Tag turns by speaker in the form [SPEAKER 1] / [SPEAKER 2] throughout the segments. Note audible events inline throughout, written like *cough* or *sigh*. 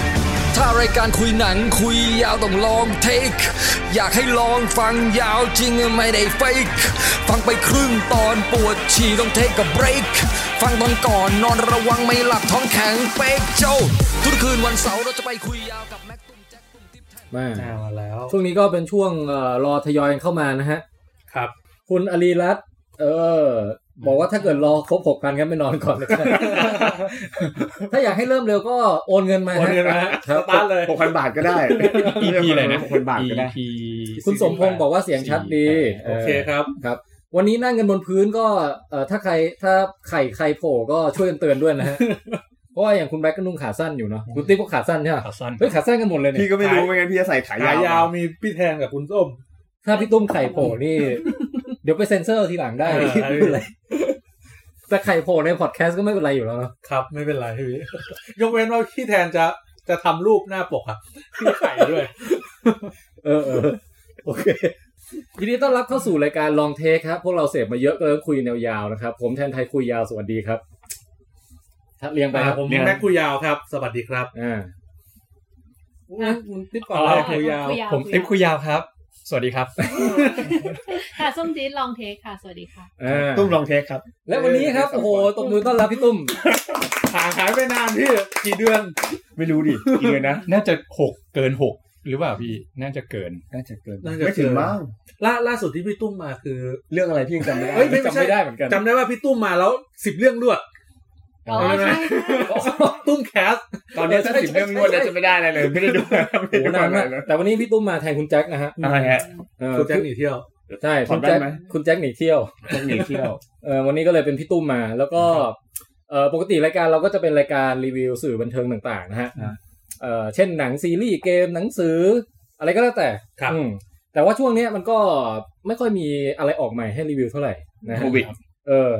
[SPEAKER 1] ายการคุยหนังคุยยาวต้องลองเทค อยากให้ลองฟังยาวจริงไม่ได้เฟกฟังไปครึ่งตอนปวดฉี่ต้องเทคกับเบรก ฟังตอนก่อนนอนระวังไม่หลับท้องแข็งเป๊กเจ้า ทุกคืนวันเสาร์เราจะไปคุยยาวกับแม็กตุ้มแจ็คตุ้มติ๊บแทน
[SPEAKER 2] มา
[SPEAKER 3] อ่ามาแล้ว
[SPEAKER 2] ช่วงนี้ก็เป็นช่วงเอ่อรอทยอยกันเข้ามานะฮะ
[SPEAKER 3] ครับ
[SPEAKER 2] คุณอรีรัตน์เออ บอกว่าถ้าเกิดรอครบหกพันก็ไม่นอนก่อนเลย *laughs* ถ้าอยากให้เริ่มเร็วก็โอนเงินมา
[SPEAKER 3] วัน
[SPEAKER 2] ฮะ
[SPEAKER 3] นี้นะฮะ
[SPEAKER 2] ครับ
[SPEAKER 3] สตาร์ทเลย
[SPEAKER 4] หกพันบาทก็ได้
[SPEAKER 5] EP อะไรนะ
[SPEAKER 4] หกพันบาทก็ได้
[SPEAKER 5] EP
[SPEAKER 2] คุณสมพงศ์บอกว่าเสียงชัดดี
[SPEAKER 3] โอเคครับ
[SPEAKER 2] ครับ วันนี้นั่งกันบนพื้นก็เอ่อถ้าใครถ้าไข่ใครโผล่ก็ช่วยกันเตือนด้วยนะฮ *laughs* ะ เพราะว่าอย่างคุณแบ็กก็นุ่งขาสั้นอยู่เนาะคุณติ๊กก็ขาสั้นใช่ไหม
[SPEAKER 5] ขาสั้น
[SPEAKER 2] เฮ้ยขาสั้นกันหมดเลยเนี่
[SPEAKER 4] พี่
[SPEAKER 2] ย
[SPEAKER 4] ก็ไม่รู้ไม่งั้นพี่จะใส่
[SPEAKER 3] ขาย
[SPEAKER 4] ขาาย
[SPEAKER 3] าว วมีพี่แทนกับคุณส้ม
[SPEAKER 2] ถ้าพี่ตุ้มไข่โผล่นี่ เดี๋ยวไปเซ็นเซอร์ทีหลังได้
[SPEAKER 3] เออ
[SPEAKER 2] ไม่เป็นไร *laughs* แต่ไข่โผล่ในพอดแคสต์ก็ไม่เป็นไรอยู่แล้วเนาะ
[SPEAKER 3] ครับ ไม่เป็นไรพี่ ยกเว้นว่าพี่แทนจะจะทำรูปหน้าปกอะพี่ไข่ด้วย
[SPEAKER 2] เออเออโอเคยินดีต้อนรับเข้าสู่รายการลองเทคครับ พวกเราเสพมาเยอะก็เลยต้องคุยแนวยาวนะครับ ผมแทนไทยคุยยาวสวัสดีครับถ้าเรียงไป
[SPEAKER 3] อ่า
[SPEAKER 2] ครับ
[SPEAKER 3] ผมแม็กคุยยาวครับ สวัสดีครับ
[SPEAKER 2] อ่า
[SPEAKER 3] นะคุณติ๊บก่อน
[SPEAKER 5] อ๋อ
[SPEAKER 3] เลย
[SPEAKER 5] คุ
[SPEAKER 3] คุ
[SPEAKER 5] ยยา
[SPEAKER 3] ยา
[SPEAKER 5] ย
[SPEAKER 3] ว ว
[SPEAKER 5] ผมติ๊บคุยยาวครับ สวัสดีครับ
[SPEAKER 6] *laughs* ค่ะส้มจี๊ดลองเทคค่ะ สวัสดีค่ะ
[SPEAKER 2] อ่า
[SPEAKER 4] ตุ้มลองเทคครับ
[SPEAKER 2] และวันนี้ครับ
[SPEAKER 4] เออ
[SPEAKER 2] โอ้โหตบมือต้อนรับพี่ตุ้ม
[SPEAKER 3] ห่างหายไปนานพี่กี่เดือน
[SPEAKER 4] ไม่รู้ดิกี่เดือนนะ
[SPEAKER 5] น่าจะหกเกินหกหรือเปล่าพี่ น่าจะเกิน
[SPEAKER 4] น่าจะเกิน
[SPEAKER 3] น่าจะ
[SPEAKER 4] ไม่ถึง
[SPEAKER 3] เกิน
[SPEAKER 4] มั้ง
[SPEAKER 3] ล่าล่าสุดที่พี่ตุ้มมาคือ
[SPEAKER 4] เรื่องอะไรพี่ยังจำไม่ได้
[SPEAKER 3] เฮ้ย ไม่
[SPEAKER 2] จำ
[SPEAKER 3] ใช่
[SPEAKER 2] ไม่ได้เหมือนกัน
[SPEAKER 3] จำได้ว่าพี่ตุ้มมาแล้วสิบเรื่องด้วย
[SPEAKER 6] อ๋อใช่
[SPEAKER 3] ตุ้มแคส
[SPEAKER 4] ตอนนี้ถ้าสิบเรื่องนวดแล้วจะไม่ได้อะไรเลย ไม่ได้ดูไม่ได้
[SPEAKER 2] โอ้โห
[SPEAKER 4] ดู
[SPEAKER 2] นาน
[SPEAKER 4] อะไร
[SPEAKER 2] มาก
[SPEAKER 4] เลย
[SPEAKER 2] แต่วันนี้พี่ตุ้มมาแทนคุณแจ็คนะฮะ
[SPEAKER 4] อะไรฮะ
[SPEAKER 2] เออ
[SPEAKER 3] คุณแจ็คหนีเที่ยว
[SPEAKER 2] ใช่
[SPEAKER 4] ถอ
[SPEAKER 2] คุ
[SPEAKER 4] ด
[SPEAKER 2] ณ
[SPEAKER 4] แว่
[SPEAKER 2] แจ็คน
[SPEAKER 4] ไหม
[SPEAKER 2] คุณแจ็คหนีเที่ยว
[SPEAKER 4] ต้องหนีเที่ยว
[SPEAKER 2] เออวันนี้ก็เลยเป็นพี่ตุ้มมา แล้วก็เออปกติรายการเราก็จะเป็นรายการรีวิวสื่อบันเทิงต่างๆนะฮะเออเช่นหนังซีรีส์เกมหนังสือ อะไรก็แล้วแต่
[SPEAKER 3] ครับ
[SPEAKER 2] อืมแต่ว่าช่วงเนี้ยมันก็ไม่ค่อยมีอะไรออกใหม่ให้รีวิวเท่าไหร่นะฮะ
[SPEAKER 4] โควิด
[SPEAKER 2] เออ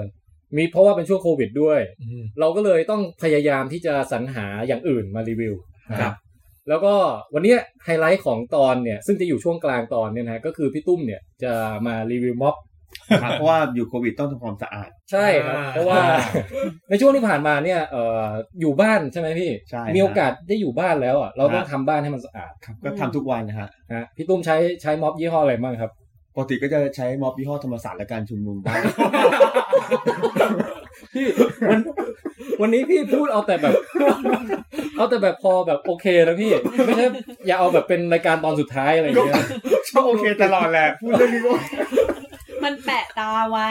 [SPEAKER 2] มีเพราะว่าเป็นช่วงโควิดด้วย
[SPEAKER 3] อืม
[SPEAKER 2] เราก็เลยต้องพยายามที่จะสรรหาอย่างอื่นมารีวิวนะครับ แล้วก็วันเนี้ยไฮไลท์ของตอนเนี่ย ซึ่งจะอยู่ช่วงกลางตอนเนี่ยนะฮะก็คือพี่ตุ้มเนี่ยจะมารีวิวม็อบ
[SPEAKER 4] ครับเพราะว่าอยู่โควิดต้องทำความสะอาด
[SPEAKER 2] ใช่ครับ
[SPEAKER 3] อ่า
[SPEAKER 2] เพราะว่า ในช่วงที่ผ่านมาเนี่ยเอ่ออยู่บ้านใช่ไหมพี่
[SPEAKER 4] ใช่
[SPEAKER 2] มีโอกาสได้อยู่บ้านแล้วอ่ะเราต้อง
[SPEAKER 4] ฮะ
[SPEAKER 2] ทำบ้านให้มันสะอาด
[SPEAKER 4] ครับก็ทำทุกวันนะฮะ
[SPEAKER 2] ฮะพี่ตุ้มใช้ใช้ม็อบยี่ห้ออะไรบ้างครับ
[SPEAKER 4] ปกติก็จะใช้ม็อบยี่ห้อธรรมศาสตร์และการชุมนุมบ้าง
[SPEAKER 2] วันนี้พี่พูดเอาแต่แบบ *laughs* เอาแต่แบบพอแบบโอเคแล้วพี่ไม่ใช่อย่าเอาแบบเป็นรายการตอนสุดท้ายอะไรอย่างเงี้ย
[SPEAKER 4] ชอบโอเคตลอดแหละพูดเรื่องนี้ก็
[SPEAKER 6] มันแปะตาไว้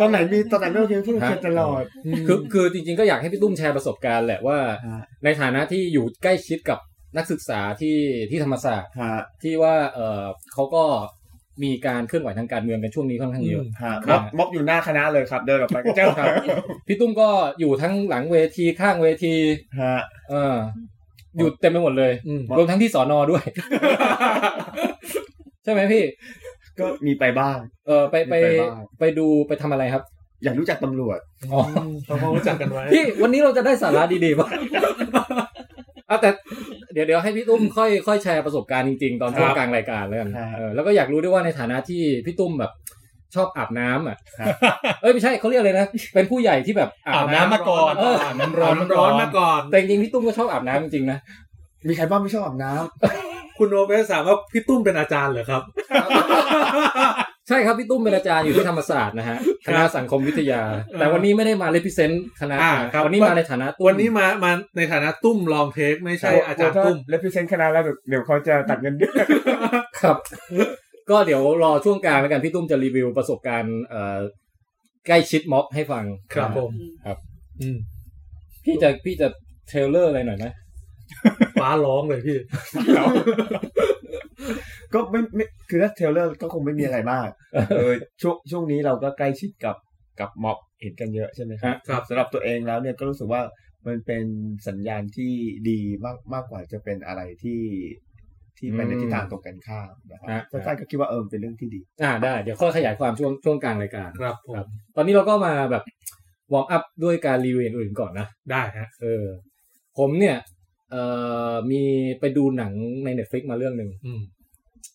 [SPEAKER 4] ตอนไหนมีตอนไหนไม่โอเคพูดโอเคตลอด
[SPEAKER 2] คือคือจริงๆก็อยากให้พี่ตุ้มแชร์ประสบการณ์แหละว่า
[SPEAKER 4] ฮะ
[SPEAKER 2] ในฐานะที่อยู่ใกล้ชิดกับนักศึกษาที่ที่ธรรมศาสตร์
[SPEAKER 4] ฮะ
[SPEAKER 2] ที่ว่าเออเขาก็มีการเคลื่อนไหวทางการเมืองกันช่วงนี้ค่อนข้างเยอะ
[SPEAKER 3] อืม
[SPEAKER 4] ฮะ
[SPEAKER 2] ครั
[SPEAKER 4] ม็อบ บม็อบอยู่หน้าคณะเลยครับ เดินออก
[SPEAKER 3] *laughs*
[SPEAKER 4] ไปก็เจอ
[SPEAKER 2] ครับพี่ตุ้มก็อยู่ทั้งหลังเวทีข้างเวที
[SPEAKER 4] ฮะ
[SPEAKER 2] เอออยู่เต็มไปหมดเลย
[SPEAKER 3] อืม
[SPEAKER 2] รวมทั้งที่สอนอด้วย *laughs* ใช่ไหมพี่
[SPEAKER 4] ก็มีไปบ้าง
[SPEAKER 2] เออไปไป
[SPEAKER 4] มีไปบ้าง
[SPEAKER 2] ไปดูไปทำอะไรครับ
[SPEAKER 4] อยากรู้จักตำรวจ
[SPEAKER 2] อ๋อ
[SPEAKER 3] เราพอรู้จักกันไว้
[SPEAKER 2] พี่วันนี้เราจะได้สาระดีๆป่ะ เอาแต่เดี๋ยวเดี๋ยวให้พี่ตุ้มค่อยค่อยแชร์ประสบการณ์จริงๆ ตอนช่วง
[SPEAKER 4] ครับ
[SPEAKER 2] กลางรายการแล้วกัน
[SPEAKER 4] ครับ
[SPEAKER 2] เออแล้วก็อยากรู้ด้วยว่าในฐานะที่พี่ตุ้มแบบชอบอาบน้ำอ่ะ
[SPEAKER 4] ครับ
[SPEAKER 2] เอ้ยไม่ใช่เขาเรียกอะไรนะเป็นผู้ใหญ่ที่แบบ
[SPEAKER 5] อาบน้ำมาก่อน
[SPEAKER 2] เออ
[SPEAKER 5] อาบน้ำร้
[SPEAKER 3] ร้
[SPEAKER 5] อ
[SPEAKER 3] อน นมันร้อนมาก่อน
[SPEAKER 2] แต่จริงๆพี่ตุ้มก็ชอบอาบน้ำจริงๆนะ
[SPEAKER 4] มีใครบ้างไม่ชอบอาบน้ำ
[SPEAKER 3] คุณโอเบสถามว่าพี่ตุ้มเป็นอาจารย์เหรอครับ
[SPEAKER 2] ใช่ครับพี่ตุ้มเป็นอาจารย์อยู่ที่ธรรมศาสตร์นะฮะคณะสังคมวิทยา แต่วันนี้ไม่ได้มาเลพิเซนต์คณะ
[SPEAKER 3] อ่าครับ
[SPEAKER 2] วันนี้มาในฐานะตุ้ม
[SPEAKER 3] วันนี้มามาในฐานะตุ้มลองเทคไม่ใช่อาจารย์ตุ้ม
[SPEAKER 4] แล้วพิเศษคณะแล้วเดี๋ยวเดี๋ยวเขาจะตัดเงินเดือน *laughs*
[SPEAKER 2] ครับ *laughs* ก็เดี๋ยวรอช่วงกลางแล้วกันพี่ตุ้มจะรีวิวประสบการณ์เอ่อใกล้ชิดม็อบให้ฟัง
[SPEAKER 3] ครับผม
[SPEAKER 2] ครับ
[SPEAKER 3] อืม
[SPEAKER 2] พี่จะพี่จะเทรลเลอร์อะไรหน่อยไหม
[SPEAKER 3] ฟ้าร้องเลยพี่
[SPEAKER 4] ก็ไม่ไม่คือถ้าเทรลเลอร์ก็คงไม่มีอะไร
[SPEAKER 3] *laughs*
[SPEAKER 4] มากเออช่วงช่วงนี้เราก็ใกล้ชิดกับกับม็อบเห็นกันเยอะใช่ไหมครั
[SPEAKER 2] ฮะ
[SPEAKER 3] ครับ
[SPEAKER 4] สำหรับตัวเองแล้วเนี่ยก็รู้สึกว่ามันเป็นสัญญาณที่ดีมากมากกว่าจะเป็นอะไรที่ที่ไปในทิศทางตรงกันข้ามนะครับ
[SPEAKER 2] ฮะ
[SPEAKER 4] ท่านก็คิดว่าเออมันเป็นเรื่องที่ดี
[SPEAKER 2] อ่าได้เดี๋ยวค่อยขยายความช่วงช่วงกลางรายการ
[SPEAKER 3] ครับผ
[SPEAKER 2] ครั
[SPEAKER 3] ม
[SPEAKER 2] บ ตอนนี้เราก็มาแบบวอร์มอัพด้วยการรีวิวอย่างอื่นก่อนนะ
[SPEAKER 3] ได้ฮะ
[SPEAKER 2] เออ ผมเนี่ยเอ่อมีไปดูหนังใน Netflix มาเรื่องหนึ่ง
[SPEAKER 3] อืม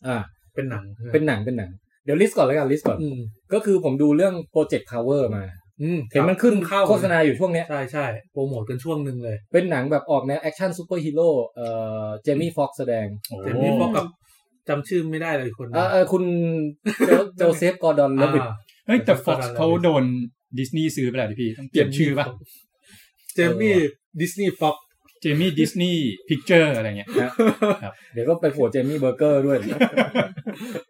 [SPEAKER 2] อ่า
[SPEAKER 3] เป็นหนัง
[SPEAKER 2] เป็นหนังเป็นหนัง เดี๋ยวลิสต์ก่อนแล้วกันลิสต์ก่อน
[SPEAKER 3] อืม
[SPEAKER 2] ก็คือผมดูเรื่อง Project Power มา อืมเห็นมันขึ้น
[SPEAKER 3] ครับเพิ่งเข้า
[SPEAKER 2] โฆษณาอยู่ช่วงเนี้ย
[SPEAKER 3] ใช่ใช่โปรโมทกันช่วงหนึ่งเลย
[SPEAKER 2] เป็นหนังแบบออกแนวแอคชั่นซูเปอร์ฮีโร่เอ่อเจมี่ฟ็อกซ์แสดง
[SPEAKER 3] เจมมี่ฟอกกับจำชื่อไม่ได้เลยอีกคนหนึ่
[SPEAKER 2] เอ่
[SPEAKER 3] ง
[SPEAKER 2] อเออคุณโจโจเซฟกอร์ดอนเลวิด
[SPEAKER 3] อ่า
[SPEAKER 5] เฮ้ยแต่
[SPEAKER 3] Fox
[SPEAKER 5] Fox
[SPEAKER 3] Fox
[SPEAKER 5] เขาโดนดิสนีย์ซื้อไปแล้วดิพี่ต้องเปลี่ยนชื่อป่ะ
[SPEAKER 3] เจมมี่ดิสนีย์ฟอก
[SPEAKER 5] เจมี่ดิสนีย์พิกเจอร์อะไรเงี้ย
[SPEAKER 2] เดี๋ยวก็ไปผัวเจมี่เบอร์เกอร์ด้วย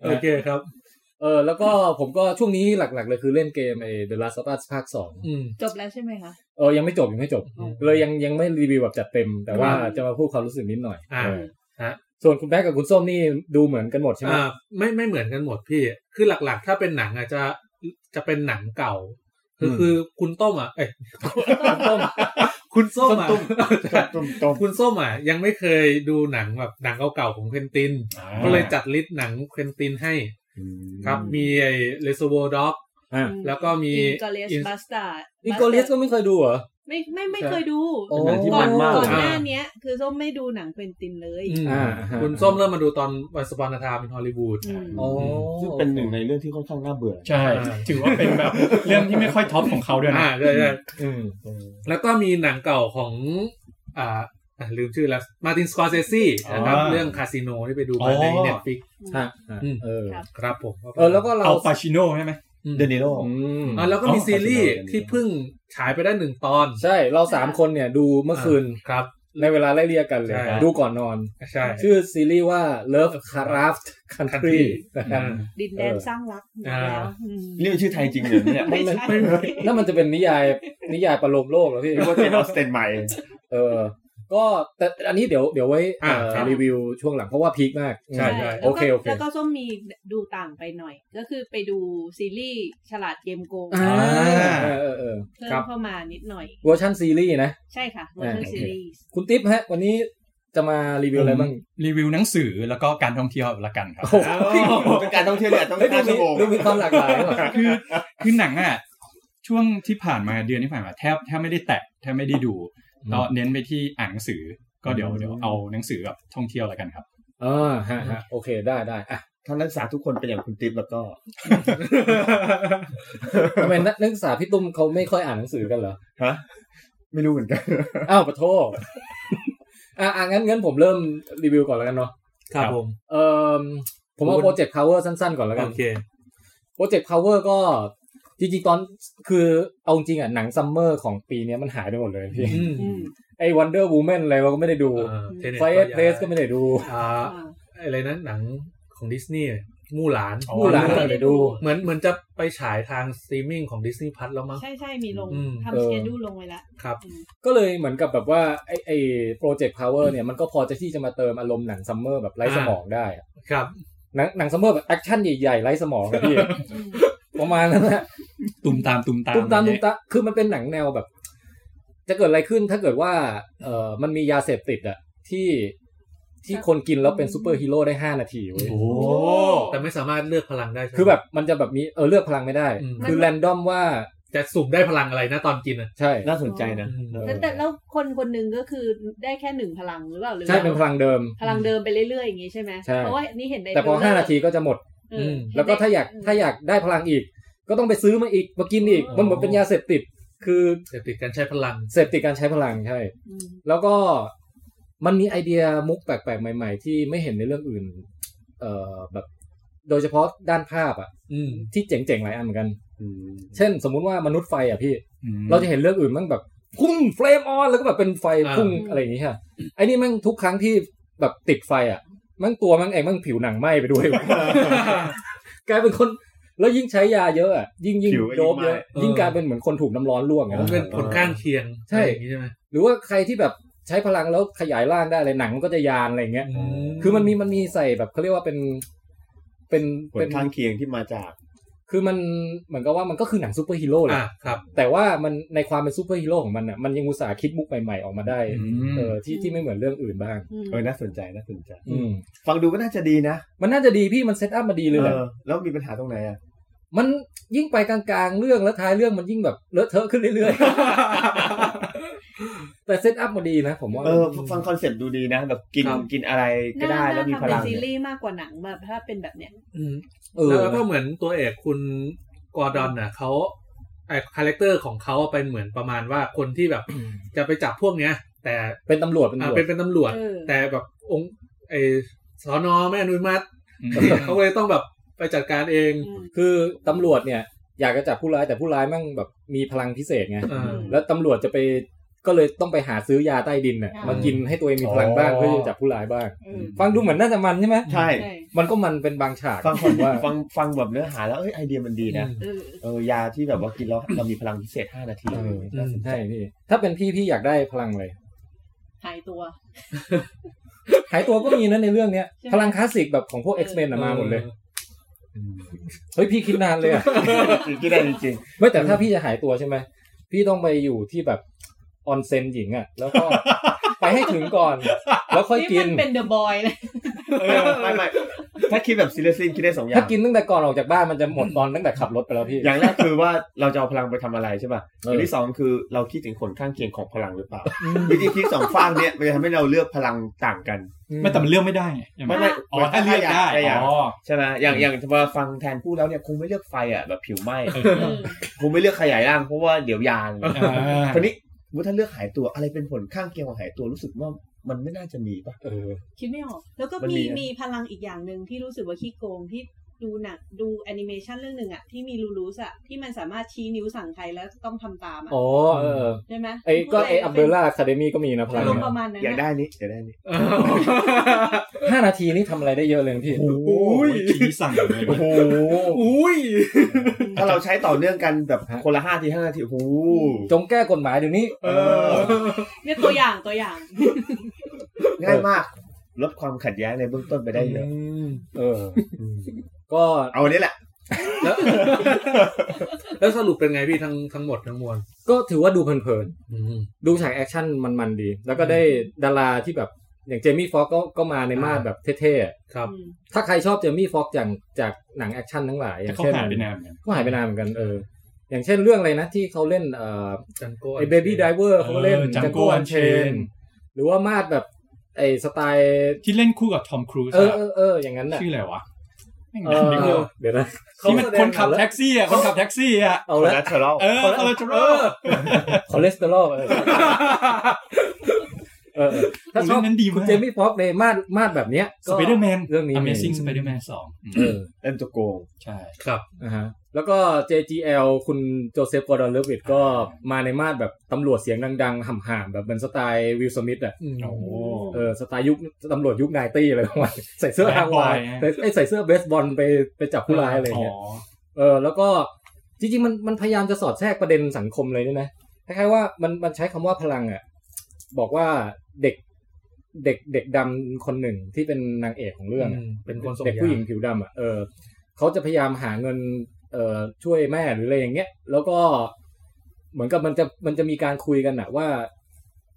[SPEAKER 3] โอเคครับ
[SPEAKER 2] เออแล้วก็ผมก็ช่วงนี้หลักๆ เลยคือเล่นเกมไอ้ The Last of Us ภาคสอง
[SPEAKER 3] อืม
[SPEAKER 6] จบแล้วใช่ไหมคะ
[SPEAKER 2] เออยังไม่จบยังไม่จบ
[SPEAKER 3] อืม
[SPEAKER 2] เลยยังยังไม่รีวิวแบบจัดเต็ม แต่ว่า
[SPEAKER 3] อืม
[SPEAKER 2] จะมาพูดความรู้สึกนิดหน่อย
[SPEAKER 3] อ่า
[SPEAKER 2] เออ
[SPEAKER 3] ฮะ
[SPEAKER 2] ส่วนคุณแบ๊กกับคุณส้มนี่ดูเหมือนกันหมดใช่ไหม
[SPEAKER 3] อ่าไม่ไม่เหมือนกันหมดพี่ คือหลักๆ ถ้าเป็นหนังอ่ะจะจะเป็นหนังเก่า คือคือคุณต้มอ่ะเอ้ยคุณ
[SPEAKER 2] *laughs*
[SPEAKER 3] ต้มคุณส้มอ่ะ
[SPEAKER 4] ต้มต้ม
[SPEAKER 3] คุณส้มอ่ะยังไม่เคยดูหนังแบบหนังเก่าๆของเควินติน
[SPEAKER 5] อ่า
[SPEAKER 3] ก็เลยจัดลิสต์หนังเควินตินให้ครับ มีไอ้เ e โซโวด็อก
[SPEAKER 2] อ่า
[SPEAKER 3] แล้วก็มี
[SPEAKER 6] Inglorious
[SPEAKER 3] In-
[SPEAKER 6] Bastard
[SPEAKER 2] อินโกเลียสก็ไม่เคยดูเหรอ
[SPEAKER 6] ไม่ไม่ไม่เคยดู
[SPEAKER 2] โอ้
[SPEAKER 4] หนังที่มันมาก
[SPEAKER 6] ก่อน
[SPEAKER 3] อ่า
[SPEAKER 6] หน้าเนี้ย คือส้มไม่ดูหนังเควินตินเลย
[SPEAKER 3] อืม
[SPEAKER 2] อ่าฮะ
[SPEAKER 3] คุณส้มเริ่มมาดูตอนวันสปอนทามเป็นฮอลลีวูด
[SPEAKER 6] อืม
[SPEAKER 2] อ๋อ
[SPEAKER 4] ซึ่งเป็นหนึ่งในเรื่องที่ค่อนข้างน่าเบื่อ
[SPEAKER 5] ใช่
[SPEAKER 3] อ่า
[SPEAKER 5] ถือว่าเป็นแบบ *laughs* เรื่องที่ไม่ค่อยท็อปของเขาด้วยนะ
[SPEAKER 3] อ่าใช่ใช่
[SPEAKER 2] อืม
[SPEAKER 4] เออ
[SPEAKER 3] แล้วก็มีหนังเก่าของ อ่าอ่ะลืมชื่อแล้วมาตินสกอร์เซซีนะครับเรื่องคาสิโนที่ไปดูมาในเน็ตฟิก
[SPEAKER 2] ฮะฮะ
[SPEAKER 3] อืม
[SPEAKER 2] เออ
[SPEAKER 6] ครับ
[SPEAKER 3] ครับผม
[SPEAKER 2] เออแล้วก็เรา
[SPEAKER 5] เอาปาชิโน่ใช่ไหม
[SPEAKER 3] อืม
[SPEAKER 4] เดนิโล
[SPEAKER 2] อืม
[SPEAKER 3] อ่ะแล้วก็มี
[SPEAKER 5] เอา
[SPEAKER 3] ซีรีส์
[SPEAKER 4] คาสิโน
[SPEAKER 3] ที่เพิ่งฉายไปได้หนึ่งตอน
[SPEAKER 2] ใช่เราสามคนเนี่ยดูเมื่อคืน
[SPEAKER 3] ะครับ
[SPEAKER 2] ในเวลาไล่เรียกกันเลย
[SPEAKER 3] ใช่
[SPEAKER 2] ดูก่อนนอน
[SPEAKER 3] ใช่
[SPEAKER 2] ชื่อซีรีส์ว่า Love Craft Country
[SPEAKER 3] Country
[SPEAKER 2] นะครับ
[SPEAKER 6] ดินแดน
[SPEAKER 2] เออ
[SPEAKER 6] สร้างรักอีก
[SPEAKER 3] อ่า
[SPEAKER 6] แล้วอืม
[SPEAKER 4] เรียกชื่อไทยจริงเหรอเนี่ย
[SPEAKER 6] ไม่ใช่
[SPEAKER 2] นั่นมันจะเป็นนิย *laughs* ายนิยายประโลมโลกแล้วพี่
[SPEAKER 4] เรียกว่าเจนออสเตนใหม่
[SPEAKER 2] เออ ก็แต่อันนี้เดี๋ยวเดี๋ยวไว้เอ่ออา
[SPEAKER 3] ครับ
[SPEAKER 2] รีวิวช่วงหลังเพราะว่าพีคมาก
[SPEAKER 3] ใช่ใช่
[SPEAKER 6] แล้วก็
[SPEAKER 2] โอเคโอเค
[SPEAKER 6] แล้วก็ส้มมีดูต่างไปหน่อย ก็คือไปดูซีรีส์ฉลาดเกมโกง
[SPEAKER 2] อ่าเออเออเออ
[SPEAKER 6] เพิ่
[SPEAKER 3] ครั
[SPEAKER 6] ม
[SPEAKER 3] บ
[SPEAKER 6] เข้ามานิดหน่อย
[SPEAKER 2] เวอร์ชันซีรีส์นะ
[SPEAKER 6] ใช่ค่ะเวอร์ชัน
[SPEAKER 2] อ่า
[SPEAKER 6] ซีรีส์
[SPEAKER 2] คุณติ๊บฮะ วันนี้จะมารีวิวอะไรบ้าง
[SPEAKER 5] รีวิวหนังสือแล้วก็การท่องเที่ยวละกันครับ
[SPEAKER 2] โอ้โห
[SPEAKER 4] เป็นการท่องเที่ยวเนี่ยต้อง
[SPEAKER 2] เฮ้ยดู
[SPEAKER 4] ห้า
[SPEAKER 2] มี
[SPEAKER 4] ชั่วโมง
[SPEAKER 2] ดูมีความหลากหลาย
[SPEAKER 5] *laughs*
[SPEAKER 2] ว่ะ
[SPEAKER 5] คือคือหนังอ่ะช่วงที่ผ่านมาเดือนที่ผ่านมาแทบแทบไม่ได้แตะแทบไม่ได้ดูก็เน้นไปที่อ่านหนังสือ ก็เดี๋ยวเดี๋ยวเอาหนังสือกับท่องเที่ยวละกันครับ
[SPEAKER 2] อ่าฮะฮะโอเคได้ได้อ่ะ
[SPEAKER 4] ถ้านักศึกษาทุกคนเป็นอย่างคุณติ๊บแล้วก็
[SPEAKER 2] ทำไมนักนักศึกษาพี่ตุ้มเขาไม่ค่อยอ่านหนังสือกันเหรอ
[SPEAKER 4] ฮะไม่รู้เหมือนกัน
[SPEAKER 2] อ้าวปะโทษ *laughs* อ่ะอ่ะงั้นงั้นผมเริ่มรีวิวก่อนแล้วกันเนาะ
[SPEAKER 3] ครับผม
[SPEAKER 2] เอ่อผมเอา
[SPEAKER 3] คุณ
[SPEAKER 2] โปรเจกต์ power สั้นๆ ก่อนแล้วกั
[SPEAKER 3] โอน เค
[SPEAKER 2] โปรเจกต์ power ก็จริงๆ ตอนคือเอาจริงอ่ะ หนังซัมเมอร์ของปีเนี้ยมันหายไปหมดเลยพี่
[SPEAKER 3] อืม
[SPEAKER 6] อืม
[SPEAKER 2] *laughs* ไอ้ wonder woman อะไรเราก็ไม่ได้ดู
[SPEAKER 3] อ่า Tenet
[SPEAKER 2] ไฟ
[SPEAKER 3] ย้า
[SPEAKER 2] เอ็
[SPEAKER 3] ย
[SPEAKER 2] เพลสก็ไม่ได้ดู
[SPEAKER 3] อ่า
[SPEAKER 6] อ่า
[SPEAKER 3] อะไรนะหนังของดิสนีย์มู่หลาน
[SPEAKER 5] อ๋อ
[SPEAKER 2] ผู้หลานก็ไม่ได้ดู
[SPEAKER 3] เหมือนเหมือนจะไปฉายทางสตรีมมิ่งของดิสนีย์พัทแล้วมั้ง
[SPEAKER 6] ใช่ใช่มีลง
[SPEAKER 3] อืม
[SPEAKER 6] ทำ
[SPEAKER 2] เอ
[SPEAKER 6] ส
[SPEAKER 2] อ
[SPEAKER 6] เกดูลงไว้ละ
[SPEAKER 3] ครับ
[SPEAKER 6] อืม
[SPEAKER 2] ก็เลยเหมือนกับแบบว่า ไอ้ไอ้โปรเจกต์ power เนี่ยมันก็พอจะที่จะมาเติมอารมณ์หนังซัมเมอร์แบบไร้สมองได้อะ
[SPEAKER 3] ครับ
[SPEAKER 2] หนังหนังซัมเมอร์แบบแอคชั่นใหญ่ๆไร้สมองอะพี่ *laughs*
[SPEAKER 6] อืม
[SPEAKER 2] ประมาณนั้นแหละ
[SPEAKER 5] ตุมตามตุมตาม
[SPEAKER 2] ตุ้มตาม
[SPEAKER 5] อะไร
[SPEAKER 2] ตุ้ม
[SPEAKER 5] เงี้ย
[SPEAKER 2] ตามคือมันเป็นหนังแนวแบบ จะเกิดอะไรขึ้นถ้าเกิดว่า เออมันมียาเสพติดอะที่ที่คนกินแล้วเป็นซูเปอร์ฮีโร่ได้ห้านาทีเว้ย
[SPEAKER 5] โอ้
[SPEAKER 3] แต่ไม่สามารถเลือกพลังได้ใช่ไหม
[SPEAKER 2] คือแบบมันจะแบบมีเออเลือกพลังไม่ได้
[SPEAKER 3] อืม
[SPEAKER 2] คือแรนดอมว่า
[SPEAKER 3] จะสุ่มได้พลังอะไรนะตอนกินอ่ะ
[SPEAKER 2] ใช่
[SPEAKER 4] น่าสนใจนะ
[SPEAKER 3] เออ
[SPEAKER 6] แล้วแต่แล้วคนคนหนึ่งก็คือได้แค่หนึ่งพลังหรือเปล่าหรือ
[SPEAKER 2] ใช่เป็นพลังเดิม
[SPEAKER 6] พลังเดิมไปเรื่อยๆอย่างงี้ใช่ไหม
[SPEAKER 2] ใช่
[SPEAKER 6] เพราะว่านี่เห็นใน
[SPEAKER 2] แต่พอ
[SPEAKER 6] เทรลเล
[SPEAKER 2] ห้า
[SPEAKER 6] ร์
[SPEAKER 2] นาทีก็จะหมด
[SPEAKER 6] เออเห็น
[SPEAKER 2] แล้วก็
[SPEAKER 6] ใน
[SPEAKER 2] ถ้าอยากถ้าอยากได้พลังอีก ก็ต้องไปซื้อมาอีกมากินอีก
[SPEAKER 3] อ๋อ
[SPEAKER 2] มันเหมือนเป็นยาเสพติด คือ
[SPEAKER 3] เสพติดการใช้พลัง
[SPEAKER 2] เสพติดการใช้พลังใช่
[SPEAKER 6] อืม
[SPEAKER 2] แล้วก็มันมีไอเดียมุกแปลกๆ ใหม่ ๆ ที่ไม่เห็นในเรื่องอื่น เอ่อแบบ โดยเฉพาะด้านภาพอะ
[SPEAKER 3] อื *laughs* ม
[SPEAKER 2] ที่เจ๋งๆ หลายอันเหมือนกัน เช่น สมมุติว่ามนุษย์ไฟอะพี่
[SPEAKER 5] อืม
[SPEAKER 2] เราจะเห็นเรื่องอื่นมั่งแบบพุ่งเฟลมออนแล้วก็แบบเป็นไฟ
[SPEAKER 3] อ่า
[SPEAKER 2] พุ่งอะไรอย่างงี้ค่ะไอ้นี่มั่งทุกครั้งที่แบบติดไฟอะมั่งตัวมั่งเองมั่งผิวหนังไหม้ไปด้วย กลายเป็นคนแล้วยิ่งใช้ยาเยอะอะยิ่งยิ่ง
[SPEAKER 4] ผิวก็ยิ่ง
[SPEAKER 2] โดบเยอะ
[SPEAKER 4] ไหม้
[SPEAKER 2] ยิ่งกลายเป็นเหมือนคนถูกน้ำร้อนลวกอะ
[SPEAKER 3] มันเป็นผลข้างเคียง
[SPEAKER 2] ใช่
[SPEAKER 3] อะไรอย่างนี้ใช่ไหม
[SPEAKER 2] หรือว่าใครที่แบบใช้พลังแล้วขยายร่างได้อะไรหนังมันก็จะยานอะไรอย่างเงี้ย คือมันมีมันมีใส่แบบเขาเรียกว่าเป็นเป็น
[SPEAKER 4] ผล
[SPEAKER 2] เป็น
[SPEAKER 4] ข้างเคียงที่มาจาก
[SPEAKER 2] คือมันเหมือนกับว่ามันก็คือหนังซูเปอร์ฮีโร่แห
[SPEAKER 3] อ่ะ
[SPEAKER 2] ละ
[SPEAKER 3] ครับ
[SPEAKER 2] แต่ว่ามันในความเป็นซูเปอร์ฮีโร่ของมันอ่ะมันยังอุตส่าห์คิดมุกใหม่ๆออกมาได้
[SPEAKER 5] อืม
[SPEAKER 2] เออที่ที่ไม่เหมือนเรื่องอื่นบ้าง
[SPEAKER 6] อืม
[SPEAKER 4] เออ น่าสนใจ น่าสนใจ
[SPEAKER 2] อืม
[SPEAKER 4] ฟังดูก็น่าจะดีนะ
[SPEAKER 2] มันน่าจะดีพี่มันเซตอัพมาดีเลยแหละ
[SPEAKER 4] เออแล้วมีปัญหาตรงไหนอ่ะ
[SPEAKER 2] มันยิ่งไปกลางๆเรื่องแล้วท้ายเรื่องมันยิ่งแบบเลอะเทอะขึ้นเรื่อยๆ แต่เซตอัพมาดีนะผมว่า
[SPEAKER 4] เออ ฟังคอนเซ็ปต์ดูดีนะ แบบกิน
[SPEAKER 3] ครับ
[SPEAKER 4] กินอะไรก็ได้ แล้วมีพ
[SPEAKER 6] ทำเป็น
[SPEAKER 4] ลัง
[SPEAKER 6] ซี
[SPEAKER 4] เนี่ย
[SPEAKER 6] รีส์มากกว่าหนังแบบถ้าเป็นแบบเนี้ย
[SPEAKER 3] อืม
[SPEAKER 2] เออ
[SPEAKER 3] แล้วก็เหมือนตัวเอกคุณกอร์ดอนน่ะเขา ไอคาแรคเตอร์ของเขาอะเป็นเหมือนประมาณว่าคนที่แบบ *coughs* จะไปจับพวกเนี้ย แต่
[SPEAKER 2] เป็นตำรวจเป็น
[SPEAKER 3] อ่ะ
[SPEAKER 2] ตำรวจ
[SPEAKER 3] เป็นเป็นตำรวจ
[SPEAKER 6] เออ
[SPEAKER 3] แต่แบบองค์ไอสอนอไม่อนุมัติ
[SPEAKER 5] อืม
[SPEAKER 3] เขาก็เลยต้องแบบไปจัดการเอง
[SPEAKER 6] อืม
[SPEAKER 2] คือตำรวจเนี่ยอยากจะจับผู้ร้ายแต่ผู้ร้ายแมั่งแบบมีพลังพิเศษไง
[SPEAKER 3] อ่า
[SPEAKER 2] แล้วตำรวจจะไปก็เลยต้องไปหาซื้อยาใต้ดินน่ะ
[SPEAKER 6] ใช่
[SPEAKER 2] มากินให้ตัวเองมีพลังบ้าง
[SPEAKER 4] อ๋อ
[SPEAKER 2] เพื่อจะจับผู้ร้ายบ้าง
[SPEAKER 6] เออ
[SPEAKER 2] ฟังดูเหมือนน่าจะมันใช่ไหม
[SPEAKER 4] ใช่
[SPEAKER 6] ใช่
[SPEAKER 2] มันก็มันเป็นบางฉาก
[SPEAKER 4] ฟัง
[SPEAKER 2] ผมว่า
[SPEAKER 4] ฟังฟังแบบเนื้อหาแล้วเอ้ยไอเดียมันดีนะ
[SPEAKER 6] เออ
[SPEAKER 4] เออยาที่แบบว่ากินแล้วเรามีพลังพิเศษห้านาที
[SPEAKER 2] เออ
[SPEAKER 3] อืม
[SPEAKER 2] ใช่พี่ถ้าเป็นพี่พี่อยากได้พลังเลย
[SPEAKER 6] หายตัว
[SPEAKER 2] หายตัวก็มีนะในเรื่องเนี้ย
[SPEAKER 6] ใช่
[SPEAKER 2] พลังคลาสสิกแบบของพวก X-Men น่ะมาหมดเลยเฮ้ยพี่คิดนานเลยอะ
[SPEAKER 4] จริงที่ได้จริง
[SPEAKER 2] ไม่แต่ถ้าพี่จะหายตัวใช่ไหมพี่ต้องไปอยู่ที่แบบออนเซนหญิงอ่ะ แล้วก็ไปให้ถึงก่อน แล้วค่อย
[SPEAKER 6] นี่
[SPEAKER 2] กิน
[SPEAKER 6] มันเป็นเดอะบอยเลย
[SPEAKER 4] ๆเออไม่ไม่ถ้าคิดแบบซีเรียสซิงคิดได้สองอย่า
[SPEAKER 2] ถ้าง กินตั้งแต่ก่อนออกจากบ้านมันจะหมดตอนตั้งแต่ขับรถไปแล้วพี่
[SPEAKER 4] อย่างแรกคือว่าเราจะเอาพลังไปทำอะไรใช่ป่ะ
[SPEAKER 2] เอ
[SPEAKER 4] อ
[SPEAKER 2] อ
[SPEAKER 4] ย่างที่สองคือเราคิดถึงผลข้างเคียงของพลังหรือเปล่า วิธีคิดสองฝั่งเนี้ยมันจะทำให้เราเลือกพลังต่างกัน
[SPEAKER 5] ไม่แต่มันเลือกไม่ได้ไง
[SPEAKER 4] ไม่ไม่
[SPEAKER 5] อ๋อถ้าเลือกได้
[SPEAKER 4] ถ้าอยาก
[SPEAKER 5] อ๋อ
[SPEAKER 4] ใช่ไหมอย่างอย่างพอฟังแทนพูดแล้วเนี่ยคงไม่เลือกไฟอ่ะแบบผิวไหม้
[SPEAKER 6] เออ
[SPEAKER 4] คงไม่เลือกขยายร่างเพราะว่าเดี๋ยวยาน
[SPEAKER 5] อ่า
[SPEAKER 4] คราวนี้สมมุติถ้าเลือกหายตัวอะไรเป็นผลข้างเคียงของหายตัวรู้สึกว่ามันไม่น่าจะมีป่ะ
[SPEAKER 2] เออ
[SPEAKER 6] คิดไม่ออก แล้วก็
[SPEAKER 4] มันมี
[SPEAKER 6] มี
[SPEAKER 4] นะ
[SPEAKER 6] มีพลังอีกอย่างหนึ่งที่รู้สึกว่าขี้โกงที่ดูหนังดูแอนิเมชันเรื่องหนึ่งอะที่มีลูลูสอะที่มันสามารถชี้นิ้วสั่งใครแล้วต้องทำตามอะ
[SPEAKER 2] อ๋อเออ
[SPEAKER 6] ใช่ไหม
[SPEAKER 2] ไอ้ก็ไอ้
[SPEAKER 6] พู
[SPEAKER 2] อั
[SPEAKER 6] ด
[SPEAKER 2] ม
[SPEAKER 6] ป
[SPEAKER 2] เบร่าคาเดมี่ก็มีนะพลั
[SPEAKER 6] อาง รมณ์ประมาณนั้น
[SPEAKER 4] อยากได้
[SPEAKER 6] อะ
[SPEAKER 4] นี้อยากได้นี้
[SPEAKER 2] ห้านาทีนี่ทำอะไรได้เยอะเลยนะพี่
[SPEAKER 5] โอ้ยชี้สั่งเลย
[SPEAKER 2] *laughs*
[SPEAKER 4] โอ้โห
[SPEAKER 3] อุ้ย
[SPEAKER 4] ถ้าเราใช้ต่อเนื่องกันแบบ
[SPEAKER 2] ฮะ
[SPEAKER 4] คนละห้าทีห้านาทีโอ้โห
[SPEAKER 2] จงแก้กฎหมายเดี๋ยวนี้
[SPEAKER 4] เออ
[SPEAKER 6] เนี่ยตัวอย่างตัวอย่าง
[SPEAKER 4] ง่ายมากลดความขัดแย้งในเบื้องต้นไปได้เยอะ
[SPEAKER 2] เออ ก็
[SPEAKER 4] เอาอันนี้แหละ
[SPEAKER 3] แล้ว แล้วสรุปเป็นไงพี่ทั้งทั้งหมดทั้งมวล
[SPEAKER 2] ก็ถือว่าดูเพลินๆ ดูฉากแอคชั่นมันๆดี แล้วก็ได้ดาราที่แบบอย่างเจมี่ฟ็อกก็ก็มาในมาดแบบเท่
[SPEAKER 3] ครับ
[SPEAKER 6] อืม
[SPEAKER 2] ๆ ถ้าใครชอบเจมี่ฟ็อกจากจากหนังแอคชั่นทั้งหลายอ
[SPEAKER 5] แต่
[SPEAKER 2] ย่าง
[SPEAKER 5] เขา
[SPEAKER 2] เช่น
[SPEAKER 5] หายไปนานเหมือนกัน
[SPEAKER 2] ก็หายไปนานเหมือนกันเออ อย่างเช่นเรื่องอะไรนะที่เขาเล่นเอ่อ
[SPEAKER 3] จังโก้
[SPEAKER 2] ไอ้ Baby Driver เขาก็เล่น
[SPEAKER 5] เออ Django
[SPEAKER 2] Django Unchained
[SPEAKER 5] Unchained
[SPEAKER 2] หรือว่ามาดแบบไอ้สไตล์
[SPEAKER 5] ที่เล่นคู่กับทอมครูซ
[SPEAKER 2] เออเออเอออย่างนั้นน่ะ
[SPEAKER 5] ชื่ออะไรวะแม่ง
[SPEAKER 2] เอ
[SPEAKER 5] ดัง
[SPEAKER 2] อ
[SPEAKER 5] ดิโก้
[SPEAKER 2] เดี๋ยวนะ
[SPEAKER 5] ที่มันคนขับแท็กซี่อ่ะคนขับแท็กซี่อ่ะ
[SPEAKER 2] เอา
[SPEAKER 4] คน
[SPEAKER 2] ละ
[SPEAKER 4] ละเทอร์เรล
[SPEAKER 5] เออคอเลสเตอรอล
[SPEAKER 2] คอเลสเตอรอลเออเออเออถ้าช
[SPEAKER 5] เรื่
[SPEAKER 2] อ
[SPEAKER 5] อบ งนั้นดี
[SPEAKER 2] คุณ
[SPEAKER 5] มาก
[SPEAKER 2] เจมี่ฟ็อกในมาดมาดแบบเนี้ย
[SPEAKER 5] ส
[SPEAKER 2] ก็
[SPEAKER 5] ไปเดอร์แมน
[SPEAKER 2] เรื่องนี้
[SPEAKER 5] Amazing Spider-Man สอง
[SPEAKER 2] เออ
[SPEAKER 4] เล่นตัวโกง
[SPEAKER 5] ใช่
[SPEAKER 3] ครับ
[SPEAKER 2] อ่าฮะแล้วก็ JGL คุณโจเซฟกอร์ดอนเลวิตก็มาในมาดแบบตำรวจเสียงดัง ๆห่ำๆแบบเหมือนสไตล์วิลสมิธอ่ะ
[SPEAKER 3] อืม
[SPEAKER 5] โอ้โห
[SPEAKER 2] เออสไตล์ยุคตำรวจยุคไนตี้อะไรประมาณนี้ใส่เสื้อ
[SPEAKER 5] Bad
[SPEAKER 2] ฮาวาย
[SPEAKER 5] boy ฮะ
[SPEAKER 2] ใส่เอ้ยใส่เสื้อเบสบอลไปไปจับผู้ร้ายอะไรอย่าง
[SPEAKER 5] อ๋อ
[SPEAKER 2] เงี้ย เออแล้วก็จริงๆมันมันพยายามจะสอดแทรกประเด็นสังคมเลยด้วยนะคล้ายๆว่ามันมันใช้คำว่าพลังอะ่ะบอกว่าเด็กเด็กเด็กดำคนหนึ่งที่เป็นนางเอกของเรื่องอะ
[SPEAKER 3] เป็นคนส่ง
[SPEAKER 2] เด็กผู้หญิงผิวดำอ่ะเออเขาจะพยายามหาเงินเอ่อช่วยแม่หรืออะไรอย่างเงี้ยแล้วก็เหมือนกับมันจะมันจะมีการคุยกันอะว่า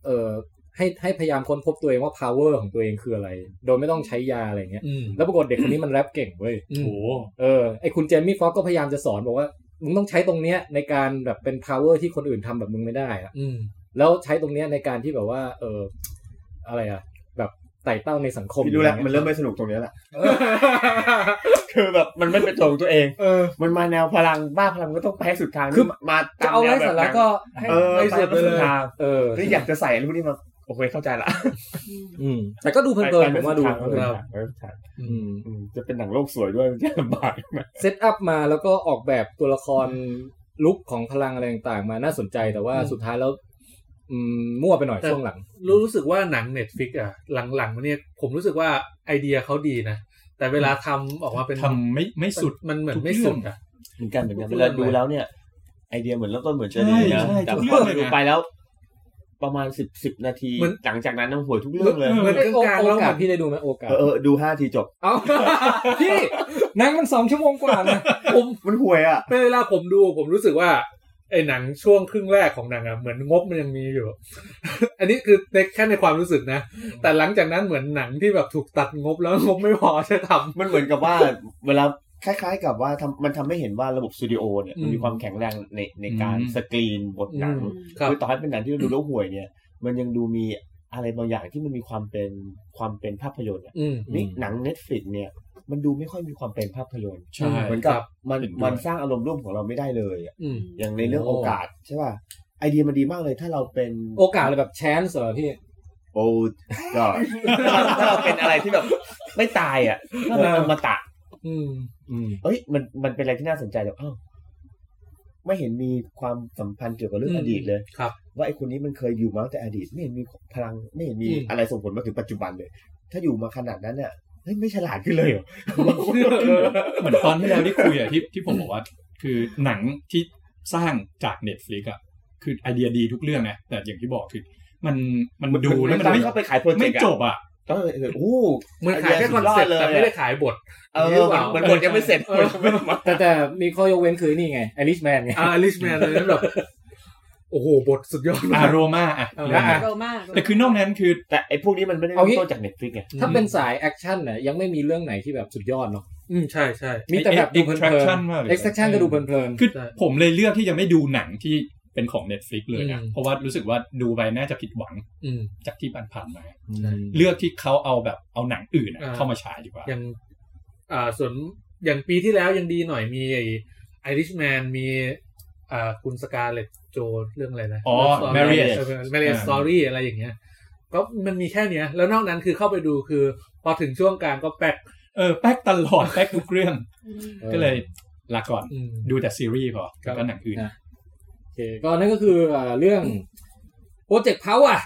[SPEAKER 2] เออให้ให้พยายามค้นพบตัวเองว่า power ของตัวเองคืออะไร โดยไม่ต้องใช้ยาอะไรอย่างเงี้ย
[SPEAKER 3] อืม
[SPEAKER 2] แล้วปรากฏเด็กคนนี้มันแรปเก่งเว้ย
[SPEAKER 3] อืม
[SPEAKER 5] โอ้โห
[SPEAKER 2] เออไอคุณเจมี่ฟ็อกก็พยายามจะสอนบอกว่า มึงต้องใช้ตรงเนี้ยในการแบบเป็น power ที่คนอื่นทำแบบมึงไม่ได้อะ
[SPEAKER 3] อืม
[SPEAKER 2] แล้วใช้ตรงเนี้ยในการที่แบบว่า เอออะไรอะแบบไต่เต้าในสังคม
[SPEAKER 4] พี่รู้แล้ว
[SPEAKER 2] อะไร
[SPEAKER 4] มัน
[SPEAKER 2] เงี้ย
[SPEAKER 4] เริ่มไม่สนุกตรงเนี้ยแหละ คือแบบมันไม่เป็นตัวของตัวเอง
[SPEAKER 3] เออ
[SPEAKER 4] มันมาแนวพลังบ้าพลังก็ต้องไปให้สุดทาง
[SPEAKER 2] คือ
[SPEAKER 4] มา
[SPEAKER 2] จะเอาอะไรสาระก็ให้
[SPEAKER 4] เออ
[SPEAKER 2] ให้
[SPEAKER 4] ไป
[SPEAKER 2] สุด
[SPEAKER 4] ให้สุดทาง
[SPEAKER 2] เออ
[SPEAKER 4] นี่อยากจะใส่อะไรพวกนี้มาโอเคเข้าใจละ
[SPEAKER 6] อืม
[SPEAKER 2] อืมแต่ก็ดูเพลินๆผมว่าดู
[SPEAKER 4] ไปไม่สุทางไปไม่สุดทาง
[SPEAKER 2] อืม
[SPEAKER 4] อืมจะเป็นหนังโลกสวยด้วยมันจะลำบากไหม
[SPEAKER 2] เซตอัพมาแล้วก็ออกแบบตัวละครลุกของพลังอะไรต่างๆ มาน่าสนใจแต่ว่า
[SPEAKER 3] อืม
[SPEAKER 2] สุดท้ายแล้ว อืมมั่วไปหน่อยช่วงหลัง
[SPEAKER 3] รู้รู้สึกว่าหนังเน็ตฟิกอ่ะ หลังๆมาเนี่ยผมรู้สึกว่าไอเดียเขาดีนะ แต่เวลาทำออกมาเป็น
[SPEAKER 5] ทำไม่ไม่สุด
[SPEAKER 3] มันเหมือน
[SPEAKER 5] ทุก
[SPEAKER 3] ไม่
[SPEAKER 5] เรื่อง
[SPEAKER 3] สุดอ่ะ
[SPEAKER 4] เหมือนกันเหมือนกันเวลาดูแล้วเนี่ย ไอเดียเหมือนเริ่มต้นเหมือนจะดี
[SPEAKER 5] ใช่
[SPEAKER 4] นะ
[SPEAKER 5] ใช่
[SPEAKER 4] แต่
[SPEAKER 5] ทุก
[SPEAKER 4] พอ
[SPEAKER 5] เรื่องเลยนะ
[SPEAKER 4] ดูไปแล้ว ประมาณสิบสิบนาที
[SPEAKER 3] มัน
[SPEAKER 4] หลังจากนั้นน้ำหัวยทุกเรื่องเลย
[SPEAKER 3] เหมือนก
[SPEAKER 2] โอ
[SPEAKER 3] ลางๆแล้ว
[SPEAKER 2] กา
[SPEAKER 3] มั
[SPEAKER 2] ส
[SPEAKER 3] น
[SPEAKER 2] พี่ได้ดูไหมโอกาส
[SPEAKER 4] เออเออดูห้าทีจบ
[SPEAKER 2] เอา พี่หนังมันสองชั่วโมงกว่านะ
[SPEAKER 3] ผม
[SPEAKER 4] มันห่วยอ่ะ
[SPEAKER 3] *laughs* เป็นเวลาผมดูผมรู้สึกว่า ไอหนังช่วงครึ่งแรกของหนังอ่ะเหมือนงบมันยังมีอยู่ *laughs* อันนี้คือในแค่ในความรู้สึกนะ แต่หลังจากนั้นเหมือนหนังที่แบบถูกตัดงบแล้วงบไม่พอจะท
[SPEAKER 4] มันเหมือนกับว่า เวลาคล้ายๆ กับว่าทำมันทำให้เห็นว่าระบบสตูดิโอเนี่ยมันมี
[SPEAKER 3] อืม
[SPEAKER 4] ความแข็งแรงในในการ
[SPEAKER 5] อืม
[SPEAKER 4] สกรีนบทหนัง
[SPEAKER 3] อืมครับ
[SPEAKER 4] อต่อให้เป็นหนังที่เราดูแล้วห่วยเนี่ย มันยังดูมีอะไรบางอย่างที่มันมีความเป็นความเป็นภาพยนตร์อะ
[SPEAKER 3] ำอืม
[SPEAKER 4] นี่หนังเน็ตฟลิกเนี่ย มันดูไม่ค่อยมีความเป็นภาพยนตร์
[SPEAKER 5] ใช่
[SPEAKER 4] เหมือนกับมัน
[SPEAKER 5] เห็นด้วย
[SPEAKER 4] มันสร้างอารมณ์ร่วมของเราไม่ได้เลยอะ
[SPEAKER 2] อืม
[SPEAKER 4] อย่างในเรื่อง
[SPEAKER 2] โอ้
[SPEAKER 4] โอกาสใช่ป่ะไอเดียมันดีมากเลยถ้าเราเป็น
[SPEAKER 2] โอกาสอะไรแบบแชนส์เหรอพี่
[SPEAKER 4] โอ้ก็ *laughs* ถ้าเราเป็นอะไรที่แบบไม่ตายอ่ะถ้ามันอมตะ
[SPEAKER 2] อืม อืม
[SPEAKER 4] เอ้ยมันมันเป็นอะไรที่น่าสนใจแบบอ้าวไม่เห็นมีความสัมพันธ์เกี่ยวกับเรื่อง
[SPEAKER 2] อืม
[SPEAKER 4] อดีตเลย
[SPEAKER 3] ครับ
[SPEAKER 4] ว่าไอ้คนนี้มันเคยอยู่มาตั้งแต่อดีต ไม่เห็นมีพลังไม่เห็นมี
[SPEAKER 2] อืม
[SPEAKER 4] อะไรส่งผลมาถึงปัจจุบันเลย ถ้าอยู่มาขนาดนั้นเนี่ยเฮ้ยไม่ฉลาดขึ้นเลยเหรอ
[SPEAKER 5] เหมือนตอนที่เราได้คุยอะที่ที่ผมบอกว่า คือหนังที่สร้างจากเน็ตฟลิกอะคือไอเดียดีทุกเรื่องนะแต่อย่างที่บอกคือมันมันดูแล้วมัน
[SPEAKER 4] มัน
[SPEAKER 5] ไม่
[SPEAKER 4] เข้าไปขายโปรเจกต์
[SPEAKER 5] ไม่
[SPEAKER 4] อะ
[SPEAKER 5] จบอะ
[SPEAKER 4] ก็เลยเออโอ้
[SPEAKER 3] เหมือนขายแค่คอนเซ็ปต์แต่ไม่ได้ขายบท
[SPEAKER 4] เออมันมันบทยังไม่เสร็จ
[SPEAKER 3] เออ
[SPEAKER 4] มันยังไม่มา
[SPEAKER 2] แต่แต่มีข้อยกเว้นคือนี่ไงไอริชแมนไง
[SPEAKER 3] อ่าลิชแม *laughs* นนั้นแบบ โอ้โห บทสุดยอดมา
[SPEAKER 5] อาก โรมาอะ
[SPEAKER 3] เออ
[SPEAKER 5] เรื่องนั้น
[SPEAKER 6] โรมา
[SPEAKER 5] แต่คือนอกนั้นคือ
[SPEAKER 4] แต่ไอ้พวกนี้มันไม่ได้
[SPEAKER 2] เอางี้
[SPEAKER 4] เริ่มต้นจากเน็ตฟลิกไง
[SPEAKER 2] ถ้าเป็นสายแอคชั่นน่ะยังไม่มีเรื่องไหนที่แบบสุดยอดเนาะ
[SPEAKER 3] อืมใช่ใช่
[SPEAKER 2] มีแต่แบบดูเพลิน
[SPEAKER 5] มากเล
[SPEAKER 2] ๆ
[SPEAKER 5] ย
[SPEAKER 2] เอ็กซ์แอคชั่นก็ดูเพลิน
[SPEAKER 5] คือ
[SPEAKER 3] ใช่
[SPEAKER 5] ผมเลยเลือกที่จะไม่ดูหนังที่เป็นของ Netflix เลยนะ
[SPEAKER 2] อืม
[SPEAKER 5] เพราะว่ารู้สึกว่าดูไปน่าจะผิดหวัง
[SPEAKER 3] อืม
[SPEAKER 5] จากที่ผ่านๆมา
[SPEAKER 2] ๆ
[SPEAKER 5] เลือกที่เขาเอาแบบเอาหนังอื่นอะ
[SPEAKER 3] อ่า
[SPEAKER 5] เข้ามาฉายดีกว่า
[SPEAKER 3] อย่างอ่าส่วนอย่างปีที่แล้วยังดีหน่อยมีไอ้ไอริชแมนมีอ่าคุณสกาเลตโจเรื่องอะไรนะ
[SPEAKER 5] อ๋อ Marriage
[SPEAKER 3] แมรี่สตอรี่อะไรอย่างเงี้ย ก็มันมีแค่เนี้ย แล้วนอกนั้นคือเข้าไปดูคือ พอถึงช่วงกลางก็แป๊ก
[SPEAKER 5] เออแป๊กตลอดแป๊กทุกเรื่อง
[SPEAKER 2] ออ
[SPEAKER 5] ก็เลยลาก่อน
[SPEAKER 3] อืม
[SPEAKER 5] ดูแต่ซีรีส์พอ
[SPEAKER 3] ครับ
[SPEAKER 5] แล้วก็หนังอื่น
[SPEAKER 2] นะ โอเคก็นั่นก็คือเอ่อเรื่องโปรเจกต์เพา
[SPEAKER 5] *laughs*
[SPEAKER 2] อ่ะ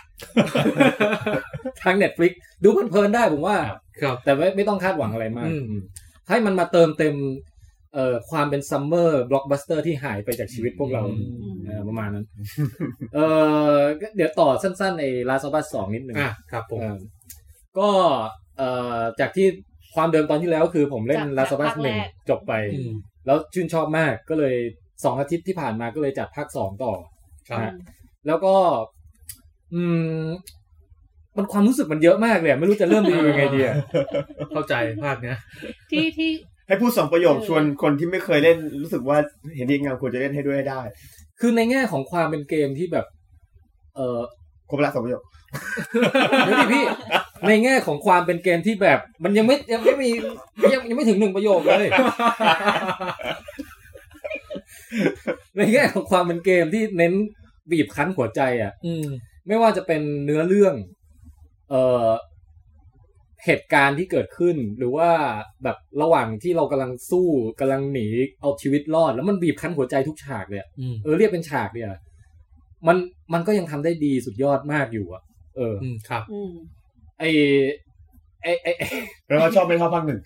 [SPEAKER 2] ทางเน็ตฟลิกดูเพลินๆได้ผมว่า
[SPEAKER 5] ครับ
[SPEAKER 3] ครับ
[SPEAKER 2] แต่ไม่ไม่ต้องคาดหวังอะไรมาก
[SPEAKER 3] อืม
[SPEAKER 2] อืมให้มันมาเติมเต็มเอ่อความเป็นซัมเมอร์บล็อกบัสเตอร์ที่หายไปจากชีวิตพวกเราเออประมาณนั้น เออก็เดี๋ยวต่อสั้นๆในลาซอบัสสองนิดหนึ่ง
[SPEAKER 3] อ่ะครับผม
[SPEAKER 2] เออก็เอ่อจากที่ความเดิมตอนที่แล้วคือผมเล่น
[SPEAKER 6] จาก
[SPEAKER 2] ลาซอบัส
[SPEAKER 6] ภาค
[SPEAKER 2] หนึ่ง
[SPEAKER 6] แรก
[SPEAKER 2] จบไป
[SPEAKER 3] อืม
[SPEAKER 2] แล้วชื่นชอบมากก็เลยสองอาทิตย์ที่ผ่านมาก็เลยจัดภาคสองต่อ
[SPEAKER 3] ครับ
[SPEAKER 2] นะฮะแล้วก็ อืม มันความรู้สึกมันเยอะมากเลยอะไม่รู้จะเริ่มรีวิวยังไงดีอะ
[SPEAKER 3] *laughs* เข้าใจภาคเนี้ย
[SPEAKER 6] ที่ที่
[SPEAKER 4] ให้พูดสองประโยค
[SPEAKER 6] เออ
[SPEAKER 4] ชวนคนที่ไม่เคยเล่นรู้สึกว่าเห็นดีงามควรจะเล่นให้ด้วยให้ได้
[SPEAKER 2] คือในแง่ของความเป็นเกมที่แบบ เออ
[SPEAKER 4] ครบละสองประโยค
[SPEAKER 2] เดี๋ยวดิพี่ ในแง่ของความเป็นเกมที่แบบ มันยังไม่ยังไม่มียังยังไม่ถึงหนึ่งประโยคเลย ในแง่ของความเป็นเกมที่เน้นบีบคั้นหัวใจอ่ะ
[SPEAKER 3] อืม
[SPEAKER 2] ไม่ว่าจะเป็นเนื้อเรื่อง เอ่อ เหตุการณ์ที่เกิดขึ้น หรือว่าแบบระหว่างที่เรากำลังสู้กำลังหนีเอาชีวิตรอด แล้วมันบีบคั้นหัวใจทุกฉากเลยอะ
[SPEAKER 3] อืม
[SPEAKER 2] เออเรียกเป็นฉากเนี่ยมันมันก็ยังทำได้ดีสุดยอดมากอยู่อะเออ
[SPEAKER 3] อืมครับ
[SPEAKER 6] อืม
[SPEAKER 2] ไอไอไอไอ้ *laughs*
[SPEAKER 4] แล้วก็ชอบไม่ชอบภาคหนึ่ง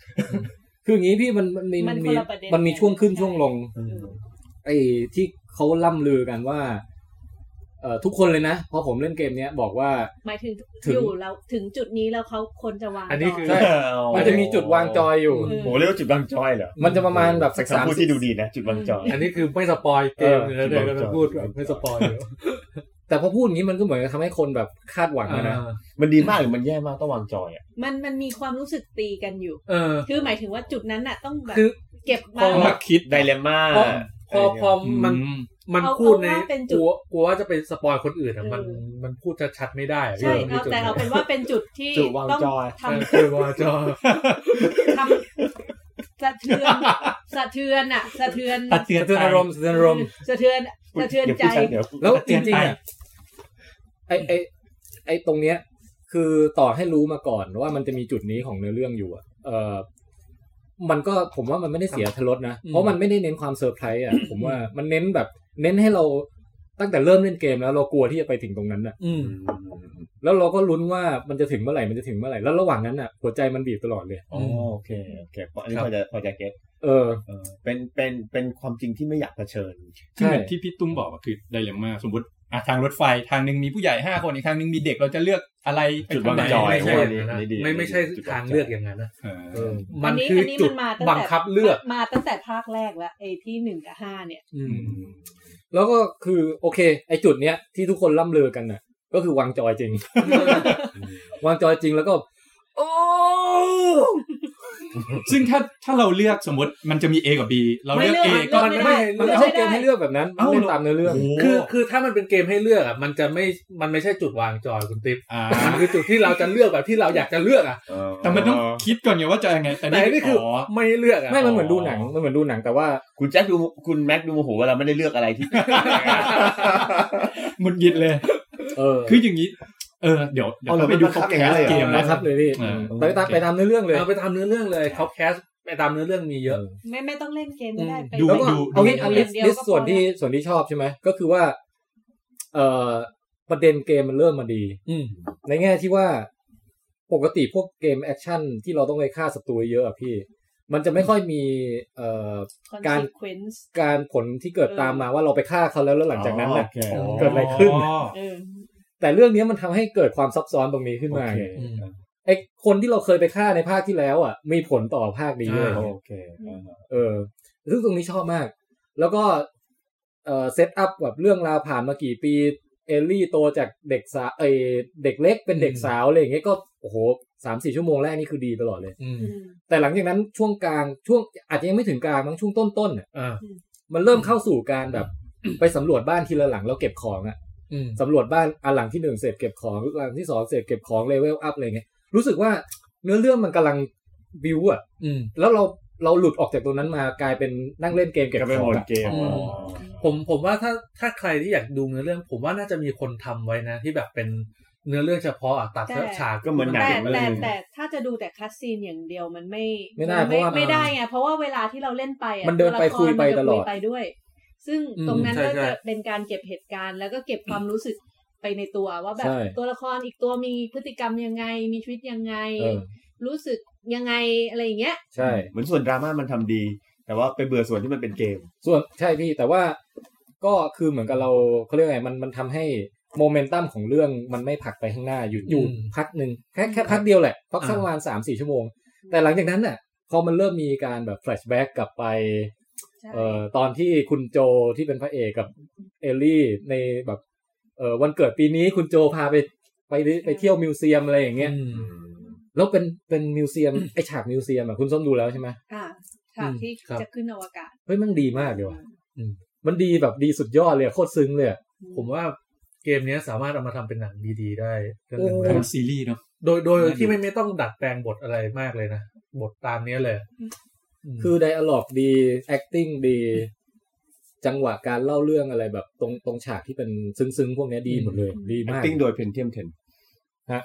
[SPEAKER 2] คืออย่างนี้พี่มันมันมี
[SPEAKER 6] มันคน
[SPEAKER 2] มี
[SPEAKER 6] ละประเด็น
[SPEAKER 2] มันมีช่วงขึ้น
[SPEAKER 6] ใช่
[SPEAKER 2] ช่วงลง ไอ้ที่เขาล่ำลือกันว่า เอ่อทุกคนเลยนะพอผมเล่นเกมเนี้ยบอกว่า
[SPEAKER 6] หมายถึง
[SPEAKER 2] ถึง
[SPEAKER 6] อยู่แล้วถึงจุดนี้แล้วเขาคนจะวาง
[SPEAKER 3] อันนี้คือ
[SPEAKER 6] ต่
[SPEAKER 2] มันจะมีจุดวางจอยอยู่
[SPEAKER 3] อืม
[SPEAKER 4] โหเรียกว่าจุดวางจอยเหรอ
[SPEAKER 2] มันจะประมาณแบบสัก
[SPEAKER 4] คำพูด
[SPEAKER 2] 30
[SPEAKER 4] ที่ดูดีนะ จุดวางจอย
[SPEAKER 3] อันนี้คือไม่สปอยเกมเลยนะเดี๋ยวเราจะพูดแบบไม่สปอยเดี๋ยว
[SPEAKER 2] แต่พอพูดอย่างนี้มันก็เหมือนกับทำให้คนแบบคาดหวังอะนะ
[SPEAKER 3] อ่า
[SPEAKER 4] มันดีมากหรือมันแย่มากต้องวางจอยอ่ะ
[SPEAKER 6] มันมันมีความรู้สึกตีกันอยู่
[SPEAKER 3] เออ
[SPEAKER 6] คือหมายถึงว่าจุดนั้นน่ะต้องแบบ
[SPEAKER 3] คือ
[SPEAKER 6] เก็บมา
[SPEAKER 5] ต้องมาคิด
[SPEAKER 4] ไดเลม่า
[SPEAKER 3] พอพอพอมัน
[SPEAKER 5] อืม
[SPEAKER 3] มัน
[SPEAKER 6] เอา
[SPEAKER 3] พูดใน
[SPEAKER 6] เอาว่าเป็นจุ
[SPEAKER 3] ก
[SPEAKER 6] ด
[SPEAKER 3] ลัวกลัวว่าจะไปสปอยคนอื่นอ่ะ
[SPEAKER 6] เออ
[SPEAKER 3] มันมันพูดจะชัดไม่ได้อะ
[SPEAKER 6] ใช่
[SPEAKER 3] พี่
[SPEAKER 6] เอา
[SPEAKER 3] จุด
[SPEAKER 6] แต่เอาเป็นว่าเป็นจุดที่
[SPEAKER 4] จุดวาง
[SPEAKER 6] ต้อง
[SPEAKER 4] จอย
[SPEAKER 6] ทำ
[SPEAKER 3] เออว่าจอ
[SPEAKER 6] ทำสะเทือนสะเทือนอ่ะสะเทือน
[SPEAKER 5] สะเทื
[SPEAKER 2] สะเทือนอารมณ์สะเทือนอารมณ์
[SPEAKER 6] สะเทือนสะเทือน
[SPEAKER 4] อย่า
[SPEAKER 6] ใจ
[SPEAKER 4] พูดชัดเดี๋ยว
[SPEAKER 2] แล้วจ
[SPEAKER 5] เตือน
[SPEAKER 2] ริง
[SPEAKER 5] ไป
[SPEAKER 2] ๆอะไอไอไอตรงเนี้ย คือต่อให้รู้มาก่อนว่ามันจะมีจุดนี้ของเนื้อเรื่องอยู่อะเออมันก็ผมว่ามันไม่ได้เสียทรสนะ เพราะมันไม่ได้เน้นความเซอร์ไพรส์อ่ะ ผมว่ามันเน้นแบบ เน้นให้เราตั้งแต่เริ่มเล่นเกมแล้วเรากลัวที่จะไปถึงตรงนั้นอ่ะ
[SPEAKER 3] อืม
[SPEAKER 2] แล้วเราก็ลุ้นว่ามันจะถึงเมื่อไหร่มันจะถึงเมื่อไหร่แล้วระหว่างนั้นอ่ะหัวใจมันบีบตลอดเลย
[SPEAKER 4] อ๋อโอเคโอเคพออันนี้พอจะพอจะเก็ต
[SPEAKER 2] เออ
[SPEAKER 4] เออเป็นเป็นเป็นความจริงที่ไม่อยากเผชิญ
[SPEAKER 5] คือเหมือนที่พี่ตุ้มบอกอะคือไดเลม่าสมมติอ่ะทางรถไฟทางหนึ่งมีผู้ใหญ่ห้าคนอีกทางหนึ่งมีเด็กเราจะเลือกอะไรไป
[SPEAKER 4] จุด
[SPEAKER 5] ทางไหน
[SPEAKER 4] วางจอย
[SPEAKER 5] ไม่
[SPEAKER 3] ไม่
[SPEAKER 5] ใช่
[SPEAKER 3] ใช่
[SPEAKER 4] ว่านี่ดีจุดวางจอย
[SPEAKER 3] อย่างนั้นนะไม่ไม่ใช่ทางเลือกอย่างนั้นนะ
[SPEAKER 5] เออ
[SPEAKER 2] เออ
[SPEAKER 3] มัน
[SPEAKER 6] นนี้
[SPEAKER 3] คืออน
[SPEAKER 6] นี้
[SPEAKER 3] จุด
[SPEAKER 6] มันมาตั้งแต่
[SPEAKER 3] บังคับเลือก
[SPEAKER 6] มาตั้งแต่ภาคแรกแล้วไอ้ที่หนึ่งกับห้าเนี่ย
[SPEAKER 3] อืม
[SPEAKER 2] แล้วก็คือโอเค ไอจุดเนี้ยที่ทุกคนล่ำเลือกันน่ะ ก็คือวางจอยจริง วางจอยจริงแล้วก็ โอ้
[SPEAKER 5] ซึ่งถ้าถ้าเราเลือกสมมติมันจะมี A กับ B เราเลือก A ก็
[SPEAKER 2] มันไม่มันไม่ใช่เกมให้เลือกแบบนั้นมันเล่นตามเนื้อเรื่อง
[SPEAKER 3] คือคือถ้ามันเป็นเกมให้เลือกอ่ะมันจะไม่มันไม่ใช่จุดวางจอยคุณติ๊บ
[SPEAKER 5] อ่า
[SPEAKER 3] มันคือจุดที่เราจะเลือกแบบที่เราอยากจะเลือกอ่ะ
[SPEAKER 5] แต่มันต้องคิดก่อนไงว่าจะยังไง แต่
[SPEAKER 3] แต่อันนี่คือ *laughs* อไม่เลือกอ่ะ
[SPEAKER 2] ไม่มันเหมือนดูหนังมันเหมือนดูหนังแต่ว่า
[SPEAKER 4] คุณแจ็คดูคุณแม็กดูโมโหว่าเราไม่ได้เลือกอะไร *laughs* ที่
[SPEAKER 5] หมุดหงิดเลย
[SPEAKER 2] เออ
[SPEAKER 5] คืออย่างนี้ เออ เดี๋ยวเดี๋ยว
[SPEAKER 4] เอาเหรอ
[SPEAKER 5] เราไปดู
[SPEAKER 4] มันบั
[SPEAKER 5] คอง
[SPEAKER 4] คั
[SPEAKER 5] บบ แค
[SPEAKER 4] อย่างนั้
[SPEAKER 5] ส
[SPEAKER 4] นเลยเหรอ
[SPEAKER 2] นะครับบ เลย
[SPEAKER 5] เกมนะครั
[SPEAKER 2] พี่
[SPEAKER 5] เออ
[SPEAKER 2] ไปตามไปตามเนื้อเรื่องเลย
[SPEAKER 3] เอาไปตามเนื้อเรื่องเลยเขาแคสไปตามเนื้อเรื่องมีเยอะ
[SPEAKER 6] ไม่ไม่ต้องเล่นเกมก็ได้
[SPEAKER 3] อืม
[SPEAKER 6] ไป
[SPEAKER 5] ดู
[SPEAKER 2] แล้วก็
[SPEAKER 5] ดู
[SPEAKER 2] เอางี้
[SPEAKER 6] ดู
[SPEAKER 2] อัน
[SPEAKER 6] ก
[SPEAKER 2] ลิ
[SPEAKER 6] ม
[SPEAKER 2] สต์
[SPEAKER 6] เดียว
[SPEAKER 2] ลิส
[SPEAKER 6] ก็
[SPEAKER 2] ต์
[SPEAKER 6] พอ
[SPEAKER 2] ส่วนที่
[SPEAKER 6] แ
[SPEAKER 2] ส่วนที่ชอบใช่ไหมก็คือว่า เอ่อประเด็นเกมมันเริ่มมาดี
[SPEAKER 3] อืม
[SPEAKER 2] ในแง่ที่ว่าปกติพวกเกมแอคชั่นที่เราต้องไปฆ่าศัตรูเยอะอะพี่ มันจะไม่ค่อยมีเอ่อ
[SPEAKER 6] ล้ว
[SPEAKER 2] การ
[SPEAKER 6] consequence
[SPEAKER 2] การผลที่เกิดตามมาว่าเราไปฆ่าเขาแล้วแล้วหลังจากนั้นน่ะ เกิดอะไรขึ้น
[SPEAKER 6] เออ
[SPEAKER 2] แต่เรื่องนี้มันทำให้เกิดความซับซ้อนตรงนี้ขึ้นมาไง
[SPEAKER 3] อืม
[SPEAKER 2] ไอ้คนที่เราเคยไปฆ่าในภาคที่แล้วอ่ะมีผลต่อภาคนี้เลย
[SPEAKER 3] อ่า
[SPEAKER 4] โอเคอ่า
[SPEAKER 2] เออซึ่งตรงนี้ชอบมาก แล้วก็เออเซตอัพแบบเรื่องราวผ่านมากี่ปี เอลลี่โตจากเด็กสาวเอยเด็กเล็กเป็นเด็กสาวอะไรอย่างเงี้ยก็โอ้โหสามสี่ชั่วโมงแรกนี่คือดีตลอดเลย
[SPEAKER 3] อืม
[SPEAKER 6] อืม
[SPEAKER 2] แต่หลังจากนั้นช่วงกลางช่วงอาจจะยังไม่ถึงกลางมั้งช่วงต้นๆน่ะ
[SPEAKER 3] อ่า
[SPEAKER 2] มันเริ่มเข้าสู่การแบบ ไปสำรวจบ้านทีละหลังแล้วเก็บของอะ
[SPEAKER 3] อืม
[SPEAKER 2] สำรวจบ้านอันหลังที่หนึ่งเสร็จเก็บของหลังที่สองเสร็จเก็บของเลเวลอัพอะไรเงี้ยรู้สึกว่าเนื้อเรื่องมันกำลังบิวอะ
[SPEAKER 3] อืม
[SPEAKER 2] แล้วเราเราหลุดออกจากตรงนั้นมากลายเป็นนั่งเล่นเกมเก็บ
[SPEAKER 4] ก็
[SPEAKER 2] ข
[SPEAKER 4] เป็น
[SPEAKER 2] อง
[SPEAKER 4] โหมด
[SPEAKER 2] อะ
[SPEAKER 4] เกม
[SPEAKER 3] อืม
[SPEAKER 4] อ๋อ
[SPEAKER 3] ผมผมว่าถ้าถ้าใครที่อยากดูเนื้อเรื่อง ผมว่าน่าจะมีคนทำไว้นะ ที่แบบเป็นเนื้อเรื่องเฉพาะอ่ะตัดฉาก
[SPEAKER 4] ก็เหมือนหนัง
[SPEAKER 6] แต่
[SPEAKER 4] เลย
[SPEAKER 6] แต่แต่ถ้าจะดูแต่คัสซีนอย่างเดียวมันไม่
[SPEAKER 2] ไม่ได้
[SPEAKER 6] น
[SPEAKER 2] เพราะว่า
[SPEAKER 6] ไม่ได้ไงเพราะว่าเวลาที่เราเล่นไปอะ
[SPEAKER 2] มันเดินไป
[SPEAKER 6] วะร
[SPEAKER 2] คุยไป
[SPEAKER 6] มันจะ
[SPEAKER 2] ตลอด
[SPEAKER 6] ไปด้วย ซึ่ง
[SPEAKER 3] อืม
[SPEAKER 6] ตรงนั้น
[SPEAKER 3] ใช่
[SPEAKER 6] ก็
[SPEAKER 3] ใช่
[SPEAKER 6] จะเป็นการเก็บเหตุการณ์ แล้วก็เก็บความรู้สึกไปในตัวว่าแบบ
[SPEAKER 2] ใช่
[SPEAKER 6] ตัวละครอีกตัวมีพฤติกรรมยังไง มีชีวิตยังไง
[SPEAKER 2] เออ
[SPEAKER 6] รู้สึกยังไงอะไรอย่างเงี้ย
[SPEAKER 2] ใช่
[SPEAKER 4] เหมือนส่วนดราม่ามันทำดี แต่ว่าไปเบื่อส่วนที่มันเป็นเกม
[SPEAKER 2] ส่วนใช่พี่แต่ว่าก็คือเหมือนกับเราเขาเรียกว่าไงมันมันทำให้โมเมนตัมของเรื่องมันไม่ผลักไปข้างหน้าอยู่อยู่
[SPEAKER 3] อืม
[SPEAKER 2] พักหนึ่งแค่แค่
[SPEAKER 6] อืม
[SPEAKER 2] พักเดียวแหละพักสัก
[SPEAKER 3] อ่า
[SPEAKER 2] ประมาณสามสี่ชั่วโมง แต่หลังจากนั้นน่ะพอมันเริ่มมีการแบบแฟลชแบ็กกลับไป
[SPEAKER 6] ใช่
[SPEAKER 2] เอ่อตอนที่คุณโจที่เป็นพระเอกกับเอลลี่ในแบบเอ่อวันเกิดปีนี้คุณโจพาไปไปดิไปเที่ยวมิวเซียมอะไรอย่างเงี้ย
[SPEAKER 3] อืม
[SPEAKER 2] แล้วเป็นเป็นมิวเซียมไอฉากมิวเซียมอ่ะคุณส้มดูแล้วใช่ไหม
[SPEAKER 6] อ่าฉากที่
[SPEAKER 3] ครับ
[SPEAKER 6] จะขึ้นอวกาศ
[SPEAKER 2] เฮ้ยมันดีมากเลยว่ะ
[SPEAKER 3] อืม
[SPEAKER 2] มันดีแบบดีสุดยอดเลยอะโคตรซึ้งเลยอะ
[SPEAKER 3] ผมว่าเกมเนี้ยสามารถเอามาทำเป็นหนังดีๆได้เรื่องหนึง
[SPEAKER 2] โอ้
[SPEAKER 3] ได้
[SPEAKER 5] เป็นซีรีส์เนาะ
[SPEAKER 3] โดยโดย
[SPEAKER 5] น่าดู
[SPEAKER 3] ที่ไม่ไม่ต้องดัดแปลงบทอะไรมากเลยนะ บทตามเนี้ยเลย
[SPEAKER 6] อืม
[SPEAKER 3] ม
[SPEAKER 2] คือ d ดอะล็อกดี acting ดี จังหวะการเล่าเรื่องอะไรแบบตรงตรงฉากที่เป็นซึ้งๆ พวกเนี้ยดีหมดเลย ดีมาก
[SPEAKER 4] acting โดยเพนเทียมเทน *laughs*
[SPEAKER 2] ฮะ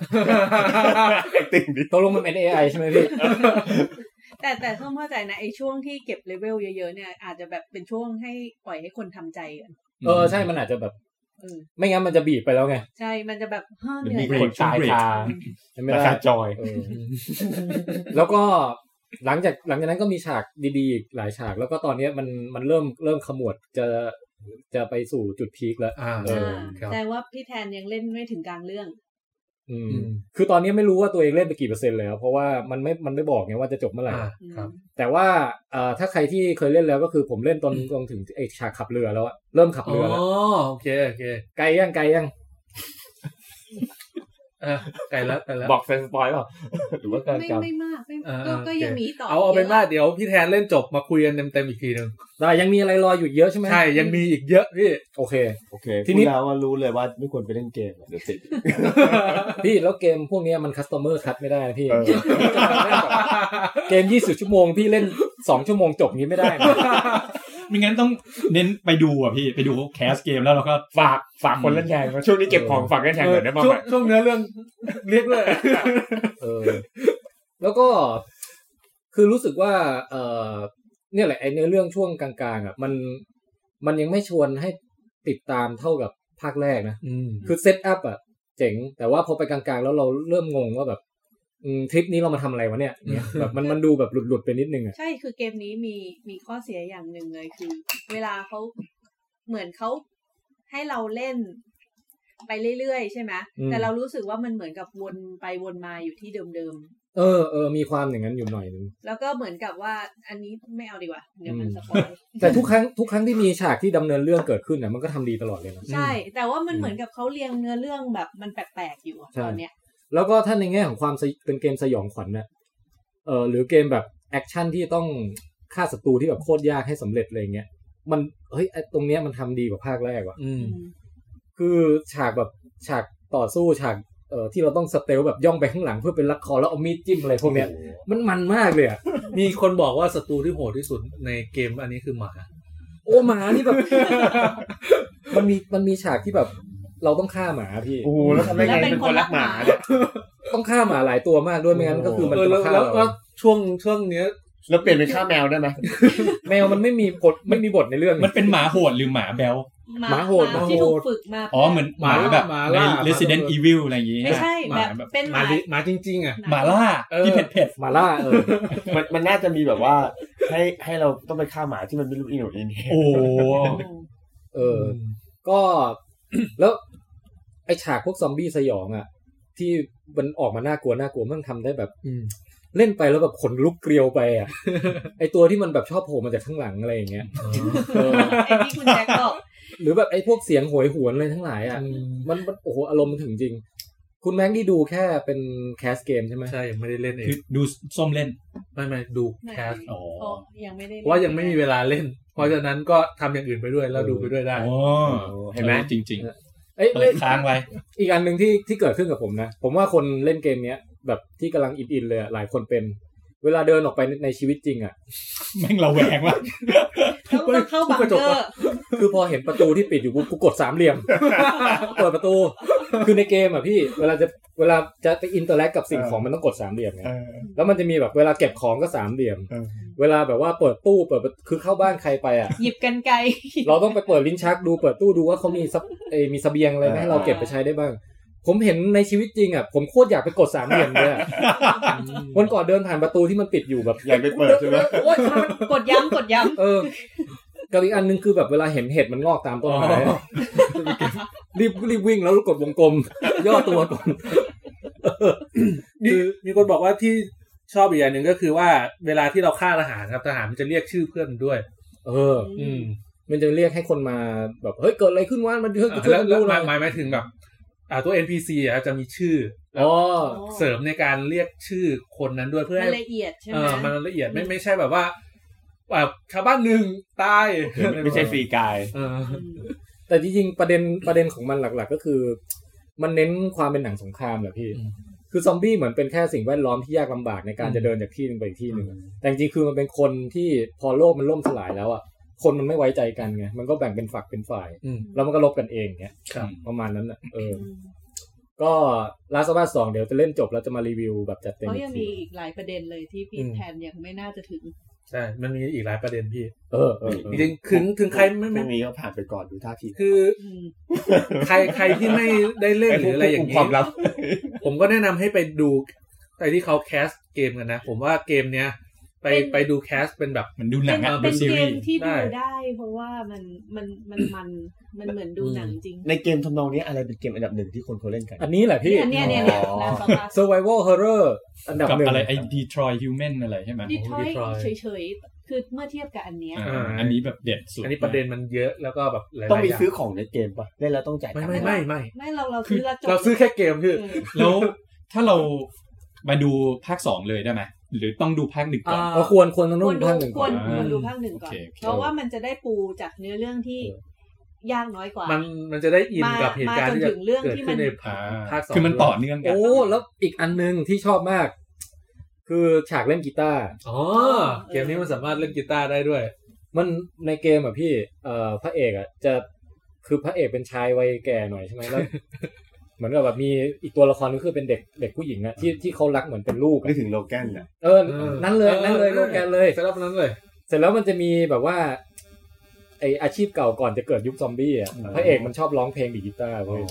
[SPEAKER 4] acting ดี
[SPEAKER 2] ตกลงมันเป็น AI ใช่ไหมพี่
[SPEAKER 6] แต่แต่เพิ่มเข้าใจนะไอ้ช่วงที่เก็บเลเวลเยอะๆเนี่ยอาจจะแบบเป็นช่วงให้ปล่อยให้คนทำใจกัน
[SPEAKER 2] เออ ใช่มันอาจจะแบบ
[SPEAKER 6] เออ
[SPEAKER 2] ไม่งั้นมันจะบีบไปแล้วไง
[SPEAKER 6] ใช่มันจะแบบเฮ้อ
[SPEAKER 4] มัน
[SPEAKER 6] เหนื่
[SPEAKER 4] มี
[SPEAKER 6] อย
[SPEAKER 4] ค
[SPEAKER 5] บร
[SPEAKER 4] น
[SPEAKER 5] ก
[SPEAKER 4] ตายคา
[SPEAKER 2] ใช่ไหม
[SPEAKER 4] รา
[SPEAKER 2] ล่ะ
[SPEAKER 4] คาจอย
[SPEAKER 2] เออแล้วก็หลังจากหลังจากนั้นก็มีฉากดีๆอีกหลายฉาก แล้วก็ตอนเนี้ยมันมันเริ่มเริ่มขมวดจะจะไปสู่จุดพีคแล้ว
[SPEAKER 3] อ่า
[SPEAKER 2] เออ
[SPEAKER 3] ครับ
[SPEAKER 6] แต่ว่าพี่แทนยังเล่นไม่ถึงกลางเรื่อง
[SPEAKER 2] อืม
[SPEAKER 3] อืม
[SPEAKER 2] คือตอนนี้ไม่รู้ว่าตัวเองเล่นไปกี่เปอร์เซ็นต์แล้ว เพราะว่ามันไม่ มันไม่บอกไงว่าจะจบเมื่อไหร่
[SPEAKER 3] อ่าครับ
[SPEAKER 2] แต่ว่าเอ่อถ้าใครที่เคยเล่นแล้วก็คือผมเล่นตอนตรงถึงไอฉากขับเรือแล้วอะเริ่มขับ
[SPEAKER 3] อ๋อ
[SPEAKER 2] เรือแล้ว
[SPEAKER 3] โอเคโอเค
[SPEAKER 2] ไกลยังไกลยัง
[SPEAKER 3] อ่ะไกลแล้วไกลแล้ว
[SPEAKER 4] บอกแฟนสปอยล์เปล่า *laughs* หรือว่าการ
[SPEAKER 6] ไม่
[SPEAKER 4] จำ
[SPEAKER 6] ไม่มากไม่
[SPEAKER 3] อ่า
[SPEAKER 6] ก็
[SPEAKER 3] อ่า
[SPEAKER 6] ก็
[SPEAKER 3] โอเค
[SPEAKER 6] ยังมีต่อ
[SPEAKER 3] เอาเอาเป็น
[SPEAKER 6] ยะ
[SPEAKER 3] ว่าเดี๋ยวพี่แทนเล่นจบมาคุยกันเต็มๆอีกทีหนึ่ง
[SPEAKER 2] แต่ยังมีอะไรรออยู่เยอะใช่ไหม
[SPEAKER 3] ใช่ยังมีอีกเยอะพี่
[SPEAKER 2] โอเค
[SPEAKER 4] โอเค
[SPEAKER 2] ที
[SPEAKER 4] ที
[SPEAKER 2] นี้
[SPEAKER 4] นี้แล้วว่ารู้เลยว่าไม่ควรไปเล่นเกมอะเดี๋ยวติด
[SPEAKER 2] พี่แล้วเกมพวกเนี้ยมันคัสตอมเมอร์คัดไม่ได้นะพี่
[SPEAKER 4] เออ
[SPEAKER 2] พี่จะมาเล่นแบบเกมยี่สิบชั่วโมงพี่เล่นสองชั่วโมงจบนี้ไม่ได้นะ
[SPEAKER 5] ไม่งั้นต้องเน้นไปดูอ่ะพี่ ไปดูแคสเกมแล้วเราก็
[SPEAKER 4] ฝากฝากคนเล่นแทงช่วงนี้เก็บของฝากเล่นแทงหน่อยได้บ้าง
[SPEAKER 3] ช่ว
[SPEAKER 4] ไห
[SPEAKER 3] ง
[SPEAKER 4] ม
[SPEAKER 3] ช่วงเนื้อเรื่องเรียกเลย
[SPEAKER 2] เออ แล้วก็คือรู้สึกว่า เออเนี่ยแหละไอเนื้อเรื่องช่วงกลางๆอ่ะมันมันยังไม่ชวนให้ติดตามเท่ากับภาคแรกนะ
[SPEAKER 3] อืม
[SPEAKER 2] คือเซตอัพอะเจ๋ง แต่ว่าพอไปกลางๆ แล้วเราเริ่มงงว่าแบบอืมทริปนี้เรามาทำอะไรวะเนี่ยเนี่ยแบบมันมันดูแบบหลุดๆไปนิดนึงอะ
[SPEAKER 6] ใช่คือเกมนี้มีมีข้อเสียอย่างหนึ่งเลยคือ เวลาเขาเหมือนเขาให้เราเล่น ไปเรื่อยๆใช่ไหมแต่เรารู้สึกว่ามันเหมือนกับวนไปวนมาอยู่ที่เดิมๆ
[SPEAKER 2] เออเออมีความอย่างนั้นอยู่หน่อยนึง
[SPEAKER 6] แล้วก็เหมือนกับว่าอันนี้ไม่เอาดีกว่า เดี๋ยวมัน
[SPEAKER 2] อืม
[SPEAKER 6] สปอย
[SPEAKER 2] แต่ทุกครั้งทุกครั้งที่มีฉากที่ดำเนินเรื่องเกิดขึ้นอะมันก็ทำดีตลอดเลยนะ
[SPEAKER 6] ใช่ แต่ว่ามันเหมือนกับเขาเรียงเนื้อเรื่องแบบมันแปลกๆอยู่อะ
[SPEAKER 2] ใช่
[SPEAKER 6] ตอนเนี้ย
[SPEAKER 2] แล้วก็ถ้าในแง่ของความสยเป็นเกมสยองขวัญเนี่ยเออหรือเกมแบบ แอคชั่นที่ต้องฆ่าศัตรูที่แบบโคตรยากให้สำเร็จอะไรเงี้ยมันเฮ้ยไอ้ตรงเนี้ยมันทำดีกว่าภาคแรกว่ะ
[SPEAKER 1] อืม
[SPEAKER 6] อืม
[SPEAKER 2] คือฉากแบบฉากต่อสู้ฉากเอ่อที่เราต้องสเตลแบบย่องไปข้างหลังเพื่อเป็นลักคอแล้วเอามีดจิ้มอะไรพวกเนี้ยมันมันมากเลยอะ
[SPEAKER 3] มีคนบอกว่าศัตรูที่โหดที่สุดในเกมอันนี้คือหมา
[SPEAKER 2] โอ้หมานี่แบบ *laughs* มันมีมันมีฉากที่แบบ เราต้องฆ่าหมาพี่
[SPEAKER 4] โอ้โหแล้วทำได้ไงเป็นคนรักหมาเนี่ย
[SPEAKER 2] ต้องฆ่าหมาหลายตัวมากด้วยไม่งั้นก็คือมัน
[SPEAKER 3] เออ
[SPEAKER 2] จะ
[SPEAKER 3] แล้
[SPEAKER 2] มาว ฆ่า
[SPEAKER 3] แล้วแล้
[SPEAKER 2] เรา
[SPEAKER 3] วช่วงช่วงเนี้ย
[SPEAKER 4] แล้วเปลี่ยนเป็นฆ่าแมวได้ไหม
[SPEAKER 2] แมวมันไม่มีบทไม่มีบทในเรื่อง
[SPEAKER 5] มันเป็นหมาโหดหรือหมาแบล
[SPEAKER 2] หมาโหด
[SPEAKER 6] หมา
[SPEAKER 2] หมาโหด
[SPEAKER 6] ที่ถูกฝึกมา
[SPEAKER 5] อ๋อเหมือนหมาแบบ
[SPEAKER 3] หมา
[SPEAKER 5] ใน
[SPEAKER 3] ล่าหมา
[SPEAKER 5] Resident
[SPEAKER 3] ตำรวจ
[SPEAKER 5] Evil อะไรอย่างงี้
[SPEAKER 6] ไม่ใช่
[SPEAKER 5] ห
[SPEAKER 6] แบ
[SPEAKER 5] มา
[SPEAKER 6] บ
[SPEAKER 5] แบบ
[SPEAKER 6] เป็นห
[SPEAKER 3] หมา
[SPEAKER 6] มา
[SPEAKER 3] ดิหมาจริง ๆ อ่ะ
[SPEAKER 5] หมาล่า
[SPEAKER 3] เออ
[SPEAKER 5] ที่เผ็ด
[SPEAKER 2] หมาล่าเออ
[SPEAKER 4] มันมันน่าจะมีแบบว่า ให้ให้เราต้องไปฆ่าหมาที่มันไม่รู้อีโหนอีเห
[SPEAKER 5] ๆ
[SPEAKER 4] น่
[SPEAKER 5] โอ้โห
[SPEAKER 2] เออ ก็ *coughs* แล้ว ไอฉากพวกซอมบี้สยองอะที่มันออกมาน่ากลัวน่ากลัวมันทำได้แบบ
[SPEAKER 3] อืม
[SPEAKER 2] เล่นไปแล้วแบบขนลุกเกลียวไปอะไอตัวที่มันแบบชอบโผล่มาจากข้างหลังอะไรอย่างเงี้ยเออ
[SPEAKER 6] ไอ้ที่คุณแจ็คบอก
[SPEAKER 2] หรือแบบไอพวกเสียงโหวยหวนอะไรทั้งหลายอะ
[SPEAKER 3] อืม
[SPEAKER 2] มันมันโอ้โหอารมณ์มันถึงจริง คุณแม็กนี่ดูแค่เป็นแคสเกมใช่ไหม
[SPEAKER 3] ใช่ยังไม่ได้เล่นเอง
[SPEAKER 5] คือดูส้มเล่น
[SPEAKER 3] ไม่ไม่ดูแคส
[SPEAKER 5] อ๋อ
[SPEAKER 6] โอ้ยังไม่ได้
[SPEAKER 3] เพราะว่ายังไม่มีเวลาเล่น เพราะฉะนั้นก็ทำอย่างอื่นไปด้วยแล้วดูไปด้วยได้
[SPEAKER 5] อ๋อ
[SPEAKER 4] เห็นไหม
[SPEAKER 5] ออจริง
[SPEAKER 2] เอ้ย
[SPEAKER 5] ๆเปิ
[SPEAKER 2] เอ้
[SPEAKER 5] ด
[SPEAKER 2] ย
[SPEAKER 5] ค้างไว้
[SPEAKER 2] อีกอันหนึ่งที่ที่เกิดขึ้นกับผมนะ ผมว่าคนเล่นเกมเนี้ยแบบที่กำลังอินอินๆเลยอะหลายคนเป็น เวลาเดินออกไปในในชีวิตจริงอะ
[SPEAKER 5] แม่งเราแวงว่ะ
[SPEAKER 6] ต้องต้องเข้าบังเกอร์
[SPEAKER 2] คือพอเห็นประตูที่ปิดอยู่ปุ๊บกูกดสามเหลี่ยม *laughs* เปิดประตู คือในเกมอ่ะพี่ เวลาจะเวลาจะไปอินเตอร์แลกกับสิ่งของมันต้องกดสามเหลี่ยมไง
[SPEAKER 4] เออ
[SPEAKER 2] แล้วมันจะมีแบบเวลาเก็บของก็สามเหลี่ยม
[SPEAKER 4] เออ
[SPEAKER 2] เวลาแบบว่าเปิดตู้เปิดประคือเข้าบ้านใครไปอ่ะ
[SPEAKER 6] หยิบกันไกล
[SPEAKER 2] เราต้องไปเปิดลิ้นชักดูเปิดตู้ดูว่าเขามีซับเอยมีเสบียงอะไรไหมให้เราเก็บไปใช้ได้บ้าง ผมเห็นในชีวิตจริงอ่ะผมโคตรอยากไปกดสามเหลี่ยมเลยอะวันก่อนเดินผ่านประตูที่มันปิดอยู่แบบ
[SPEAKER 4] อยากไปเปิดใช่ไหม
[SPEAKER 6] โอ๊ยกดย้ำกดย้
[SPEAKER 2] เออกับอีกอันหนึงคือแบบเวลาเห็นเห็ดมันงอกตามต้นไม้อะรีบรีบวิ่งแล้วกดวง
[SPEAKER 3] *laughs*
[SPEAKER 2] กลม ย่อตัวก่อน
[SPEAKER 3] มีมีคนบอกว่าที่ชอบอีกอย่างหนึ่งก็คือว่าเวลาที่เราฆ่าทหารครับทหารมันจะเรียกชื่อเพื่อนด้วย
[SPEAKER 2] เออ
[SPEAKER 6] ำ
[SPEAKER 3] อืม
[SPEAKER 2] มันจะเรียกให้คนมาแบบเฮ้ยเกิดอะไรขึ้นวะมันเฮ้ย
[SPEAKER 3] อ่า
[SPEAKER 2] ช่วย
[SPEAKER 3] แล้ว
[SPEAKER 2] กัน
[SPEAKER 3] แล้ว
[SPEAKER 2] ดู
[SPEAKER 3] ห
[SPEAKER 2] หน่
[SPEAKER 3] มา
[SPEAKER 2] อ
[SPEAKER 3] ยห
[SPEAKER 2] ย
[SPEAKER 3] มายหมายถึงแบบ อ่าตัว NPC อ่ะจะมีชื่อ
[SPEAKER 2] อ๋อ
[SPEAKER 3] เสริมในการเรียกชื่อคนนั้นด้วยเพื่อ
[SPEAKER 6] มั
[SPEAKER 3] ให้
[SPEAKER 6] นละเอียดใช่ไห
[SPEAKER 3] เอ
[SPEAKER 6] ม
[SPEAKER 3] อมันละเอียดไม่ไม่ใช่แบบว่าแบบชาวบ้านหนึ่งตาย
[SPEAKER 4] ไม่ใช่ฟรีกาย
[SPEAKER 3] เออ
[SPEAKER 2] แต่จริงๆประเด็นประเด็นของมันหลัก ๆ ก็คือ มันเน้นความเป็นหนังสงครามแหละพี่
[SPEAKER 3] อืม
[SPEAKER 2] คือซอมบี้เหมือนเป็นแค่สิ่งแวดล้อมที่ยากลำบากในการจะเดินจากที่หนึ่งไปอีกที่หนึ่ง แต่จริงๆคือมันเป็นคนที่พอโลกมันล่มสลายแล้วอ่ะ คนมันไม่ไว้ใจกันไง มันก็แบ่งเป็นฝักเป็นฝ่าย
[SPEAKER 3] อืม
[SPEAKER 2] แล้วมันก็ลบกันเองเงี้ย
[SPEAKER 3] ครับ
[SPEAKER 2] ประมาณนั้นน่ะเออ ก็ลาสบาสองเดี๋ยวจะเล่นจบแล้วจะมารีวิวแบบจัดเต็ม
[SPEAKER 6] เขา
[SPEAKER 2] อี
[SPEAKER 6] ยั
[SPEAKER 2] ก
[SPEAKER 6] ง
[SPEAKER 2] ที
[SPEAKER 6] มีอีกหลายประเด็นเลยที่พี่แทนยังไม่น่าจะถึง
[SPEAKER 3] ใช่ มันมีอีกหลายประเด็นพี่
[SPEAKER 2] เออเออเออ
[SPEAKER 3] จริงๆถึงถึงใครไม่
[SPEAKER 4] พ
[SPEAKER 3] ไม่
[SPEAKER 4] รุ่งนี้ก็ผ่านไปก่อนดูท่าที
[SPEAKER 3] คือ
[SPEAKER 6] อืม
[SPEAKER 3] ใครใครที่ไม่ได้เล่นหรืออะไรอย่าง
[SPEAKER 4] นี้
[SPEAKER 3] นี้
[SPEAKER 4] ความลับ
[SPEAKER 3] ผมก็แนะนำให้ไปดูไอ้ที่เขาแคสเกมกันนะ ผมว่าเกมเนี้ย ไปไปดูแคสเป็นแบบ
[SPEAKER 5] มันดูห
[SPEAKER 6] เป็
[SPEAKER 5] นั
[SPEAKER 6] น
[SPEAKER 5] งอะดู
[SPEAKER 6] เป็น
[SPEAKER 5] ซี
[SPEAKER 6] เก
[SPEAKER 5] รี
[SPEAKER 6] ม
[SPEAKER 5] ส์
[SPEAKER 6] ที่
[SPEAKER 3] ได้
[SPEAKER 6] ดูได้ เพราะว่ามันมันมันมันมันเหมือนดูหนังจริง
[SPEAKER 4] ในเกมทำนองนี้อะไรเป็นเกมอันดับหนึ่งที่คนเขาเล่นกัน
[SPEAKER 2] อันนี้แหละ
[SPEAKER 6] นี่
[SPEAKER 2] พี่
[SPEAKER 6] อันเนี้ยเนี่ยเนี่ยนะสตาร์
[SPEAKER 2] survival horror อันดับ
[SPEAKER 5] กับ
[SPEAKER 2] หนึ่ง
[SPEAKER 5] อะไรไอ้ Detroit Human อะไรใช่ไหม
[SPEAKER 6] ดีทรอยต์
[SPEAKER 3] Detroit
[SPEAKER 6] เฉยๆ คือเมื่อเทียบกับอันเนี้ย
[SPEAKER 5] อ่าอันนี้แบบเด็ดสุด
[SPEAKER 3] อันนี้ประเด็นมันเยอะแล้วก็แบบหลายๆ
[SPEAKER 4] ต้องไป
[SPEAKER 3] ย่า
[SPEAKER 4] ซื้อของในเกมปะเล่นแล้วต้องจ่าย
[SPEAKER 3] ไม่
[SPEAKER 4] ตังค์
[SPEAKER 3] ไม่
[SPEAKER 4] ปะ
[SPEAKER 3] ไม่ไม่
[SPEAKER 6] ไม่เราเราซื้อแล้วจบ
[SPEAKER 3] เราซื้อแค่เกมคือ
[SPEAKER 6] เออ
[SPEAKER 5] แล้วถ้าเรามาดูภาคสองเลยได้ไหมหรือต้องดูภาคหนึ่งก่อน
[SPEAKER 2] เราควรควรต้อง
[SPEAKER 6] ค
[SPEAKER 2] ดู
[SPEAKER 6] วรดู
[SPEAKER 2] ภาคหนึ่ง
[SPEAKER 6] ค
[SPEAKER 2] ก่
[SPEAKER 6] ว
[SPEAKER 2] อน
[SPEAKER 6] ร
[SPEAKER 5] อ่า
[SPEAKER 6] ควรดูภาคหนึ่งก่อน
[SPEAKER 5] โอเคโอเค
[SPEAKER 6] เพราะว่ามันจะได้ปูจากเนื้อเรื่องที่ยากน้อยกว่า
[SPEAKER 3] มันมันจะได้อิน
[SPEAKER 6] มา
[SPEAKER 3] กับเหตุการณ์
[SPEAKER 6] มาจน
[SPEAKER 3] ที่จะ
[SPEAKER 6] ถึงเรื่อง
[SPEAKER 3] เกิด
[SPEAKER 6] ที่มั
[SPEAKER 3] ขึ้
[SPEAKER 6] น
[SPEAKER 3] นใน
[SPEAKER 5] อ่า
[SPEAKER 3] ภาคสอง
[SPEAKER 5] คือมันต่อเนื่องกัน
[SPEAKER 2] โอ้แล้วอีกอันหนึ่งที่ชอบมาก คือฉากเล่นกีตาร์
[SPEAKER 3] อ๋อเกมนี้มันสามารถเล่นกีตาร์ได้ด้วย
[SPEAKER 2] มันในเกมอ่ะพี่เอ่อพระเอกอ่ะจะคือพระเอกเป็นชายวัยแก่หน่อยใช่ไหมแล้ว *laughs* เหมือนกับแบบมีอีกตัวละครก็คือเป็นเด็กเด็กผู้หญิงอ่ะที่ที่เขารักเหมือนเป็นลูกอะ
[SPEAKER 4] นึกถึงโลแกนอ่ะ
[SPEAKER 2] เออนั่นเลยนั่นเลยโลแกนเลย
[SPEAKER 3] สำหรับนั้นเลย
[SPEAKER 2] เสร็จแล้วมันจะมีแบบว่าไออาชีพเก่าก่อนจะเกิดยุคซอมบี้อ่ะ
[SPEAKER 3] อืม
[SPEAKER 2] พระเอกมันชอบร้องเพลงดีดกีตาร์เว้ย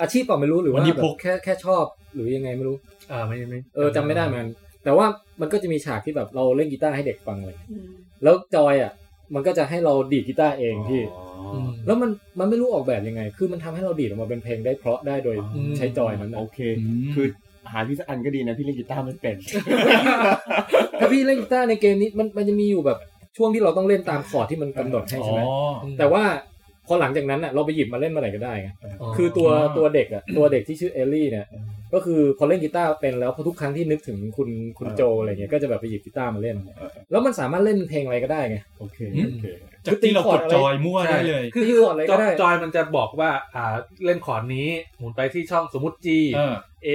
[SPEAKER 2] อาชีพเก่าไม่รู้หรือ
[SPEAKER 5] วั
[SPEAKER 2] ว่าน
[SPEAKER 5] นี้พก
[SPEAKER 2] แค่แค่ชอบหรือยังไงไม่รู้
[SPEAKER 3] อ่าไม่ไม่
[SPEAKER 2] เออจำไม่ได้เหมอนกันแต่ว่ามันก็จะมีฉากที่แบบเราเล่นกีตาร์ให้เด็กฟังเลย
[SPEAKER 6] อืม
[SPEAKER 2] แล้วจอยอ่ะ มันก็จะให้เราดีดกีตาร์เองพี่
[SPEAKER 3] อืม
[SPEAKER 2] แล้วมันมันไม่รู้ออกแบบยังไง คือมันทำให้เราดีดออกมาเป็นเพลงได้เพราะได้โดย
[SPEAKER 3] อืม
[SPEAKER 2] ใช้จอยนั้นอะ *laughs*
[SPEAKER 4] โอเค
[SPEAKER 5] อืม
[SPEAKER 4] คือหาพี่สักอันก็ดีนะพี่เล่นกีตาร์ไม่เป็น
[SPEAKER 2] ถ้าพี่เล่นกีตาร์ในเกมนี้มันมันจะมีอยู่แบบช่วงที่เราต้องเล่นตามคอร์ดที่มันกำหนดให้
[SPEAKER 5] อ๋
[SPEAKER 2] ใช่ไหม
[SPEAKER 5] อ
[SPEAKER 2] แต่ว่าพอหลังจากนั้นอ่ะเราไปหยิบมาเล่นเมื่อไหร่ก็ได้ไง
[SPEAKER 3] อ๋อ
[SPEAKER 2] คือตัว
[SPEAKER 5] อ๋อ
[SPEAKER 2] ตัวเด็กอะตัวเด็กที่ชื่อเอลลี่เนี่ย ก็คือพอเล่นกีตาร์เป็นแล้วพอทุกครั้งที่นึกถึงคุณคุณ
[SPEAKER 4] เออ
[SPEAKER 2] โจอะไรเงี้ยก็จะแบบไปหยิบกีตาร์มาเล่น แล้วมันสามารถเล่นเพลงอะไรก็ได้ไง
[SPEAKER 4] โอเค
[SPEAKER 5] อืม
[SPEAKER 4] โอเค
[SPEAKER 5] จากที่เรากดจอยมั่ว
[SPEAKER 3] ใช่
[SPEAKER 5] ได้เลย
[SPEAKER 3] คือ
[SPEAKER 2] ตี
[SPEAKER 3] คือ
[SPEAKER 2] ก่อนเลยก็ได้
[SPEAKER 3] จอยมันจะบอกว่า อ่าเล่นขอร์ดนี้หมุนไปที่ช่องสมมติ G
[SPEAKER 5] เออ
[SPEAKER 3] A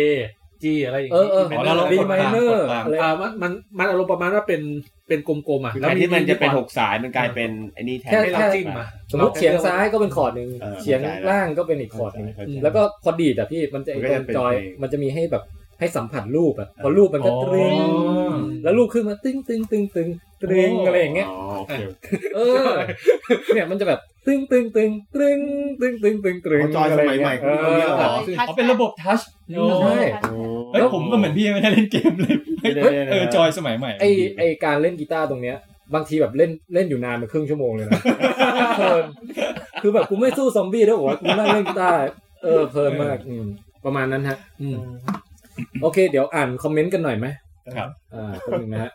[SPEAKER 3] G อะไรอย่าง
[SPEAKER 2] เออเออ
[SPEAKER 5] อ๋อแล้วเรา
[SPEAKER 2] ดี
[SPEAKER 5] กด
[SPEAKER 2] ไม
[SPEAKER 5] ตาม
[SPEAKER 2] เนอกร์
[SPEAKER 5] ดตาม
[SPEAKER 2] อะไร
[SPEAKER 3] อ่ามันมันมันอารมณ์ประมาณว่าเป็นเป็นกลมๆอ่ะ
[SPEAKER 4] คือ
[SPEAKER 3] แล้ว
[SPEAKER 4] แทนที่มันจะเป็น
[SPEAKER 3] มี
[SPEAKER 4] หกสายมันกลายเป็นไอ้นี่แทน
[SPEAKER 3] แค่ให้เราจิ้มมา
[SPEAKER 2] สมมติเฉียงซ้ายก็เป็นคอร์ดหนึ่ง
[SPEAKER 4] เออ
[SPEAKER 2] เฉียง
[SPEAKER 4] เข้าใจละ
[SPEAKER 2] ล่างก็เป็นอีกคอร์ดหนึ่ง
[SPEAKER 4] เข้าใจ
[SPEAKER 2] แล้วก็พอดีดอ่ะพี่มันจะ
[SPEAKER 4] มันก็
[SPEAKER 2] ไอ้ตร
[SPEAKER 4] จะ
[SPEAKER 2] ง
[SPEAKER 4] เป็น
[SPEAKER 2] จอย
[SPEAKER 4] เพลง
[SPEAKER 2] มันจะมีให้แบบให้สัมผัสรูปอ่ะพอรูปมันก็ตริง
[SPEAKER 5] อ๋อ
[SPEAKER 2] แล้วรูปขึ้นมาตึ้งตึ้งตึ้งตึ้งตริง
[SPEAKER 5] โอ้
[SPEAKER 2] อะไรอย่างเงี้ย
[SPEAKER 4] อ๋อโอเค
[SPEAKER 2] เออ เนี่ยมันจะแบบตึ้งตึ้งตึ้งตึ้งตึ้งตึ้งตึ้งตึ้ง
[SPEAKER 4] เอาจอยสมัยใหม่
[SPEAKER 2] เอ
[SPEAKER 4] คุณมี
[SPEAKER 2] อ
[SPEAKER 4] แล้วเหรอ
[SPEAKER 5] อ๋อเป็นระบบทัช
[SPEAKER 2] ใช่
[SPEAKER 5] เฮ้ยผมก็เหมือนพี่ไม่ได้เล่นเกมเลย
[SPEAKER 4] เดี๋ยวๆๆๆ
[SPEAKER 5] เออจอยสมัยใหม่
[SPEAKER 2] ไอไอการเล่นกีตาร์ตรงเนี้ย บางทีแบบเล่นเล่นอยู่นานเป็นครึ่งชั่วโมงเลยนะ เพลินคือแบบกูไม่สู้ซอมบี้แล้วโว้ยกูนั่งเล่นกีตาร์เออเพลินมากอืมประมาณนั้นฮะ อืมโอเค เดี๋ยวอ่านคอมเมนต์กันหน่อยไหม
[SPEAKER 5] ครับ
[SPEAKER 2] อ่าคนหนึ่งนะฮะ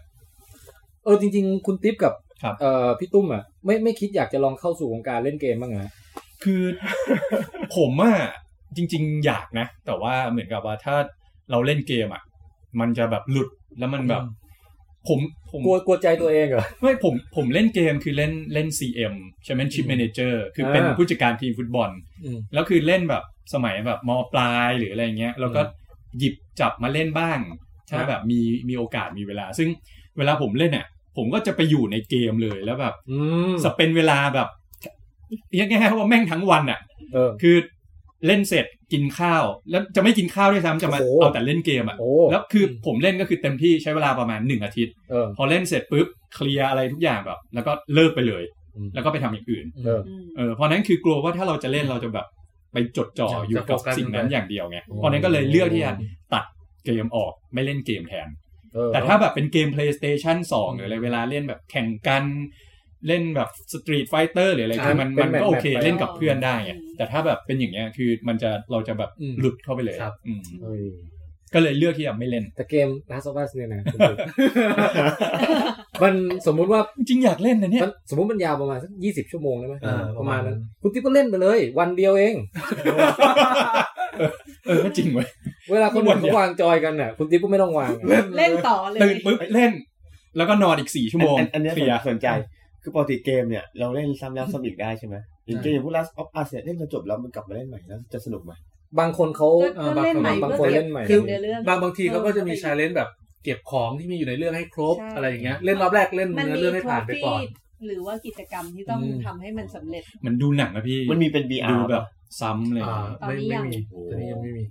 [SPEAKER 2] เออจริง ๆ คุณติ๊บกับ
[SPEAKER 5] ครับ
[SPEAKER 2] เอ่อพี่ตุ้มอ่ะไม่ไม่คิดอยากจะลองเข้าสู่วงการเล่นเกมบ้างเหรอ
[SPEAKER 5] คือ *laughs* ผมอะจริง ๆ อยากนะ แต่ว่าเหมือนกับว่าถ้าเราเล่นเกมอะมันจะแบบหลุดแล้วมันแบบ ผมผม
[SPEAKER 2] กลัวกลัวใจตัวเองเหรอ
[SPEAKER 5] ไม่ผมผมเล่นเกมคือเล่นเล่น CM Championship Manager คือเป็น
[SPEAKER 2] อ่า
[SPEAKER 5] ผู้จัดการทีมฟุตบอล
[SPEAKER 2] อืม
[SPEAKER 5] แล้วคือเล่นแบบสมัยแบบมปลายหรืออะไรเงี้ยแล้วก็หยิบจับมาเล่นบ้าง
[SPEAKER 2] ค
[SPEAKER 5] ถ้า
[SPEAKER 2] รับ
[SPEAKER 5] แบบมีมีโอกาสมีเวลา ซึ่งเวลาผมเล่นเนี่ยผมก็จะไปอยู่ในเกมเลยแล้วแบบ
[SPEAKER 2] อืม
[SPEAKER 5] สเปนเวลาแบบเรียกง่ายๆว่าแม่งทั้งวันอ่ะ
[SPEAKER 2] เออ
[SPEAKER 5] คือเล่นเสร็จกินข้าว แล้วจะไม่กินข้าวด้วยซ้ำจะมา
[SPEAKER 2] โอ้โห
[SPEAKER 5] เอาแต่เล่นเกมอ่ะ
[SPEAKER 2] โอ้
[SPEAKER 5] แล้วคือผมเล่นก็คือเต็มที่ใช้เวลาประมาณหนึ่งอาทิตย์
[SPEAKER 2] เออ
[SPEAKER 5] พอเล่นเสร็จปุ๊บเคลียร์อะไรทุกอย่างแบบ แล้วก็เลิกไปเลย
[SPEAKER 2] อืม
[SPEAKER 5] แล้วก็ไปทำอย่างอื่น
[SPEAKER 2] เออ
[SPEAKER 6] อืม
[SPEAKER 5] เออเพราะนั้นคือกลัวว่าถ้าเราจะเล่นเราจะแบบไปจดจ่อ
[SPEAKER 3] จะ
[SPEAKER 5] อยู่กับ
[SPEAKER 3] จะโฟกัส
[SPEAKER 5] สิ่งนั้
[SPEAKER 3] มัน
[SPEAKER 5] น
[SPEAKER 3] ไป
[SPEAKER 5] อย่างเดียวไง
[SPEAKER 2] อืม
[SPEAKER 5] เพราะนั้นก็เลยเลือกที่จะตัดเกมออกไม่เล่นเกมแทน
[SPEAKER 2] เออ
[SPEAKER 5] แต่ถ้าแบบเป็นเกม PlayStation 2 หรืออะไรเวลาเล่นแบบแข่งกันเล่นแบบ Street Fighter หรืออะไร
[SPEAKER 2] ใช่
[SPEAKER 5] คือมัน
[SPEAKER 2] เป็น
[SPEAKER 5] มัน
[SPEAKER 2] แบ
[SPEAKER 5] ก็
[SPEAKER 2] บ
[SPEAKER 5] โอเค
[SPEAKER 2] แบบ
[SPEAKER 5] เล่นกับเพื่อนได้ไงแต่ถ้าแบบเป็นอย่างเงี้ยคือมันจะเราจะแบบ
[SPEAKER 3] อืม
[SPEAKER 5] หลุดเข้าไปเลย
[SPEAKER 3] ครับ
[SPEAKER 5] อืม
[SPEAKER 2] เฮ้ย
[SPEAKER 5] ก็เลยเลือกที่จะไม่เล่น
[SPEAKER 2] แต่เกม Last of Us เนี่ยนะ *laughs* มันสมมุติว่า
[SPEAKER 5] จริงอยากเล่นนะเนี่ย
[SPEAKER 2] มันสมมุติมันยาวประมาณสักยี่สิบชั่วโมงได้ไหม
[SPEAKER 3] เออป
[SPEAKER 2] ป
[SPEAKER 3] ระระ
[SPEAKER 2] มา
[SPEAKER 3] มา
[SPEAKER 2] ณ
[SPEAKER 3] ณนั้
[SPEAKER 2] นั้น
[SPEAKER 3] น
[SPEAKER 2] คุณติ๊บก็เล่นไปเลย วันเดียวเอง
[SPEAKER 5] เออก็จริงเว้ย
[SPEAKER 2] เวลาคนอื่น
[SPEAKER 5] วันเดี
[SPEAKER 2] เขา
[SPEAKER 5] ยว
[SPEAKER 2] วางจอยกันน่ะ คุณติ๊บก็ไม่ต้องวาง
[SPEAKER 6] เล่นต่อเลย
[SPEAKER 5] ตื่นปุ๊บเล่น แล้วก็นอนอีกสี่ชั่วโมง
[SPEAKER 4] อันอันเนี้ย
[SPEAKER 5] เคลียร์
[SPEAKER 4] สนใจ คือปกติเกมเนี่ยเราเล่นซ้ำแล้วซ้ำอีกได้ใช่ไหมอย่างเกมอย่างพวก Last of Us เนี่ยเล่นจนจบแล้วมันกลับมาเล่นใหม่แล้วจะสนุกไหม
[SPEAKER 2] บางคนเขา
[SPEAKER 6] ก็ก็เล่นใหม่
[SPEAKER 2] บาง
[SPEAKER 6] เพื่
[SPEAKER 2] ค
[SPEAKER 6] อน เก็บ
[SPEAKER 2] เล่นใหม่
[SPEAKER 6] คือเนื้อเรื่อง
[SPEAKER 3] บางบางทีเขาก็จะมี
[SPEAKER 6] เออ
[SPEAKER 3] ชาเลนจ์แบบเก็บของที่มีอยู่ในเรื่องให้ครบ
[SPEAKER 6] ใช่
[SPEAKER 3] อะไรอย่างเงี้ยเล่นรอบแรกเล่น
[SPEAKER 6] มัน
[SPEAKER 3] เนื้อ
[SPEAKER 6] มี
[SPEAKER 3] เรื่องให้
[SPEAKER 6] ทร
[SPEAKER 3] ผ่านไป
[SPEAKER 6] ฟี
[SPEAKER 3] ก่อน
[SPEAKER 6] หรือว่ากิจกรรมที่ต้อง
[SPEAKER 3] อืม
[SPEAKER 6] ทำให้มันสำเร็จ
[SPEAKER 5] มันดูหนังนะพี่
[SPEAKER 4] มันมีเป็น VR
[SPEAKER 5] ดูแบบซ้ำเลย
[SPEAKER 3] อ่า
[SPEAKER 6] ตอน
[SPEAKER 3] ไม่
[SPEAKER 6] นี้ยั
[SPEAKER 3] ไม่
[SPEAKER 6] ง
[SPEAKER 3] มีตอนนี้ยังไม่มี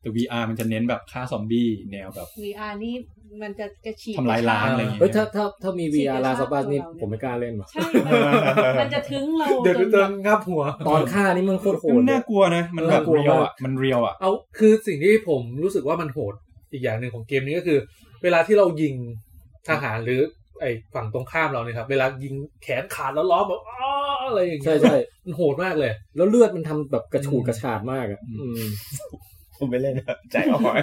[SPEAKER 5] แต่ VR มันจะเน้นแบบฆ่าซอมบี้แนวแบบ
[SPEAKER 6] VR นี่มันจะกระฉีก
[SPEAKER 5] ทำลายล้างอะไรอย่างเงี้
[SPEAKER 2] เฮ้ยถ้าย ถ้าถ้ามี VR Last of Us นี่ผมไม่กล้าเล่นว่ะ
[SPEAKER 6] ใช่มันมันจะทึ้งเรา
[SPEAKER 3] เดี๋ยว
[SPEAKER 6] จ
[SPEAKER 3] ดู
[SPEAKER 6] น
[SPEAKER 3] เติ
[SPEAKER 6] แบ
[SPEAKER 3] ม
[SPEAKER 6] บ
[SPEAKER 3] งับหัว
[SPEAKER 2] ตอนฆ่านี่มันโคตรโหด
[SPEAKER 5] มัน
[SPEAKER 2] เล
[SPEAKER 5] น่าย กลัวนะ มันแบบ
[SPEAKER 2] เออกลัว
[SPEAKER 5] เรียว
[SPEAKER 2] มา
[SPEAKER 5] อ่ะ
[SPEAKER 2] ก
[SPEAKER 5] มันเรียวอ่ะ
[SPEAKER 3] เอาคือสิ่งที่ผมรู้สึกว่ามันโหดอีกอย่างหนึ่งของเกมนี้ก็คือ เวลาที่เรายิงทหารหรือไอ้ฝั่งตรงข้ามเราเนี่ยครับ เวลายิงแขนขาดแล้วล้อมแบบอ้ออะไรอย่างเงี้ย
[SPEAKER 2] ใช่ใช่
[SPEAKER 3] มันโหดมากเลย
[SPEAKER 2] แล้วเลือดมันทำแบบกระฉูดกระฉาดมากอ่ะ
[SPEAKER 5] อืม
[SPEAKER 2] อืม
[SPEAKER 4] ผมไปเล่นนะใจอ่อน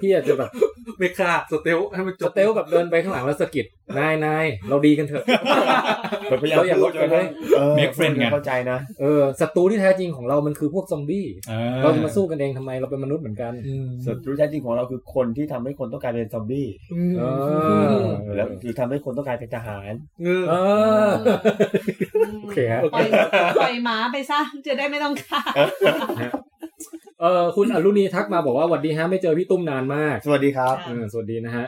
[SPEAKER 2] พี่อาจจะแบบ
[SPEAKER 3] *laughs* ไม่ฆ่าสเตลให้มันจ
[SPEAKER 2] ส
[SPEAKER 3] บ
[SPEAKER 2] เตลแบบเดินไปข้างหลังแล้วสะกิดนายนายเราดีกันเถอะ
[SPEAKER 3] *laughs*
[SPEAKER 4] แบบพยายาม
[SPEAKER 2] *laughs* เราอย่าลดกันเลย
[SPEAKER 4] ออ
[SPEAKER 5] Make friend ไง
[SPEAKER 4] เข้าใจนะ
[SPEAKER 2] เออศัตรูที่แท้จริงของเรามันคือพวกซอมบี้
[SPEAKER 5] ออ
[SPEAKER 2] เราจะมาสู้กันเองทำไมเราเป็นมนุษย์เหมือนกัน
[SPEAKER 3] อืม
[SPEAKER 4] ส่วนรู้แท้จริงของเราคือคนที่ทำให้คนต้องกลายเป็นซอมบี้
[SPEAKER 2] เออ
[SPEAKER 4] แล้วคือทำให้คนต้องกลายเป็นทหาร
[SPEAKER 3] เออ
[SPEAKER 2] เออ โอเคฮะ
[SPEAKER 6] ปล่อยปล่อยหมาไปซะจะได้ไม่ต้องฆ่า
[SPEAKER 2] เออคุณอรุณีทักมาบอกว่าหวัดดีฮะไม่เจอพี่ตุ้มนานมาก
[SPEAKER 4] สวัสดีครับ
[SPEAKER 2] เออสวัสดีนะฮะ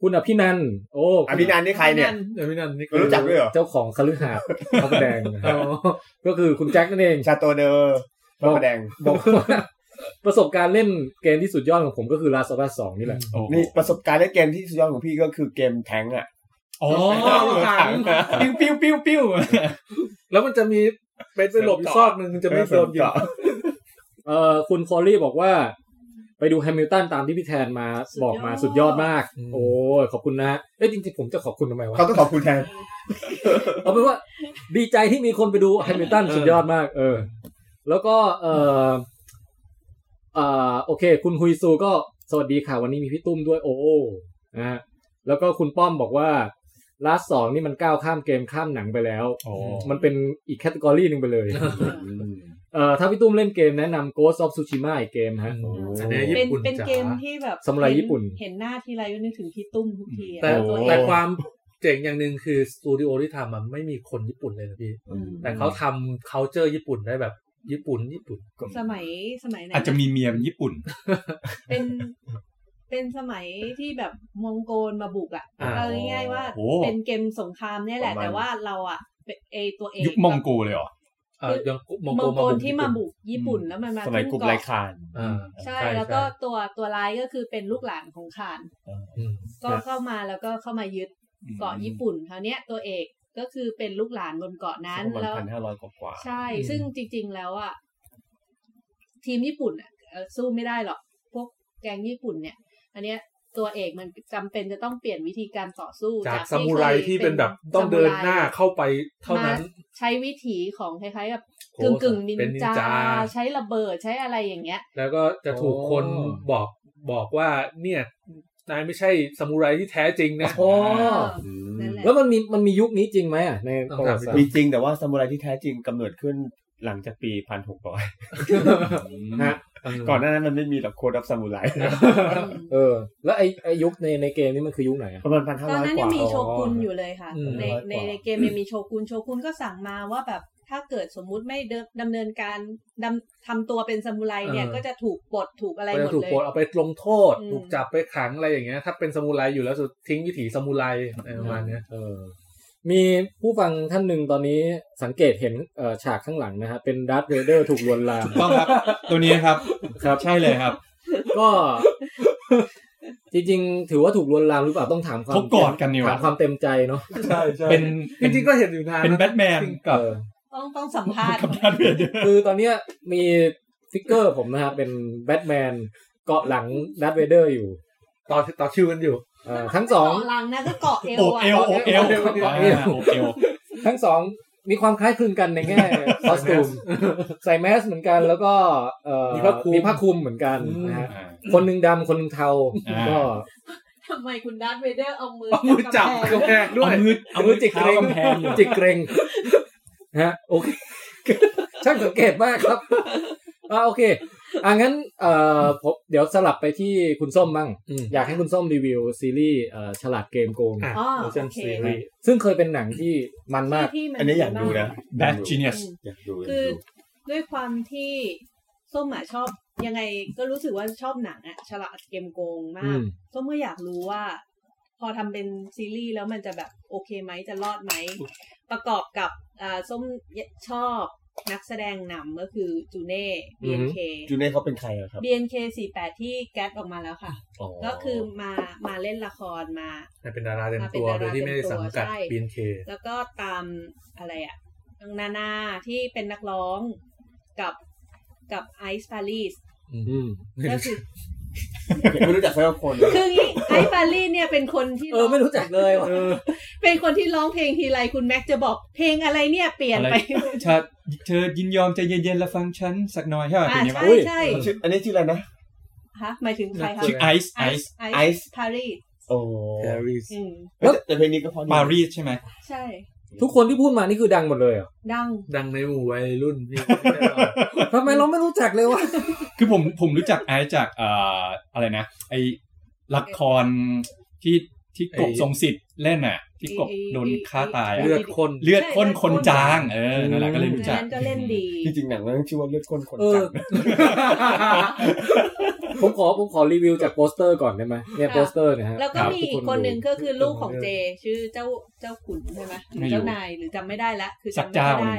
[SPEAKER 2] คุณอภินันท์โอ้
[SPEAKER 4] อภินันท์นี่ใครเนี่ย
[SPEAKER 3] เดี๋ยวพี่นันนี่
[SPEAKER 4] รู้จักด้วยเหรอ
[SPEAKER 2] เจ้าของคฤหาสน์พระประแดงนะฮะก็คือคุณแจ็คนั่นเอง
[SPEAKER 4] ชาโตเนอร์พระประแดง
[SPEAKER 2] บอกว่า *laughs* ประสบการณ์เล่นเกมที่สุดยอดของผมก็คือ Last of Us 2นี่แหละ
[SPEAKER 5] โอ้โห
[SPEAKER 4] นี่ประสบการณ์เล่นเกมที่สุดยอดของพี่ก็คือเกมแทงก์อ่ะ
[SPEAKER 5] อ๋อ *laughs*
[SPEAKER 3] ถัง
[SPEAKER 5] ปิ้วปิ้วปิ้วปิ้ว
[SPEAKER 3] แล้วมันจะมีเป็นไปหลบอยู่ซอกหนึ่งมันจะไม่โดนยิง
[SPEAKER 2] เออคุณคอรี่บอกว่า ไปดูแฮมิลตันตามที่พี่แทนมาบอกมาสุดยอดมาก
[SPEAKER 3] อืม
[SPEAKER 2] โอ้ยขอบคุณนะเอ้ยจริงๆผมจะขอบคุณทำไมวะ
[SPEAKER 4] เขาต้องขอบคุณแทน
[SPEAKER 2] เอาเป็นว่าดีใจที่มีคนไปดูแฮมิลตันสุดยอดมาก เออ แล้วก็เออเออโอเค คุณฮุยซูก็สวัสดีค่ะวันนี้มีพี่ตุ้มด้วยโอ้นะฮะแล้วก็คุณป้อมบอกว่าลาสสองนี่มันก้าวข้ามเกมข้ามหนังไปแล้ว
[SPEAKER 5] โอ้
[SPEAKER 2] มันเป็นอีกแคตตากรีหนึ่งไปเลย
[SPEAKER 4] อืม
[SPEAKER 2] เ เอ่อถ้าพี่ตุ้มเล่นเกมแนะนำ Ghost of Tsushima อีกเกมฮะ
[SPEAKER 3] อืม
[SPEAKER 4] โอ้
[SPEAKER 3] อันเนี้ย
[SPEAKER 6] เป็น
[SPEAKER 3] ญี่ปุ่น
[SPEAKER 6] เป็น
[SPEAKER 3] จ๋า
[SPEAKER 6] เกมที่แบบ
[SPEAKER 2] สมุไร
[SPEAKER 6] เห็
[SPEAKER 2] ญี่ปุ่น
[SPEAKER 6] เห็นหน้าทีไรก็นึกถึงพี่ตุ้มทุกทีอะ
[SPEAKER 3] แต่
[SPEAKER 6] ตัวเอ
[SPEAKER 3] แต่
[SPEAKER 6] ง
[SPEAKER 3] ความเจ๋งอย่างหนึ่งคือสตูดิโอที่ทำมันไม่มีคนญี่ปุ่นเลยนะพี่
[SPEAKER 4] อืม
[SPEAKER 3] แต่เขาทำ culture ญี่ปุ่นได้แบบ ญี่ปุ่นญี่ปุ่น
[SPEAKER 6] สมัยสมัยไหน
[SPEAKER 5] อาจจะมีเมียเป็นญี่ปุ่น
[SPEAKER 6] เป็น เป็นสมัยที่แบบมองโกลมาบุกอ่ะ
[SPEAKER 3] อ่า
[SPEAKER 6] เอาง่ายๆว่า
[SPEAKER 5] โอ้
[SPEAKER 6] เป็นเกมสงครามเนี่ยแหละ
[SPEAKER 4] ประมาณ
[SPEAKER 6] แต่ว่าเราอ่ะเป็นเอตัวเอง
[SPEAKER 5] ยุคมองโกเลยเหรอ
[SPEAKER 3] เอ่อยังม
[SPEAKER 6] ม
[SPEAKER 3] อ
[SPEAKER 6] อง
[SPEAKER 3] งโก
[SPEAKER 6] โก
[SPEAKER 3] มา
[SPEAKER 6] ล
[SPEAKER 3] บุก
[SPEAKER 6] ที่มาบุกญี่ปุ่นแล้วมันมา
[SPEAKER 4] สมัย
[SPEAKER 6] ขึ้น
[SPEAKER 4] กลุ่ม
[SPEAKER 6] เาะ
[SPEAKER 4] ไลคาน
[SPEAKER 3] อ่า
[SPEAKER 6] ใช่แล้วก็ตัวตัวร้ายก็คือเป็นลูกหลานของขาน
[SPEAKER 3] อืม
[SPEAKER 6] ก็เข้ามาแล้วก็เข้ามายึดเกาะญี่ปุ่นคราวเนี้ยตัวเอกก็คือเป็นลูกหลานบนเกาะนั้น
[SPEAKER 4] ประมาณ
[SPEAKER 6] แล้ว
[SPEAKER 4] พันห้าร้อยกว่า
[SPEAKER 6] ใช่ ซึ่งจริง ๆ แล้วอ่ะทีมญี่ปุ่นอ่ะเอ่อสู้ไม่ได้หรอก พวกแกงญี่ปุ่นเนี่ย อันเนี้ยตัวเอกมันจำเป็นจะต้องเปลี่ยนวิธีการต่อสู้
[SPEAKER 3] จาก
[SPEAKER 6] เคย
[SPEAKER 3] ซามูไรที่เป็นแบบต้องเดินหน้าเข้าไปเท่านั้น
[SPEAKER 6] มใช้วิถีของคล้ายๆกับ
[SPEAKER 3] โอ้
[SPEAKER 6] กึ่งกึ่งๆนิ
[SPEAKER 3] เป็นนินจา
[SPEAKER 6] ใช้ระเบิดใช้อะไรอย่างเงี้ย
[SPEAKER 3] แล้วก็จะถูกคนบอกบอกว่าเนี่ยนายไม่ใช่ซามูไรที่แท้จริงนะ
[SPEAKER 2] โอ้
[SPEAKER 4] อืม
[SPEAKER 6] นั่นแหละ
[SPEAKER 2] แล้วมันมีมันมียุคนี้จริงไหมอ่ะใน
[SPEAKER 3] ต้อง
[SPEAKER 2] ประวัติศาสต
[SPEAKER 3] ถามพี่
[SPEAKER 4] มี
[SPEAKER 2] ร์
[SPEAKER 4] จริงแต่ว่าซามูไรที่แท้จริงกำเนิดขึ้นหลังจากปีพันหกร้อย
[SPEAKER 2] ฮะ
[SPEAKER 4] ก่อนหน้านั้นมันไม่มีหรอกโคดับซามูไร
[SPEAKER 2] เออ แล้วไอไอยุคในในเกมนี้มันคือยุคไหนอ่ะ
[SPEAKER 4] ประมาณพันห้า
[SPEAKER 6] ตอน
[SPEAKER 4] ร้อย
[SPEAKER 6] นั้น
[SPEAKER 4] กว่า
[SPEAKER 6] ยังมีโชกุนอยู่เลยค่ะ
[SPEAKER 3] อืม
[SPEAKER 6] ใ
[SPEAKER 4] ร้อยก
[SPEAKER 6] น
[SPEAKER 4] ว่า
[SPEAKER 6] ในในเกมยังมีโชกุนโชกุนก็สั่งมาว่าแบบถ้าเกิดสมมุติไม่เดินดำเนินการดำทำตัวเป็นซามูไรเนี่ย
[SPEAKER 3] เออ
[SPEAKER 6] ก็จะถูกปลดถูกอะไร
[SPEAKER 3] ก็
[SPEAKER 6] หม
[SPEAKER 3] จะ
[SPEAKER 6] ด
[SPEAKER 3] ถูก
[SPEAKER 6] เล
[SPEAKER 3] ปลด
[SPEAKER 6] ย
[SPEAKER 3] เอาไปลงโทษ
[SPEAKER 6] อืม
[SPEAKER 3] ถูกจับไปขังอะไรอย่างเงี้ย ถ้าเป็นซามูไรอยู่แล้วสุดทิ้งวิถีซามูไรอะไรประมาณเนี้ย
[SPEAKER 2] เออมีผู้ฟังท่านหนึ่งตอนนี้สังเกตเห็นเอ่อฉากข้างหลังนะฮะเป็นดัตเวเดอร์ถูกลวนลาม
[SPEAKER 5] *laughs* ต้องครับ ตัวนี้ครับ ครับใช่เลยครับ
[SPEAKER 2] ก็ จริงๆ ถือว่าถูกลวนลามหรือเปล่าต้องถามความ
[SPEAKER 5] เขากอดกันนี่ห
[SPEAKER 2] ถาม
[SPEAKER 5] ว่า
[SPEAKER 2] ความเต็มใจเนาะ
[SPEAKER 3] ใช่ใช่
[SPEAKER 5] เป็น
[SPEAKER 3] จริงๆก็เห็นอยู่นาน
[SPEAKER 5] เป็นแบทแมนกับ
[SPEAKER 2] เออ
[SPEAKER 6] ต้องต้องสัมภาษณ์
[SPEAKER 5] กับแบทแมน
[SPEAKER 2] คือตอนเนี้ยมีฟิกเกอร์ผมนะฮะเป็นแบทแมนเกาะหลังดัตเวเดอร์อยู่
[SPEAKER 3] ต่อต่อคิวกันอยู่
[SPEAKER 2] เอ่อทั้งสอง
[SPEAKER 6] เกาะลังนะก็เกาะเอว
[SPEAKER 5] โอบ
[SPEAKER 6] อะ
[SPEAKER 5] เอวโอบเอว
[SPEAKER 2] โอบเอว
[SPEAKER 5] อ่าโอบเอว
[SPEAKER 2] ทั้งสองมีความคล้ายคลึงกันใน
[SPEAKER 5] *laughs*
[SPEAKER 2] แง่ คอสตูมใส่แมสเหมือนกันแล้วก็เอ่อ
[SPEAKER 3] มีผ้าคลุม
[SPEAKER 2] มีผ้าคลุมเหมือนกันนะฮะ คนหนึ่งดำคนหนึ่งเทา
[SPEAKER 5] อ่า
[SPEAKER 2] ก็
[SPEAKER 6] ทำไมคุณดัตเวเดอร์เอามือ
[SPEAKER 3] เอามือจับ
[SPEAKER 6] กับ
[SPEAKER 3] กำแพงด้วย
[SPEAKER 5] เอามือเอามือจิกเท้ากำแพงอยู่
[SPEAKER 2] จิกเกรงฮะโอเค ช่างสังเกตมากครับอ่าโอเคอ่างั้นเอ่อผมเดี๋ยวสลับไปที่คุณส้มบ้าง
[SPEAKER 3] อืม
[SPEAKER 2] อยากให้คุณส้มรีวิวซีรีส์เอ่อฉลาดเกมโกง
[SPEAKER 3] อ่ะ
[SPEAKER 6] อ๋อ
[SPEAKER 3] เวอร์ชัน
[SPEAKER 6] โอเค
[SPEAKER 3] ซีรีส์
[SPEAKER 2] ซึ่งเคยเป็นหนังที่มันมาก
[SPEAKER 6] ที่ที่มั
[SPEAKER 4] อันนี้อยากดูนะ
[SPEAKER 5] แบทจีเนียส
[SPEAKER 4] อยากดูยากดู
[SPEAKER 6] คือด้วยความที่ส้มอ่ะชอบยังไงก็รู้สึกว่าชอบหนังอ่ะฉลาดเกมโกง
[SPEAKER 2] อื
[SPEAKER 6] มาก
[SPEAKER 2] ม
[SPEAKER 6] ส้มก็อยากรู้ว่า พอทำเป็นซีรีส์แล้วมันจะแบบโอเคไหมจะรอดไหม ประกอบกับอ่าส้มชอบนักแสดงนำก็คือจูเน่
[SPEAKER 2] อือฮึ
[SPEAKER 6] BNK
[SPEAKER 4] จูเน่เขาเป็นใครอะครับ
[SPEAKER 6] BNK 48 ที่แก๊สออกมาแล้วค่ะ ก็คือมามาเล่นละครมา
[SPEAKER 3] เป็นดาราเต็มตัว
[SPEAKER 6] มาเป็นดารา
[SPEAKER 3] โดยที่ไม่ได้สังกัด
[SPEAKER 6] เต็มตัวใช่
[SPEAKER 3] บีนเค
[SPEAKER 6] แล้วก็ตามอะไรอะนานาที่เป็นนักร้องกับกับไอซ์ปารีส
[SPEAKER 2] อืม
[SPEAKER 6] ก็คือ
[SPEAKER 4] ไม่รู้จักสักคนเลย
[SPEAKER 6] คืองี้ไอซ์ปารีสเนี่ยเป็นคนที่
[SPEAKER 2] เออไม่รู้จักเลยว่ะ
[SPEAKER 6] เป็นคนที่ร้องเพลงทีไรคุณแม็กจะบอกเพลงอะไรเนี่ยเปลี่ยน
[SPEAKER 5] อะไร
[SPEAKER 6] ไป
[SPEAKER 5] ชาเธอยินยอมใจเย็นๆแล้วฟังฉันสักหน่อยใช่ไหม
[SPEAKER 6] อ่า
[SPEAKER 5] ทีนี้ปะ
[SPEAKER 6] ใช่ใช่
[SPEAKER 4] ชื่ออันนี้ชื่ออะไรนะ
[SPEAKER 6] ฮะหมายถึงใครคะ
[SPEAKER 5] ชื่อไอซ์ไอซ์
[SPEAKER 6] ไอ
[SPEAKER 4] Ice
[SPEAKER 6] ซ์ปารีส
[SPEAKER 4] โอ้
[SPEAKER 3] แฮร์รี่
[SPEAKER 6] อืม
[SPEAKER 4] แต่แต่เพลงนี้ก็เพอดี
[SPEAKER 5] ปารีสใช่ไหม
[SPEAKER 6] ใช่
[SPEAKER 2] ทุกคนที่พูดมานี่คือดังหมดเลยเหรอ
[SPEAKER 6] ดัง
[SPEAKER 3] ดังในหมู่วัยรุ่นพี่
[SPEAKER 2] ทำไมเราไม่รู้จักเลยวะ
[SPEAKER 5] คือผมผมรู้จักไอซ์จากเอ่ออะไรนะ ไอละครที่ที่กบ
[SPEAKER 3] ไอ้
[SPEAKER 5] ทรงสิทธิ์เล่นน่ะ ที่กบ
[SPEAKER 6] ไอ้
[SPEAKER 5] โดนฆ่าตายะ
[SPEAKER 3] เลือดข้น
[SPEAKER 5] เลือดข้น
[SPEAKER 6] ใช่เลือดข้
[SPEAKER 5] คน นจางเออนั่นแหละก็เลยรู้จัก
[SPEAKER 6] นั้นก็เล่นดี
[SPEAKER 4] จริงๆหนังเรื่องชื่อว่าเลือดข้นคน
[SPEAKER 2] เอ
[SPEAKER 4] จัง
[SPEAKER 2] อ *laughs* ผมขอผมขอรีวิวจากโปสเตอร์ก่อนได้ไหมเนี่ยโปสเตอร์เนะฮะ
[SPEAKER 6] แล้วก็
[SPEAKER 2] รับ
[SPEAKER 6] มี
[SPEAKER 2] ทุ
[SPEAKER 6] อีกคนหนึ่ง
[SPEAKER 2] ดู
[SPEAKER 6] ก็คือลูกของเจ ชื่อเจ้าเจ้าขุนใช่ไหมหรือเจ้านายหรือจำไม่ได้ละคือจำไม่ค่อยได้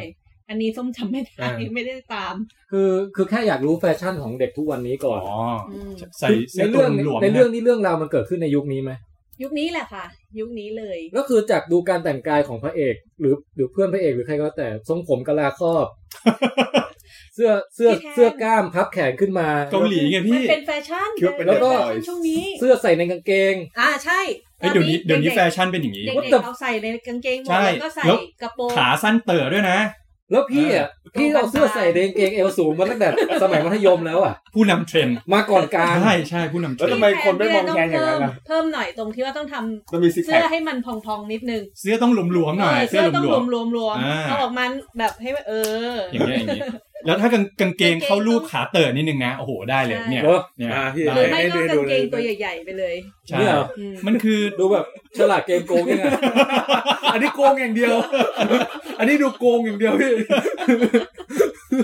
[SPEAKER 6] อันนี้ส้มจำไม่ได้
[SPEAKER 3] อ่า
[SPEAKER 6] ไม่ได้ตาม
[SPEAKER 2] คือคือแค่อยากรู้แฟชั่นของเด็กทุกวันนี้ก่อน
[SPEAKER 5] อ๋ออ
[SPEAKER 6] ม
[SPEAKER 5] ใส่
[SPEAKER 2] ใน
[SPEAKER 5] เสื้อตั
[SPEAKER 2] เรื่
[SPEAKER 5] ว
[SPEAKER 2] อง
[SPEAKER 5] หลวมๆ
[SPEAKER 2] ในเรื่อง
[SPEAKER 5] นะ
[SPEAKER 2] นี้เรื่องราวมันเกิดขึ้นในยุคนี้ไหม
[SPEAKER 6] ยุคนี้แหละค่ะ ยุคนี้เลย
[SPEAKER 2] ก็คือจากดูการแต่งกายของพระเอก หรือหรือเพื่อนพระเอกหรือใครก็แล้วแต่ทรงผมกะลาครอบ
[SPEAKER 5] *laughs*
[SPEAKER 2] เสื้อเสื้อเสื้อกล้ามพับแขนขึ้นมา
[SPEAKER 5] เกาหลีไงพี่
[SPEAKER 6] มันเป็นแฟชั่น
[SPEAKER 2] คิดว่าเป็นแล้วก็
[SPEAKER 6] ฟชั่นช่วงนี้
[SPEAKER 2] เสื้อใส่ในกางเกง
[SPEAKER 6] อ่าใช่
[SPEAKER 5] เอ้ยเดี๋ยวนี้เดี๋ยวนี้
[SPEAKER 6] กๆ
[SPEAKER 5] แฟชั่นเป็นอย่างนี้
[SPEAKER 6] เด็ก
[SPEAKER 2] ว่า
[SPEAKER 6] ๆ
[SPEAKER 2] แต่
[SPEAKER 6] เอาใส่ในกางเกงหมด
[SPEAKER 5] ใช่
[SPEAKER 6] แล้วก็ใส่
[SPEAKER 5] แล้ว
[SPEAKER 6] กระโปรง
[SPEAKER 5] ขาสั้นเต๋อด้วยนะ
[SPEAKER 2] แล้วพี่อ่ะพี่เอาเสื้อใส่ในกางเกงเอวสูงมาตั้งแต่ สมัยมัธยมแล้วอ่ะ
[SPEAKER 5] ผู้นำเทรนด์
[SPEAKER 2] มาก่อนการ
[SPEAKER 5] ใช่ใช่ผู้นำเทร
[SPEAKER 4] แล้วทำ
[SPEAKER 5] นด์
[SPEAKER 4] ไมคนไม่มองแคนอย่างนั้น
[SPEAKER 6] เพิ่
[SPEAKER 4] ล่ะ
[SPEAKER 6] มเพิ่มหน่อยตรงที่ว่าต้องทำ
[SPEAKER 4] มันมีซิกแพ
[SPEAKER 6] เสื้
[SPEAKER 4] ค
[SPEAKER 6] อให้มันพองๆนิดนึง
[SPEAKER 5] เสื้อต้องหลวมๆหน่อย
[SPEAKER 6] เออ
[SPEAKER 5] เสื้อ
[SPEAKER 6] เสื้อต้อง
[SPEAKER 5] หล
[SPEAKER 6] ร
[SPEAKER 5] ว
[SPEAKER 6] ว
[SPEAKER 5] ม
[SPEAKER 6] มๆรวมๆ
[SPEAKER 5] อ่า
[SPEAKER 6] เอาออกมาแบบให้เออ
[SPEAKER 5] ๆอย่างเงี้ยอย่างเงี้ย แล้วถ้ากางกางเกงเข้ารูปขาเต๋อนิดนึงนะโอ้โหได้เลยเนี่ย
[SPEAKER 2] เหรอ
[SPEAKER 5] เนี่ย
[SPEAKER 3] อ่าพี่
[SPEAKER 6] หรือไม่ก็
[SPEAKER 3] ให้
[SPEAKER 6] กา
[SPEAKER 3] ดู
[SPEAKER 6] ง
[SPEAKER 3] ๆ
[SPEAKER 6] เกงตัวใหญ่ ๆ ไปเลย
[SPEAKER 5] ใช่
[SPEAKER 2] เนี่ยเหรอ
[SPEAKER 6] อืม
[SPEAKER 5] มันคือ
[SPEAKER 2] ดูแบบฉลาดเกมโกงเนี่ยนะ
[SPEAKER 3] อันนี้โกงอย่างเดี
[SPEAKER 5] *laughs*
[SPEAKER 3] ยว อันนี้ดูโกงอย่างเดียวพี่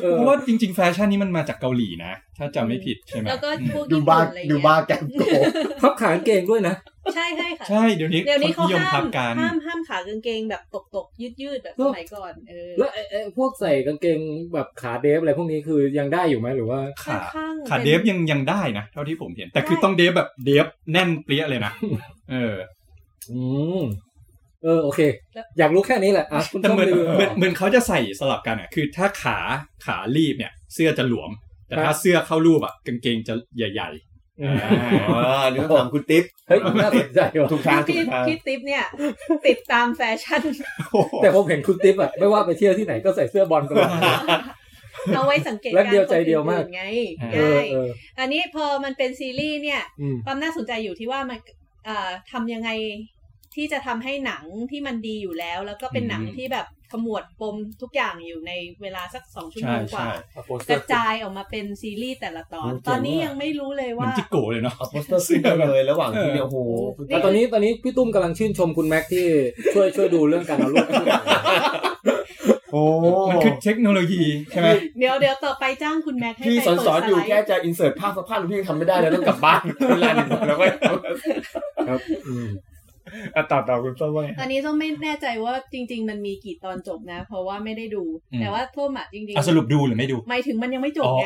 [SPEAKER 2] เออ
[SPEAKER 5] เพราะว่าจริง ๆ แฟชั่นนี้มันมาจากเกาหลีนะ ถ้าจำไม่ผิดใช่ไหม
[SPEAKER 6] แล้วก็
[SPEAKER 5] อืม
[SPEAKER 6] พวก
[SPEAKER 4] ดู
[SPEAKER 6] ญี่
[SPEAKER 4] บ้า
[SPEAKER 6] ปุ่นอะไร
[SPEAKER 4] ดู
[SPEAKER 6] เงี้
[SPEAKER 4] บ้าย แกมโกง
[SPEAKER 2] พับขากางเกงด้วยนะ
[SPEAKER 6] ใช่ใช่ค่ะ
[SPEAKER 5] ใช่เดี๋ยวนี้
[SPEAKER 6] เดี๋ยวนี้
[SPEAKER 5] ค
[SPEAKER 6] เขา
[SPEAKER 5] นนิยม
[SPEAKER 6] ห้าม
[SPEAKER 5] ทำกัน
[SPEAKER 6] ห้ามห้ามขากางเกงแบบตกตกยืดยืดๆแบบสมัยก่อนเออ
[SPEAKER 2] แล้วไอ้ไอ้พวกใส่กางเกงแบบขาเดฟอะไรพวกนี้คือยังได้อยู่ไหมหรือว่า
[SPEAKER 5] ขา
[SPEAKER 6] ข้างๆ
[SPEAKER 5] ขา
[SPEAKER 6] ป็น
[SPEAKER 5] เดฟยังยังได้นะ เท่าที่ผมเห็น แต่คือ
[SPEAKER 6] ได้
[SPEAKER 5] ต้องเดฟแบบเดฟแน่นเปรี้ยเลยนะเออ
[SPEAKER 2] อืมเออโอเค
[SPEAKER 6] แล้ว
[SPEAKER 2] อยากรู้แค่นี้แหละอ่ะคุณ
[SPEAKER 5] แต่
[SPEAKER 2] ต้อง
[SPEAKER 5] เหมือ
[SPEAKER 2] รี
[SPEAKER 5] น
[SPEAKER 2] วิว
[SPEAKER 5] เหมือน
[SPEAKER 2] ต่อ
[SPEAKER 5] เหมือนเขาจะใส่สลับกันอ่ะ คือถ้าขาขารีบเนี่ย เสื้อจะหลวม แต่
[SPEAKER 2] ครั
[SPEAKER 5] ถ้า
[SPEAKER 2] บ
[SPEAKER 5] เสื้อเข้ารูปอ่ะกางเกงจะใหญ่ๆ
[SPEAKER 2] อื
[SPEAKER 5] อ่
[SPEAKER 2] มา
[SPEAKER 4] อันนี้ต้องถามคุณติ๊บ
[SPEAKER 2] เฮ้ยน่าสนใจว่ะ
[SPEAKER 4] ถูกทางถู
[SPEAKER 6] พี่
[SPEAKER 4] กทาง
[SPEAKER 6] พี่ติ๊บเนี่ย ติดตามแฟชั่น
[SPEAKER 2] แต่ผมเห็นคุณติ๊บอะไม่ว่าไปเที่ยวที่ไหนก็ใส่เสื้อบอลตลอด
[SPEAKER 6] เอาไว้สังเกต
[SPEAKER 2] และ
[SPEAKER 6] การ
[SPEAKER 2] เดียวใจเดียวมาก
[SPEAKER 6] คนอื่นไง
[SPEAKER 2] เอ
[SPEAKER 6] ใช่
[SPEAKER 2] อเออ
[SPEAKER 6] อันนี้พอมันเป็นซีรีส์เนี่ย
[SPEAKER 2] อืม
[SPEAKER 6] ความน่าสนใจอยู่ที่ว่ามันเอ่อทำยังไงที่จะทำให้หนังที่มันดีอยู่แล้ว แล้วก็เป็นหนังที่แบบขมวดปมทุกอย่างอยู่ในเวลาสักสองชั่วโม
[SPEAKER 5] ใช่
[SPEAKER 6] งกว่า
[SPEAKER 5] ใช่
[SPEAKER 2] เอาโปสเตอ
[SPEAKER 6] กระ
[SPEAKER 2] ร์
[SPEAKER 6] จายออกมาเป็นซีรีส์แต่ละตอน
[SPEAKER 2] โอ้เจ๋ง
[SPEAKER 6] ตอนนี้
[SPEAKER 2] มาก
[SPEAKER 6] ยังไม่รู้เลย
[SPEAKER 5] เหมือ
[SPEAKER 6] ว่าน
[SPEAKER 5] จิโก้เลยเนาะ
[SPEAKER 4] โปสเตอร์ซื้อกันเลย ระหว่างที่
[SPEAKER 5] เออ
[SPEAKER 4] เนี่ยโอ้โหคุณ
[SPEAKER 2] อ่ะตอนนี้ตอนนี้พี่ตุ้มกำลังชื่นชมคุณแม็กที่ช่วยช่วยดูเรื่องการเอารูปขึ้นมา
[SPEAKER 4] โอ้
[SPEAKER 5] มันคือเทคโนโลยีใช่ไหม
[SPEAKER 6] เดี๋ยวเดี๋ยวต่อไปจ้างคุณแม็กให้
[SPEAKER 4] พี่
[SPEAKER 6] ไป
[SPEAKER 4] สอน
[SPEAKER 6] เปิด
[SPEAKER 4] สอนอยู่
[SPEAKER 6] ไลด์
[SPEAKER 4] แค่จะอินเสิร์ตภาพสักภาพหรือพี่ยังทำไม่ได้แล้วต้องกลับบ้านเวลาหนึ่งแล้วก็
[SPEAKER 2] ครับอืม
[SPEAKER 4] อ่ะตอบตอบคุณต้นว่าไง
[SPEAKER 6] ตอนนี้ส้มไม่แน่ใจว่าจริง ๆ มันมีกี่ตอนจบนะ เพราะว่าไม่ได้ดู แต่ว่าส้มอ่ะจริง
[SPEAKER 5] อ่ะสรุปดูหรือไม่ดู
[SPEAKER 6] หมายถึงมันยังไม่จบไง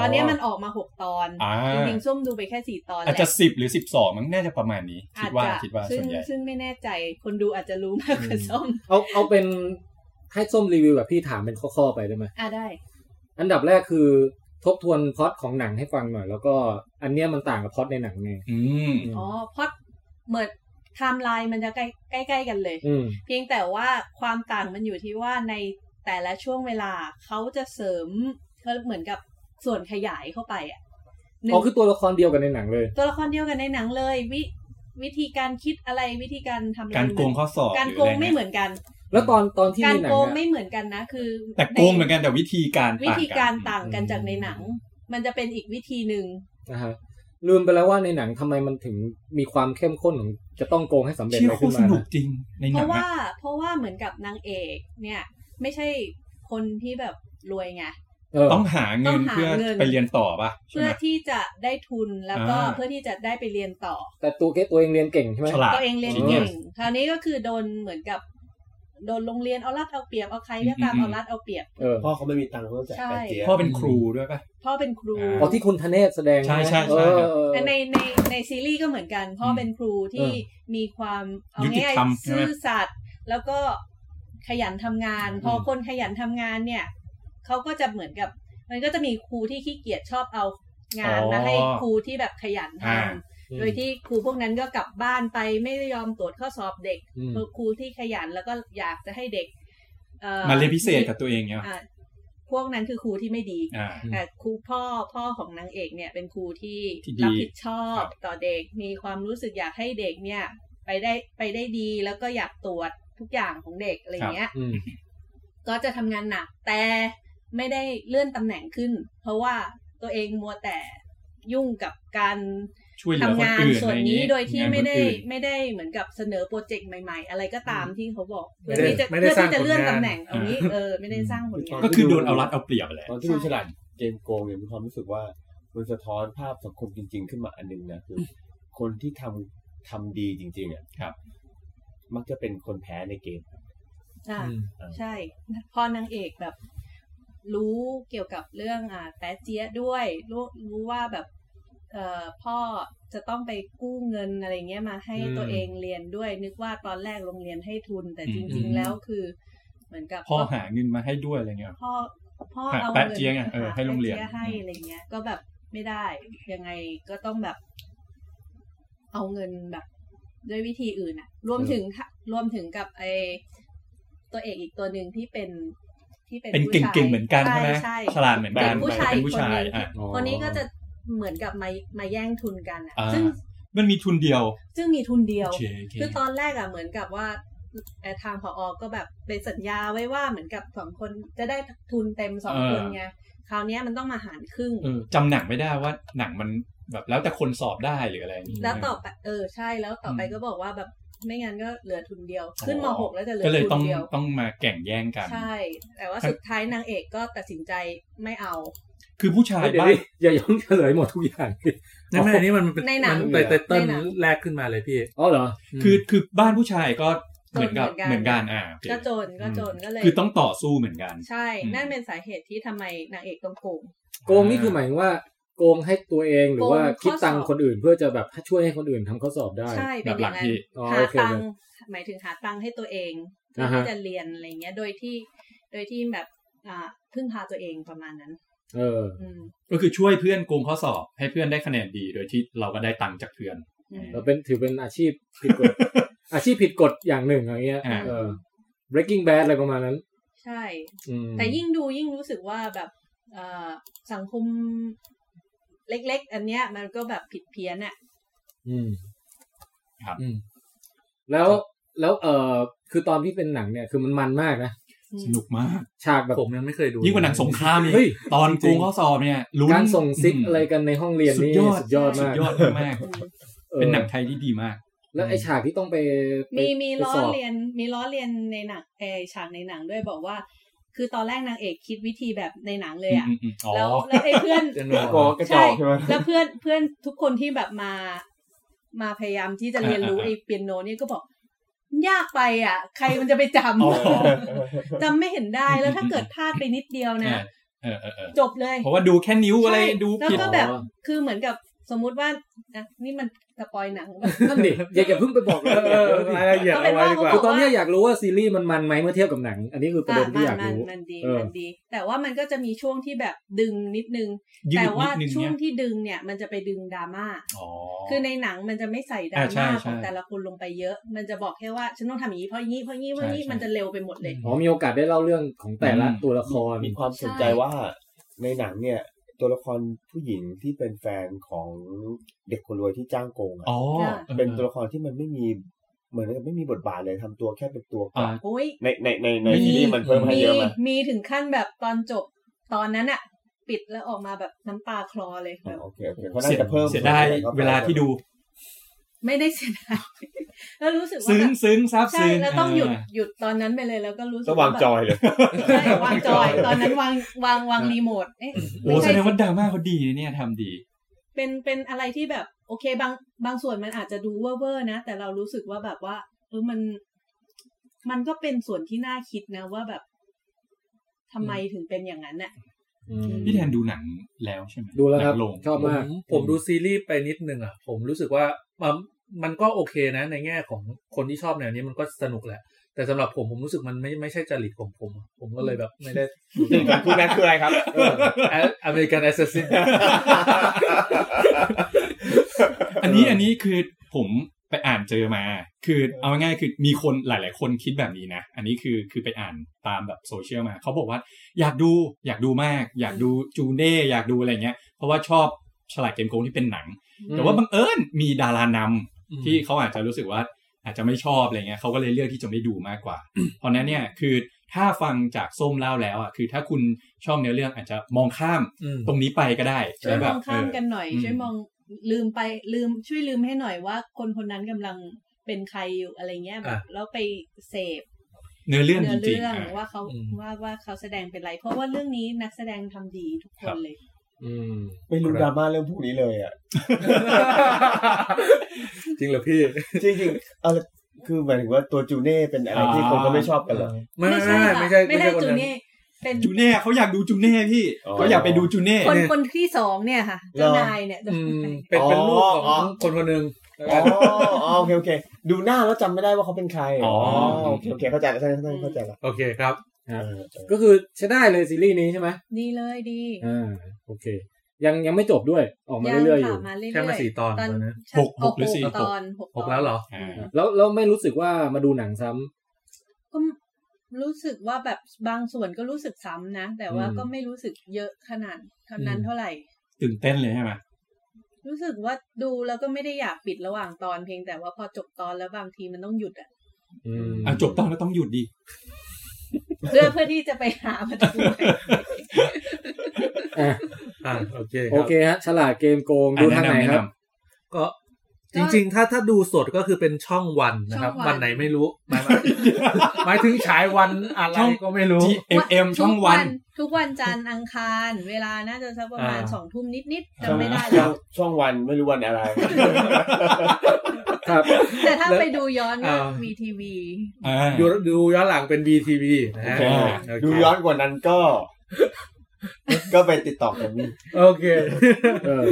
[SPEAKER 6] ตอนนี้มันออกมาหกตอน
[SPEAKER 5] อ่า
[SPEAKER 6] จริงๆส้มดูไปแค่สี่ตอนแห
[SPEAKER 5] อาจ
[SPEAKER 6] ละ
[SPEAKER 5] จะสิบหรือสิบสองมันน่าจะประมาณนี้ คิดว่า
[SPEAKER 6] อจจะ
[SPEAKER 5] คิดว่า
[SPEAKER 6] ซึ่ง
[SPEAKER 5] ส่วนใหญ่
[SPEAKER 6] ซึ่งไม่แน่ใจคนดูอาจจะรู้มากกว่าส้ม
[SPEAKER 2] เอาเอาเป็นให้ส้มรีวิวแบบพี่ถามเป็นข้อๆไปได้ไหม
[SPEAKER 6] อ่ะได้
[SPEAKER 2] อันดับแรกคือทบทวนพล็อตของหนังให้ฟังหน่อย แล้วก็อันเนี้ยมันต่างกับพล็อตในหนังไง
[SPEAKER 5] อืม
[SPEAKER 2] อืม
[SPEAKER 6] อ๋อเพราะเหมือนไทม์ไลน์มันจะใกล้ใกล้ๆกันเลย
[SPEAKER 2] อืม
[SPEAKER 6] เพียงแต่ว่าความต่างมันอยู่ที่ว่าในแต่ละช่วงเวลาเขาจะเสริมเขาเหมือนกับส่วนขยายเข้าไปอ่ะหนึ่ง
[SPEAKER 2] อ๋อคือตัวละครเดียวกันในหนังเลย
[SPEAKER 6] ตัวละครเดียวกันในหนังเลย วิวิธีการคิดอะไรวิธีการทำอะไ
[SPEAKER 5] การโกงข้อสอบ
[SPEAKER 6] การโกงไม่เหมือนกัน
[SPEAKER 2] แล้วตอนตอนที่
[SPEAKER 6] การ
[SPEAKER 2] ในหนั
[SPEAKER 6] โก
[SPEAKER 2] ง
[SPEAKER 6] ง
[SPEAKER 2] อะ
[SPEAKER 6] ไม่เหมือนกันนะ คือ
[SPEAKER 5] แต่โกงเหมือนกันแต่วิธีการ
[SPEAKER 6] วิ
[SPEAKER 5] ต่าง
[SPEAKER 6] ธี
[SPEAKER 5] กัน
[SPEAKER 6] การต่างกันจากในหนัง มันจะเป็นอีกวิธีหนึ่ง
[SPEAKER 2] นะฮะลืมไปแล้วว่าในหนังทำไมมันถึงมีความเข้มข้นของจะต้องโกงให้สำเร็จ
[SPEAKER 5] เชื่อ
[SPEAKER 2] อะไร
[SPEAKER 5] โค
[SPEAKER 2] ขึ้น
[SPEAKER 5] ตร
[SPEAKER 2] มา
[SPEAKER 5] สนุก
[SPEAKER 2] นะ
[SPEAKER 5] จริงในห
[SPEAKER 6] เพ
[SPEAKER 5] นัง
[SPEAKER 6] ราะว่า
[SPEAKER 5] อะ
[SPEAKER 6] เพราะว่าเหมือนกับนางเอกเนี่ย ไม่ใช่คนที่แบบรวยไง
[SPEAKER 2] เออ
[SPEAKER 5] ต้องหาเงิน
[SPEAKER 6] ต้องหา
[SPEAKER 5] เพื่อ
[SPEAKER 6] เงิน
[SPEAKER 5] ไปเรียนต่อป่ะใช่
[SPEAKER 6] เพื่
[SPEAKER 5] ไห
[SPEAKER 6] อ
[SPEAKER 5] ม
[SPEAKER 6] ที่จะได้ทุนแล้วก็
[SPEAKER 5] อ่า
[SPEAKER 6] เพื่อที่จะได้ไปเรียนต่อ
[SPEAKER 2] แต่ตัวเกตัวเองเรียนเก่งใช่ไหม
[SPEAKER 5] ฉลาด
[SPEAKER 6] ตัวเองเรียน
[SPEAKER 5] Genius
[SPEAKER 6] เก่งคราวนี้ก็คือโดนเหมือนกับ โดนโรงเรียนเอารัดเอาเปรียบเอาใครก็ตาม
[SPEAKER 5] อืม
[SPEAKER 6] เอารัดเอาเปรียบ
[SPEAKER 2] เออ
[SPEAKER 4] พ่อเขาไม่มีตังค์เขาต้องจ่าย
[SPEAKER 6] ใช่
[SPEAKER 4] แปดเจียบ
[SPEAKER 5] พ่อเป็นครูด้วยป่ะ
[SPEAKER 6] พ่อเป็นครู
[SPEAKER 5] อ่า
[SPEAKER 2] อ๋อที่คุณธเนศแสดง
[SPEAKER 5] ใช่ใช่ใช่
[SPEAKER 2] เออเออเอ
[SPEAKER 6] ใน
[SPEAKER 2] อ
[SPEAKER 6] ในในในซีรีส์ก็เหมือนกันพ่ออ
[SPEAKER 5] ม
[SPEAKER 6] เป็นครูที่มีความเอา
[SPEAKER 5] ยุติ
[SPEAKER 6] ง่าย
[SPEAKER 5] ธรรม
[SPEAKER 6] ๆ
[SPEAKER 5] ใช่ไหม
[SPEAKER 6] ซื่อสัตย์แล้วก็ขยันทำงาน พอคนขยันทำงานเนี่ยเขาก็จะเหมือนกับ มันก็จะมีครูที่ขี้เกียจชอบเอางาน
[SPEAKER 5] อ๋อ
[SPEAKER 6] มาให้ครูที่แบบขยันท
[SPEAKER 5] อ่า
[SPEAKER 6] ำโดยที่ครูพวกนั้นก็กลับบ้านไปไม่ยอมตรวจข้อสอบเด็ก
[SPEAKER 2] อืม
[SPEAKER 6] ครูที่ขยันแล้วก็อยากจะให้เด็กอ่อ
[SPEAKER 5] มาเรียนพิเศษกับตัวเองเนี่ย
[SPEAKER 6] อ่ะพวกนั้นคือครูที่ไม่ดี
[SPEAKER 5] อ่า
[SPEAKER 6] แต่ครูพ่อพ่อของนางเอกเนี่ยเป็นครูที่
[SPEAKER 5] ที่ดี
[SPEAKER 6] รับผิดชอ
[SPEAKER 5] ครับ บ
[SPEAKER 6] ต่อเด็กมีความรู้สึกอยากให้เด็กเนี่ย ไปได้ไปได้ดีแล้วก็อยากตรวจทุกอย่างของเด็กอะไรเงี้ย
[SPEAKER 2] อืม
[SPEAKER 6] ก็จะทำงานหนักแต่ไม่ได้เลื่อนตำแหน่งขึ้น เพราะว่าตัวเองมัวแต่ยุ่งกับการ
[SPEAKER 5] ช่วยเหลื
[SPEAKER 6] ทำ
[SPEAKER 5] อคน
[SPEAKER 6] งาน
[SPEAKER 5] อื่น
[SPEAKER 6] ส่วน
[SPEAKER 5] อะไร
[SPEAKER 6] นี้
[SPEAKER 5] อางงี้
[SPEAKER 6] โดยที่
[SPEAKER 5] งาน
[SPEAKER 6] ไม่ได้
[SPEAKER 5] คนอื่น
[SPEAKER 6] ไม่ได้เหมือนกับเสนอโปรเจกต์ใหม่ ๆ อะไรก็ตามที่เขาบอก
[SPEAKER 3] ไม่
[SPEAKER 6] เพื่อ
[SPEAKER 3] ได้
[SPEAKER 6] ที่จะ
[SPEAKER 3] ไม่
[SPEAKER 6] เพื่
[SPEAKER 3] ได้
[SPEAKER 6] อ
[SPEAKER 3] สร้าง
[SPEAKER 6] ที่จะเลื่อน
[SPEAKER 3] ผลงาน
[SPEAKER 6] ตำแหน่งตรงนี้เออไม่ได้สร้างผลงาน
[SPEAKER 5] ก็คือโดนเอารัดเอาเปรียบแหละ
[SPEAKER 4] ตอนที่ดูฉลาดเกมโกงเนี่ยมีความรู้สึกว่ามันสะท้อนภาพสังคมจริง ๆ ขึ้นมาอันหนึงนะคือ คนที่ทำทำดีจริง ๆอ่ะ
[SPEAKER 5] ครับ
[SPEAKER 4] มักจะเป็นคนแพ้ในเกม
[SPEAKER 6] อ่า
[SPEAKER 4] อืม
[SPEAKER 6] ใช่พอนางเอกแบบ รู้เกี่ยวกับเรื่องอ่าแตะเจี๊ยะด้วยรู้รู้ว่าแบบเอ่อพ่อจะต้องไปกู้เงินอะไรเงี้ยมาให้
[SPEAKER 5] อืม
[SPEAKER 6] ตัวเองเรียนด้วย นึกว่าตอนแรกโรงเรียนให้ทุน แต่จ
[SPEAKER 5] อื
[SPEAKER 6] ริง
[SPEAKER 5] ม
[SPEAKER 6] ๆ แล้วคือเหมือนกับ
[SPEAKER 5] พ่อหาเงินมาให้ด้วยอะไรเงี้ย
[SPEAKER 6] พ่อพ่อ
[SPEAKER 5] หา
[SPEAKER 6] เอา
[SPEAKER 5] แต๊ะเจี๊ยะไงเออ
[SPEAKER 6] หา
[SPEAKER 5] ให้โรงเรียน
[SPEAKER 6] แต๊ะจี๊ะให้อะไรเงี้ย ก็แบบไม่ได้ยังไงก็ต้องแบบ เอาเงินแบบ ด้วยวิธีอื่นอะรวมถึงถ้ารวมถึงกับไอตัวเอกอีกตัวหนึ่งที่เป็นที่เป็น
[SPEAKER 5] เป็น
[SPEAKER 6] ผู้
[SPEAKER 5] เก่
[SPEAKER 6] ชาย
[SPEAKER 5] งๆเหมือนกันใช่ไหม
[SPEAKER 6] ใช่
[SPEAKER 5] ฉลาดเหมือนกั
[SPEAKER 6] เป็น นผู้ชายอี
[SPEAKER 5] เป็น
[SPEAKER 6] ก
[SPEAKER 5] ผู้
[SPEAKER 6] คน
[SPEAKER 5] ชาย
[SPEAKER 6] หนึง
[SPEAKER 5] อ่ะ
[SPEAKER 2] อ๋อ
[SPEAKER 6] คนนี้ก็จะเหมือนกับมามาแย่งทุนกันอะ
[SPEAKER 5] อ่า
[SPEAKER 6] ซึ่ง
[SPEAKER 5] มันมีทุนเดียว
[SPEAKER 6] ซึ่งมีทุนเดียว
[SPEAKER 5] โอเคโอเค
[SPEAKER 6] คือตอนแรกอะเหมือนกับว่าเอ่อทางผอ ก็แบบไปสัญญาไว้ว่าเหมือนกับสองคนจะได้ทุนเต็มสองคนไง คราวเนี้ยมันต้องมาหารครึ่ง
[SPEAKER 5] เออจำหนังไม่ได้ว่าหนังมันแบบแล้วแต่คนสอบได้หรืออะไรย่างงี้
[SPEAKER 6] แล้วต่อไปเออใช่แล้วต่อไป
[SPEAKER 5] อืม
[SPEAKER 6] ก็บอกว่าแบบไม่งั้นก็เหลือทุนเดียว ขึ้นมหกแล้วจะเหลื
[SPEAKER 5] ก็
[SPEAKER 6] อ
[SPEAKER 5] เลย
[SPEAKER 6] ทุ
[SPEAKER 5] ต้อน ง
[SPEAKER 6] เดียว
[SPEAKER 5] ต้องมาแข่งแย่งกัน
[SPEAKER 6] ใช่ แต่ว่า
[SPEAKER 5] ครับ
[SPEAKER 6] สุดท้ายนางเอกก็ตัดสินใจไม่เอา
[SPEAKER 5] คือผู้ชาย
[SPEAKER 2] เดี๋ยว
[SPEAKER 5] บ้า
[SPEAKER 2] นี้อย่าย้อนเฉลยหมดทุกอย่าง
[SPEAKER 3] นั่นแม่อันนี้มันเป็น
[SPEAKER 6] ในหนัง
[SPEAKER 3] มัเป็นไตเติ้ล
[SPEAKER 6] ในหนัง
[SPEAKER 3] แรกขึ้นมาเลยพี่
[SPEAKER 2] อ๋อเหรอ
[SPEAKER 5] คือคือบ้านผู้ชายก็เหมือนกับ
[SPEAKER 6] เห
[SPEAKER 5] เห
[SPEAKER 6] มื
[SPEAKER 5] มื
[SPEAKER 6] อ
[SPEAKER 5] อน น
[SPEAKER 6] กั
[SPEAKER 5] กัน นอ่าโอเค
[SPEAKER 6] ก็จนก็จนก็เลย
[SPEAKER 5] คือต้องต่อสู้เหมือนกัน
[SPEAKER 6] ใช่
[SPEAKER 5] อืม
[SPEAKER 6] นั่นเป็นสาเหตุที่ทำไมนางเอกต้องโกง
[SPEAKER 2] โกงนี่คือหมายถึงว่าโกงให้ตัวเองหรือว่า
[SPEAKER 6] โกงข้อสอบ
[SPEAKER 2] คิดตังค์คนอื่นเพื่อจะแบบช่วยให้คนอื่นทำข้อสอบได้
[SPEAKER 6] ใช่
[SPEAKER 5] แบ
[SPEAKER 6] เป็น
[SPEAKER 5] บ
[SPEAKER 6] อ
[SPEAKER 5] หลั
[SPEAKER 6] ย่าง งนั้น
[SPEAKER 5] ที่
[SPEAKER 2] อ๋อ
[SPEAKER 6] หา
[SPEAKER 2] โอเค
[SPEAKER 6] ตังค์หมายถึงหาตังค์ให้ตัวเองเพื่อ
[SPEAKER 2] อ่าฮะ
[SPEAKER 6] ที่จะเรียนอะไรเงี้ย โดยที่โดยที่แบบอ่าพึ่งพาตัวเองประมาณนั้น
[SPEAKER 2] เออ
[SPEAKER 6] อืม
[SPEAKER 5] ก็คือช่วยเพื่อนโกงข้อสอบให้เพื่อนได้คะแนนดีโดยที่เราก็ได้ตังค์จากเพื่อน
[SPEAKER 6] อืม
[SPEAKER 2] เราเป็นถือเป็นอาชีพผิด
[SPEAKER 6] *laughs*
[SPEAKER 2] กฎ อาชีพผิดกฎอย่างหนึ่งอะไรเงี้ย
[SPEAKER 5] อ่า
[SPEAKER 2] เออ breaking bad อะไรประมาณนั้น
[SPEAKER 6] ใช่
[SPEAKER 2] อืม
[SPEAKER 6] แต่ยิ่งดูยิ่งรู้สึกว่าแบบเอ่อสังคมเล็ก ๆ อันเนี้ย มันก็แบบผิดเพี้ยนอะ
[SPEAKER 2] อืม
[SPEAKER 5] ครับ
[SPEAKER 2] อืมแล้วแล้วเออคือตอนที่เป็นหนังเนี่ย คือมันมันมากนะ
[SPEAKER 6] อืม
[SPEAKER 5] สนุกมาก
[SPEAKER 2] ฉากแบบ
[SPEAKER 3] ผมยังไม่เคยดู
[SPEAKER 5] ยิ่งกว่าหนังสงครามอีก
[SPEAKER 2] เฮ้ย
[SPEAKER 5] ตอนโกงข้อสอบเนี่ยลุ้น
[SPEAKER 2] การส่งซิก
[SPEAKER 5] ม
[SPEAKER 2] อะไรกันในห้องเรียนนี่
[SPEAKER 5] สุดยอด
[SPEAKER 2] สุดยอด
[SPEAKER 5] สุด
[SPEAKER 2] มาก
[SPEAKER 5] ยอดมาก
[SPEAKER 2] อ
[SPEAKER 6] อืม
[SPEAKER 2] อ
[SPEAKER 5] เป็นหนังไทยที่ดีมาก
[SPEAKER 2] แล้วไอฉากที่ต้องไปไป
[SPEAKER 6] มีมีล้อ
[SPEAKER 2] ไปสบ
[SPEAKER 6] เรียน มีล้อเรียนในหนังเออฉากในหนังด้วยบอกว่า คือตอนแรกนางเอกคิดวิธีแบบในหนังเลยอะ
[SPEAKER 5] อืมอืมอืมอ๋อ
[SPEAKER 6] แล้วแล้วไอ้เพื่อน
[SPEAKER 3] จะหน
[SPEAKER 4] ก็
[SPEAKER 3] อก
[SPEAKER 4] ระจ
[SPEAKER 6] ใช่
[SPEAKER 4] อกใช่ไหม
[SPEAKER 6] แล้วเพื่อนเพื่อนทุกคนที่แบบมา มาพยายามที่จะเรียนรู้ไอ้เปียโนนี่ก็บอกยากไปอ่ะ ใครมันจะไปจ
[SPEAKER 5] อ๋อ
[SPEAKER 6] *laughs* ำจำไม่เห็นได้แล้วถ้าเกิดพลาดไปนิดเดียวนะ
[SPEAKER 5] เออเออเออ
[SPEAKER 6] จบเลย
[SPEAKER 5] เพราะว่าดูแค่นิ้วอะไร
[SPEAKER 6] ใช่
[SPEAKER 5] ดู
[SPEAKER 6] แล้ว
[SPEAKER 5] ผิด
[SPEAKER 6] ก็แบบ
[SPEAKER 2] อ๋อ
[SPEAKER 6] คือเหมือนกับสมมุติว่าอ่ะนี่มันสปอยหนังป่ะ
[SPEAKER 2] นั่นดิ *laughs* อย่าอย่าเพิ่งไปบอก
[SPEAKER 3] เอ
[SPEAKER 2] รายละเอียด
[SPEAKER 3] อ
[SPEAKER 2] เยอะดิ
[SPEAKER 3] รายละเอียดเอาไว้ดีกว่า
[SPEAKER 2] คือตอนเนี้ยอยากรู้ว่าซีรีส์มันมันไหมเมื่อเทียบกับหนัง อันนี้คือประเด็นที่อยาก
[SPEAKER 6] มัน
[SPEAKER 2] รู้
[SPEAKER 6] มันดี
[SPEAKER 2] เออ
[SPEAKER 6] มันดี แต่ว่ามันก็จะมีช่วงที่แบบดึงนิดนึง
[SPEAKER 5] ยืด
[SPEAKER 6] แต่ว่า
[SPEAKER 5] นิดนึงเนี่ย
[SPEAKER 6] ช่วงที่ดึงเนี่ย มันจะไปดึงดราม่า
[SPEAKER 5] อ๋อ
[SPEAKER 6] คือในหนังมันจะไม่ใส่ดรา
[SPEAKER 5] อ่าใช่
[SPEAKER 6] ม่า
[SPEAKER 5] ใช่
[SPEAKER 6] ของแต่ละคนลงไปเยอะ มันจะบอกแค่ว่าฉันต้องทำอย่างนี้เพราะอย่างนี้เพราะอย่างนี้เพราะอย่างนี้
[SPEAKER 5] ใช่
[SPEAKER 6] มันจะเร็วไปหมดเลย
[SPEAKER 2] อ๋อมีโอกาสได้เล่าเรื่องของแต่ละ
[SPEAKER 5] อืม
[SPEAKER 2] ตัวละคร
[SPEAKER 4] มีความสนใจว่าในหนังเนี่ย ตัวละครผู้หญิงที่เป็นแฟนของเด็กคนรวยที่จ้างโกงอะ
[SPEAKER 5] อ๋อออ
[SPEAKER 4] เป็นตัวละครที่มันไม่มีเหมือนกับไม่มีบทบาทเลยทำตัวแค่เป็นตัวก
[SPEAKER 5] อ่า
[SPEAKER 4] ลาง
[SPEAKER 6] โอ้ย
[SPEAKER 4] ในในในใน
[SPEAKER 5] มี
[SPEAKER 4] ซีรีส์มันเพิ่มให้
[SPEAKER 6] มี
[SPEAKER 4] เยอะไหม
[SPEAKER 6] มีถึงขั้นแบบตอนจบตอนนั้นอะปิดแล้วออกมาแบบน้ำตาคลอเลยแบ
[SPEAKER 4] อ่า
[SPEAKER 6] บ
[SPEAKER 4] โอเคโอเคเขาน่า
[SPEAKER 5] เสีย
[SPEAKER 4] จะเพิ่ม
[SPEAKER 5] เสียดายเวลาที่ดู
[SPEAKER 6] ไม่ได้เสียดาย *laughs* แล้วรู้สึกว่า
[SPEAKER 5] ซึ้ง
[SPEAKER 6] แบบ
[SPEAKER 5] ซึ้งซาบ
[SPEAKER 6] ใช่
[SPEAKER 5] ซึ้ง
[SPEAKER 6] แล้วต้องหยุด
[SPEAKER 5] า
[SPEAKER 6] หยุดตอนนั้นไปเลยแล้วก็รู้สึก
[SPEAKER 4] ก็วางจอยเลย
[SPEAKER 6] แบบใช่วางจอย ตอนนั้นวางวางวางรีโมทเอ๊ะ
[SPEAKER 5] โอ้
[SPEAKER 6] ไม่
[SPEAKER 5] แส
[SPEAKER 6] ใช่
[SPEAKER 5] ดงว่าดราม่าเขาดีนะเนี่ยทำดี
[SPEAKER 6] เป็นเป็นอะไรที่แบบ โอเคบางบางส่วนมันอาจจะดูเว่อร์เวอร์นะ แต่เรารู้สึกว่าแบบว่าเออมัน มันก็เป็นส่วนที่น่าคิดนะว่าแบบทำไมถึงเป็นอย่างนั้นน่ะ
[SPEAKER 5] พี่แทนดูหนังแล้วใช่ไหม
[SPEAKER 2] ดูแล้วครับ
[SPEAKER 5] หนังง
[SPEAKER 2] ชอบ
[SPEAKER 3] ผม
[SPEAKER 2] มาก
[SPEAKER 3] ผมดูซีรีส์ไปนิดนึงอ่ะ ผมรู้สึกว่ามันมันก็โอเคนะ ในแง่ของคนที่ชอบแนวนี้มันก็สนุกแหละ แต่สำหรับผมผมรู้สึกมันไม่ไม่ใช่จริตของผม ผมก็เลยแบบไม่ได้
[SPEAKER 4] คุณแม็กคืออะไรครับ
[SPEAKER 3] *laughs* อเมริกันแอสซัสซิน
[SPEAKER 5] อันนี้อันนี้คือผมไปอ่านเจอมา คือเอาง่ายๆคือมีคนหลาย ๆ คนคิดแบบนี้นะ อันนี้คือคือไปอ่านตามแบบโซเชียลมาเขาบอกว่า อยากดูอยากดูมาก อยากดูจูเน่อยากดูอะไรเงี้ย เพราะว่าชอบฉลาดเกมโกงที่เป็นหนัง แต่ว่าบังเอิญมีดารานำที่เขาอาจจะรู้สึกว่าอาจจะไม่ชอบอะไรเงี้ยเขาก็เลยเลือกที่จะไม่ดูมากกว่า เพราะนั้นเนี่ยคือถ้าฟังจากส้มเล่าแล้วอ่ะคือถ้าคุณชอบเนื้อเรื่องอาจจะมองข้าม ตรงนี้ไปก็ได้
[SPEAKER 6] ช่วย
[SPEAKER 5] แล้
[SPEAKER 6] ม
[SPEAKER 5] แบ
[SPEAKER 6] อบ งข้าม
[SPEAKER 5] เออ
[SPEAKER 6] กันหน่อย
[SPEAKER 5] อืม
[SPEAKER 6] ช่วยมองลืมไปลืมช่วยลืมให้หน่อยว่า คนคนนั้นกำลังเป็นใครอยู่อะไรเงี้ยแบบแล้วไปเสพ
[SPEAKER 5] เนื้อเรื่อง
[SPEAKER 6] เนื้อ
[SPEAKER 5] จริง
[SPEAKER 6] เรื่
[SPEAKER 5] ๆ
[SPEAKER 6] อง
[SPEAKER 5] อ่ะ
[SPEAKER 6] ว่าเขา
[SPEAKER 3] อืม
[SPEAKER 6] ว่าว่าเขาแสดงเป็นไร เพราะว่าเรื่องนี้นักแสดงทำดีทุกค
[SPEAKER 5] ครั
[SPEAKER 6] น
[SPEAKER 5] บ
[SPEAKER 6] เลย
[SPEAKER 2] อืม
[SPEAKER 4] *laughs* ไม่รู้ดราม่าเรื่องพวกนี้เลยอ่ะ
[SPEAKER 3] *laughs* จริงเหรอพี่
[SPEAKER 4] จริงๆเอาละคือหมายถึงว่าตัวจูเน่เป็นอะไรที่คนก็ไม่ชอบกันเหรอ
[SPEAKER 3] ไม่ไม่ไม่ไม่ใช่
[SPEAKER 6] ไม่ได้
[SPEAKER 3] คน
[SPEAKER 6] จู
[SPEAKER 3] นั้น
[SPEAKER 6] เน่เป็น
[SPEAKER 5] จูเน่เขาอยากดูจูเน่พี่
[SPEAKER 4] อ๋อ
[SPEAKER 5] เขาอยากไปดูจูเน่ *laughs*
[SPEAKER 6] คน
[SPEAKER 3] เนี่ย
[SPEAKER 6] คนที่สองเนี่ยค่ะเจ้านายเนี่ย
[SPEAKER 3] อืมเป็นเป็นลูกของคนคนหนึ่ง
[SPEAKER 4] อ๋ออ๋อโอเคโอเค ดูหน้าแล้วจำไม่ได้ว่าเขาเป็นใครโอเคโอเคเข้าใจแล้วใช่ใช่เข้าใจแล้ว
[SPEAKER 3] โอเคครับ
[SPEAKER 4] เออ
[SPEAKER 2] ก็คือใช้ได้เลยซีรีส์นี้ใช่ไหม
[SPEAKER 6] *laughs* ดีเลยดี
[SPEAKER 2] อ่าโอเค ยังยังไม่จบด้วยออกมาเรื่อยๆอยู่
[SPEAKER 6] มาเรื่อยๆ
[SPEAKER 3] แค่มาสี่ตอน
[SPEAKER 6] ตอน
[SPEAKER 3] ตอนนะ
[SPEAKER 6] ใช่ตอน
[SPEAKER 3] หกแล้วเหรอ
[SPEAKER 5] อ่า
[SPEAKER 2] แล้วแล้วไม่รู้สึกว่ามาดูหนังซ้ำ
[SPEAKER 6] ก็รู้สึกว่าแบบบางส่วนก็รู้สึกซ้ำนะ แต่ว่า
[SPEAKER 2] อืม
[SPEAKER 6] ก็ไม่รู้สึกเยอะขนาดเท่านั้น
[SPEAKER 3] อืม
[SPEAKER 6] เท่าไหร่
[SPEAKER 5] ตื่นเต้นเลยใช่ไหม
[SPEAKER 6] รู้สึกว่าดูแล้วก็ไม่ได้อยากปิดระหว่างตอนเพียงแต่ว่าพอจบตอนแล้วบางทีมันต้องหยุด
[SPEAKER 3] *laughs*
[SPEAKER 6] อะ
[SPEAKER 2] อืม
[SPEAKER 5] อ่ะจบตอนก็ต้องหยุดดิ
[SPEAKER 3] *laughs*
[SPEAKER 6] เพื่อเพื่อที่จะไปหามาดู
[SPEAKER 2] อ่ะ
[SPEAKER 3] อ่าโอเคค
[SPEAKER 2] โอ
[SPEAKER 3] รับ
[SPEAKER 2] เคฮะ ฉลาดเกมโกงดูทางไหนครับ
[SPEAKER 3] ก็จริง ๆ ถ้าถ้าดูสดก็คือเป็นช่องวันนะครับ
[SPEAKER 6] ช่องวัน
[SPEAKER 3] วันไหนไม่รู้หมายหมายถึงฉายวันอะไร
[SPEAKER 5] ช่อง
[SPEAKER 3] ก็ไม่รู้
[SPEAKER 5] G M M ช่องวัน
[SPEAKER 6] ทุกวันจันทร์อังคาร เวลาน่าจะสักประมาณ
[SPEAKER 3] อ่า
[SPEAKER 6] สองทุ่มนิดๆ
[SPEAKER 5] ช่อ
[SPEAKER 6] จำ
[SPEAKER 5] ง
[SPEAKER 6] ไม่ได้แล้ว
[SPEAKER 4] ช่องวันไม่รู้วันอะไร
[SPEAKER 2] ครับ
[SPEAKER 6] แต่ถ้าไปดูย้อนก็
[SPEAKER 3] อ่า
[SPEAKER 6] วีทีวี
[SPEAKER 5] อ่า
[SPEAKER 3] ดูดูย้อนหลังเป็น BTV นะฮะ
[SPEAKER 5] โอเค
[SPEAKER 3] โเค
[SPEAKER 4] ดูย้อนกว่านั้นก็ ก็ไปติดต่อกันนี่
[SPEAKER 3] โอเค
[SPEAKER 2] เออ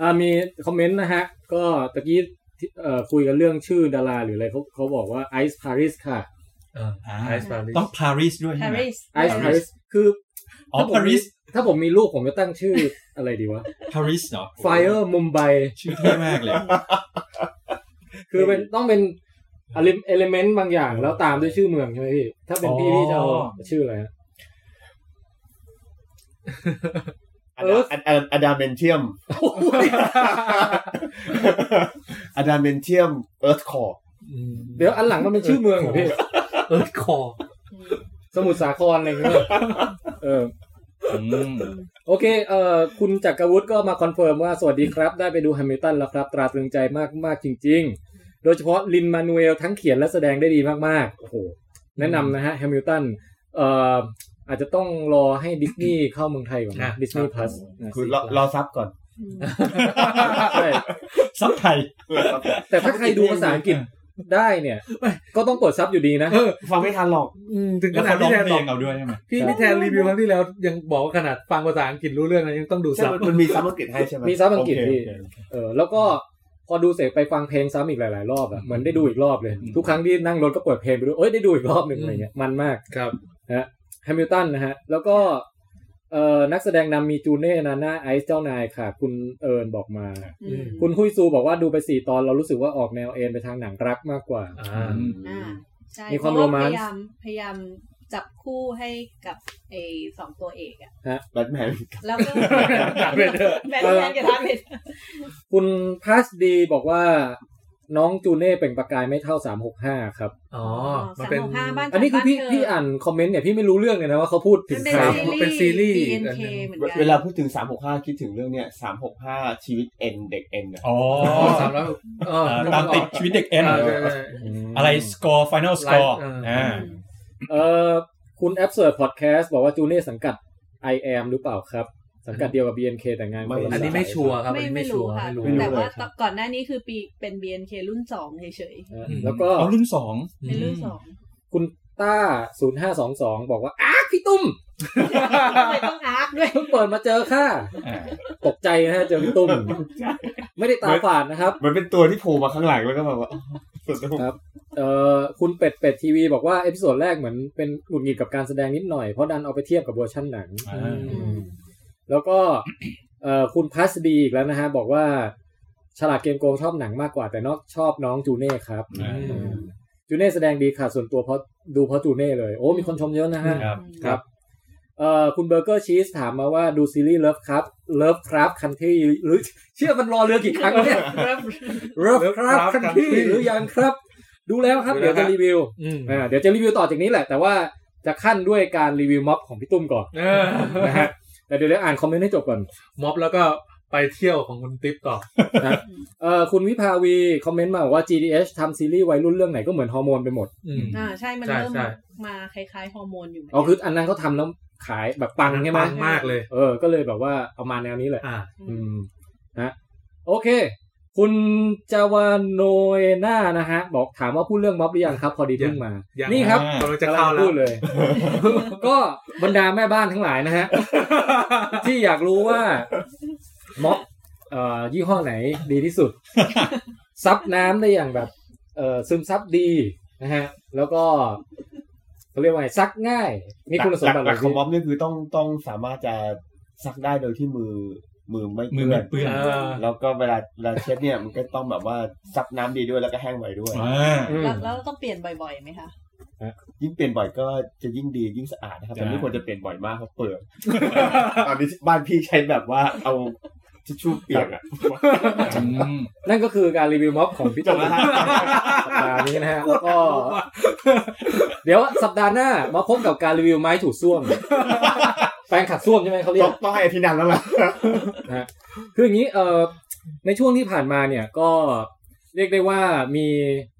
[SPEAKER 2] อ่ะมีคอมเมนต์นะฮะ ก็ตะกี้ที่เอ่อคุยกันเรื่องชื่อดาราหรืออะไรเขาเขาบอกว่าไอซ์พาริสค่ะ
[SPEAKER 3] อ่า
[SPEAKER 5] อ่า
[SPEAKER 3] Ice Paris
[SPEAKER 5] ต้องปารีสด้วย
[SPEAKER 6] ปา
[SPEAKER 5] ใช่ไหม
[SPEAKER 6] รีส
[SPEAKER 2] ไอซ์พาริสคือ
[SPEAKER 5] อ๋อปารีส
[SPEAKER 2] ถ้าผมมีลูกผมจะตั้งชื่ออะไรดีวะ
[SPEAKER 5] ปารีสเหรอ
[SPEAKER 2] Fire Mumbai
[SPEAKER 5] ชื่อเท่มากเลย
[SPEAKER 2] คือเป็นต้องเป็นอะไรเอลเมนต์บางอย่างแล้วตามด้วยชื่อเมืองใช่ไหมพี่ ถ้าเป็นพี่
[SPEAKER 5] อ๋อ
[SPEAKER 2] พี่จะเอาชื่ออะไรฮะ
[SPEAKER 4] อดา
[SPEAKER 2] เออ
[SPEAKER 4] อดาอดาเมนเทีย *laughs* มอดาเมนเทียมเอิร์ธคอร์
[SPEAKER 2] เดี๋ยวอันหลังมันเป็นชื่อเมืองเหรอพี่
[SPEAKER 3] เอิร์ธคอร์
[SPEAKER 2] สมุทรสาครอะไรอย่างเงี้ *laughs* ยเออ
[SPEAKER 5] อืม
[SPEAKER 2] โอเค เอ่อ คุณจักรวุฒิก็มาคอนเฟิร์มว่า สวัสดีครับ ได้ไปดูแฮมิลตันแล้วครับ ตราตรึงใจมากมากๆจริง ๆ โดยเฉพาะลินมานูเอลทั้งเขียนและแสดงได้ดีมากๆ โอ้โห แนะนำนะฮะแฮมิลตัน เอ่อ อาจจะต้องรอให้ดิสนีย์เข้าเมืองไทยก่อนนะดิสนีย์พลัส
[SPEAKER 4] คือรอรอซับก่อน
[SPEAKER 6] อืม
[SPEAKER 2] ใช่
[SPEAKER 5] ซับไทย
[SPEAKER 4] รอซับก่อน
[SPEAKER 2] แต่ถ้าใครดูภาษาอังกฤษได้เนี่ย ก็ต้องเปิดซับอยู่ดีนะ
[SPEAKER 3] เออ
[SPEAKER 4] ฟังไม่ทันหรอก
[SPEAKER 3] อืมถึงข
[SPEAKER 5] แล้ว
[SPEAKER 3] นาด
[SPEAKER 5] เขาร้อ
[SPEAKER 3] พี่
[SPEAKER 5] ง
[SPEAKER 3] แทนบอ
[SPEAKER 5] เพล
[SPEAKER 3] ก
[SPEAKER 5] งเอาด้วยใช่ไหม
[SPEAKER 3] พี่พี่แทนรีวิวครั้งที่แล้ว ยังบอกว่าขนาดฟังภาษาอังกฤษรู้เรื่องนะยังต้องดู
[SPEAKER 4] ใช่
[SPEAKER 3] ซับ
[SPEAKER 4] มันมันมีซับอังกฤษให้ใช่ไหม
[SPEAKER 2] มีซับอังกฤษ
[SPEAKER 4] โเค
[SPEAKER 2] พี่
[SPEAKER 4] โอเคโอเค
[SPEAKER 2] เออ แล้วก็พอดูเสร็จไปฟังเพลงซ้ำอีกหลาย ๆ รอบอะเหมือนได้ดูอีกรอบเลย ทุกครั้งที่นั่งรถก็เปิดเพลงไปดูเอ้ยได้ดูอีกรอบหนึ่งอะไรเงี้ย มันมาก
[SPEAKER 3] ครับ
[SPEAKER 2] แฮมิลตันนะฮะ แล้วก็เอ่อนักแสดงนำมีจูเน่ นาน่าไอซ์เจ้านายค่ะ คุณเอิญบอกมา
[SPEAKER 6] อืม
[SPEAKER 2] คุณฮุยซูบอกว่าดูไปสี่ตอนเรารู้สึกว่าออกแนวเอ็นไปทางหนังรักมากกว่า
[SPEAKER 3] อ่า
[SPEAKER 6] อ่าใช่
[SPEAKER 2] มีความ
[SPEAKER 6] เพะ
[SPEAKER 2] โรแมน
[SPEAKER 6] พ
[SPEAKER 2] ซ์
[SPEAKER 6] ยายามพยายามจับคู่ให้กับไอ้สองตัวเอกอะ
[SPEAKER 4] แบทแมน
[SPEAKER 6] แล้วก็
[SPEAKER 3] ดาร์ธเวเดอร์
[SPEAKER 6] แบทแมนกับดาร์ธเวเดอร์
[SPEAKER 2] คุณพาสดีบอกว่าน้องจูเน่เปล่งประกายไม่เท่าสามหกห้าครับ
[SPEAKER 3] อ๋อ มัน
[SPEAKER 6] สาม
[SPEAKER 3] เป็น
[SPEAKER 6] หกห้าบ้าน
[SPEAKER 2] อันนี้คือพี่
[SPEAKER 6] จัดบ้า
[SPEAKER 2] พี่อ่านคอมเมนต์เนี่ยพี่ไม่รู้เรื่องเลยนะว่าเขาพูดถึ
[SPEAKER 6] มั
[SPEAKER 2] ง
[SPEAKER 6] นเป็น
[SPEAKER 2] ใคร
[SPEAKER 6] ซีรีส์
[SPEAKER 3] เป็นซีรีส์
[SPEAKER 6] BNK เหมือนกัน
[SPEAKER 4] เวลาพูดถึงสามหกห้าคิดถึงเรื่องเนี้ยสามหกห้าชีวิตเอ็นเด็กเอ็นอะ
[SPEAKER 5] อ๋อ
[SPEAKER 3] อ๋อสามร้อยเออ
[SPEAKER 5] เอ่อตามติดชีวิตเด็กเอ็น
[SPEAKER 3] าใช่ใช่
[SPEAKER 5] อะไรสกอร์ฟิแนลสกอร์
[SPEAKER 3] ไลฟ์เอออ่
[SPEAKER 5] อ่า
[SPEAKER 2] เอ่อคุณแอปเสิร์ตพอดแคสต์บอกว่าจูเน่สังกัด I am หรือเปล่าครับ สังกัดเดียวกับ BNK แต่งงานคละ
[SPEAKER 3] อันนี้
[SPEAKER 2] สาย
[SPEAKER 3] ไม่ชัวร์ครับ
[SPEAKER 6] ไม่
[SPEAKER 3] อันนี้
[SPEAKER 6] ไม่
[SPEAKER 3] ไม่ชั
[SPEAKER 6] รู้
[SPEAKER 3] วร์
[SPEAKER 6] ค่ะ
[SPEAKER 3] ไม่รู้
[SPEAKER 6] แต่ว่าก่อนหน้านี้คือปีเป็น BNK รุ่นสองเฉย
[SPEAKER 2] เออ
[SPEAKER 3] อืม
[SPEAKER 2] แล้วก็
[SPEAKER 5] เอารุ่นสอง
[SPEAKER 6] ๆเป็นรุ่นสอง
[SPEAKER 2] คุณต้า 0522 บอกว่าอาร์คพี่ตุ้ม
[SPEAKER 6] ทำไมต้องอาร์คด้วย
[SPEAKER 2] เพิ่งเปิดมาเจอค่ะ
[SPEAKER 5] อ่า
[SPEAKER 2] ตกใจนะฮะเจอพี่ตุ้ม ไม่ได้ตาฝาดนะครับ
[SPEAKER 4] มันเป็นตัวที่โผล่มาข้างหลังแล้วก็แบบว่าสุดท้าย
[SPEAKER 2] ครับ เอ่อคุณเป็ดเป็ดทีวีบอกว่า เอพิโซดแรกเหมือนเป็นหงุดหงิดกับการแสดงนิดหน่อย เพราะดันเอาไปเทียบกับเวอร์ชั่นหนัง
[SPEAKER 5] อ่า
[SPEAKER 6] อืม
[SPEAKER 2] แล้วก็ *coughs* เอ่อคุณพัสดีอีกแล้วนะฮะ บอกว่า ฉลาดเกมโกงชอบหนังมากกว่าแต่นอกชอบน้องจูเน่ครับ
[SPEAKER 5] อ่า
[SPEAKER 3] อืม
[SPEAKER 2] จูเน่แสดงดีค่ะ ส่วนตัวเพราะดูเพราะจูเน่เลย โอ้ มีคนชมเยอะนะฮะ
[SPEAKER 5] ครับ
[SPEAKER 2] ครับ เอ่อ คุณเบอร์เกอร์ชีสถามมาว่าดูซีรีส์เลิฟครับเลิฟครับคันที่หรือเชื่อมันรอเรือกี่ครั้งแล้วเนี่ย *laughs* เลิฟครับ
[SPEAKER 3] Lovecraft
[SPEAKER 2] คันที่
[SPEAKER 3] Country
[SPEAKER 2] หรือยังครับ ดูแล้วครับ
[SPEAKER 3] ดูแล้ว
[SPEAKER 2] เดี๋ยวจะรีวิว
[SPEAKER 3] อืม
[SPEAKER 2] อ่าเดี๋ยวจะรีวิวต่อจากนี้แหละ แต่ว่าจะขั้นด้วยการรีวิวม็อบของพี่ตุ้มก่อน
[SPEAKER 3] เออ
[SPEAKER 2] นะฮะแต่เดี๋ยวเดี๋ยวอ่านคอมเมนต์ให้จ
[SPEAKER 3] *laughs*
[SPEAKER 2] บก่อน
[SPEAKER 3] ม็อบแล้วก็ไปเที่ยวของคุณติ๊บต่อ
[SPEAKER 2] เอ่อคุณวิภาวีคอมเมนต์มาบอกว่า GDH ทำซีรีส์วัยรุ่นเรื่องไหนก็เหมือนฮอร์โมนไปหมด
[SPEAKER 3] อืม
[SPEAKER 6] อ่าใช่มัน
[SPEAKER 3] ใช่
[SPEAKER 6] เริ่ม
[SPEAKER 3] ใช่
[SPEAKER 6] มาคล้ายๆฮอร์โมนอยู่เหมืน
[SPEAKER 2] อ๋อ
[SPEAKER 6] กัน
[SPEAKER 2] คืออันนั้นเขาทำแล้วขายแบบปังใช่ไหม
[SPEAKER 3] ปังมากเลย
[SPEAKER 2] เออ ก็เลยแบบว่าเอามาแนวนี้เลย
[SPEAKER 3] อ่า
[SPEAKER 2] อืมนะโอเค คุณจาวาโนเอน่านะฮะ บอกถามว่าพูดเรื่องม็อบหรือยังครับ พอดีเพิ่งมา
[SPEAKER 3] ยัง
[SPEAKER 2] นี่ครับ
[SPEAKER 3] กำลังจะเข้าก
[SPEAKER 2] ำลัง
[SPEAKER 3] แล้ว
[SPEAKER 2] พูดเลย *laughs* ก็บรรดาแม่บ้านทั้งหลายนะฮะ *laughs* ที่อยากรู้ว่าม็อบเอ่อยี่ห้อไหนดีที่สุด *laughs* ซับน้ำได้อย่างแบบ เอ่อซึมซับดีนะฮะ แล้วก็เขาเรียกว่าไงซักง่าย นี่คุณสมบั
[SPEAKER 4] ห
[SPEAKER 2] ติเล
[SPEAKER 4] ลักๆ
[SPEAKER 2] ย
[SPEAKER 4] ขอ
[SPEAKER 2] พี่
[SPEAKER 4] งม็อบเนี่ยคือต้องต้องสามารถจะซักได้โดยที่มือมือไม่
[SPEAKER 5] มือ
[SPEAKER 4] เปื้อ
[SPEAKER 5] ไม่
[SPEAKER 4] น
[SPEAKER 5] เปื้อน
[SPEAKER 3] เออ
[SPEAKER 4] แล้วก็เวลาเวลาเช็ดเนี่ยมันก็ต้องแบบว่าซับน้ำดีด้วยแล้วก็แห้งไวด้วย
[SPEAKER 5] อ่า
[SPEAKER 2] อืม
[SPEAKER 6] แล้วแล้วต้องเปลี่ยนบ่อยๆไหมคะ
[SPEAKER 4] ยิ่งเปลี่ยนบ่อยก็จะยิ่งดียิ่งสะอาดนะครับ
[SPEAKER 5] ใช่
[SPEAKER 4] แต่ไม่ควรจะเปลี่ยนบ่อยมากเพราะเปลืองตอนนี้บ้านพี่ใช้แบบว่าเอาทิชชู่เปียกอะ
[SPEAKER 5] อืม
[SPEAKER 2] นั่นก็คือการรีวิวม็อบของพี่
[SPEAKER 4] จ
[SPEAKER 2] ตุ้
[SPEAKER 4] บ
[SPEAKER 2] ม
[SPEAKER 4] แล้ว
[SPEAKER 2] สั
[SPEAKER 4] ฮะ
[SPEAKER 2] ปดาห์นี้นะฮะแล้วก็ เดี๋ยวสัปดาห์หน้ามาพบกับการรีวิวไม้ถูกส้วม แปรงขัดส้วมใช่ไหมเขาเรีย
[SPEAKER 4] ต้อก งต้องให้อภินันท์แล้วล่ะ
[SPEAKER 2] นะฮะคืออย่างนี้เอ่อในช่วงที่ผ่านมาเนี่ยก็เรียกได้ว่ามี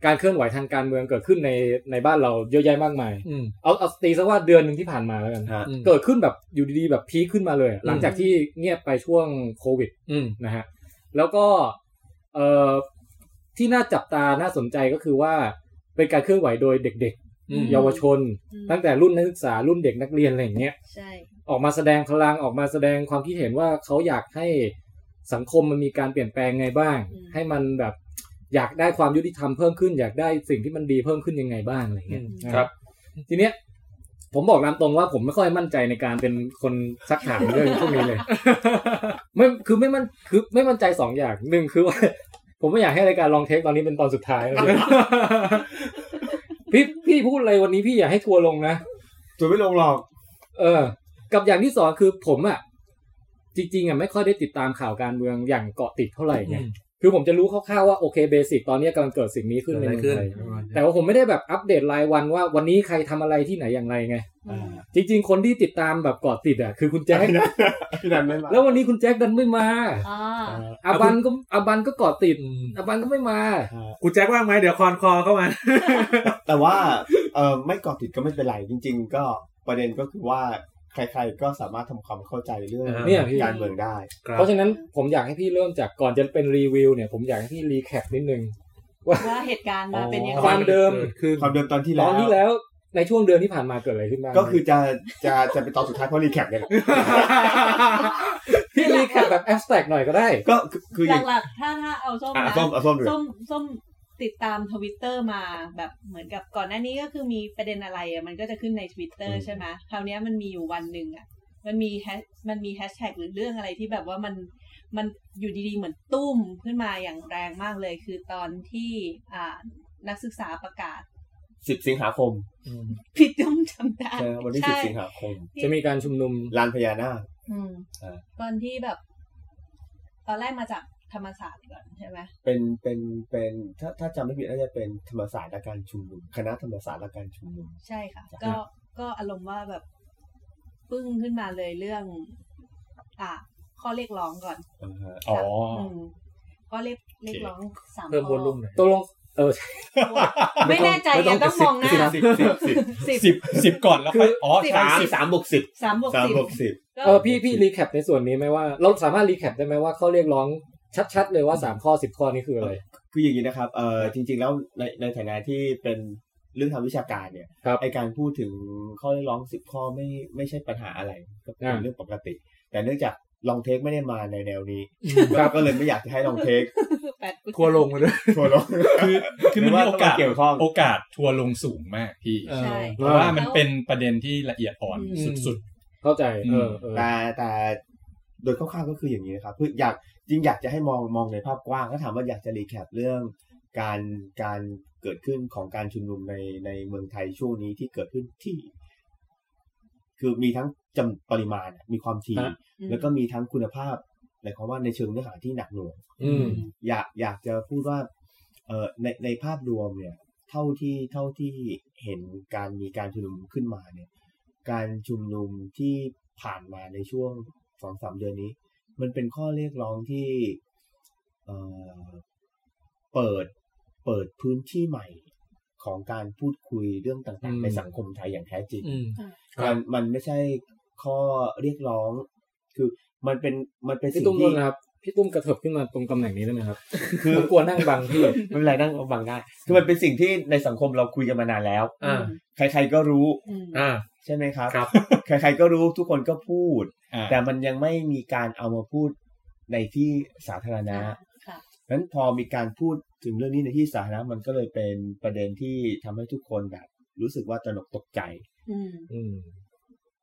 [SPEAKER 2] การเคลื่อนไหวทางการเมืองเกิดขึ้นในในบ้านเราเยอะแยะมากมาย
[SPEAKER 3] อืม
[SPEAKER 2] เอาเอาตีซะว่าเดือนหนึ่งที่ผ่านมาแล้วกัน
[SPEAKER 4] ฮะ
[SPEAKER 2] อืมเกิดขึ้นแบบอยู่ดีๆแบบพีคขึ้นมาเลย หลังจากที่เงียบไปช่วงโควิด
[SPEAKER 3] อืม
[SPEAKER 2] นะฮะแล้วก็เอ่อที่น่าจับตาน่าสนใจก็คือว่าเป็นการเคลื่อนไหวโดยเด็ก
[SPEAKER 3] อืม
[SPEAKER 2] ๆ เยาวชน
[SPEAKER 6] อืม
[SPEAKER 2] ตั้งแต่รุ่นนักศึกษารุ่นเด็กนักเรียนอะไรอย่างเงี้ย
[SPEAKER 6] ใช่
[SPEAKER 2] ออกมาแสดงพลังออกมาแสดงความคิดเห็นว่าเขาอยากให้สังคมมันมีการเปลี่ยนแปลงไงบ้าง ให้มันแบบอยากได้ความยุติธรรมเพิ่มขึ้น อยากได้สิ่งที่มันดีเพิ่มขึ้นยังไงบ้างอะไรเงี้ย
[SPEAKER 3] ครับ
[SPEAKER 2] ทีเนี้ย ผมบอกตามตรงว่าผมไม่ค่อยมั่นใจในการเป็นคนซักถามเรื่องพวก *laughs* นี้เลย ไม่คือไม่มั่นคือไม่มั่นใจสองอย่างหนึ่งคือว่า *laughs* ผมไม่อยากให้รายการลองเทคตอนนี้เป็นตอนสุดท้าย *laughs* แล้วเนี่ยพี่พี่พูดอะไรวันนี้พี่อยากให้ทัวร์ลงนะ
[SPEAKER 4] ตัวไม่ลงหรอก
[SPEAKER 2] เออ กับอย่างที่สองคือผมอ่ะ จริงๆอ่ะไม่ค่อยได้ติดตามข่าวการเมืองอย่างเกาะติดเท่าไหร่ไง
[SPEAKER 3] อืม
[SPEAKER 2] คือผมจะรู้คร่าวๆว่าโอเคเบสิกตอนนี้กำลังเกิดสิ่งนี้ขึ้น
[SPEAKER 3] เกิ
[SPEAKER 2] ใน
[SPEAKER 3] ดอะไร
[SPEAKER 2] เมือง
[SPEAKER 3] ขึ้น
[SPEAKER 2] ไทยแต่ว่าผมไม่ได้แบบอัปเดตรายวันว่าวันนี้ใครทำอะไรที่ไหนอย่างไรไง
[SPEAKER 6] อืม
[SPEAKER 2] จริง ๆ คนที่ติดตามแบบเกาะติดอ่ะคือคุณแจ็ค
[SPEAKER 4] อภินันท์ไม่มา
[SPEAKER 2] แล้ววันนี้คุณแจ็คดันไม่มา
[SPEAKER 6] อ๋อ
[SPEAKER 2] อาบันก็อาบันก็เกาะติด
[SPEAKER 3] อืม
[SPEAKER 2] อาบันก็ไม่มา
[SPEAKER 3] กูแจ็คว่างไหมเดี๋ยวคอนคอเข้ามา
[SPEAKER 4] แต่ว่าเออไม่เกาะติดก็ไม่เป็นไรจริง ๆ ก็ประเด็นก็คือว่าใครๆก็สามารถทำความเข้าใจเรื่อง
[SPEAKER 3] อ่า
[SPEAKER 2] เนี่ยพี่
[SPEAKER 4] การเมืองได้
[SPEAKER 3] ครับ
[SPEAKER 2] เพราะฉะนั้นผมอยากให้พี่เริ่มจากก่อนจะเป็นรีวิวเนี่ยผมอยากให้พี่รีแคปนิดนึง
[SPEAKER 6] ว่าเหตุการณ์มาเป็นยังไง
[SPEAKER 2] ความเดิม
[SPEAKER 3] กิขึ้น
[SPEAKER 4] ความเดิมตอนที่
[SPEAKER 2] ต
[SPEAKER 4] แล้
[SPEAKER 2] อ
[SPEAKER 4] วน
[SPEAKER 2] ที่แล้วในช่วงเดือนที่ผ่านมาเกิดอะไรขึ้นบ้าง
[SPEAKER 4] ก็คือจะจะจะเป็นตอนสุดท้ายเพราะรีแคปเนี่ยแหละ
[SPEAKER 2] พี่รีแคปแบบแอสแท็กหน่อยก็ได้
[SPEAKER 4] ก็คือคืออย่าง
[SPEAKER 6] หลักๆถ้าถ้าเอาส้ม
[SPEAKER 4] อ่ะ
[SPEAKER 6] นะ
[SPEAKER 4] ส้มอ่ะส้มดู
[SPEAKER 6] ส้มส้มติดตามทวิตเตอร์มาแบบเหมือนกับก่อนหน้านี้ก็คือมีประเด็นอะไรอ่ะมันก็จะขึ้นในทวิตเตอร์ใช่ไหมคราวเนี้ยมันมีอยู่วันหนึ่งอ่ะ มันมีแฮชมันมีแฮชแท็กหรือเรื่องอะไรที่แบบว่ามันมันอยู่ดีๆเหมือนตุ้มขึ้นมาอย่างแรงมากเลย คือตอนที่อ่านักศึกษาประกาศ
[SPEAKER 4] สิบสิงหาคม
[SPEAKER 6] พี่ต้อมจำได้
[SPEAKER 4] ใช่ไหมวันที่สิบ
[SPEAKER 6] ใช่
[SPEAKER 4] สิงหาคม
[SPEAKER 2] จะมีการชุมนุม
[SPEAKER 4] ลานพญานาค
[SPEAKER 6] อืม
[SPEAKER 4] เออ
[SPEAKER 6] ตอนที่แบบ ตอนแรกมาจากธรรมศาสตร์ก่อนใช่ไหม
[SPEAKER 4] เป็นเป็นเป็นถ้าถ้าจำไม่ผิดน่าจะเป็นธรรมศาสตร์และการชุมนุมคณะธรรมศาสตร์และการชุมนุม
[SPEAKER 6] ใช่ค่ะ
[SPEAKER 4] ครับ
[SPEAKER 6] ก็ก็อารมณ์ว่าแบบปึ้งขึ้นมาเลยเรื่อง อ่ะข้อเรียกร้องก่อน
[SPEAKER 4] อ่าฮะ
[SPEAKER 5] อ๋อ
[SPEAKER 6] มข้อเรียกเรียกร้องสาม
[SPEAKER 2] เพิ่มว
[SPEAKER 6] ข้อ
[SPEAKER 2] อลลุ่มหน่อยตกลงเออ
[SPEAKER 6] ไม่แน่ใจ
[SPEAKER 2] ไม่ต้
[SPEAKER 6] ยั
[SPEAKER 2] อง
[SPEAKER 6] งต้องมองหน้า
[SPEAKER 2] สิบ
[SPEAKER 6] สิบ
[SPEAKER 5] สิบสิบก่อนแล้วค่อยอ๋อสามสิบ
[SPEAKER 4] สามบวกสิบ
[SPEAKER 6] สามบวก
[SPEAKER 4] สาม
[SPEAKER 6] สิบบ
[SPEAKER 4] วกสิบ
[SPEAKER 6] ก็
[SPEAKER 2] เออพี่พี่รีแคปในส่วนนี้ไหมว่า เราสามารถรีแคปได้ไหมว่าข้อเรียกร้องชัดๆเลยว่า 3 ข้อ 10 ข้อนี้คืออะไร
[SPEAKER 4] คืออย่างนี้นะครับเอ่อจริง ๆ แล้วในในฐานะที่เป็นเรื่องทางวิชาการเนี่ย
[SPEAKER 2] ครับ
[SPEAKER 4] ไอการพูดถึงข้อเรียกร้องสิบข้อไม่ไม่ใช่ปัญหาอะไรก็เป็น
[SPEAKER 2] อ่า
[SPEAKER 4] เรื่องปกติ แต่เนื่องจากลองเทคไม่ได้มาในแนวนี้
[SPEAKER 2] ครับ
[SPEAKER 4] ก็เลยไม่อยากจะให้ลองเทค
[SPEAKER 6] แปด
[SPEAKER 3] ทัวร์ลงมาด้วย
[SPEAKER 4] ทัวร์ลง
[SPEAKER 5] คือคือมัน
[SPEAKER 4] หรื
[SPEAKER 5] มี
[SPEAKER 4] ว่า
[SPEAKER 5] โอกาส
[SPEAKER 4] ต้งเกี่ยวข้อง
[SPEAKER 5] โอกาสทัวร์ลงสูงมากพี่
[SPEAKER 3] เออ
[SPEAKER 6] ใช่
[SPEAKER 5] เพราะว่ามัน
[SPEAKER 6] แล้ว
[SPEAKER 5] เป็นประเด็นที่ละเอียดอ่อน
[SPEAKER 3] อืม
[SPEAKER 5] สุด
[SPEAKER 2] เข้าใจ เออเออ
[SPEAKER 4] แต่แต่โดยคร่าวๆก็คืออย่างนี้นะครับคืออยากจริงอยากจะให้มองมองในภาพกว้างถ้าถามว่าอยากจะรีแคปเรื่อง การการเกิดขึ้นของการชุมนุมในในเมืองไทยช่วงนี้ที่เกิดขึ้นที่ คือมีทั้งจำปริมาณอะมีความถี่
[SPEAKER 6] อืม
[SPEAKER 4] แล้วก็มีทั้งคุณภาพหมายความว่าในเชิงเนื้อหาที่หนักหน่วง
[SPEAKER 2] อืม
[SPEAKER 4] อยากอยากจะพูดว่าเออในในภาพรวมเนี่ย เท่าที่เท่าที่เห็นการมีการชุมนุมขึ้นมาเนี่ย การชุมนุมที่ผ่านมาในช่วงสองสามเดือนนี้ มันเป็นข้อเรียกร้องที่เอ่อเปิดเปิดพื้นที่ใหม่ของการพูดคุยเรื่องต่าง
[SPEAKER 2] อืม
[SPEAKER 4] ๆ ในสังคมไทยอย่างแท้จริง
[SPEAKER 3] อืม ครับ
[SPEAKER 4] มันมันไม่ใช่ข้อเรียกร้อง คือมันเป็นมันเป็น
[SPEAKER 2] พี่
[SPEAKER 4] สิ่ง
[SPEAKER 2] ตุ้มโด
[SPEAKER 4] ที่
[SPEAKER 2] นนะครับ พี่ตุ้มกระเถิบขึ้นมาตรงตำแหน่งนี้ได้ไหมครับ
[SPEAKER 4] คือ
[SPEAKER 2] ผมกลัวนั่งบังพี่
[SPEAKER 4] ไม่เป็นไรนั่งฟังได้ คือมันเป็นสิ่งที่ในสังคมเราคุยกันมานานแล้ว
[SPEAKER 3] อ่า
[SPEAKER 4] ใครๆก็รู้
[SPEAKER 6] อืม
[SPEAKER 3] อ่า
[SPEAKER 4] ใช่ไหมครับ
[SPEAKER 3] ครับ
[SPEAKER 4] ใครๆก็รู้ทุกคนก็พูด
[SPEAKER 5] ๆ อ่า
[SPEAKER 4] แต่มันยังไม่มีการเอามาพูดในที่สาธารณะ
[SPEAKER 6] ค่ะ
[SPEAKER 4] นั้นพอมีการพูดถึงเรื่องนี้ในที่สาธารณะมันก็เลยเป็นประเด็นที่ทำให้ทุกคนแบบ รู้สึกว่าตระหนกตกใจ
[SPEAKER 6] อืม
[SPEAKER 2] อืม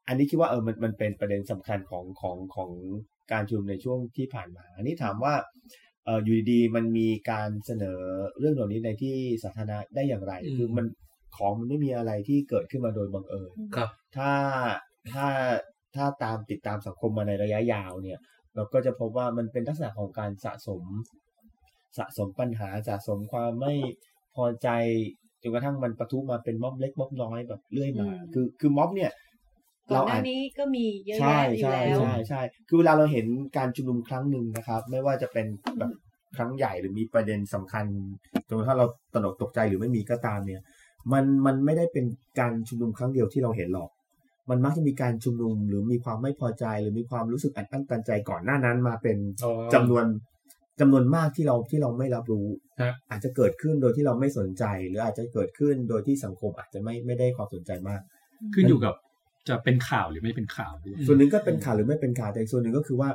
[SPEAKER 4] อันนี้คิดว่าเออมันมันเป็นประเด็นสำคัญของของของการชุมนุมในช่วงที่ผ่านมา อันนี้ถามว่าเอออยู่ดีๆมันมีการเสนอเรื่องเหล่านี้ในที่สาธารณะได้อย่างไร
[SPEAKER 3] อืม
[SPEAKER 4] คือมันของมันไม่มีอะไรที่เกิดขึ้นมาโดยบังเอิญ
[SPEAKER 3] ครับ
[SPEAKER 4] ถ้าถ้าถ้าตามติดตามสังคมมาในระยะยาวเนี่ย เราก็จะพบว่ามันเป็นลักษณะของการสะสม สะสมปัญหาสะสมความไม่พอใจจนกระทั่งมันปะทุมาเป็นม็อบเล็กม็อบน้อยแบบเรื่อยมา
[SPEAKER 6] อืม
[SPEAKER 4] คือคือม็อบเนี่ย
[SPEAKER 6] ก่อน
[SPEAKER 4] เรา
[SPEAKER 6] ห
[SPEAKER 4] อา
[SPEAKER 6] น้า
[SPEAKER 4] จ
[SPEAKER 6] นี้ก็มีเยอะ
[SPEAKER 4] ใช่
[SPEAKER 6] แยะอ
[SPEAKER 4] ใช่
[SPEAKER 6] ยู่แล้ว
[SPEAKER 4] ใช่ใช่คือเวลาเราเห็นการชุมนุมครั้งหนึ่งนะครับ ไม่ว่าจะเป็นแบบครั้งใหญ่หรือมีประเด็นสำคัญจนกระทั่งเราตระหนกตกใจหรือไม่มีก็ตามเนี่ย มันมันไม่ได้เป็นการชุมนุมครั้งเดียวที่เราเห็นหรอก มันมักจะมีการชุมนุมหรือมีความไม่พอใจ หรือมีความรู้สึกอัดอั้นตันใจก่อนหน้านั้นมาเป็น
[SPEAKER 3] อ๋อ
[SPEAKER 4] จำนวนจำนวนมากที่เราที่เราไม่รับรู้
[SPEAKER 3] ฮะ
[SPEAKER 4] อาจจะเกิดขึ้นโดยที่เราไม่สนใจ หรืออาจจะเกิดขึ้นโดยที่สังคมอาจจะไม่ไม่ได้ความสนใจมาก
[SPEAKER 5] ขึ้นอยู่กับจะเป็นข่าวหรือไม่เป็นข่าวด้วย
[SPEAKER 4] ส่วนหนึ่งก็เป็นข่าวหรือไม่เป็นข่าวแต่อีกส่วนหนึ่งก็คือว่า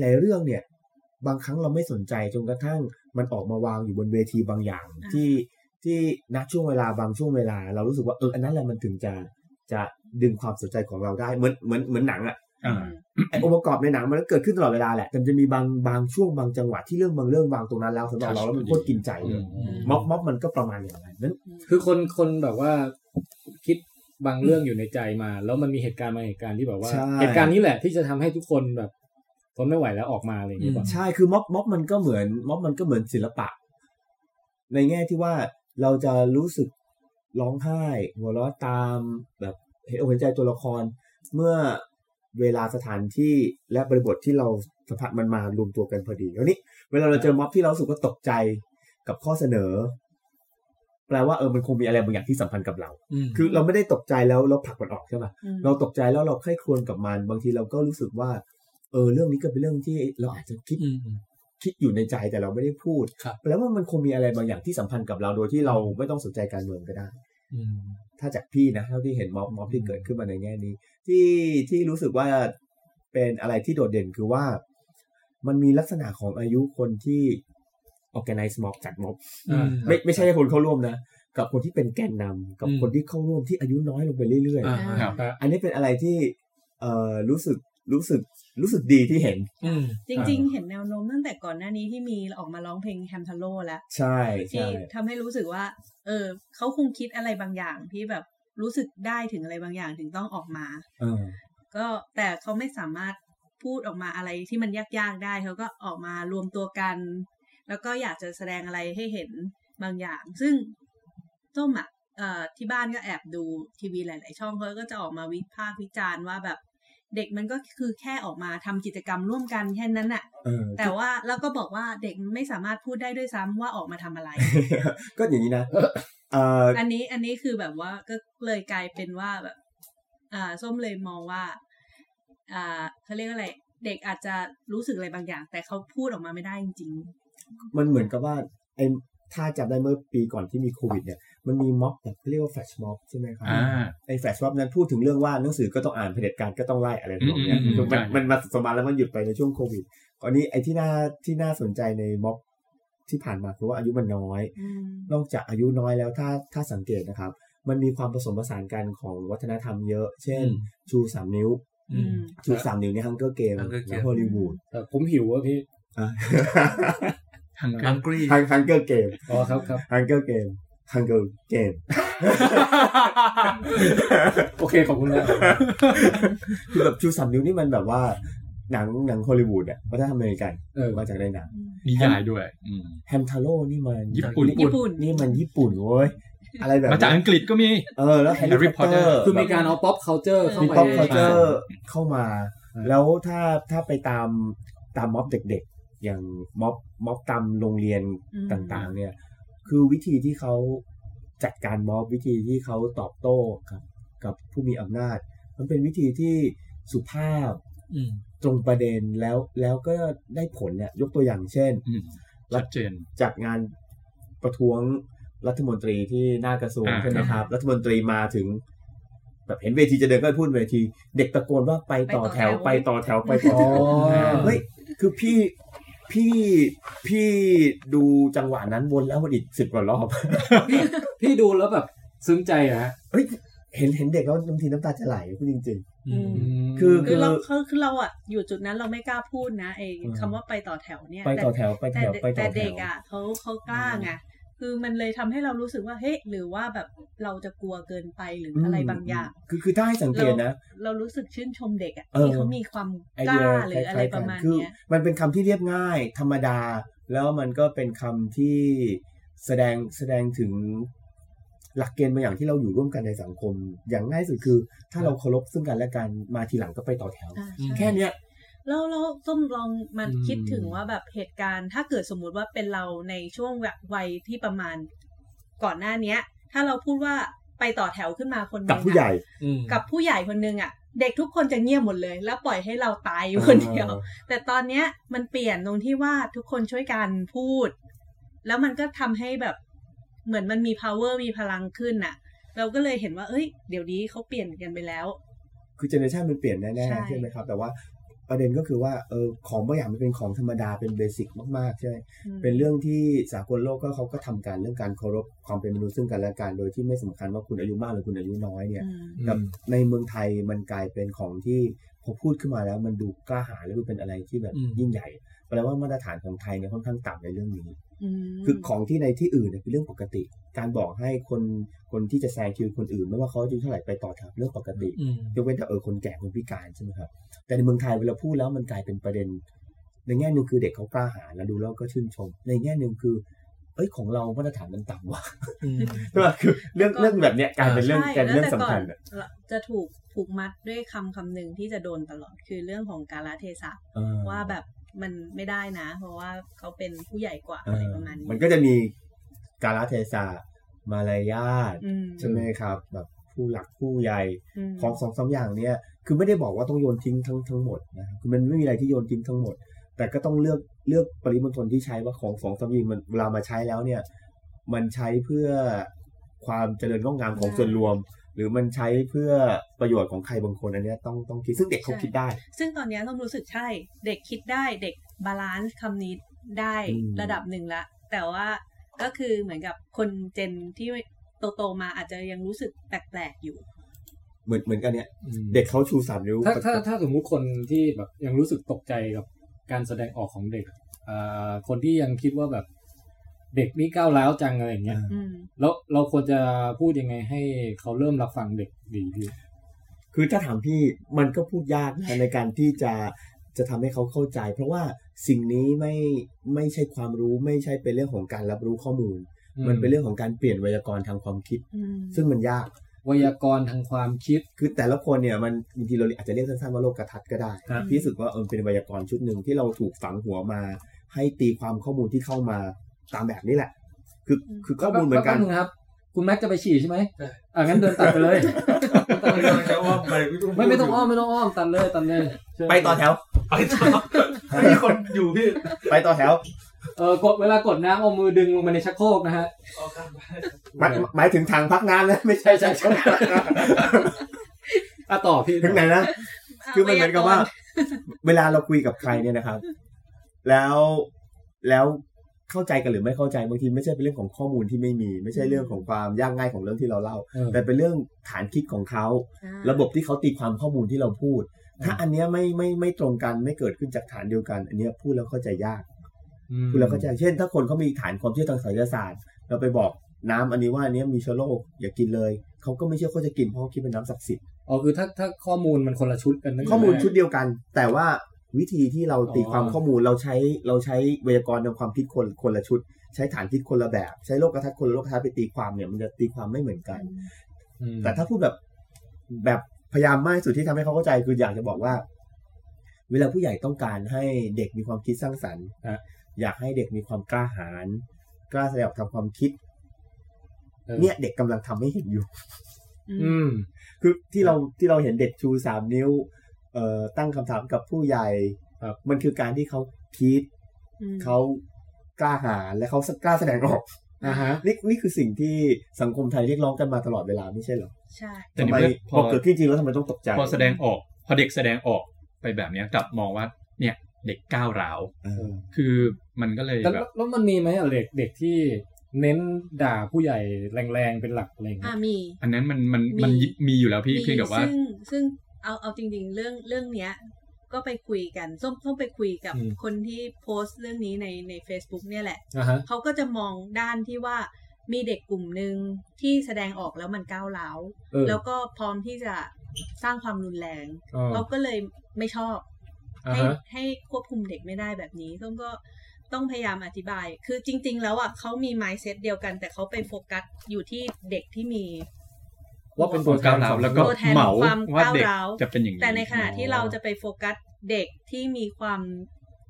[SPEAKER 4] หลาย ๆ เรื่องเนี่ย บางครั้งเราไม่สนใจจนกระทั่งมันออกมาวางอยู่บนเวทีบางอย่าง
[SPEAKER 6] อ่า
[SPEAKER 4] ที่ที่ณช่วงเวลาบางช่วงเวลา เรารู้สึกว่าเอออันนั้นแหละมันถึงจะจะดึงความสนใจของเราได้เหมือนเหมือนเหมือนหนังอะ
[SPEAKER 5] อ่า
[SPEAKER 4] ไอองค์ประกอบในหนังมันก็เกิดขึ้นตลอดเวลาแหละแต่มันจะมีบางบางช่วงบางจังหวะที่เรื่องบางเรื่องวางตรงนั้นแล้วสำหรับเราแล้วมันโคตรกินใจเลย
[SPEAKER 6] อืม
[SPEAKER 4] ม็อบม็อบมันก็ประมาณอย่างนั้นนั้น
[SPEAKER 2] คือคนคนแบบว่าคิดบางเรื่องอยู่ในใจมา แล้วมันมีเหตุการณ์บางเหตุการณ์ที่แบบว่า
[SPEAKER 4] ใช่
[SPEAKER 2] เหตุการณ์นี้แหละที่จะทำให้ทุกคนแบบทนไม่ไหวแล้วออกมาอะไรอย่างเงี้ยป่ะ
[SPEAKER 4] ใช่คือม็อบม็อบมันก็เหมือนม็อบมันก็เหมือนศิลปะ ในแง่ที่ว่าเราจะรู้สึกร้องไห้ หัวเราะตามแบบเห็นอกเห็นใจตัวละคร เมื่อเวลาสถานที่และบริบทที่เราสัมผัสมันมารวมตัวกันพอดีแล้วนี้เวลาเราเจอม็อบที่เรารู้สึกว่าตกใจกับข้อเสนอ แปลว่าเออมันคงมีอะไรบางอย่างที่สัมพันธ์กับเรา คือเราไม่ได้ตกใจแล้วเราผลักมันออกใช่ปะ
[SPEAKER 6] อืม
[SPEAKER 4] เราตกใจแล้วเราใคร่ครวญกับมัน บางทีเราก็รู้สึกว่า เออเรื่องนี้ก็เป็นเรื่องที่เราอาจจะคิดคิดอยู่ในใจแต่เราไม่ได้พูด
[SPEAKER 5] ครับ
[SPEAKER 4] แปลว่ามันคงมีอะไรบางอย่างที่สัมพันธ์กับเราโดยที่เราไม่ต้องสนใจการเมืองก็ได้ ถ้าจากพี่นะเท่าที่เห็นม็อบม็อบที่เกิดขึ้นมาในแง่นี้ ที่ที่รู้สึกว่าเป็นอะไรที่โดดเด่นคือว่า มันมีลักษณะของอายุคนที่ organize mob จัดม็อบ
[SPEAKER 5] อืม
[SPEAKER 4] ไม่ไม่ใช่แค่คนเข้าร่วมนะ กับคนที่เป็นแกนนำกับ
[SPEAKER 5] อืม
[SPEAKER 4] คนที่เข้าร่วมที่อายุน้อยลงไปเรื่อยๆ
[SPEAKER 5] อ่าครับ
[SPEAKER 4] อันนี้เป็นอะไรที่เอ่อรู้สึกรู้สึกรู้สึกดีที่เห็น
[SPEAKER 6] จริงๆ เห็นแนวโน้มตั้งแต่ก่อนหน้านี้ที่มีออกมาร้องเพลงแฮมทาโร่แล้ว
[SPEAKER 4] ใช่
[SPEAKER 6] ที่
[SPEAKER 4] ใช่
[SPEAKER 6] ทำให้รู้สึกว่า เออเขาคงคิดอะไรบางอย่างที่แบบรู้สึกได้ถึงอะไรบางอย่างถึงต้องออกมา
[SPEAKER 4] เออ
[SPEAKER 6] ก็แต่เขาไม่สามารถพูดออกมาอะไรที่มันยากๆได้เขาก็ออกมารวมตัวกัน แล้วก็อยากจะแสดงอะไรให้เห็นบางอย่าง ซึ่งต้มอ่ะเอ่อที่บ้านก็แอบดูทีวีหลาย ๆ ช่องเขาก็จะออกมาวิพากษ์วิจารณ์ว่าแบบเด็กมันก็คือแค่ออกมาทำกิจกรรมร่วมกันแค่นั้นน่ะ
[SPEAKER 4] เออ
[SPEAKER 6] แต่ว่าแล้วก็บอกว่าเด็กไม่สามารถพูดได้ด้วยซ้ำว่าออกมาทำอะไร
[SPEAKER 4] *laughs* ก็อย่าง
[SPEAKER 5] *laughs*
[SPEAKER 4] นี้นะเอ่อ
[SPEAKER 6] อันนี้อันนี้คือแบบว่าก็เลยกลายเป็นว่าแบบ อ่าส้มเลยมองว่า อ่าเขาเรียกอะไร เด็กอาจจะรู้สึกอะไรบางอย่าง แต่เขาพูดออกมาไม่ได้จริง
[SPEAKER 4] มันเหมือนกับว่าไอ้ถ้าจำได้เมื่อปีก่อนที่มีโควิดเนี่ยมันมีม็อบแบบเรียกว่าแฟชม็อบใช่ไหมครับ
[SPEAKER 5] อ่า
[SPEAKER 4] ไอ้แฟชม็อบนั้นพูดถึงเรื่องว่าหนังสือก็ต้องอ่านเผด็จการก็ต้องไล่อะไรแบบนี้ย
[SPEAKER 5] อืมอืมอืม
[SPEAKER 4] มัน
[SPEAKER 5] ใช่
[SPEAKER 4] มันมาสมานแล้วมันหยุดไปในช่วงโควิดอันนี้ไอ้ที่น่าที่น่าสนใจในม็อบที่ผ่านมาคือว่าอายุมันน้อย
[SPEAKER 6] ๆ อืม
[SPEAKER 4] นอกจากอายุน้อยแล้วถ้าถ้าสังเกตนะครับ มันมีความผสมผสานกันของวัฒนธรรมเยอะ เช่น ชูสามนิ้ว
[SPEAKER 5] อืม
[SPEAKER 4] ชูสามนิ้วในฮังเกอร์เกม
[SPEAKER 3] Hunger
[SPEAKER 4] และ
[SPEAKER 3] Game
[SPEAKER 4] ฮอลลีวูด
[SPEAKER 2] แต่ผมหิวอะพี่
[SPEAKER 5] ทางกา
[SPEAKER 3] อั
[SPEAKER 5] รง
[SPEAKER 3] กฤษ
[SPEAKER 4] ฮังฮังเกอร์เกม
[SPEAKER 2] อ๋อครับครับ
[SPEAKER 4] ฮังเกอร์เกมฮังเกอร์เกม
[SPEAKER 2] โอเคขอบคุณนะ
[SPEAKER 4] คือแบบชูสามนิ้วนี่มันแบบว่าหนังหนังฮอลลีวูดอ่ะวัฒนธรรมอเมริกัน
[SPEAKER 2] เออ
[SPEAKER 4] มาจากในหนัง
[SPEAKER 5] นิยายด้วย อืม
[SPEAKER 4] แฮมทาโร่นี่มัน
[SPEAKER 5] ญี่ปุ่น
[SPEAKER 6] ญี่ปุ่น
[SPEAKER 4] นี่มันญี่ปุ่นเว้ยอะไรแบบ
[SPEAKER 5] มาจากอังกฤษก็มี
[SPEAKER 4] เออแล้วแฮร์
[SPEAKER 5] Harry
[SPEAKER 4] รี่พอตเตอ
[SPEAKER 5] Potter
[SPEAKER 4] ร์
[SPEAKER 2] คือมีการเอา pop culture เข้า
[SPEAKER 4] มี
[SPEAKER 2] ไป
[SPEAKER 4] ป๊อปเคาน์เตอร์เข้ามา
[SPEAKER 2] อ่า
[SPEAKER 4] แล้วถ้าถ้าไปตามตามม็อบเด็กๆ อย่างม็อบม็อบตามโรงเรียน
[SPEAKER 6] อืม
[SPEAKER 4] ต่างๆ เนี่ย คือวิธีที่เขาจัดการม็อบวิธีที่เขาตอบโต้กับกับผู้มีอำนาจ มันเป็นวิธีที่สุภาพตรงประเด็นแล้วแล้วก็ได้ผลเนี่ยยกตัวอย่างเช่น
[SPEAKER 5] อืมชัดเจน
[SPEAKER 4] จัดงานประท้วงรัฐมนตรีที่หน้ากระทรวง
[SPEAKER 5] อ่า
[SPEAKER 4] ใช่ไหมครับ รัฐมนตรีมาถึง แบบเห็นเวทีจะเดินก็พูดเวที เด็กตะโกนว่าไปต่อแถว ไปต่อแถวไปต่อแถวเฮ้ยคือพี่พี่พี่ดูจังหวะนั้นวนแล้ววนอีกสิบกว่ารอบ *laughs*
[SPEAKER 2] พี่ดูแล้วแบบซึ้งใจอะฮะ
[SPEAKER 4] เฮ้ยเห็นเห็นเด็กแล้วบางทีน้ำตาจะไหลพูดจริง
[SPEAKER 6] อืม
[SPEAKER 4] ๆ คือ
[SPEAKER 6] คือ
[SPEAKER 4] อ
[SPEAKER 6] เราคือคือเราอ่ะอยู่จุดนั้นเราไม่กล้าพูดนะไอ้คำว่าไปต่อแถวเนี่ย
[SPEAKER 4] ไปต่อแถวไป
[SPEAKER 6] แต่
[SPEAKER 4] แถว
[SPEAKER 6] เด็ก
[SPEAKER 4] ไปต่
[SPEAKER 6] แต่
[SPEAKER 4] อแถ
[SPEAKER 6] เด็
[SPEAKER 4] ว
[SPEAKER 6] กอ่ะเขาเขากล้าไงคือมันเลยทำให้เรารู้สึกว่าเฮ้ยหรือว่าแบบเราจะกลัวเกินไปหรืออะไรบางอย่าง
[SPEAKER 4] คือคือถ้าให้สังเกตนะ
[SPEAKER 6] เรารู้สึกชื่นชมเด็กอ่ะ
[SPEAKER 4] เออ
[SPEAKER 6] ที่เขามีความ
[SPEAKER 4] ไอก เดี
[SPEAKER 6] ล้าย
[SPEAKER 4] ค
[SPEAKER 6] หรืออะไร
[SPEAKER 4] ล้ายๆ
[SPEAKER 6] ป
[SPEAKER 4] กัน
[SPEAKER 6] ระมาณ
[SPEAKER 4] คือ
[SPEAKER 6] เนี้ย
[SPEAKER 4] มันเป็นคำที่เรียบง่าย ธรรมดา แล้วมันก็เป็นคำที่แสดงแสดงถึง หลักเกณฑ์บางอย่างที่เราอยู่ร่วมกันในสังคม อย่างง่ายสุดคือ ถ้าเราเคารพซึ่งกันและกันมาทีหลังก็ไปต่อแถว
[SPEAKER 6] อ่า
[SPEAKER 5] อืม
[SPEAKER 6] ใช่
[SPEAKER 4] แค่เนี้ย
[SPEAKER 6] แล้วแล้วส้มลองมัน
[SPEAKER 2] อืม
[SPEAKER 6] คิดถึงว่าแบบเหตุการณ์ ถ้าเกิดสมมุติว่าเป็นเราในช่วงแบบวัยที่ประมาณ ก่อนหน้าเนี้ย ถ้าเราพูดว่าไปต่อแถวขึ้นมาคน
[SPEAKER 4] กับ
[SPEAKER 6] นึ่ง
[SPEAKER 4] ผู้
[SPEAKER 6] อะ
[SPEAKER 4] ใหญ่
[SPEAKER 2] อืม
[SPEAKER 6] กับผู้ใหญ่คนหนึงอ่ะ เด็กทุกคนจะเงียบหมดเลย แล้วปล่อยให้เราตายอยู่คนเดียว
[SPEAKER 4] ออ
[SPEAKER 6] แต่ตอนเนี้ยมันเปลี่ยนตรงที่ว่าทุกคนช่วยกันพูด แล้วมันก็ทำให้แบบเหมือนมันมี power มีพลังขึ้นน่ะ เราก็เลยเห็นว่า เอ้ย เดี๋ยวนี้เขาเปลี่ยนกันไปแล้ว
[SPEAKER 4] คือเจเนอเรชันมันเปลี่ยนแน่
[SPEAKER 6] ใช่
[SPEAKER 4] ๆใช่ไหมครับ แต่ว่าประเด็นก็คือว่าเออของบางอย่างมันเป็นของธรรมดาเป็นเบสิกมากๆใช่ไหม
[SPEAKER 6] อืม
[SPEAKER 4] เป็นเรื่องที่สากลโลกก็เขาก็ทำการเรื่องการเคารพความเป็นมนุษย์ซึ่งกันและกันโดยที่ไม่สำคัญว่าคุณอายุมากหรือคุณอายุน้อยเนี่ย
[SPEAKER 6] อืม
[SPEAKER 4] กับในเมืองไทยมันกลายเป็นของที่พอพูดขึ้นมาแล้วมันดูกล้าหาญและดูเป็นอะไรที่แบบ
[SPEAKER 2] อืม
[SPEAKER 4] ยิ่งใหญ่แปลว่ามาตรฐานของไทยเนี่ยค่อนข้างต่ำในเรื่องนี้
[SPEAKER 6] อืม
[SPEAKER 4] คือของที่ในที่อื่นเนี่ยเป็นเรื่องปกติ การบอกให้คนคนที่จะแซงคิวคนอื่น ไม่ว่าเขาจะอายุเท่าไหร่ไปต่อแถวเรื่องปกติ
[SPEAKER 2] อืม
[SPEAKER 4] ยกเว้นแต่เออคนแก่คนพิการใช่ไหมครับ แต่ในเมืองไทยเวลาพูดแล้วมันกลายเป็นประเด็น ในแง่หนึ่งคือเด็กเขากล้าหาญแล้วดูแล้วก็ชื่นชม ในแง่หนึ่งคือ เอ้ยของเรามาตรฐานมันต่ำว่ะใช่ป่ะคือเรื่องเรื่องแบบเนี้ยกลายเป็นเรื่อง
[SPEAKER 6] ใช่
[SPEAKER 4] กลายเป็นเรื่อง
[SPEAKER 6] แล้วแต่
[SPEAKER 4] สำคัญ
[SPEAKER 6] ก่น
[SPEAKER 4] อะ
[SPEAKER 6] จะถูกผูกมัดด้วยคำคำหนึ่งที่จะโดนตลอด คือเรื่องของกาลเทศะ
[SPEAKER 4] เออ
[SPEAKER 6] ว่าแบบมันไม่ได้นะ เพราะว่าเขาเป็นผู้ใหญ่กว่า
[SPEAKER 4] เอ
[SPEAKER 6] อะไร
[SPEAKER 4] อ
[SPEAKER 6] ประมาณนี้
[SPEAKER 4] มันก็จะมีกาลเทศะมารยาท
[SPEAKER 6] อืม
[SPEAKER 4] ใช่ไหมครับ แบบผู้หลักผู้ใหญ่
[SPEAKER 6] ม
[SPEAKER 4] ของสองสามอย่างเนี่ยคือไม่ได้บอกว่าต้องโยนทิ้งทั้งทั้งหมดนะครับคือมันไม่มีอะไรที่โยนทิ้งทั้งหมด แต่ก็ต้องเลือกเลือกปริมณฑลที่ใช้ว่าของสองสามอย่างมันเวลามาใช้แล้วเนี่ย มันใช้เพื่อความเจริญงอกงามของส่วนรวม หรือมันใช้เพื่อประโยชน์ของใครบางคนอันเนี้ยต้องต้องคิดซึ่งเด็กเขาคิดได้
[SPEAKER 6] ซึ่งตอนเนี้ยต้องรู้สึกใช่ เด็กคิดได้เด็กบาลานซ์คำนี้ได้
[SPEAKER 4] อืม
[SPEAKER 6] ระดับหนึ่งละ แต่ว่าก็คือเหมือนกับคนเจนที่โตโตๆมาอาจจะยังรู้สึกแปลกๆอยู่
[SPEAKER 4] เหมือนเหมือนกันเนี่ยเด็กเขาชูสามนิ้ว
[SPEAKER 2] ถ้าถ้าถ้าสมมุติคนที่แบบยังรู้สึกตกใจกับการแสดงออกของเด็กอ่าคนที่ยังคิดว่าแบบเด็กนี่ก้าวร้าวจังอะไรอย่างเงี้ย
[SPEAKER 6] อืม
[SPEAKER 2] แล้วเราควรจะพูดยังไงให้เขาเริ่มรับฟังเด็กดีพี่
[SPEAKER 4] คือถ้าถามพี่มันก็พูดยากนะในการที่จะจะทำให้เขาเข้าใจ เพราะว่าสิ่งนี้ไม่ไม่ใช่ความรู้ไม่ใช่เป็นเรื่องของการรับรู้ข้อมูล มันเป็นเรื่องของการเปลี่ยนไวยากรณ์ทางความคิด
[SPEAKER 6] อืม
[SPEAKER 4] ซึ่งมันยาก
[SPEAKER 2] ไวยากรณ์ทางความคิด
[SPEAKER 4] คือแต่ละคนเนี่ยมันบางทีเราอาจจะเรียกสั้นๆว่าโลกกระทัดก็ได้
[SPEAKER 2] ครับ
[SPEAKER 4] พี่รู้สึกว่าเออเป็นไวยากรณ์ชุดหนึ่งที่เราถูกฝังหัวมา ให้ตีความข้อมูลที่เข้ามาตามแบบนี้แหละ คือคือข้อมูลเหมือนกัน
[SPEAKER 2] แป๊บงครับ คุณแม็กซ์จะไปฉี่ใช่ไหมอ่ะงั้นเดินตัดไปเลย
[SPEAKER 3] ไม่ต้องจะอ้อมไปพี่ตุ้
[SPEAKER 2] ไม่ไม่ต้องอ้อมไม่ต้องอ้อมตัดเลยตัดเลยเชิญ
[SPEAKER 4] ไปต่อแถว
[SPEAKER 3] ไปต่อไม่มีคนอยู่พี่
[SPEAKER 4] ไปต่อแถว
[SPEAKER 2] เออกดเวลากดน้ำเอามือดึงลงมาในชักโครกนะฮะ
[SPEAKER 3] เอาข้ามไป
[SPEAKER 4] หมายหมายถึงทางพักน้ำนะไม่ใช่ใช่ใช่
[SPEAKER 2] อ่ะต่อพี่
[SPEAKER 4] ถึงไหนนะ
[SPEAKER 6] ะ
[SPEAKER 4] คือมันเหมือนกับว่า เวลาเราคุยกับใครเนี่ยนะครับ แล้วแล้วเข้าใจกันหรือไม่เข้าใจบางทีไม่ใช่เป็นเรื่องของข้อมูลที่ไม่มี ไม่ใช่เรื่องของความยากง่ายของเรื่องที่เราเล่า
[SPEAKER 2] เออ
[SPEAKER 4] แต่เป็นเรื่องฐานคิดของเขา
[SPEAKER 6] อ่า
[SPEAKER 4] ระบบที่เขาตีความข้อมูลที่เราพูด ถ้าอันเนี้ยไม่ไม่ไม่ตรงกันไม่เกิดขึ้นจากฐานเดียวกัน อันเนี้ยพูดแล้วเข้าใจยาก พูดแล้วเข้าใจเช่น ถ้าคนเขามีฐานความเชื่อทางไสยศาสตร์ เราไปบอกน้ำอันนี้ว่าอันเนี้ยมีเชื้อโรคอย่ากินเลยเขาก็ไม่เชื่อเขาจะกินเพราะเขาคิดเป็นน้ำศักดิ์สิทธิ
[SPEAKER 2] อ๋อคือถ้าถ้าข้อมูลมันคนละชุดกันตั้งแต่
[SPEAKER 4] ข้อมูล
[SPEAKER 2] แรก
[SPEAKER 4] ชุดเดียวกัน แต่ว่าวิธีที่เราตี
[SPEAKER 2] อ๋อ
[SPEAKER 4] ความข้อมูลเราใช้เราใช้ไวยากรณ์ทางความคิดคนคนละชุด ใช้ฐานคิดคนละแบบ ใช้โลกกระทัดคนละโลกกระทัดไปตีความเนี่ยมันจะตีความไม่เหมือนกัน
[SPEAKER 2] อืม
[SPEAKER 4] แต่ถ้าพูดแบบแบบพยายามมากที่สุดที่ทำให้เขาเข้าใจคืออยากจะบอกว่า เวลาผู้ใหญ่ต้องการให้เด็กมีความคิดสร้างสรรค์
[SPEAKER 2] ฮะ
[SPEAKER 4] อยากให้เด็กมีความกล้าหาญกล้าแสดงออกทางความคิด
[SPEAKER 2] เออ
[SPEAKER 4] เนี่ยเด็กกำลังทำให้เห็นอยู่
[SPEAKER 2] อืม
[SPEAKER 4] คือที่เราที่เราเห็นเด็กชูสามนิ้ว เอ่อตั้งคำถามกับผู้ใหญ่
[SPEAKER 2] ครับ
[SPEAKER 4] มันคือการที่เขาคิด
[SPEAKER 6] อืม
[SPEAKER 4] เขากล้าหาญและเขากล้าแสดงออก
[SPEAKER 2] อ่าฮะ
[SPEAKER 4] นี่นี่คือสิ่งที่สังคมไทยเรียกร้องกันมาตลอดเวลาไม่ใช่เหรอ
[SPEAKER 6] ใช่
[SPEAKER 5] แต่
[SPEAKER 4] ทำ
[SPEAKER 5] ใน
[SPEAKER 4] ไม
[SPEAKER 5] เมื่อ
[SPEAKER 4] พ
[SPEAKER 5] พ
[SPEAKER 4] อ
[SPEAKER 5] อ
[SPEAKER 4] เกิดขึ้นจริงแล้วทำไมต้องตกใจ
[SPEAKER 5] พอแสดงออก พอเด็กแสดงออกไปแบบเนี้ยกลับมองว่าเนี่ยเด็กก้าวร้าว
[SPEAKER 4] เออ
[SPEAKER 5] คือมันก็เลย
[SPEAKER 2] แต่
[SPEAKER 5] แบ
[SPEAKER 2] แล้ว
[SPEAKER 5] บ
[SPEAKER 2] แล้วมันมีไหมอ่ะเด็กเด็กที่เน้นด่าผู้ใหญ่แรงๆเป็นหลักอะไรอย่าง
[SPEAKER 6] อ่า
[SPEAKER 2] เงี้ย
[SPEAKER 6] มี
[SPEAKER 5] อันนั้นมันมัน
[SPEAKER 6] มี
[SPEAKER 5] มันมีอยู่แล้วพี่เพียงแต่ว่า
[SPEAKER 6] ซึ่งซึ่งเอาเอาจริง ๆ เรื่องเรื่องเนี้ย ก็ไปคุยกันส้มส้มไปคุยกับคนที่โพสต์เรื่องนี้ในใน Facebook เนี่ยแหละ
[SPEAKER 2] อ่าฮะ
[SPEAKER 6] เขาก็จะมองด้านที่ว่ามีเด็กกลุ่มหนึ่งที่แสดงออกแล้วมันก้าวร้าว
[SPEAKER 2] เออ
[SPEAKER 6] แล้วก็พร้อมที่จะสร้างความรุนแรง
[SPEAKER 2] อ๋อ
[SPEAKER 6] เขาก็เลยไม่ชอบ
[SPEAKER 2] อ่า
[SPEAKER 6] ให้
[SPEAKER 2] ฮะ
[SPEAKER 6] ให้ควบคุมเด็กไม่ได้แบบนี้ส้มก็ ต้องพยายามอธิบาย คือจริง ๆ แล้วอ่ะเขามีไมเซ็ตเดียวกัน แต่เขาไปโฟกัสอยู่ที่เด็กที่มี
[SPEAKER 2] ว่าเป็น
[SPEAKER 5] ตั
[SPEAKER 2] ตัว ว
[SPEAKER 5] ก้าว
[SPEAKER 2] ร
[SPEAKER 5] ร้าว
[SPEAKER 2] สำคัญ
[SPEAKER 5] แล้วก็
[SPEAKER 6] ตัวแทน
[SPEAKER 5] เหมา
[SPEAKER 6] ความ
[SPEAKER 5] ว่าเด็
[SPEAKER 6] ก้า
[SPEAKER 5] ก
[SPEAKER 6] วร้าว
[SPEAKER 5] จะเป็นอย่างนี้
[SPEAKER 6] แต่ในขณะที่เราจะไปโฟกัสเด็กที่มีความ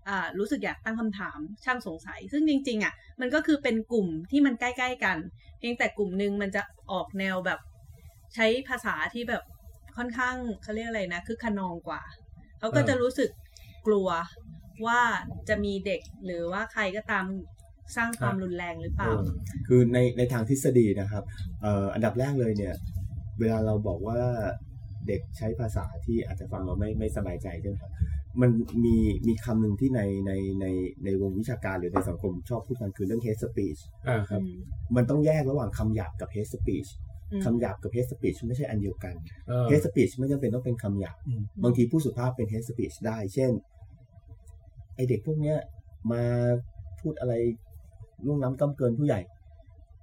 [SPEAKER 6] อ่ารู้สึกอยากตั้งคำถามช่างสงสัย ซึ่งจริง ๆ อ่ะ มันก็คือเป็นกลุ่มที่มันใกล้ ๆ กัน เพียงแต่กลุ่มหนึ่งมันจะออกแนวแบบ ใช้ภาษาที่แบบค่อนข้างเขาเรียกอะไรนะคือขนองกว่าเขาก็จะรู้สึกกลัวว่าจะมีเด็กหรือว่าใครก็ตามสร้างความรุนแรงหรือเปล่า
[SPEAKER 4] คือในในทางทฤษฎีนะครับเอ่ออันดับแรกเลยเนี่ย เวลาเราบอกว่าเด็กใช้ภาษาที่อาจจะฟังเราไม่ไม่สบายใจใช่ไหมครับมันมีมีคำหนึ่งที่ในในในในวงวิชาการหรือในสังคมชอบพูดกันคือเรื่อง hate speech
[SPEAKER 2] อ่าครับ
[SPEAKER 4] มันต้องแยกระหว่างคำหยาบกับ hate speech
[SPEAKER 6] อืม
[SPEAKER 4] คำหยาบกับ hate speech ไม่ใช่อันเดียวกัน
[SPEAKER 2] เออ
[SPEAKER 4] hate speech ไม่จำเป็นต้องเป็นคำหยาบ บางทีผู้สุภาพเป็น hate speech ได้ เช่น ไอเด็กพวกเนี้ยมาพูดอะไรล่วงล้ำก้ำเกินผู้ใหญ่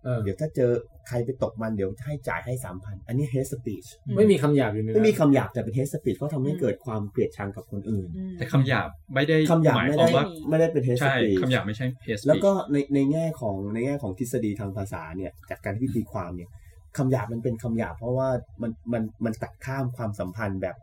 [SPEAKER 2] เออ
[SPEAKER 4] เดี๋ยวถ้าเจอใครไปตกมันเดี๋ยวให้จ่ายให้สามพันอันนี้ hate speech
[SPEAKER 2] ไม่มีคำหยาบอยู่ในนั้น
[SPEAKER 4] ไม่มีคำหยาบแต่เป็น hate speech เพราะทำให้เกิดความเกลียดชังกับคนอื่น
[SPEAKER 6] อืม
[SPEAKER 5] แต่คำหยาบไม่ได้
[SPEAKER 4] คำหยาบ
[SPEAKER 5] มาย
[SPEAKER 4] ไม่
[SPEAKER 5] ค
[SPEAKER 4] ได้
[SPEAKER 5] วามว่า
[SPEAKER 4] ไม่ได้เป็น hate
[SPEAKER 5] ใช่
[SPEAKER 4] speech
[SPEAKER 5] คำหยาบไม่ใช่เฮส
[SPEAKER 4] แล้วก็ในในแง่ของในแง่ของทฤษฎีทางภาษาเนี่ยจากการที่ตีความเนี่ยคำหยาบมันเป็นคำหยาบเพราะว่ามันมันมันตัดข้ามความสัมพันธ์แบบ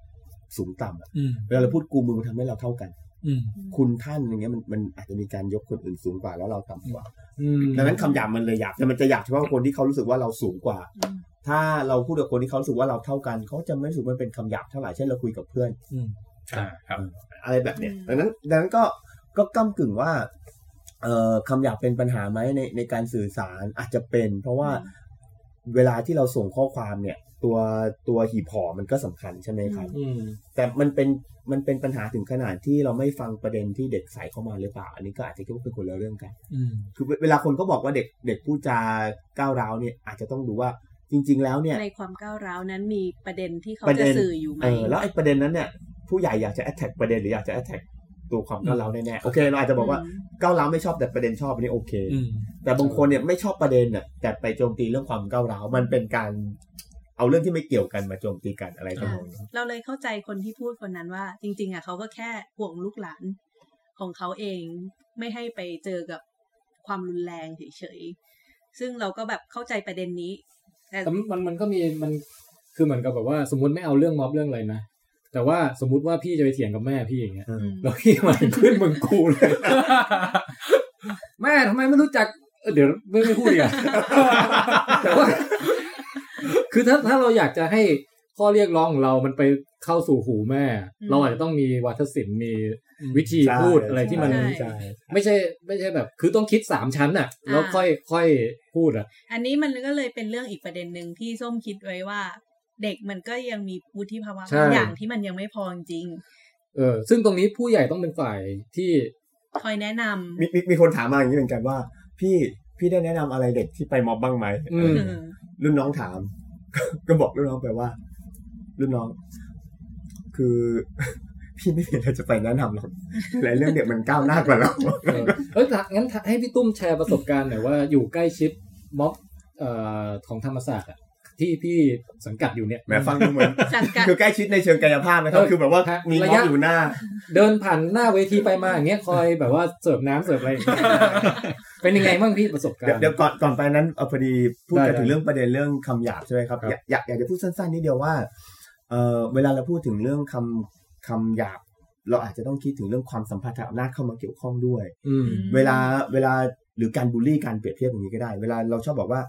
[SPEAKER 4] สูงต่ำอะ
[SPEAKER 5] อืม
[SPEAKER 4] เวลาเราพูดกูมึงมันทำให้เราเท่ากัน
[SPEAKER 5] อืม
[SPEAKER 4] คุณท่านอย่างเงี้ยมันมันอาจจะมีการยกคนอื่นสูงกว่าแล้วเราต่ำกว่า
[SPEAKER 2] อืม
[SPEAKER 4] ดังนั้นคำหยาบมันเลยหยาบแต่มันจะหยาบเฉพาะคนที่เขารู้สึกว่าเราสูงกว่า
[SPEAKER 6] อืม
[SPEAKER 4] ถ้าเราพูดกับคนที่เขารู้สึกว่าเราเท่ากันเขาจะไม่รู้สึกว่ามันเป็นคำหยาบเท่าไหร่เช่นเราคุยกับเพื่อน
[SPEAKER 5] อ่าครับ
[SPEAKER 4] อะไรแบบเนี้ย
[SPEAKER 6] อืม
[SPEAKER 4] ดังนั้นดังนั้นก็ก็ก้ากึ่งว่าเอ่อคำหยาบเป็นปัญหาไหมในในการสื่อสารอาจจะเป็น เพราะว่าเวลาที่เราส่งข้อความเนี่ย ตัวตัวหีบห่อมันก็สำคัญใช่ไหมครับ
[SPEAKER 2] อืม
[SPEAKER 4] แต่มันเป็นมันเป็นปัญหาถึงขนาดที่เราไม่ฟังประเด็นที่เด็กใส่เข้ามาหรือเปล่าอันนี้ก็อาจจะคิดว่าเป็นคนละเรื่องกัน
[SPEAKER 5] อืม
[SPEAKER 4] คือเวเวลาคนก็บอกว่าเด็กเด็กพูดจาก้าวร้าวเนี่ยอาจจะต้องดูว่าจริง ๆ แล้วเนี่ย
[SPEAKER 6] ในความก้าวร้าวนั้นมีประเด็นที่เขา
[SPEAKER 4] ประ
[SPEAKER 6] จะ
[SPEAKER 4] เด็น
[SPEAKER 6] สื่ออยู่ไหม
[SPEAKER 4] เออแล้วไอ้ประเด็นนั้นเนี่ยผู้ใหญ่อยากจะ attack ประเด็นหรืออยากจะ attack ตัวความก้าวร้าวแน่ๆโอเคเราอาจจะบอกว่า ก้าวร้าวไม่ชอบแต่ประเด็นชอบอันนี้โอเค
[SPEAKER 5] อืม
[SPEAKER 4] แต่บางคนเนี่ยไม่ชอบประเด็นน่ะแต่ไปโจมตีเรื่องความก้าวร้าวมันเป็นการเอาเรื่องที่ไม่เกี่ยวกันมาโจมตีกันอะไรกันองนี้
[SPEAKER 6] เราเลยเข้าใจคนที่พูดคนนั้นว่า จริง ๆอ่ะเขาก็แค่ห่วงลูกหลานของเขาเองไม่ให้ไปเจอกับความรุนแรงเฉยๆ ซึ่งเราก็แบบเข้าใจประเด็นนี้ แต่
[SPEAKER 2] แต่มันมันก็มีมันคือเหมือนกับแบบว่า สมมติไม่เอาเรื่องม็อบเรื่องอะไรนะแต่ว่าสมมติว่าพี่จะไปเถียงกับแม่พี่อย่างเงี้ย
[SPEAKER 4] เออ
[SPEAKER 2] แล้วพี่มาถึงขึ้นมึงกูเลย แม่ทำไมไม่รู้จักเออเดี๋ยวไม่ไม่พูดดีกว่าแต่ว่า คือถ้าถ้าเราอยากจะให้ข้อเรียกร้องของเรามันไปเข้าสู่หูแม่ เราอาจจะต้องมีวัฒศิลป์มีวิธีพูดอะไรที่มัน
[SPEAKER 4] ใช่
[SPEAKER 2] ไม่ใช่ ไม่ใช่แบบ คือต้องคิดสามชั้นอ่ะ แล้วค่อยค่อยพูดอ่ะ
[SPEAKER 6] อันนี้มันก็เลยเป็นเรื่องอีกประเด็นหนึ่งที่ส้มคิดไว้ว่า เด็กมันก็ยังมีวุฒิภาวะ
[SPEAKER 2] ใช่
[SPEAKER 6] บางอย่างที่มันยังไม่พอจริง
[SPEAKER 2] เออ ซึ่งตรงนี้ผู้ใหญ่ต้องเป็นฝ่ายที่
[SPEAKER 6] ๆคอยแนะนำ
[SPEAKER 4] มีมีมีคนถามมาอย่างนี้เหมือนกันว่า พี่พี่ได้แนะนำอะไรเด็กที่ไปม็อบบ้างไหม
[SPEAKER 2] อืม
[SPEAKER 6] เออ
[SPEAKER 4] รุ่นน้องถาม *laughs* ก็บอกรุ่นน้องไปว่า รุ่นน้อง คือ *laughs* พี่ไม่มีอะไรจะไปแนะนำหรอกหลายเรื่องเด็กมันก้าวหน้ากว่าเรา
[SPEAKER 2] เออเอยถ้างั้นถ้าให้พี่ตุ้มแชร์ประสบการณ์หน่อยว่าอยู่ใกล้ชิดม็อบเอ่อของธรรมศาสตร์อะที่พี่สังกัดอยู่เนี่ย
[SPEAKER 4] แหมฟังดูเหมือน
[SPEAKER 6] สังกัด
[SPEAKER 4] คือใกล้ชิดในเชิงกายภาพนะครับ
[SPEAKER 2] เออ
[SPEAKER 4] คือแบบว่า
[SPEAKER 2] ฮะ
[SPEAKER 4] มีม็อย
[SPEAKER 2] ระะ
[SPEAKER 4] อยู่หน้า
[SPEAKER 2] เดินผ่านหน้าเวทีไปมาอย่างเงี้ยคอยแบบว่าเสิร์ฟน้ำเสิร์ฟอะไรอย่างเงี้ย
[SPEAKER 4] *laughs*
[SPEAKER 2] เป็นยังไงบ้างพี่ประสบการ
[SPEAKER 4] เดี๋ยว
[SPEAKER 2] ณ์
[SPEAKER 4] เดี๋ยวก่อนก่อนไปนั้นเอาพอดีพูด
[SPEAKER 2] ได้
[SPEAKER 4] กัน
[SPEAKER 2] ได้
[SPEAKER 4] ถึงเรื่องประเด็นเรื่องคำหยาบใช่ไหมครับ
[SPEAKER 2] ครับ
[SPEAKER 4] อยากอยากอยากจะพูดสั้นๆนิดเดียวว่าเออเวลาเราพูดถึงเรื่องคำคำหยาบ เราอาจจะต้องคิดถึงเรื่องความสัมพันธ์ทางอำนาจเข้ามาเกี่ยวข้องด้วย
[SPEAKER 2] อืม
[SPEAKER 4] เวลาเวลาหรือการบูลลี่การเปรียบเทียบอย่างนี้ก็ได้ เวลาเราชอบบอกว่า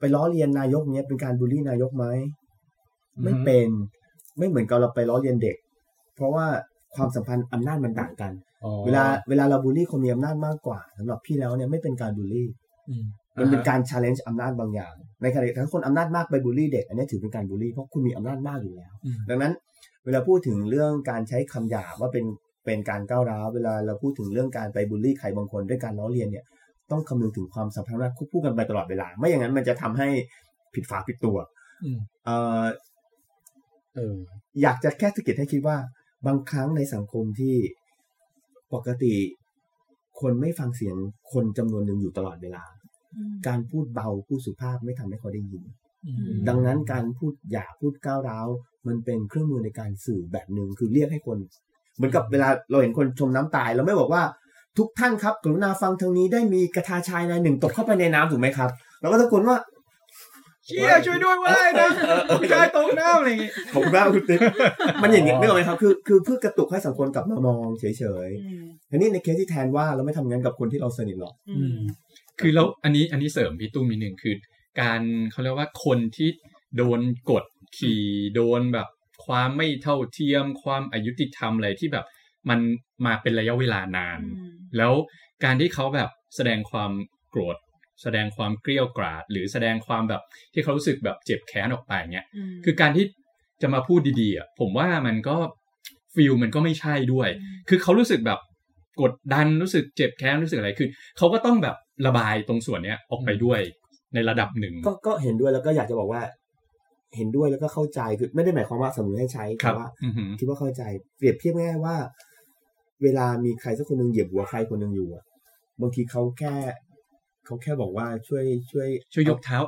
[SPEAKER 4] ไปล้อเลียนนายกเนี้ยเป็นการบูลลี่นายกไหมไม่
[SPEAKER 2] อือฮึ
[SPEAKER 4] เป็นไม่เหมือนกับเราไปล้อเลียนเด็ก เพราะว่าความสัมพันธ์อำนาจมันต่างกัน
[SPEAKER 2] อ๋อ
[SPEAKER 4] เวลาเวลาเราบูลลี่คนมีอำนาจมากกว่าสำหรับพี่แล้วเนี่ยไม่เป็นการบูลลี่
[SPEAKER 2] อืม
[SPEAKER 4] มันเป็น
[SPEAKER 2] อ่าฮะ
[SPEAKER 4] การ challenge อำนาจบางอย่าง ในขณะที่ถ้าคนอำนาจมากไปบูลลี่เด็ก อันนี้ถือเป็นการบูลลี่เพราะคุณมีอำนาจมากอยู่แล้ว
[SPEAKER 5] อืม
[SPEAKER 4] ดังนั้น เวลาพูดถึงเรื่องการใช้คำหยาบว่าเป็นเป็นการก้าวร้าวเวลาเราพูดถึงเรื่องการไปบูลลี่ใครบางคนด้วยการล้อเลียนเนี่ยต้องคำนึงถึงความสัมพันธ์รักคู่กันไปตลอดเวลา ไม่อย่างนั้นมันจะทำให้ผิดฝาผิดตัว
[SPEAKER 5] อืม
[SPEAKER 4] เอ่อ
[SPEAKER 2] เออ
[SPEAKER 4] อยากจะแค่สะกิดให้คิดว่า บางครั้งในสังคมที่ปกติ คนไม่ฟังเสียงคนจำนวนหนึ่งอยู่ตลอดเวลา การพูดเบาพูดสุภาพไม่ทำให้เขาได้ยิน ดังนั้นการพูดหยาพูดก้าวร้าว มันเป็นเครื่องมือในการสื่อแบบหนึ่งคือเรียกให้คน เหมือนกับเวลาเราเห็นคนชมน้ำตาย เราไม่บอกว่า ทุกท่านครับกรุณาฟังทางนี้ได้มีกระทาชายนายหนึ่งตกเข้าไปในน้ำถูกไหมครับ แล้วก็ตะโกนว่า
[SPEAKER 7] เชี่ยช่วยด้วยเว้ยนะผู้ชายตกน้ำอะไรอย่างงี้
[SPEAKER 4] ผมบ้าคุณติ๊กมันอย่างนี้นึกออกไหมครับคือคือเพื่อกระตุกให้สังคมกลับมามองเฉย
[SPEAKER 6] อืม
[SPEAKER 4] ๆทีนี้ในเคสที่แทนว่าเราไม่ทำงั้นกับคนที่เราสนิทหรอก
[SPEAKER 6] อืม
[SPEAKER 5] คือแล้วอันนี้อันนี้เสริมพี่ตุ้มนิดหนึ่งคือ การเขาเรียกว่าคนที่โดนกดขี่โดนแบบความไม่เท่าเทียม ความอายุติธรรมอะไรที่แบบมันมาเป็นระยะเวลานาน
[SPEAKER 6] อืม
[SPEAKER 5] แล้วการที่เขาแบบแสดงความโกรธ แสดงความเกรี้ยวกราด หรือแสดงความแบบที่เขารู้สึกแบบเจ็บแค้นออกไปเงี้ย
[SPEAKER 6] ม
[SPEAKER 5] คือการที่จะมาพูดดีๆอ่ะผมว่ามันก็ฟิลมันก็ไม่ใช่ด้วย คือเขารู้สึกแบบกดดันรู้สึกเจ็บแค้นรู้สึกอะไรคือเขาก็ต้องแบบระบายตรงส่วนเนี้ยออกไปด้วยในระดับหนึ่ง
[SPEAKER 4] ก็ก็เห็นด้วยแล้วก็อยากจะบอกว่า เห็นด้วยแล้วก็เข้าใจคือไม่ได้หมายความว่าสนับสนุนให้ใช้
[SPEAKER 5] ครั
[SPEAKER 4] แต่
[SPEAKER 5] บ
[SPEAKER 4] ว่า
[SPEAKER 5] อือหือ
[SPEAKER 4] คิดว่าเข้าใจเปรียบเทียบง่ายๆว่า เวลามีใครสักคนหนึ่งเหยียบหัวใครคนหนึ่งอยู่อะบางทีเขาแค่เขาแค่บอกว่าช่วยช่วย
[SPEAKER 5] ช่วยยกเท้า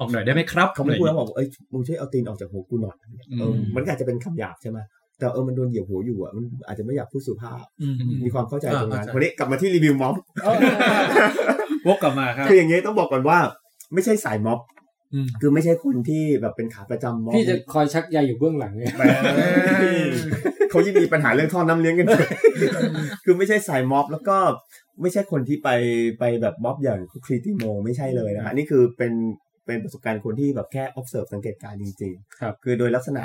[SPEAKER 5] ออกหน่อยได้ไหมครับ
[SPEAKER 4] เขาไม่พูดแล้ว
[SPEAKER 5] อะรอย่ง
[SPEAKER 4] บอกว่าเอ้ยมึงช่วยเอาตีนออกจากหัวกูหน่อย
[SPEAKER 5] อืม
[SPEAKER 4] เออมันก็อาจจะเป็นคำหยาบใช่ไหมแต่เออมันโดนเหยียบหัวอยู่อ่ะมันอาจจะไม่อยากพูดสุภาพ
[SPEAKER 3] อืมอืม
[SPEAKER 4] มีความเข้าใจตรงนั้น
[SPEAKER 3] อ่าเข้าใจ
[SPEAKER 4] คนนี้กลับมาที่รีวิวม็อบ
[SPEAKER 3] วกกลับมาครับ
[SPEAKER 4] คืออย่างนี้ต้องบอกก่อนว่า ไม่ใช่สายม็อบ
[SPEAKER 3] อืม
[SPEAKER 4] คือไม่ใช่คนที่แบบเป็นขาประจำม็อบ
[SPEAKER 2] พี่จะคอยชักใยอยู่เบื้องหลังเนี่ย
[SPEAKER 4] แหมเขายิ่งมีปัญหาเรื่องท่อน้ำเลี้ยงกันด้วยคือไม่ใช่สายม็อบแล้วก็ไม่ใช่คนที่ไปไปแบบม็อบอย่างครีติโมไม่ใช่เลยนะฮะนี่คือเป็นเป็นประสบการณ์คนที่แบบแค่ observe สังเกตการณ์จริง ๆ
[SPEAKER 2] ครับ
[SPEAKER 4] คือโดยลักษณะ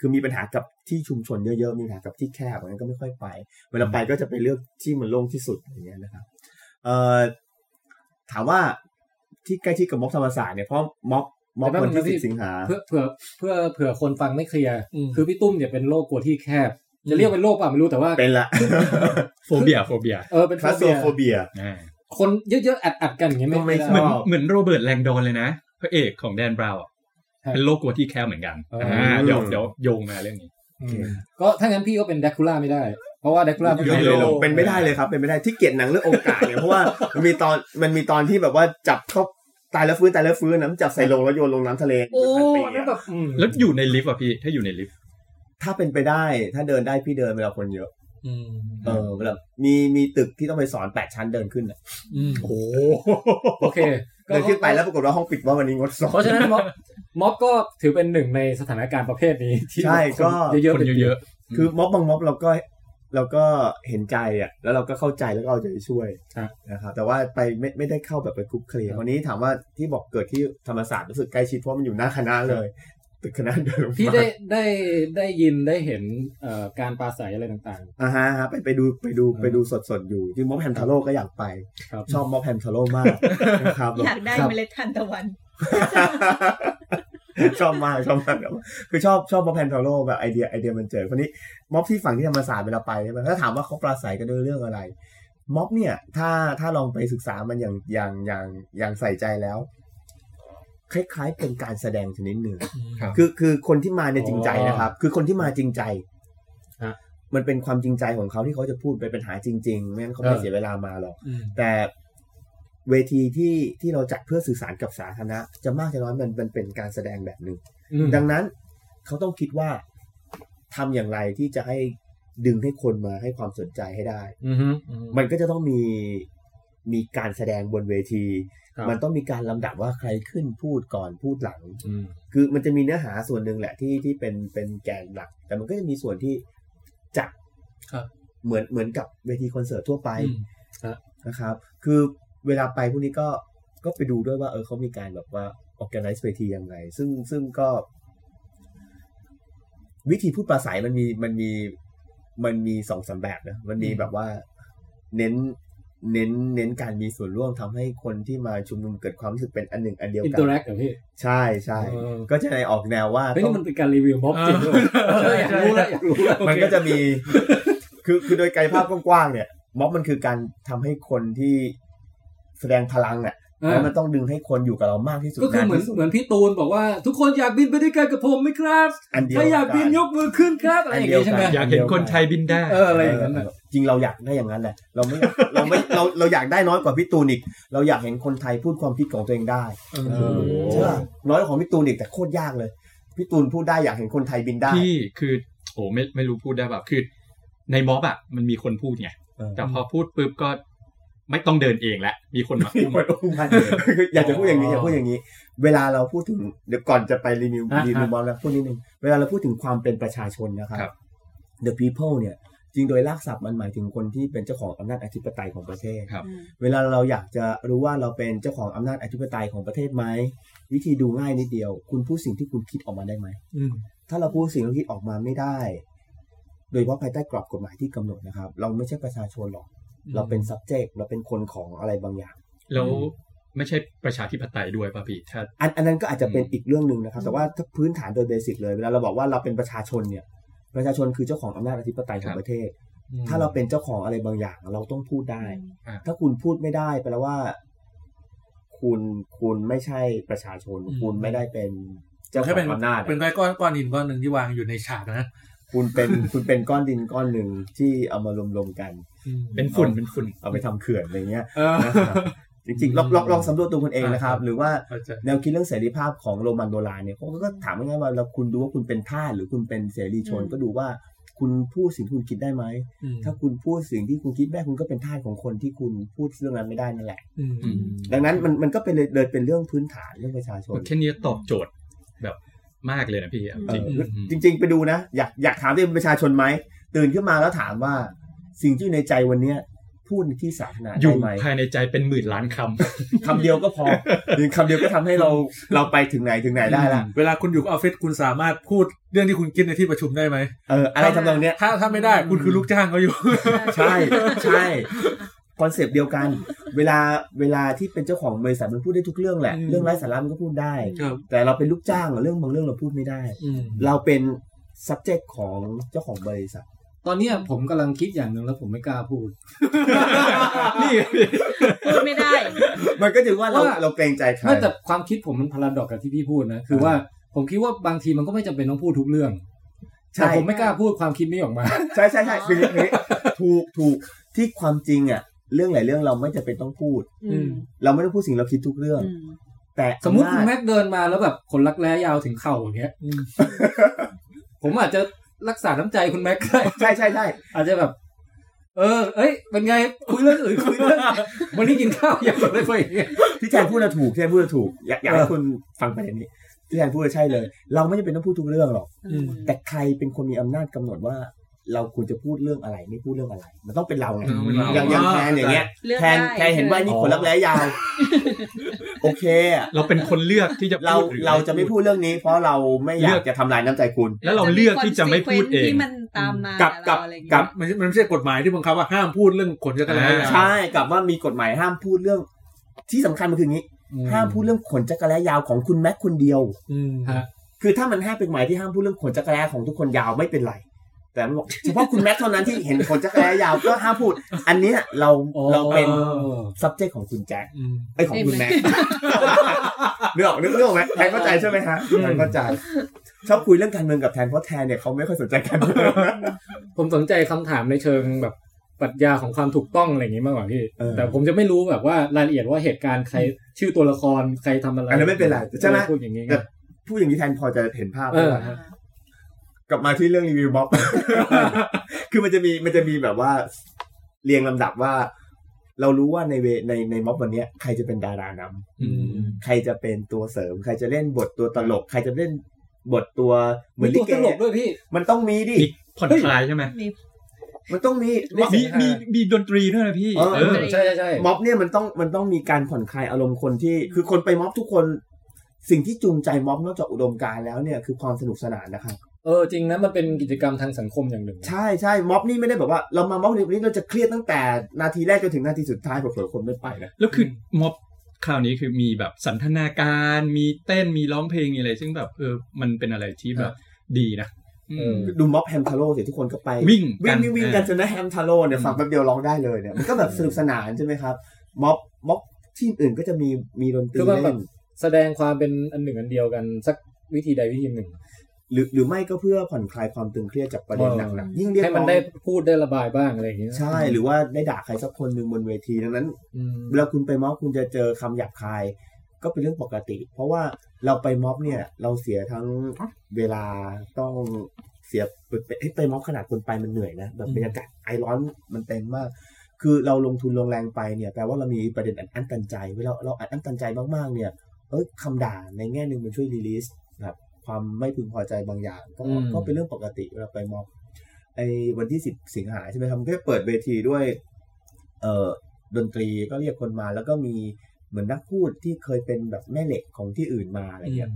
[SPEAKER 4] คือมีปัญหากับที่ชุมชนเยอะๆ มีปัญหากับที่แคบงั้นก็ไม่ค่อยไป เวลาไปก็จะไปเลือกที่มันโล่งที่สุดอย่างเงี้ยนะครับเอ่อถามว่าที่ใกล้ชิดกับม็อบธรรมศาสตร์เนี่ยเพราะม็อบม็อบ
[SPEAKER 2] แต่
[SPEAKER 4] วัน
[SPEAKER 2] แป๊บนึ
[SPEAKER 4] ที่
[SPEAKER 2] ง
[SPEAKER 4] สิบสิ
[SPEAKER 2] นะพี่
[SPEAKER 4] งหา
[SPEAKER 2] เพื่อเพื่อเพื่อเผื่อคนฟังไม่เคลียร์
[SPEAKER 3] อืม
[SPEAKER 2] คือพี่ตุ้มเนี่ยเป็นโรคกลัวที่แคบ จะเรียกเป็นโรคเปล่าไม่รู้แต่ว่า
[SPEAKER 4] เป็นละ
[SPEAKER 5] โฟเบียโฟเบีย
[SPEAKER 2] เออเป็น
[SPEAKER 4] คลาสโซ
[SPEAKER 2] เบีย
[SPEAKER 4] โฟเบีย
[SPEAKER 5] อ่า
[SPEAKER 2] คนเยอะๆอัดอัดๆกันอย่างเงี้ย
[SPEAKER 4] ก็ไม่
[SPEAKER 2] ไม่ได้
[SPEAKER 4] ช
[SPEAKER 5] เหมือน
[SPEAKER 4] บ
[SPEAKER 5] เหมือนโรเบิร์ตแลงดอนเลยนะพระเอกของแดนบราวน์อะ
[SPEAKER 2] ครับ
[SPEAKER 5] เป็นโรคกลัวที่แคบเหมือนกัน
[SPEAKER 2] เอออ่
[SPEAKER 5] ่าเดี๋ยวเดี๋ยวโยงมาเรื่องนี้
[SPEAKER 2] ก็ถ้างั้นพี่ก็เป็นแดกคูล่าไม่ได้ เพราะว่าแดกคูล่า
[SPEAKER 5] อยู่ในโง
[SPEAKER 4] เป็นไม่ได้เลยครับเป็นไม่ได้ที่เกลียดหนังเรื่องโอกาสเนี่ยเพราะว่ามันมีตอนมันมีตอนที่แบบว่าจับเขาตายแล้วฟื้นตายแล้วฟื้นน้ำจับใส่โลงแล้วโยนลงน้ำทะเล
[SPEAKER 2] โอ้
[SPEAKER 4] เป็นพันปี
[SPEAKER 2] นั่น
[SPEAKER 4] อะ
[SPEAKER 2] แบบอืม
[SPEAKER 5] แล้วอยู่ในลิฟต์อ่ะพี่ถ้าอยู่ในลิฟต์
[SPEAKER 4] ถ้าเป็นไปได้ถ้าเดินได้พี่เดินเวลาคนเยอะ
[SPEAKER 3] อืม
[SPEAKER 4] เออเวลามีมีตึกที่ต้องไปสอนแปดชั้นเดินขึ้นน่ะ
[SPEAKER 3] อืม
[SPEAKER 5] โอ้
[SPEAKER 2] โอเคก็
[SPEAKER 4] เดินขึ้นไปแล้วปรากฏว่าห้องปิดว่าวันนี้งดสอ
[SPEAKER 2] เพราะ
[SPEAKER 4] น
[SPEAKER 2] ฉะนั้นม็อบม็อบก็ถือเป็นหนึ่งในสถานการณ์ประเภทนี้ที่
[SPEAKER 4] ใช่ก็
[SPEAKER 2] คนเยอะๆ
[SPEAKER 5] คน
[SPEAKER 2] ป็น
[SPEAKER 5] เยอะ
[SPEAKER 4] คือม็อบบางม็อบเราก็เราก็เห็นใจอ่ะ แล้วเราก็เข้าใจแล้วก็เอาใจช่วยนะครับแต่ว่าไปไม่ไม่ได้เข้าแบบไปคลุกเคลียวันนี้ถามว่าที่บอกเกิดที่ธรรมศาสตร์รู้สึกใกล้ชิดเพราะมันอยู่หน้าคณะเลย ตึกคณะเดินลง
[SPEAKER 2] พี่
[SPEAKER 4] มา
[SPEAKER 2] ได้ได้ได้ยินได้เห็นเอ่อการปราศัยอะไรต่าง
[SPEAKER 4] อ่าฮะฮะไปไปดูไปดูไปดูสดสดๆอยู่ที่ม็อบแฮมทาโร่ก็อยากไป
[SPEAKER 2] ครับ
[SPEAKER 4] ชอบม็อบแฮมทาโร่มากนะครับ
[SPEAKER 6] อยากได้เมล็ดทานตะวัน
[SPEAKER 4] ชอบมากชอบมากแบบว่าคือชอบชอบม็อบแพนโทโลแบบไอเดียไอเดียมันเจอคนนี้ม็อบที่ฝั่งที่ธรรมศาสตร์เวลาไปใช่ไหมถ้าถามว่าเขาปราศัยกันด้วยเรื่องอะไร ม็อบเนี่ย ถ้าถ้าลองไปศึกษามันอย่างอย่างอย่างอย่างใส่ใจแล้ว คล้ายๆเป็นการแสดงชนิดหนึ่ง
[SPEAKER 5] ครับ
[SPEAKER 4] คือคือคนที่มาเนี่ยจริงใจนะครับ คือคนที่มาจริงใจ
[SPEAKER 2] ฮะ
[SPEAKER 4] มันเป็นความจริงใจของเขาที่เขาจะพูดไปปัญหาจริงๆไม่งั้นเขาไม่เสียเวลามาหรอก
[SPEAKER 3] อืม
[SPEAKER 4] แต่เวทีที่ที่เราจัดเพื่อสื่อสารกับสาธารณะจะมากจะน้อยมันมันเป็นการแสดงแบบหนึ่ง
[SPEAKER 2] ๆอืม
[SPEAKER 4] ดังนั้นเขาต้องคิดว่าทำอย่างไรที่จะให้ดึงให้คนมาให้ความสนใจให้ได้
[SPEAKER 2] อือฮึ
[SPEAKER 4] มันก็จะต้องมีมีการแสดงบนเวที
[SPEAKER 2] ครับ
[SPEAKER 4] มันต้องมีการลำดับว่าใครขึ้นพูดก่อนพูดหลัง
[SPEAKER 2] อืม
[SPEAKER 4] คือมันจะมีเนื้อหาส่วนหนึ่งแหละที่ที่เป็นเป็นแกนหลัก แต่มันก็จะมีส่วนที่จัด
[SPEAKER 3] ครับ
[SPEAKER 4] เหมือนเหมือนกับเวทีคอนเสิร์ตทั่วไป
[SPEAKER 3] อืม
[SPEAKER 2] ครับ
[SPEAKER 4] นะครับ คือเวลาไปพวกนี้ก็ก็ไปดูด้วยว่า เออเขามีการแบบว่า organize เวทียังไง ซึ่งซึ่งก็ วิธีพูดปราศัยมันมีมันมีมันมีสองสามแบบนะมันมีแบบว่าเน้นเน้นเน้นการมีส่วนร่วมทำให้คนที่มาชุมนุมเกิดความรู้สึกเป็นอันหนึ่งอันเดียว
[SPEAKER 2] อิน
[SPEAKER 4] กั
[SPEAKER 2] เตอร์แอคเหรอพี่
[SPEAKER 4] ใช่ใช่
[SPEAKER 2] เออ
[SPEAKER 4] ก็จะในออกแนวว่า
[SPEAKER 2] เฮ้ย
[SPEAKER 4] ต้อ
[SPEAKER 2] นี่
[SPEAKER 4] ง
[SPEAKER 2] มันเป็นการรีวิวม็อบจริงด้วยเอออยากรู้แล้วอยากรู้แล้ว
[SPEAKER 4] มันก็จะมี *laughs* คือคือโดยกายภาพกว้างๆเนี่ย ม็อบมันคือการทำให้คนที่แสดงพลังอ่ะ
[SPEAKER 2] เออ
[SPEAKER 4] แล้วมันต้องดึงให้คนอยู่กับเรามากที่สุด
[SPEAKER 2] ก็คือเหมือน
[SPEAKER 4] ที่สุด
[SPEAKER 2] เหมือนพี่ตูนบอกว่า ทุกคนอยากบินไปด้วยกันกับผมไหมครับ
[SPEAKER 4] อันเดียว
[SPEAKER 2] ถ้าอยากบินยกมือขึ้นครับอะไรอย่างเงี้ยใช่ไหม
[SPEAKER 5] อยากเห็นคนไทยบินได้
[SPEAKER 2] เอออะไรอย่างนั้น
[SPEAKER 4] เอ
[SPEAKER 2] น่ะ
[SPEAKER 4] อจริงเราอยากได้อย่างนั้นแหละเราไม่เราไม่ *laughs* เราเราอยากได้น้อยกว่าพี่ตูนอีก เราอยากเห็นคนไทยพูดความคิดของตัวเองได้
[SPEAKER 3] เออ
[SPEAKER 4] ใช่ป่ะน้อยกว่าของพี่ตูนอีกแต่โคตรยากเลยพี่ตูนพูดได้อยากเห็นคนไทยบินได้
[SPEAKER 5] พี่คือโอ้ไม่ไม่รู้พูดได้แบบคือ ในม็อบอะมันมีคนพูดไง
[SPEAKER 4] เออ
[SPEAKER 5] แต่พอพูดปุ๊บก็ไม่ต้องเดินเองละมีคนมาอุ้ม
[SPEAKER 4] เหมื *laughs* อนอุ้มมันเลย *laughs* คืออยากจะพูดอย่างนี้อยากพูดอย่างนี้ เวลาเราพูดถึงเดี๋ยวก่อนจะไปรีวิว
[SPEAKER 2] อ่ะ
[SPEAKER 4] รีวิว
[SPEAKER 2] อ่ะ
[SPEAKER 4] บอลแล้วพูดนิดนึงเวลาเราพูดถึงความเป็นประชาชนนะครั
[SPEAKER 5] ครับ บ
[SPEAKER 4] the people เนี่ย จริงโดยรากศัพท์มันหมายถึงคนที่เป็นเจ้าของอำนาจอธิปไตยของประเทศ
[SPEAKER 5] ครับ
[SPEAKER 6] อืม
[SPEAKER 4] เวลาเราอยากจะรู้ว่าเราเป็นเจ้าของอำนาจอธิปไตยของประเทศไหมวิธีดูง่ายนิดเดียว คุณพูดสิ่งที่คุณคิดออกมาได้ไหม
[SPEAKER 3] อืม
[SPEAKER 4] ถ้าเราพูดสิ่งที่เราคิดออกมาไม่ได้ โดยเฉพาะภายใต้กรอบกฎหมายที่กำหนดนะครับ เราไม่ใช่ประชาชนหรอก เราเป็น subject เราเป็นคนของอะไรบางอย่าง
[SPEAKER 5] แล้วไม่ใช่ประชาธิปไตยด้วยป่ะพี่ถ้า
[SPEAKER 4] อันอันนั้นก็อาจจะเป็น
[SPEAKER 5] อืม
[SPEAKER 4] อีกเรื่องหนึ่งนะครับ แต่ว่าถ้าพื้นฐานโดยเบสิกเลย เวลาเราบอกว่าเราเป็นประชาชนเนี่ย ประชาชนคือเจ้าของอำนาจอธิปไตยของประเทศ ถ้าเราเป็นเจ้าของอะไรบางอย่าง เราต้องพูดได้
[SPEAKER 5] อ่า
[SPEAKER 4] ถ้าคุณพูดไม่ได้แปลว่า คุณคุณไม่ใช่ประชาชน
[SPEAKER 3] อืม
[SPEAKER 4] คุณไม่ได้เป็นเจ้าข
[SPEAKER 3] แค่
[SPEAKER 4] อ
[SPEAKER 3] เป็น
[SPEAKER 4] งอำนาจ
[SPEAKER 3] เป็น
[SPEAKER 4] อะ
[SPEAKER 3] ก้อนก้อนหินก้อนหนึ่งที่วางอยู่ในฉากนะ
[SPEAKER 4] คุณเป็นคุณเป็นก้อนดินก้อนหนึ่งที่เอามารวมๆกัน
[SPEAKER 5] เป็นฝุ่นเป็นฝุ่น
[SPEAKER 4] เอาไปทำเขื่อนอะไรเงี้ย
[SPEAKER 3] เออ
[SPEAKER 4] นะครับจริงๆลองลองลองสำรวจตัวคุณเองนะครับ
[SPEAKER 3] อ่า
[SPEAKER 4] หรือว่า
[SPEAKER 3] เข้าใจ
[SPEAKER 4] แนวคิดเรื่องเสรีภาพของโรมันโบราณเนี่ยเขาก็ถามง่ายๆว่าเราคุณดูว่าคุณเป็นทาสหรือคุณเป็นเสรีชน ก็ดูว่าคุณพูดสิ่งที่คุณคิดได้ไหม
[SPEAKER 3] อืม
[SPEAKER 4] ถ้าคุณพูดสิ่งที่คุณคิดได้คุณก็เป็นทาสของคนที่คุณพูดเรื่องนั้นไม่ได้นั่นแหละ
[SPEAKER 3] อืม
[SPEAKER 5] อืม
[SPEAKER 4] ดังนั้นมันมันก็เป็นเลยเลยเป็นเรื่องพื้นฐานเรื่องประชาชน
[SPEAKER 5] แค่นี้ตอบโจทย์แบบมากเลยนะพี่เอา
[SPEAKER 4] เอ
[SPEAKER 5] จริ
[SPEAKER 4] อ
[SPEAKER 5] ง
[SPEAKER 4] จริง ๆ ไปดูนะ อยากอยากถามตัวเองเป็นประชาชนไหมตื่นขึ้นมาแล้วถามว่าสิ่งที่อยู่ในใจวันเนี้ยพูดในที่สาธารณะ
[SPEAKER 5] อยู่
[SPEAKER 4] ได้ไหม
[SPEAKER 5] ภายในใจเป็นหมื่นล้านค
[SPEAKER 4] คำเดียวก็พอ *laughs* หรือคำเดียวก็ทำให้เราเราไปถึงไหนถึงไหนได้ละ
[SPEAKER 3] เวลาคุณอยู่ออฟฟิศคุณสามารถพูดเรื่องที่คุณคิดในที่ประชุมได้ไหม
[SPEAKER 4] เอออะไรทำนองเนี้ย
[SPEAKER 3] ถ้าถ้าไม่ได้คุณคือลูกจ้างเขาอยู่
[SPEAKER 4] ใช่ใช่คอนเซปต์เดียวกัน เวลาเวลาที่เป็นเจ้าของบริษัทมันพูดได้ทุกเรื่องแหละ
[SPEAKER 3] อืม
[SPEAKER 4] เรื่องไร้สาระมันก็พูดได้
[SPEAKER 3] ครับ
[SPEAKER 4] แต่เราเป็นลูกจ้างอะเรื่องบางเรื่องเราพูดไม่ได้
[SPEAKER 3] อืม
[SPEAKER 4] เราเป็น subject ของเจ้าของบริษัท
[SPEAKER 2] ตอนเนี้ยผมกำลังคิดอย่างหนึ่งแล้วผมไม่กล้าพู
[SPEAKER 4] *laughs*
[SPEAKER 2] ด
[SPEAKER 5] ำ นี่
[SPEAKER 6] พูดไม่ได้
[SPEAKER 4] มันก็ถือว่าเรา
[SPEAKER 2] ว่า
[SPEAKER 4] เราเกรงใจใคร
[SPEAKER 2] ไม่แต่ความคิดผมมันพาราดอกกับที่พี่พูดนะ คือว่าผมคิดว่าบางทีมันก็ไม่จำเป็นต้องพูดทุกเรื่องแต่
[SPEAKER 4] ใช่
[SPEAKER 2] ผมไม่กล้าพูดความคิดนี้ออกมา
[SPEAKER 4] *laughs* ใช่ใช่ใช่คืออย่างนี้ถูกถูกที่ความจริงอ่ะ เรื่องหลายเรื่องเราไม่จำเป็นต้องพูด
[SPEAKER 6] อืม
[SPEAKER 4] เราไม่ต้องพูดสิ่งเราคิดทุกเรื่อง
[SPEAKER 6] อืม
[SPEAKER 4] แต่
[SPEAKER 2] สมมติ
[SPEAKER 4] อำ
[SPEAKER 2] คุณ
[SPEAKER 4] นาจ
[SPEAKER 2] แม็กเดินมาแล้วแบบขนรักแร้ยาวถึงเข่าอย่างเงี้ย
[SPEAKER 3] อืม
[SPEAKER 2] *laughs* ผมอาจจะรักษาน้ำใจคุณแม็ก
[SPEAKER 4] *laughs*
[SPEAKER 2] ได้
[SPEAKER 4] ใช่ใช่ใช่
[SPEAKER 2] อาจจะแบบ เออ เอ้ย เป็นไง คุยเรื่องอื่นคุยเรื่อง *laughs* วันนี้กินข้าวยังไม่ไปอย่างเงี้ *laughs* ย
[SPEAKER 4] ที่แทนพูดน่ะถูกที่แทนพูดน่ะถูกอยากอยากให้
[SPEAKER 2] เออ
[SPEAKER 4] คุณฟังประเด็นนี้ที่แทนพูดน่ะใช่เลย เราไม่จำเป็นต้องพูดทุกเรื่องหรอก
[SPEAKER 6] อืม
[SPEAKER 4] แต่ใครเป็นคนมีอำนาจกำหนดว่า เราควรจะพูดเรื่องอะไรไม่พูดเรื่องอะไร มันต้องเป็นเราไง
[SPEAKER 5] อืมเป็นเรา
[SPEAKER 4] อย่างอย่างแทนอย่างเงี้ย
[SPEAKER 6] เลือก
[SPEAKER 4] แทน
[SPEAKER 6] ได้
[SPEAKER 4] แทนเห็นว่านี่ผลลัพธ์แล้ยาวโอเคอะ
[SPEAKER 5] *laughs* เราเป็นคนเลือกที่จะ
[SPEAKER 4] เรา
[SPEAKER 5] พูดหอ
[SPEAKER 4] เราจะไม่พูดเรื่องนี้ เพราะเราไม่อยากจะทำลายน้ำใจคุณ
[SPEAKER 5] แล้วเราเลือกที่จะไม่พูดเอง
[SPEAKER 6] ที่มันตามมา
[SPEAKER 4] กับกับ
[SPEAKER 6] เราอะไรอย่าง
[SPEAKER 4] กั
[SPEAKER 6] เงี้
[SPEAKER 4] บ
[SPEAKER 6] ย
[SPEAKER 3] มันมันไม่ใช่กฎหมายที่บังคับว่าห้ามพูดเรื่องขนจักรแล้
[SPEAKER 5] อ่า
[SPEAKER 4] ใช่กลับว่ามีกฎหมายห้ามพูดเรื่อง ที่สำคัญมันคืออย่างนี้ ห้ามพูดเรื่องขนจักรแล้ยาวของคุณแม็กคนเดียว
[SPEAKER 3] อืม
[SPEAKER 2] ฮะ
[SPEAKER 4] คือถ้ามันห้ามเป็นหมายที่ห้ามพูดเรื่องขนจักรแล้ของทุกคนยาวไม่เป็นไร แต่มันบอกเฉพาะคุณแม็กเท่านั้นที่เห็นขนจักรแล้ยาวก็ห้ามพูด อันเนี้ยเราเราเป็น subject ของคุณแจ็ค
[SPEAKER 3] อืม
[SPEAKER 4] ไอยของคุณแม็กเรื่อง *laughs* นึกเรื่องไหมแทนเข้าใจใช่ไหมฮะแทนเข้าใจชอบคุยเรื่องการเมืองกับแทนเพราะแทนเนี่ยเขาไม่ค่อยสนใจการเมือง
[SPEAKER 2] ผมสนใจคำถามในเชิงแบบปรัชญาของความถูกต้องอะไรอย่างนี้มากกว่าพี่ แต่ผมจะไม่รู้แบบว่ารายละเอียดว่าเหตุการณ์ใครชื่อตัวละครใครทำอะไร
[SPEAKER 4] อันนั้นไม่เป็นไรใช่ไหม
[SPEAKER 2] พูดอย่างนี้ไง
[SPEAKER 4] แต่พูดอย่างนี้แทนพอจะเห็นภาพ
[SPEAKER 2] เออ
[SPEAKER 4] ได้ไหมกลับมาที่เรื่องรีวิวบ็อก *laughs* คือมันจะมีมันจะมีแบบว่าเรียงลำดับว่า เรารู้ว่าในเวในในม็อบวันเนี้ยใครจะเป็นดารานำ
[SPEAKER 3] อืม
[SPEAKER 4] ใครจะเป็นตัวเสริม ใครจะเล่นบทตัวตลก ใครจะเล่นบทตัวเหมือน
[SPEAKER 2] ตั
[SPEAKER 4] ลิ
[SPEAKER 2] ว
[SPEAKER 4] เก
[SPEAKER 2] ตลกด้วยพี่
[SPEAKER 4] มันต้องมีดิ
[SPEAKER 5] มีผ่อนคลายใช่ไหม
[SPEAKER 6] มี
[SPEAKER 4] มันต้องมี
[SPEAKER 5] มีมีมีดนตรีด้วยนะพี่
[SPEAKER 4] เออ
[SPEAKER 5] เออ
[SPEAKER 2] ใช่ใช่ใช่
[SPEAKER 4] ม็อบเนี่ยมันต้องมันต้องมีการผ่อนคลายอารมณ์คนที่ คือคนไปม็อบทุกคน สิ่งที่จูงใจม็อบนอกจากอุดมการณ์แล้วเนี่ยคือความสนุกสนานนะครับ
[SPEAKER 2] เออจริงนะมันเป็นกิจกรรมทางสังคมอย่างหนึ่งนะ
[SPEAKER 4] ใช่ใช่ม็อบนี่ไม่ได้แบบว่า เรามาม็อบนี้วันนี้เราจะเครียดตั้งแต่นาทีแรกจนถึงนาทีสุดท้ายเผื่อๆคนไม่ไปนะ
[SPEAKER 5] แล้วคือม็อบคราวนี้คือมีแบบสันทนาการ มีเต้นมีร้องเพลงมีอะไร ซึ่งแบบเออมันเป็นอะไรที่แบบดีนะ
[SPEAKER 2] เออ
[SPEAKER 4] ดูม็อบแฮมทาโร่สิทุกคนก็ไป
[SPEAKER 5] วิ่ง
[SPEAKER 4] วิ่งวิ่งวิ่งกันจ
[SPEAKER 5] เออ
[SPEAKER 4] นได้แฮมทาโร่เนี่ย
[SPEAKER 5] อืม
[SPEAKER 4] ฟังแป๊บเดียวร้องได้เลยเนี่ยมันก็แบบสนุกสนานใช่ไหมครับม็อบม็อบที่อื่นก็จะมีมีดนตรี
[SPEAKER 2] คือมันแบ
[SPEAKER 4] เล่
[SPEAKER 2] บ
[SPEAKER 4] น
[SPEAKER 2] แสดงความเป็นอันหนึ่งอันเดียวกันสักวิธีใดวิธีหนึ่ง
[SPEAKER 4] หรือหรือไม่ก็เพื่อผ่อนคลายความตึงเครียดจากประเด็นหนักๆยิ่งเรียก
[SPEAKER 2] ให้มัน
[SPEAKER 4] ร้อง
[SPEAKER 2] ได้พูดได้ระบายบ้างอะไรอย่างเงี้ย
[SPEAKER 4] ใช่หรือว่าได้ด่าใครสักคนหนึ่งบนเวทีดังนั้น
[SPEAKER 2] อืม
[SPEAKER 4] เวลาคุณไปม็อบคุณจะเจอคำหยาบคาย ก็เป็นเรื่องปกติ เพราะว่าเราไปม็อบเนี่ย เราเสียทั้งเวลาต้อง เสียไปไปเอ้ยไปม็อบขนาดคนไปมันเหนื่อยนะแบบบรรยากาศไอร้อนมันเต็มมาก คือเราลงทุนลงแรงไปเนี่ยแปลว่าเรามีประเด็นอัดอั้นตันใจเวลาเราอัดอั้นตันใจมากๆ เนี่ยเอ้ยคำด่าในแง่หนึ่งมันช่วยรีลิสแบบความไม่พึงพอใจบางอย่าง ก็
[SPEAKER 2] อืม
[SPEAKER 4] ก็เป็นเรื่องปกติเวลาไปม็อบไอวันที่สิบสิงหาใช่ไหมครับมันก็เปิดเวทีด้วย เอ่อดนตรีก็เรียกคนมาแล้วก็มีเหมือนนักพูดที่เคยเป็นแบบแม่เหล็กของที่อื่นมาอะไรเงี้ย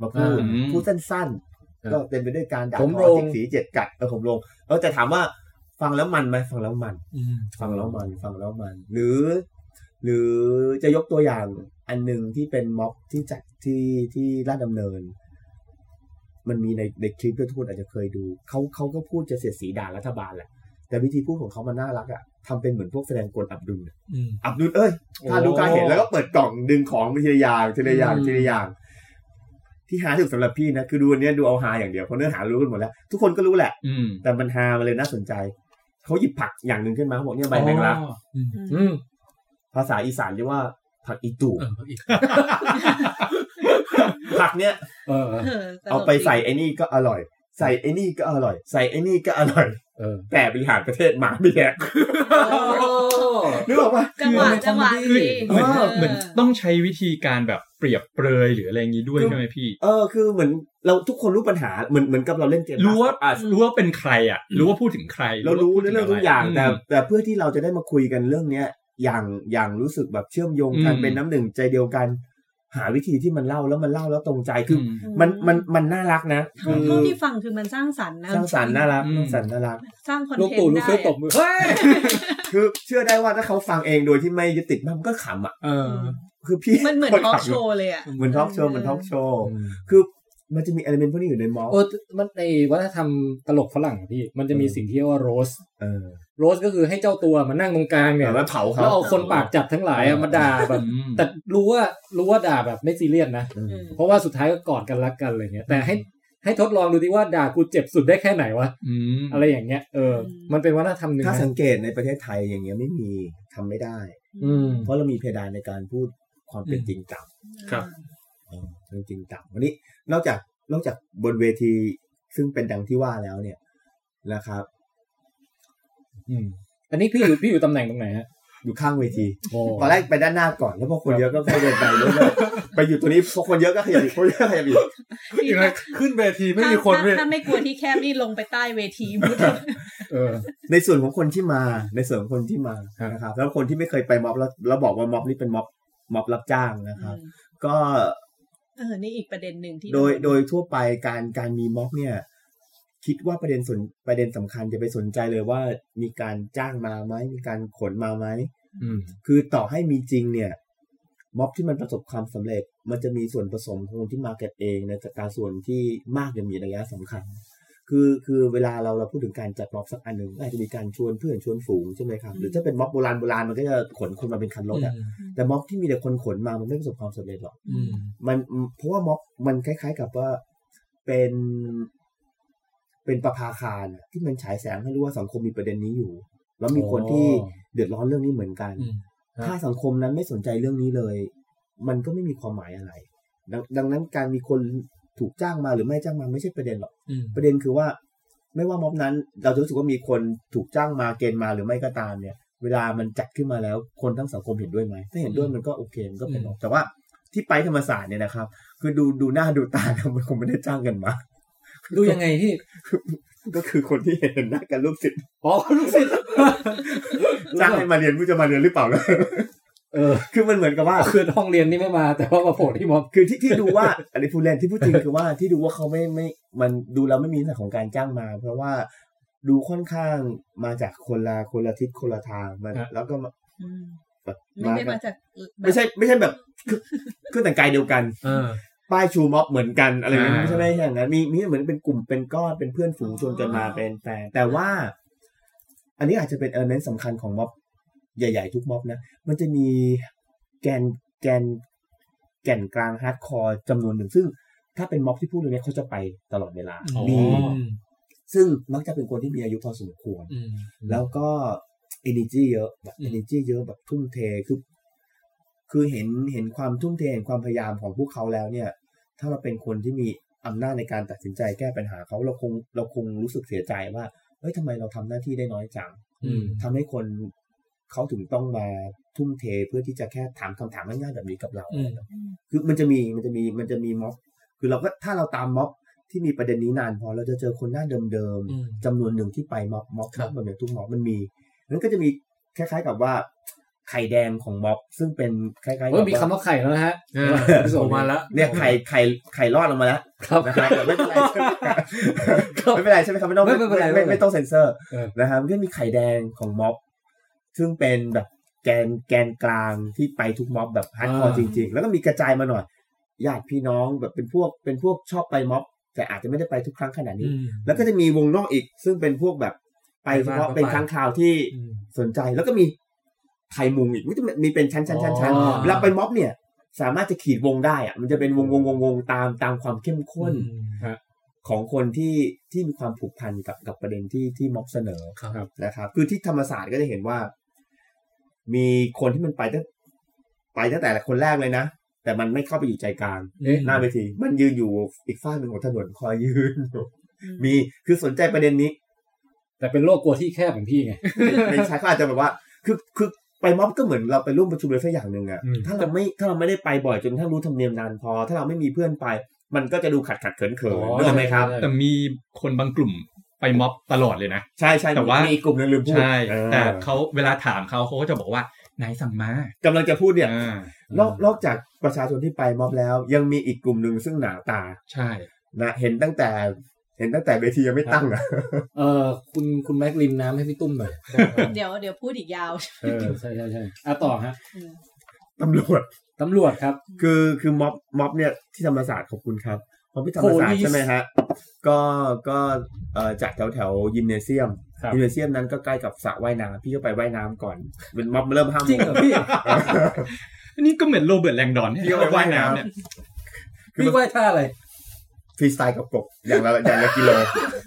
[SPEAKER 4] มาพูด
[SPEAKER 5] อืม
[SPEAKER 4] พูดสั้น
[SPEAKER 2] ครับ
[SPEAKER 4] ๆ ก็เต็มไปด้วยการด่า
[SPEAKER 2] ผม
[SPEAKER 4] ท
[SPEAKER 2] ล
[SPEAKER 4] อง เจ็ดสีเจ็ดกัดเออผมลงเออแต่ถามว่าฟังแล้วมันไหมฟังแล้วมัน
[SPEAKER 3] อืม
[SPEAKER 4] ฟังแล้วมันฟังแล้วมัน หรือ หรือจะยกตัวอย่างอันหนึ่งที่เป็นม็อบที่จัดที่ที่ลาดดำเนิน มันมีในในคลิปที่ทุกคนอาจจะเคยดูเขาเขาก็พูดจะเสียดสีด่ารัฐบาลแหละ แต่วิธีพูดของเขามันน่ารักอะทำเป็นเหมือนพวกแสดงกลอับดุลอะ
[SPEAKER 3] อืม
[SPEAKER 4] อับดุลเอ้ย ถ้าดูการเห็นแล้วก็เปิดกล่องดึงของไปทีละอย่างทีละอย่างทีละอย่าง ที่หาที่สุดสำหรับพี่นะคือดูอันเนี้ยดูเอาหาอย่างเดียวเพราะเนื้อหารู้กันหมดแล้ว ทุกคนก็รู้แหละ
[SPEAKER 5] อืม
[SPEAKER 4] แต่มันฮามาเลยน่าสนใจ เขาหยิบผักอย่างหนึ่งขึ้นมาเขาบอกเนี่ยใบแมงลัก
[SPEAKER 5] อ๋อ
[SPEAKER 2] อืม
[SPEAKER 4] ภาษาอีสานเรียกว่าผักอี
[SPEAKER 2] *laughs*
[SPEAKER 4] ตู่
[SPEAKER 3] เอออีก
[SPEAKER 4] ผักเนี้ย
[SPEAKER 2] เออ
[SPEAKER 4] เอาไปใส่ไอ้นี่ก็อร่อย ใส่ไอ้นี่ก็อร่อย ใส่ไอ้นี่ก็อร่อย
[SPEAKER 2] เออ
[SPEAKER 4] แต่บริหารประเทศหมาไม่แดกนึกออกปะ
[SPEAKER 6] จังหวะจังหวะ
[SPEAKER 5] คือ
[SPEAKER 6] ดี
[SPEAKER 5] เหมือน
[SPEAKER 4] เออ
[SPEAKER 5] เหมือนต้องใช้วิธีการแบบเปรียบเปรยหรืออะไรอย่างนี้ด้วยใช่ไหมพี่
[SPEAKER 4] เออคือเหมือนเราทุกคนรู้ปัญหาเหมือนเหมือนกับเราเล่นเกม
[SPEAKER 5] รู้ว่า
[SPEAKER 4] อ่ะ
[SPEAKER 5] รู้ว่าเป็นใครอ่ะ รู้ว่าพูดถึงใคร
[SPEAKER 4] เรารู้เรื่องทุกอย่าง
[SPEAKER 5] ม
[SPEAKER 4] แต่แต่เพื่อที่เราจะได้มาคุยกันเรื่องเนี้ย อย่างอย่างรู้สึกแบบเชื่อมโยงกัน
[SPEAKER 5] อืม
[SPEAKER 4] เป็นน้ำหนึ่งใจเดียวกัน หาวิธีที่มันเล่าแล้วมันเล่าแล้วตรงใจคืออ
[SPEAKER 5] ม
[SPEAKER 4] มันมันมันน่ารักนะคือ
[SPEAKER 6] เท่าเท่าที่ฟังคือมันสร้างสรรค์นะ
[SPEAKER 4] สร้างสรรค์น่ารัก
[SPEAKER 5] อืม
[SPEAKER 4] สร้างสรรค์น่ารัก
[SPEAKER 6] สร้างคอน
[SPEAKER 3] ลูก
[SPEAKER 6] เทน
[SPEAKER 3] ตู่
[SPEAKER 6] ต์
[SPEAKER 3] ลูก
[SPEAKER 6] ได้
[SPEAKER 3] เสือตบมือเฮ้ย
[SPEAKER 4] คือเชื่อได้ว่าถ้าเขาฟังเองโดยที่ไม่ยึดติดมันก็ขำอ่ะ
[SPEAKER 3] เออ
[SPEAKER 4] คือพี่
[SPEAKER 6] มันเหมือนทอล์กโชว์เลยอ่ะ
[SPEAKER 4] เหมือนทอล์กโชว์เหมือนทอล์กโชว์
[SPEAKER 2] อืม
[SPEAKER 4] คือมันจะมีเอลิเมนต์พวกนี้อยู่ในมอล
[SPEAKER 2] โอ้มันในวัฒนธรรมตลกฝรั่งอะพี่ มันจะมีสิ่งที่เรียกว่าโรส
[SPEAKER 4] เออ
[SPEAKER 2] โรสก็คือให้เจ้าตัวมานั่งตรงกลาง
[SPEAKER 4] เนี่
[SPEAKER 2] เนี่ย ย
[SPEAKER 4] มันเผาเขา
[SPEAKER 2] แล้วเอาคนปากจัดทั้งหลายอะ
[SPEAKER 4] เออ
[SPEAKER 2] มาด่าแบบ
[SPEAKER 5] อืม
[SPEAKER 2] แต่รู้ว่ารู้ว่าด่าแบบไม่ซีเรียสนะ
[SPEAKER 4] เออ
[SPEAKER 2] เพราะว่าสุดท้ายก็กอดกันรักกันอะไรเงี้ย แต่ให้ให้ทดลองดูดิว่าด่ากูเจ็บสุดได้แค่ไหนวะ
[SPEAKER 5] อืม
[SPEAKER 2] อะไรอย่างเงี้ย เออ
[SPEAKER 6] อืม
[SPEAKER 2] มันเป็นวัฒนธรรมหนึ่ง
[SPEAKER 4] ถ้า
[SPEAKER 2] นะ
[SPEAKER 4] สังเกตในประเทศไทยอย่างเงี้ยไม่มีทำไม่ได้
[SPEAKER 2] อืม
[SPEAKER 4] เพราะเรามีเพดานในการพูดความเป็นจริงต่
[SPEAKER 3] ครับ
[SPEAKER 4] ำเออเรื่องจริงต่ำวันนี้นอกจากนอกจากบนเวทีซึ่งเป็นดังที่ว่าแล้วเนี่ยนะครับ
[SPEAKER 2] อืม อันนี้พี่อยู่พี่อยู่ตำแหน่งตรงไหนฮะ
[SPEAKER 4] อยู่ข้างเวที
[SPEAKER 2] โอ้
[SPEAKER 4] ตอนแรกไปด้านหน้าก่อนแล้วพอคนเยอะก็ขยับไปเรื่อยๆไปอยู่ตรงนี้พอคนเยอะก็ขยับอีกคนเยอะก็ขยับอีก
[SPEAKER 3] อีกแล้วขึ้นเวทีไม่มีคน
[SPEAKER 6] ถ้า
[SPEAKER 3] เลย
[SPEAKER 6] ถ้าไม่กลัวที่แคบนี่ลงไปใต้เวทีมุด
[SPEAKER 2] เออ
[SPEAKER 4] ในส่วนของคนที่มา ในส่วนของคนที่มา
[SPEAKER 2] ครับ
[SPEAKER 4] นะครับ แล้วคนที่ไม่เคยไปม็อบแล้วแล้วบอกว่าม็อบนี่เป็นม็อบม็อบรับจ้างนะครับ ก็
[SPEAKER 6] เออ นี่อีกประเด็นหนึ่งที่
[SPEAKER 4] โดยโดยทั่วไปการการมีม็อบเนี่ย คิดว่าประเด็นสนประเด็นสำคัญจะไปสนใจเลยว่ามีการจ้างมาไหมมีการขนมาไหม
[SPEAKER 2] อืม
[SPEAKER 4] คือต่อให้มีจริงเนี่ย ม็อบที่มันประสบความสำเร็จ มันจะมีส่วนผสมของคนที่มาเก็ตเองในะจากการส่วนที่มากจะมีระยะสำคัญ คือคือเวลาเราเราพูดถึงการจัดม็อบสักอันหนึ่งก็อาจจะมีการชวนเพื่อนชวนฝูงใช่ไหมครับหรือถ้าเป็นม็อบโบราณโบราณมันก็จะขนคนมาเป็นคันรถอะแต่ม็อบที่มีแต่คนขนมามันไม่ประสบความสำเร็จหรอก
[SPEAKER 3] อืม
[SPEAKER 4] มันเพราะว่าม็อบมันคล้าย ๆ กับว่าเป็นเป็นประภาคารอะที่มันฉายแสงให้รู้ว่าสังคมมีประเด็นนี้อยู่ แล้วมีคน
[SPEAKER 2] อ๋อ
[SPEAKER 4] ที่เดือดร้อนเรื่องนี้เหมือนกัน
[SPEAKER 3] อืม
[SPEAKER 2] ครับ
[SPEAKER 4] ถ้าสังคมนั้นไม่สนใจเรื่องนี้เลย มันก็ไม่มีความหมายอะไรดงดังนั้นการมีคนถูกจ้างมาหรือไม่จ้างมาไม่ใช่ประเด็นหรอก
[SPEAKER 3] อืม
[SPEAKER 4] ประเด็นคือว่า ไม่ว่าม็อบนั้น เราจะรู้สึกว่ามีคนถูกจ้างมาเกณฑ์มาหรือไม่ก็ตามเนี่ย เวลามันจัดขึ้นมาแล้วคนทั้งสังคมเห็นด้วยไหมถ้าเห็นด้วยมันก็โอเคมันก็เป็น
[SPEAKER 3] อืม
[SPEAKER 4] แต่ว่าที่ไปธรรมศาสตร์เนี่ยนะครับ คือดูดูหน้าดูตานะ *laughs* มันคงไม่ได้จ้างกันมา
[SPEAKER 2] ดูยังไงพี่
[SPEAKER 4] ก็คือคนที่เห็นหน้ากันลูกศิ
[SPEAKER 6] *laughs*
[SPEAKER 4] ษย์
[SPEAKER 2] อ๋อ *laughs* ลูกศิษย์
[SPEAKER 4] จ้างให้มาเรียนผู้จะมาเรียนหรือเปล่าล่ะ *laughs*
[SPEAKER 2] เออ *laughs*
[SPEAKER 4] คือมันเหมือนกับว่า
[SPEAKER 2] คือห้องเรียนนี่ไม่มา แต่ว่ามาโผล่ที่ม็อบ
[SPEAKER 4] คือที่ที่ดูว่า *laughs* อะไรพูดเล่นที่พูดจริงคือว่าที่ดูว่าเขาไม่ไม่มันดูแล้วไม่มีลักษณะของการจ้างมา เพราะว่าดูค่อนข้างมาจากคนละคนละทิศคนละทางมัน
[SPEAKER 2] ฮะ
[SPEAKER 4] แล้วก็มา
[SPEAKER 6] อืม
[SPEAKER 4] แบบ
[SPEAKER 6] ไม่ได้
[SPEAKER 4] กั
[SPEAKER 6] มาน จาก
[SPEAKER 4] ไม่ใช่ไม่ใช่แบบเครื่องเครื่องแต่งกายเดียวกัน
[SPEAKER 3] เออ
[SPEAKER 4] ป้ายชูม็อบเหมือนกันอะไรอย่างนี้
[SPEAKER 3] อ่า
[SPEAKER 4] ใช่ไหมอย่างนั้นมีมีเหมือนเป็นกลุ่มเป็นก้อนเป็นเพื่อนฝูงชวนกันมาเป็นแฟนแต่ว่า อันนี้อาจจะเป็นเอเมนต์สำคัญของม็อบ ใหญ่ ๆ ทุกม็อบนะ มันจะมีแกนแกนแก่นกลางฮาร์ดคอร์จำนวนหนึ่งซึ่ง ถ้าเป็นม็อบที่พูดเรื่องนี้เขาจะไปตลอดเวลา
[SPEAKER 5] อ๋อ
[SPEAKER 4] มีซึ่งมักจะเป็นคนที่มีอายุพอสมควร
[SPEAKER 3] อืม
[SPEAKER 4] แล้วก็ energy เยอะแบบ
[SPEAKER 3] อืม
[SPEAKER 4] energy เยอะแบบทุ่มเทคือ คือเห็นเห็นความทุ่มเทเห็นความพยายามของพวกเขาแล้วเนี่ย ถ้าเราเป็นคนที่มี อำนาจในการตัดสินใจแก้ปัญหาเขาเราคงเราคงรู้สึกเสียใจว่าเฮ้ยทำไมเราทำหน้าที่ได้น้อยจัง
[SPEAKER 2] อืม
[SPEAKER 4] ทำให้คนเขาถึงต้องมาทุ่มเทเพื่อที่จะแค่ถามคำถามง่ายๆแบบนี้กับเรา
[SPEAKER 2] อืม
[SPEAKER 4] คือมันจะมีมันจะมีมันจะมีม็อบคือเราก็ถ้าเราตามม็อบที่มีประเด็นนี้นานพอเราจะเจอคนหน้าเดิม
[SPEAKER 2] อืม
[SPEAKER 4] ๆจำนวนหนึ่งที่ไปม็อบม็อบ
[SPEAKER 2] ครับ
[SPEAKER 4] แบบเนี้ยทุกม็อบมันมีนั้นก็จะมีคล้ายๆกับว่า ไข่แดงของม็อบซึ่งเป็นคล้ายๆกับ
[SPEAKER 2] เฮ้ยมี
[SPEAKER 4] ว่า
[SPEAKER 2] คำว่าไข่แล้วนะฮะ
[SPEAKER 3] อ่า
[SPEAKER 2] ส่งมาแล้ว
[SPEAKER 4] เนี่ยไข่ไข่ไข่รอดออกมาแล้ว
[SPEAKER 2] ครับ
[SPEAKER 4] นะครับแต่ไม่เป็นไร
[SPEAKER 2] ครับ
[SPEAKER 4] ไม่เป็นไรใช่ไหมครับไม่ต้อง
[SPEAKER 2] ไม่เป็นไร
[SPEAKER 4] ไม่
[SPEAKER 2] ไม่เป็นไร
[SPEAKER 4] ไม่ต้องเซ็นเซอร์
[SPEAKER 2] เออ
[SPEAKER 4] นะครับก็มีไข่แดงของม็อบ ซึ่งเป็นแบบแกนแกนกลางที่ไปทุกม็อบแบบฮาร์ดคอร์จริง ๆ แล้วก็มีกระจายมาหน่อยญาติพี่น้องแบบเป็นพวกเป็นพวกชอบไปม็อบ แต่อาจจะไม่ได้ไปทุกครั้งขนาดนี้ แล้วก็จะมีวงนอกอีก ซึ่งเป็นพวกแบบไปเฉพาะเป็นครั้งคราวที่สนใจแล้วก็มีไทยมุงอีกอุ๊ยจะมีเป็นชั้นชั้นชั้นชั้น
[SPEAKER 2] อ๋อ
[SPEAKER 4] เวลาไปม็อบเนี่ย สามารถจะขีดวงได้อะมันจะเป็นวงวงวงวงตามตามความเข้มข้นของคนที่ที่มีความผูกพันกับกับประเด็นที่ที่ม็อบเสนอ
[SPEAKER 2] ครับ
[SPEAKER 4] นะครับ คือที่ธรรมศาสตร์ก็จะเห็นว่า มีคนที่มันไปตั้งไปตั้งแต่คนแรกเลยนะ แต่มันไม่เข้าไปอยู่ใจกลาง
[SPEAKER 2] เอ๊ะ
[SPEAKER 4] หน้าเวทีมันยืนอยู่อีกฝ้าหนึ่งของถนนคอยยืนอยู่มีคือสนใจประเด็นนี้
[SPEAKER 2] แต่เป็นโรคกลัวที่แคบของพี่ไง
[SPEAKER 4] ในชายเขาอาจจะแบบว่า คือคือไปม็อบก็เหมือนเราไปร่วมประชุมอะไรสักอย่างหนึ่งอะ
[SPEAKER 3] อืม
[SPEAKER 4] ถ้าเราไม่ถ้าเราไม่ได้ไปบ่อยจนกระทั่งรู้ธรรมเนียมนานพอ ถ้าเราไม่มีเพื่อนไป มันก็จะดูขัดขัดเขินเขิน
[SPEAKER 2] อ๋อ
[SPEAKER 4] นึกออกไหมครับ
[SPEAKER 2] ใช่
[SPEAKER 5] แต่มีคนบางกลุ่มไปม็อบตลอดเลยนะ
[SPEAKER 4] ใช่ใช่
[SPEAKER 5] แต่ว่ามี
[SPEAKER 4] กลุ่มหนึงลืมพูด
[SPEAKER 5] ใช่
[SPEAKER 4] เออ
[SPEAKER 5] แต่เขาเวลาถามเขาเขาก็จะบอกว่านายสั่งมาก
[SPEAKER 4] ำลังจะพูดเนี่ย
[SPEAKER 5] อ่าน
[SPEAKER 4] อกนอกจากประชาชนที่ไปม็อบแล้ว ยังมีอีกกลุ่มหนึ่งซึ่งหนาตา
[SPEAKER 5] ใช่
[SPEAKER 4] นะเห็นตั้งแต่ เห็นตั้งแต่เวทียังไม่ตั้งอะ
[SPEAKER 2] เออคุณคุณแม็กริมน้ำให้พี่ตุ้มหน่อย
[SPEAKER 6] เดี๋ยวเดี๋ยวพูดอีกยาว
[SPEAKER 2] เออใช่ใช่ใช่อ่ะต่อฮะ
[SPEAKER 4] ตำรวจ
[SPEAKER 2] ตำรวจครับ
[SPEAKER 4] คือคือม็อบม็อบเนี่ยที่ธรรมศาสตร์ขอบคุณครับม็อบที่ธรรมศาสตร์
[SPEAKER 2] Police
[SPEAKER 4] ใช่ไหมฮะก็ก็เอ่อจากแถวแถวยิมเนเซียม
[SPEAKER 2] ครับ
[SPEAKER 4] ยิมเนเซียมนั้นก็ใกล้กับสระว่ายน้ำพี่ก็ไปว่ายน้ำก่อน เป็นม็อบเริ่มห้าม
[SPEAKER 2] จริงเหรอ
[SPEAKER 4] *laughs*
[SPEAKER 2] พี่
[SPEAKER 5] อันนี้ก็เหมือนโรเบิร์ตแลงดอน
[SPEAKER 4] พี่
[SPEAKER 5] ที่
[SPEAKER 4] ก็
[SPEAKER 5] เขา
[SPEAKER 4] ไป
[SPEAKER 5] ว่า
[SPEAKER 4] ว่าย ย
[SPEAKER 5] น้ำ
[SPEAKER 4] น้ำ
[SPEAKER 5] เนี่
[SPEAKER 4] เนี่ย ย
[SPEAKER 2] พี่ไหว้ท่าอะไร
[SPEAKER 4] ฟรีสไตล์กับกบอย่างละอย่างละกิโล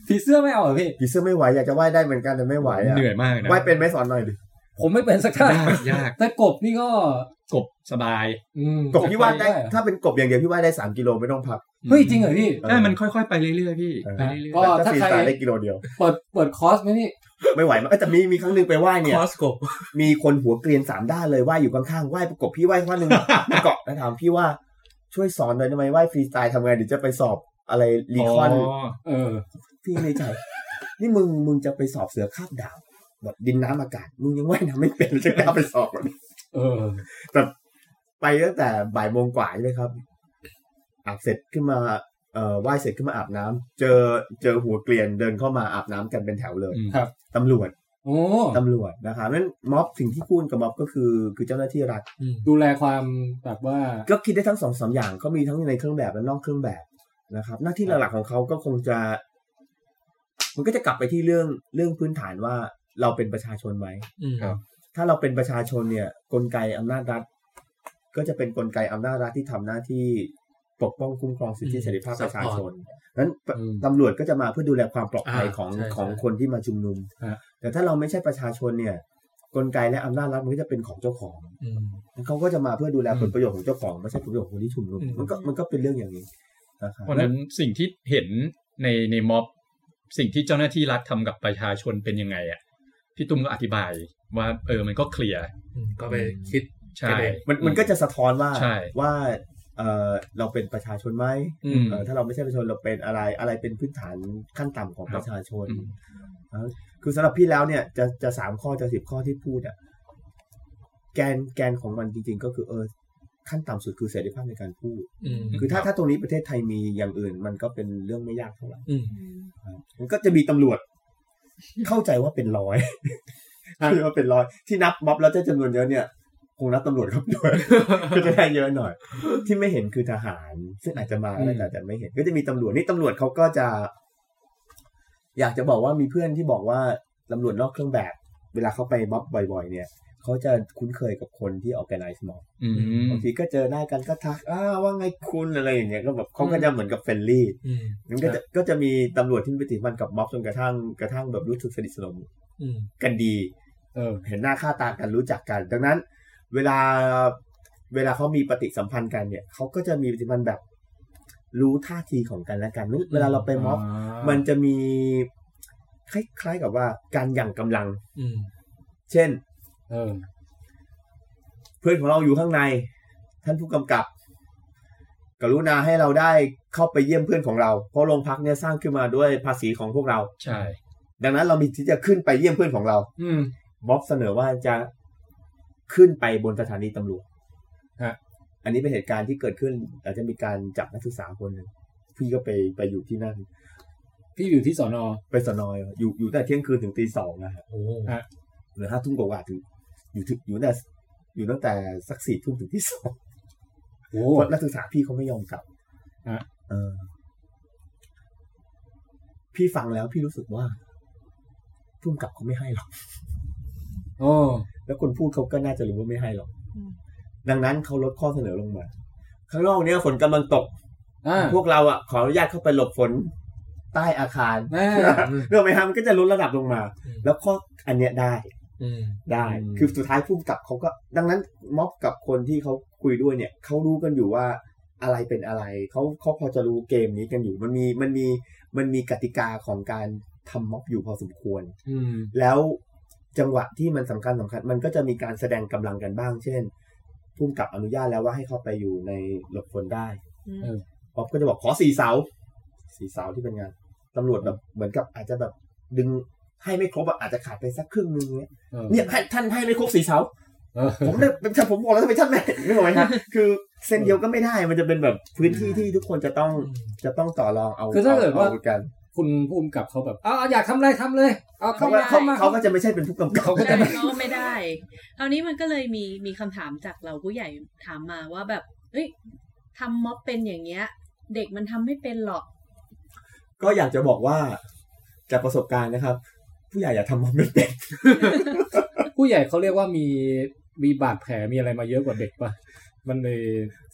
[SPEAKER 2] ผีเสื้อไม่เอาเหรอพี่
[SPEAKER 4] พี่เสื้อไม่ไหวอยากจะว่ายได้เหมือนกันแต่ไม่ไหวอ่ะ
[SPEAKER 5] เหนื่อยมากนะ
[SPEAKER 4] ว่ายเป็นไหม่สอนหน่อยดิ
[SPEAKER 2] ผมไม่เป็นสักท่าย
[SPEAKER 5] ากยาก
[SPEAKER 2] แต่กบนี่ก็
[SPEAKER 5] กบสบาย
[SPEAKER 2] อืม
[SPEAKER 4] กบพี่ว่ายได้
[SPEAKER 2] เหรอ
[SPEAKER 4] ถ้าเป็นกบอย่างเดียวพี่ว่ายได้สามกิโลไม่ต้องพัก
[SPEAKER 2] เฮ้ยจริงเหรอพี่
[SPEAKER 5] ใช่มันค่อยๆไปเรื่อยๆพี่
[SPEAKER 4] เออ
[SPEAKER 5] ไปเรื่อย
[SPEAKER 2] ก็
[SPEAKER 4] แต่ถ้าฟรี
[SPEAKER 2] ถ้าใคร
[SPEAKER 4] สไตล์ได้กิโลเดียว
[SPEAKER 2] เปิดเปิดคอร์สไหมพี่
[SPEAKER 4] ไม่ไหวมากเอ้ยแต่มีมีครั้งหนึ่งไปว่ายเนี่ย
[SPEAKER 3] คอสกบ
[SPEAKER 4] มีคนหัวเกรียนสามด้านเลยว่ายอยู่ข้างๆว่ายประกบพี่ว่ายข้างหนึ่ง *laughs* มาเกาะแล้วถามพี่ว่าช่วยสอนหน่อยได้ไหมว่ายฟรีสไตล์ทำไงเดี๋ยวจะไปสอบอะไร
[SPEAKER 5] ๆ
[SPEAKER 4] รีคอน
[SPEAKER 5] อ
[SPEAKER 2] เออ
[SPEAKER 4] พี่ในใจนี่มึงมึงจะไปสอบเสือคาบดาวแบบดินน้ำอากาศ มึงยังว่ายน้ำไม่เป็นจะกล้าไปสอบเหรอ
[SPEAKER 2] เออ
[SPEAKER 4] แต่ไปตั้งแต่บ่ายโมงกว่าใช่ไหมครับอาบเสร็จขึ้นมาเอ่อว่ายเสร็จขึ้นมาอาบน้ำเจอเจอหัวเกรียนเดินเข้ามาอาบน้ำกันเป็นแถวเลย
[SPEAKER 5] อืม
[SPEAKER 2] ครับ
[SPEAKER 4] ตำรวจ
[SPEAKER 2] โอ้
[SPEAKER 4] ตำรวจนะครับนั้นม็อบสิ่งที่พูดกับม็อบก็คือคือเจ้าหน้าที่รัฐ
[SPEAKER 2] ดูแลความแบบว่า
[SPEAKER 4] ก็คิดได้ทั้งสองสามอย่างเขามีทั้งในเครื่องแบบและนอกเครื่องแบบนะครับ หน้าที่หลักๆของเขาก็คงจะ มันก็จะกลับไปที่เรื่องเรื่องพื้นฐานว่าเราเป็นประชาชนไหม
[SPEAKER 5] ครับ
[SPEAKER 4] ถ้าเราเป็นประชาชนเนี่ย กลไกอำนาจรัฐ ก็จะเป็นกลไกอำนาจรัฐที่ทำหน้าที่ปกป้องคุ้มครองสิทธิเสรีภาพประชาชนนั้น
[SPEAKER 2] อืม
[SPEAKER 4] ตำรวจก็จะมาเพื่อดูแลความปลอดภัย
[SPEAKER 3] อ่า
[SPEAKER 4] ของ
[SPEAKER 3] ใช่ใช่
[SPEAKER 4] ของคนที่มาชุมนุม
[SPEAKER 2] ฮะ
[SPEAKER 4] แต่ถ้าเราไม่ใช่ประชาชนเนี่ย กลไกและอำนาจรัฐมันก็จะเป็นของเจ้าของ เขาก็จะมาเพื่อดูแลผลประโยชน์ของเจ้าของไม่ใช่ผลประโยชน์ของคนที่ชุมนุม
[SPEAKER 3] อืม
[SPEAKER 4] มันก็มันก็เป็นเรื่องอย่างนี้นะครับ
[SPEAKER 5] เพราะฉะนั้นสิ่งที่เห็นในในม็อบสิ่งที่เจ้าหน้าที่รัฐทำกับประชาชนเป็นยังไงอ่ะพี่ตุ้มก็อธิบายว่าเออมันก็เคลียร์
[SPEAKER 3] ก็ไปคิด
[SPEAKER 5] ใช่
[SPEAKER 3] ใช่
[SPEAKER 4] มันมันก็จะสะท้อนว่า
[SPEAKER 5] ใช่
[SPEAKER 4] ว่าเออเราเป็นประชาชนไหม
[SPEAKER 5] อืม
[SPEAKER 4] เอ่อถ้าเราไม่ใช่ประชาชนเราเป็นอะไรอะไรเป็นพื้นฐานขั้นต่ำของ
[SPEAKER 5] ค
[SPEAKER 4] ป
[SPEAKER 5] รับ
[SPEAKER 4] ระชาชน
[SPEAKER 5] อืม
[SPEAKER 4] นะคือสำหรับพี่แล้วเนี่ยจะจะสามข้อจะสิบข้อที่พูดอ่ะแกนแกนของมันจริง ๆ ก็คือเออขั้นต่ำสุดคือเสรีภาพในการพูด คือถ้าถ้าตรงนี้ประเทศไทยมีอย่างอื่น มันก็เป็นเรื่องไม่ยากเท่าไหร่
[SPEAKER 2] อืม
[SPEAKER 4] ครับมันก็จะมีตำรวจ เข้าใจว่าเป็นร้อยคิดว่าเป็นร้อยที่นับม็อบแล้วได้จำนวนเยอะเนี่ยคงนับตำรวจครับ
[SPEAKER 5] *laughs*
[SPEAKER 4] ด้วย ก็จะได้เยอะหน่อย ที่ไม่เห็นคือทหาร ซึ่งอาจจะมาก็ได้แต่แต่ไม่เห็น ก็จะมีตำรวจนี่ตำรวจเขาก็จะ อยากจะบอกว่ามีเพื่อนที่บอกว่าตำรวจนอกเครื่องแบบ เวลาเขาไปม็อบบ่อย ๆ เนี่ยเขาจะคุ้นเคยกับคนที่ออกแกไนซ์ม็อบ
[SPEAKER 5] อืม
[SPEAKER 4] บางทีก็เจอหน้ากันก็ทักอ้าว่าไงคุณอะไรอย่างเงี้ยก็แบบเขาก็จะเหมือนกับเฟรนลี่มันก็จะก็จะมีตำรวจที่ไปติดมันกับม็อบจนกระทั่งกระทั่งแบบรู้สึกสนิทสนมกันดี
[SPEAKER 2] เออ
[SPEAKER 4] เห็นหน้าค่าตากันรู้จักกัน ดังนั้น เวลาเวลาเขามีปฏิสัมพันธ์กันเนี่ยเขาก็จะมีปฏิสัมพันธ์แบบ รู้ท่าทีของกันและกันไม่เวลาเราไปม็อบ
[SPEAKER 2] อ่า
[SPEAKER 4] มันจะมี คล้ายๆกับว่าการหยั่งกำลัง
[SPEAKER 3] อืม
[SPEAKER 4] เช่น
[SPEAKER 2] เออ
[SPEAKER 4] เพื่อนของเราอยู่ข้างใน ท่านผู้กำกับ กรุณาให้เราได้เข้าไปเยี่ยมเพื่อนของเรา เพราะโรงพักเนี่ยสร้างขึ้นมาด้วยภาษีของพวกเรา
[SPEAKER 3] ใช่
[SPEAKER 4] ดังนั้นเรามีที่จะขึ้นไปเยี่ยมเพื่อนของเรา
[SPEAKER 3] อืม
[SPEAKER 4] บ๊อบเสนอว่าจะขึ้นไปบนสถานีตำรวจ
[SPEAKER 2] ฮะ
[SPEAKER 4] อันนี้เป็นเหตุการณ์ที่เกิดขึ้นหลังจากมีการจับนักศึกษาคนหนึ่งพี่ก็ไปไปอยู่ที่นั่น
[SPEAKER 2] พี่อยู่ที่สอนอ
[SPEAKER 4] ไปสนอยอยู่อยู่ตั้งแต่เที่ยงคืนถึงตีสองนะฮะ
[SPEAKER 3] โอ้
[SPEAKER 2] ฮะ
[SPEAKER 4] หรือห้าทุ่มกว่าๆถึงอยู่ถึงอยู่ตั้งแต่อยู่ตั้งแต่สักสี่ทุ่มถึงที่สอง
[SPEAKER 2] โอ้
[SPEAKER 4] เพราะนักศึกษาพี่เขาไม่ยอมกลับ
[SPEAKER 2] ฮะ
[SPEAKER 4] เออ พี่ฟังแล้วพี่รู้สึกว่าพุ่มกลับเขาไม่ให้หรอก
[SPEAKER 2] โอ้
[SPEAKER 4] แล้วคนพูดเขาก็น่าจะรู้ว่าไม่ให้หรอก
[SPEAKER 6] อืม
[SPEAKER 4] ดังนั้นเขาลดข้อเสนอลงมา ข้างนอกเนี้ยฝนกำลังตก
[SPEAKER 2] อ่า
[SPEAKER 4] พวกเราอ่ะขออนุญาตเข้าไปหลบฝนใต้อาคาร
[SPEAKER 2] แม่
[SPEAKER 4] เรื่องไหมฮะมันก็จะลดระดับลงมา แล้วข้ออันเนี้ยได้
[SPEAKER 3] อืม
[SPEAKER 4] ได้ คือสุดท้ายพุ่มกับเขาก็ ดังนั้นม็อบกับคนที่เขาคุยด้วยเนี่ยเขารู้กันอยู่ว่าอะไรเป็นอะไรเขาเขาพอจะรู้เกมนี้กันอยู่มันมีมันมีมันมีกติกาของการทำม็อบอยู่พอสมควร
[SPEAKER 2] อืม
[SPEAKER 4] แล้วจังหวะที่มันสำคัญสำคัญ มันก็จะมีการแสดงกำลังกันบ้าง เช่นพุ่มกับอนุญาตแล้วว่าให้เข้าไปอยู่ในหลบฝนได้
[SPEAKER 2] เออ
[SPEAKER 4] ป๊อปก็จะบอกขอสี่เสาสี่เสาที่เป็นงานตำรวจแบบเหมือนกับอาจจะแบบดึงให้ไม่ครบอะอาจจะขาดไปสักครึ่งนึงเนี้ย
[SPEAKER 2] เออ
[SPEAKER 4] เนี่ยให้ท่านให้ไม่ครบสี่เสา
[SPEAKER 2] เออ
[SPEAKER 4] ผมเนี่ยเป็นผมบอกแล้วทำไมท่านไม่นึกออกไหมฮะคือเส้นเดียวก็ไม่ได้มันจะเป็นแบบพื้นที่ที่ทุกคนจะต้องจะต้องต่อรองเอา
[SPEAKER 2] คือถ้าเกิดว่า
[SPEAKER 4] อกัน
[SPEAKER 2] คุณผู้กำกับเขาแบบเอาเอาอยากทำอะไรทำเลย เอาเข้า
[SPEAKER 4] เขา
[SPEAKER 2] มา
[SPEAKER 4] ก็
[SPEAKER 2] เข้ามา
[SPEAKER 4] เขาก็จะไม่ใช่เป็นผู้กำกับ
[SPEAKER 2] เขาก็
[SPEAKER 6] ใช่
[SPEAKER 2] จะ
[SPEAKER 6] เขาก็ไม่ได้เอานี้มันก็เลยมีมีคำถามจากเราผู้ใหญ่ถามมาว่าแบบเอ้ยทำม็อบเป็นอย่างเงี้ย เด็กมันทำไม่เป็นหรอก
[SPEAKER 4] ก็อยากจะบอกว่าจากประสบการณ์นะครับ ผู้ใหญ่อย่าทำมันไม่เป็น
[SPEAKER 2] ผู้ใหญ่เขาเรียกว่ามีมีบาดแผลมีอะไรมาเยอะกว่าเด็กปะมันเลย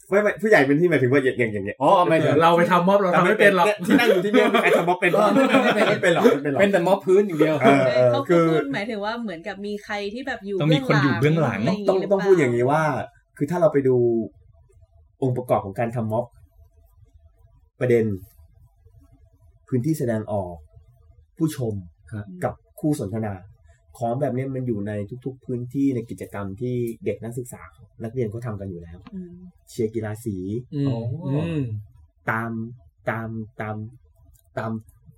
[SPEAKER 4] ไม่ไม่ผู้ใหญ่เป็นที่หมายถึงว่าอย่างอย่างอย่างเงี้ย
[SPEAKER 2] อ๋อไม่
[SPEAKER 3] เดี๋
[SPEAKER 2] เดี๋
[SPEAKER 3] ย
[SPEAKER 2] ยวว
[SPEAKER 3] เราไปทำม็อบเราทำไม่เป็นหรอก
[SPEAKER 4] ยที่นั่งอยู่ที่เนี่ยมีใครทำม็อบเป็นหรอ
[SPEAKER 2] ไม่เป็น
[SPEAKER 4] ไม่เป็นหรอกไม่เป็นหรอก
[SPEAKER 2] เป็นแต่มอบพื้นอย่างเดียว
[SPEAKER 4] เออเออ
[SPEAKER 6] เขา
[SPEAKER 4] คื
[SPEAKER 6] ก็
[SPEAKER 4] อ
[SPEAKER 6] พูดหมายถึงว่าเหมือนกับมีใครที่แบบอยู่
[SPEAKER 5] ต้องมีคนอยู่เบื้องหลัง
[SPEAKER 6] ะไรย่า
[SPEAKER 4] ต้อง
[SPEAKER 6] หรื
[SPEAKER 4] ต้องพูดอย่าง
[SPEAKER 6] เปล่
[SPEAKER 4] นี้ว่า คือถ้าเราไปดูองค์ประกอบของการทำม็อบประเด็น พื้นที่แสดงออก ผู้ชม
[SPEAKER 2] ครับ
[SPEAKER 4] กับคู่สนทนา ของแบบนี้มันอยู่ในทุก ๆ พื้นที่ในกิจกรรมที่เด็กนักศึกษา นักเรียนเขาทำกันอยู่แล้ว
[SPEAKER 6] อืม
[SPEAKER 4] เชียร์กีฬาสี
[SPEAKER 3] อืมอืม
[SPEAKER 4] ตามตามตามตาม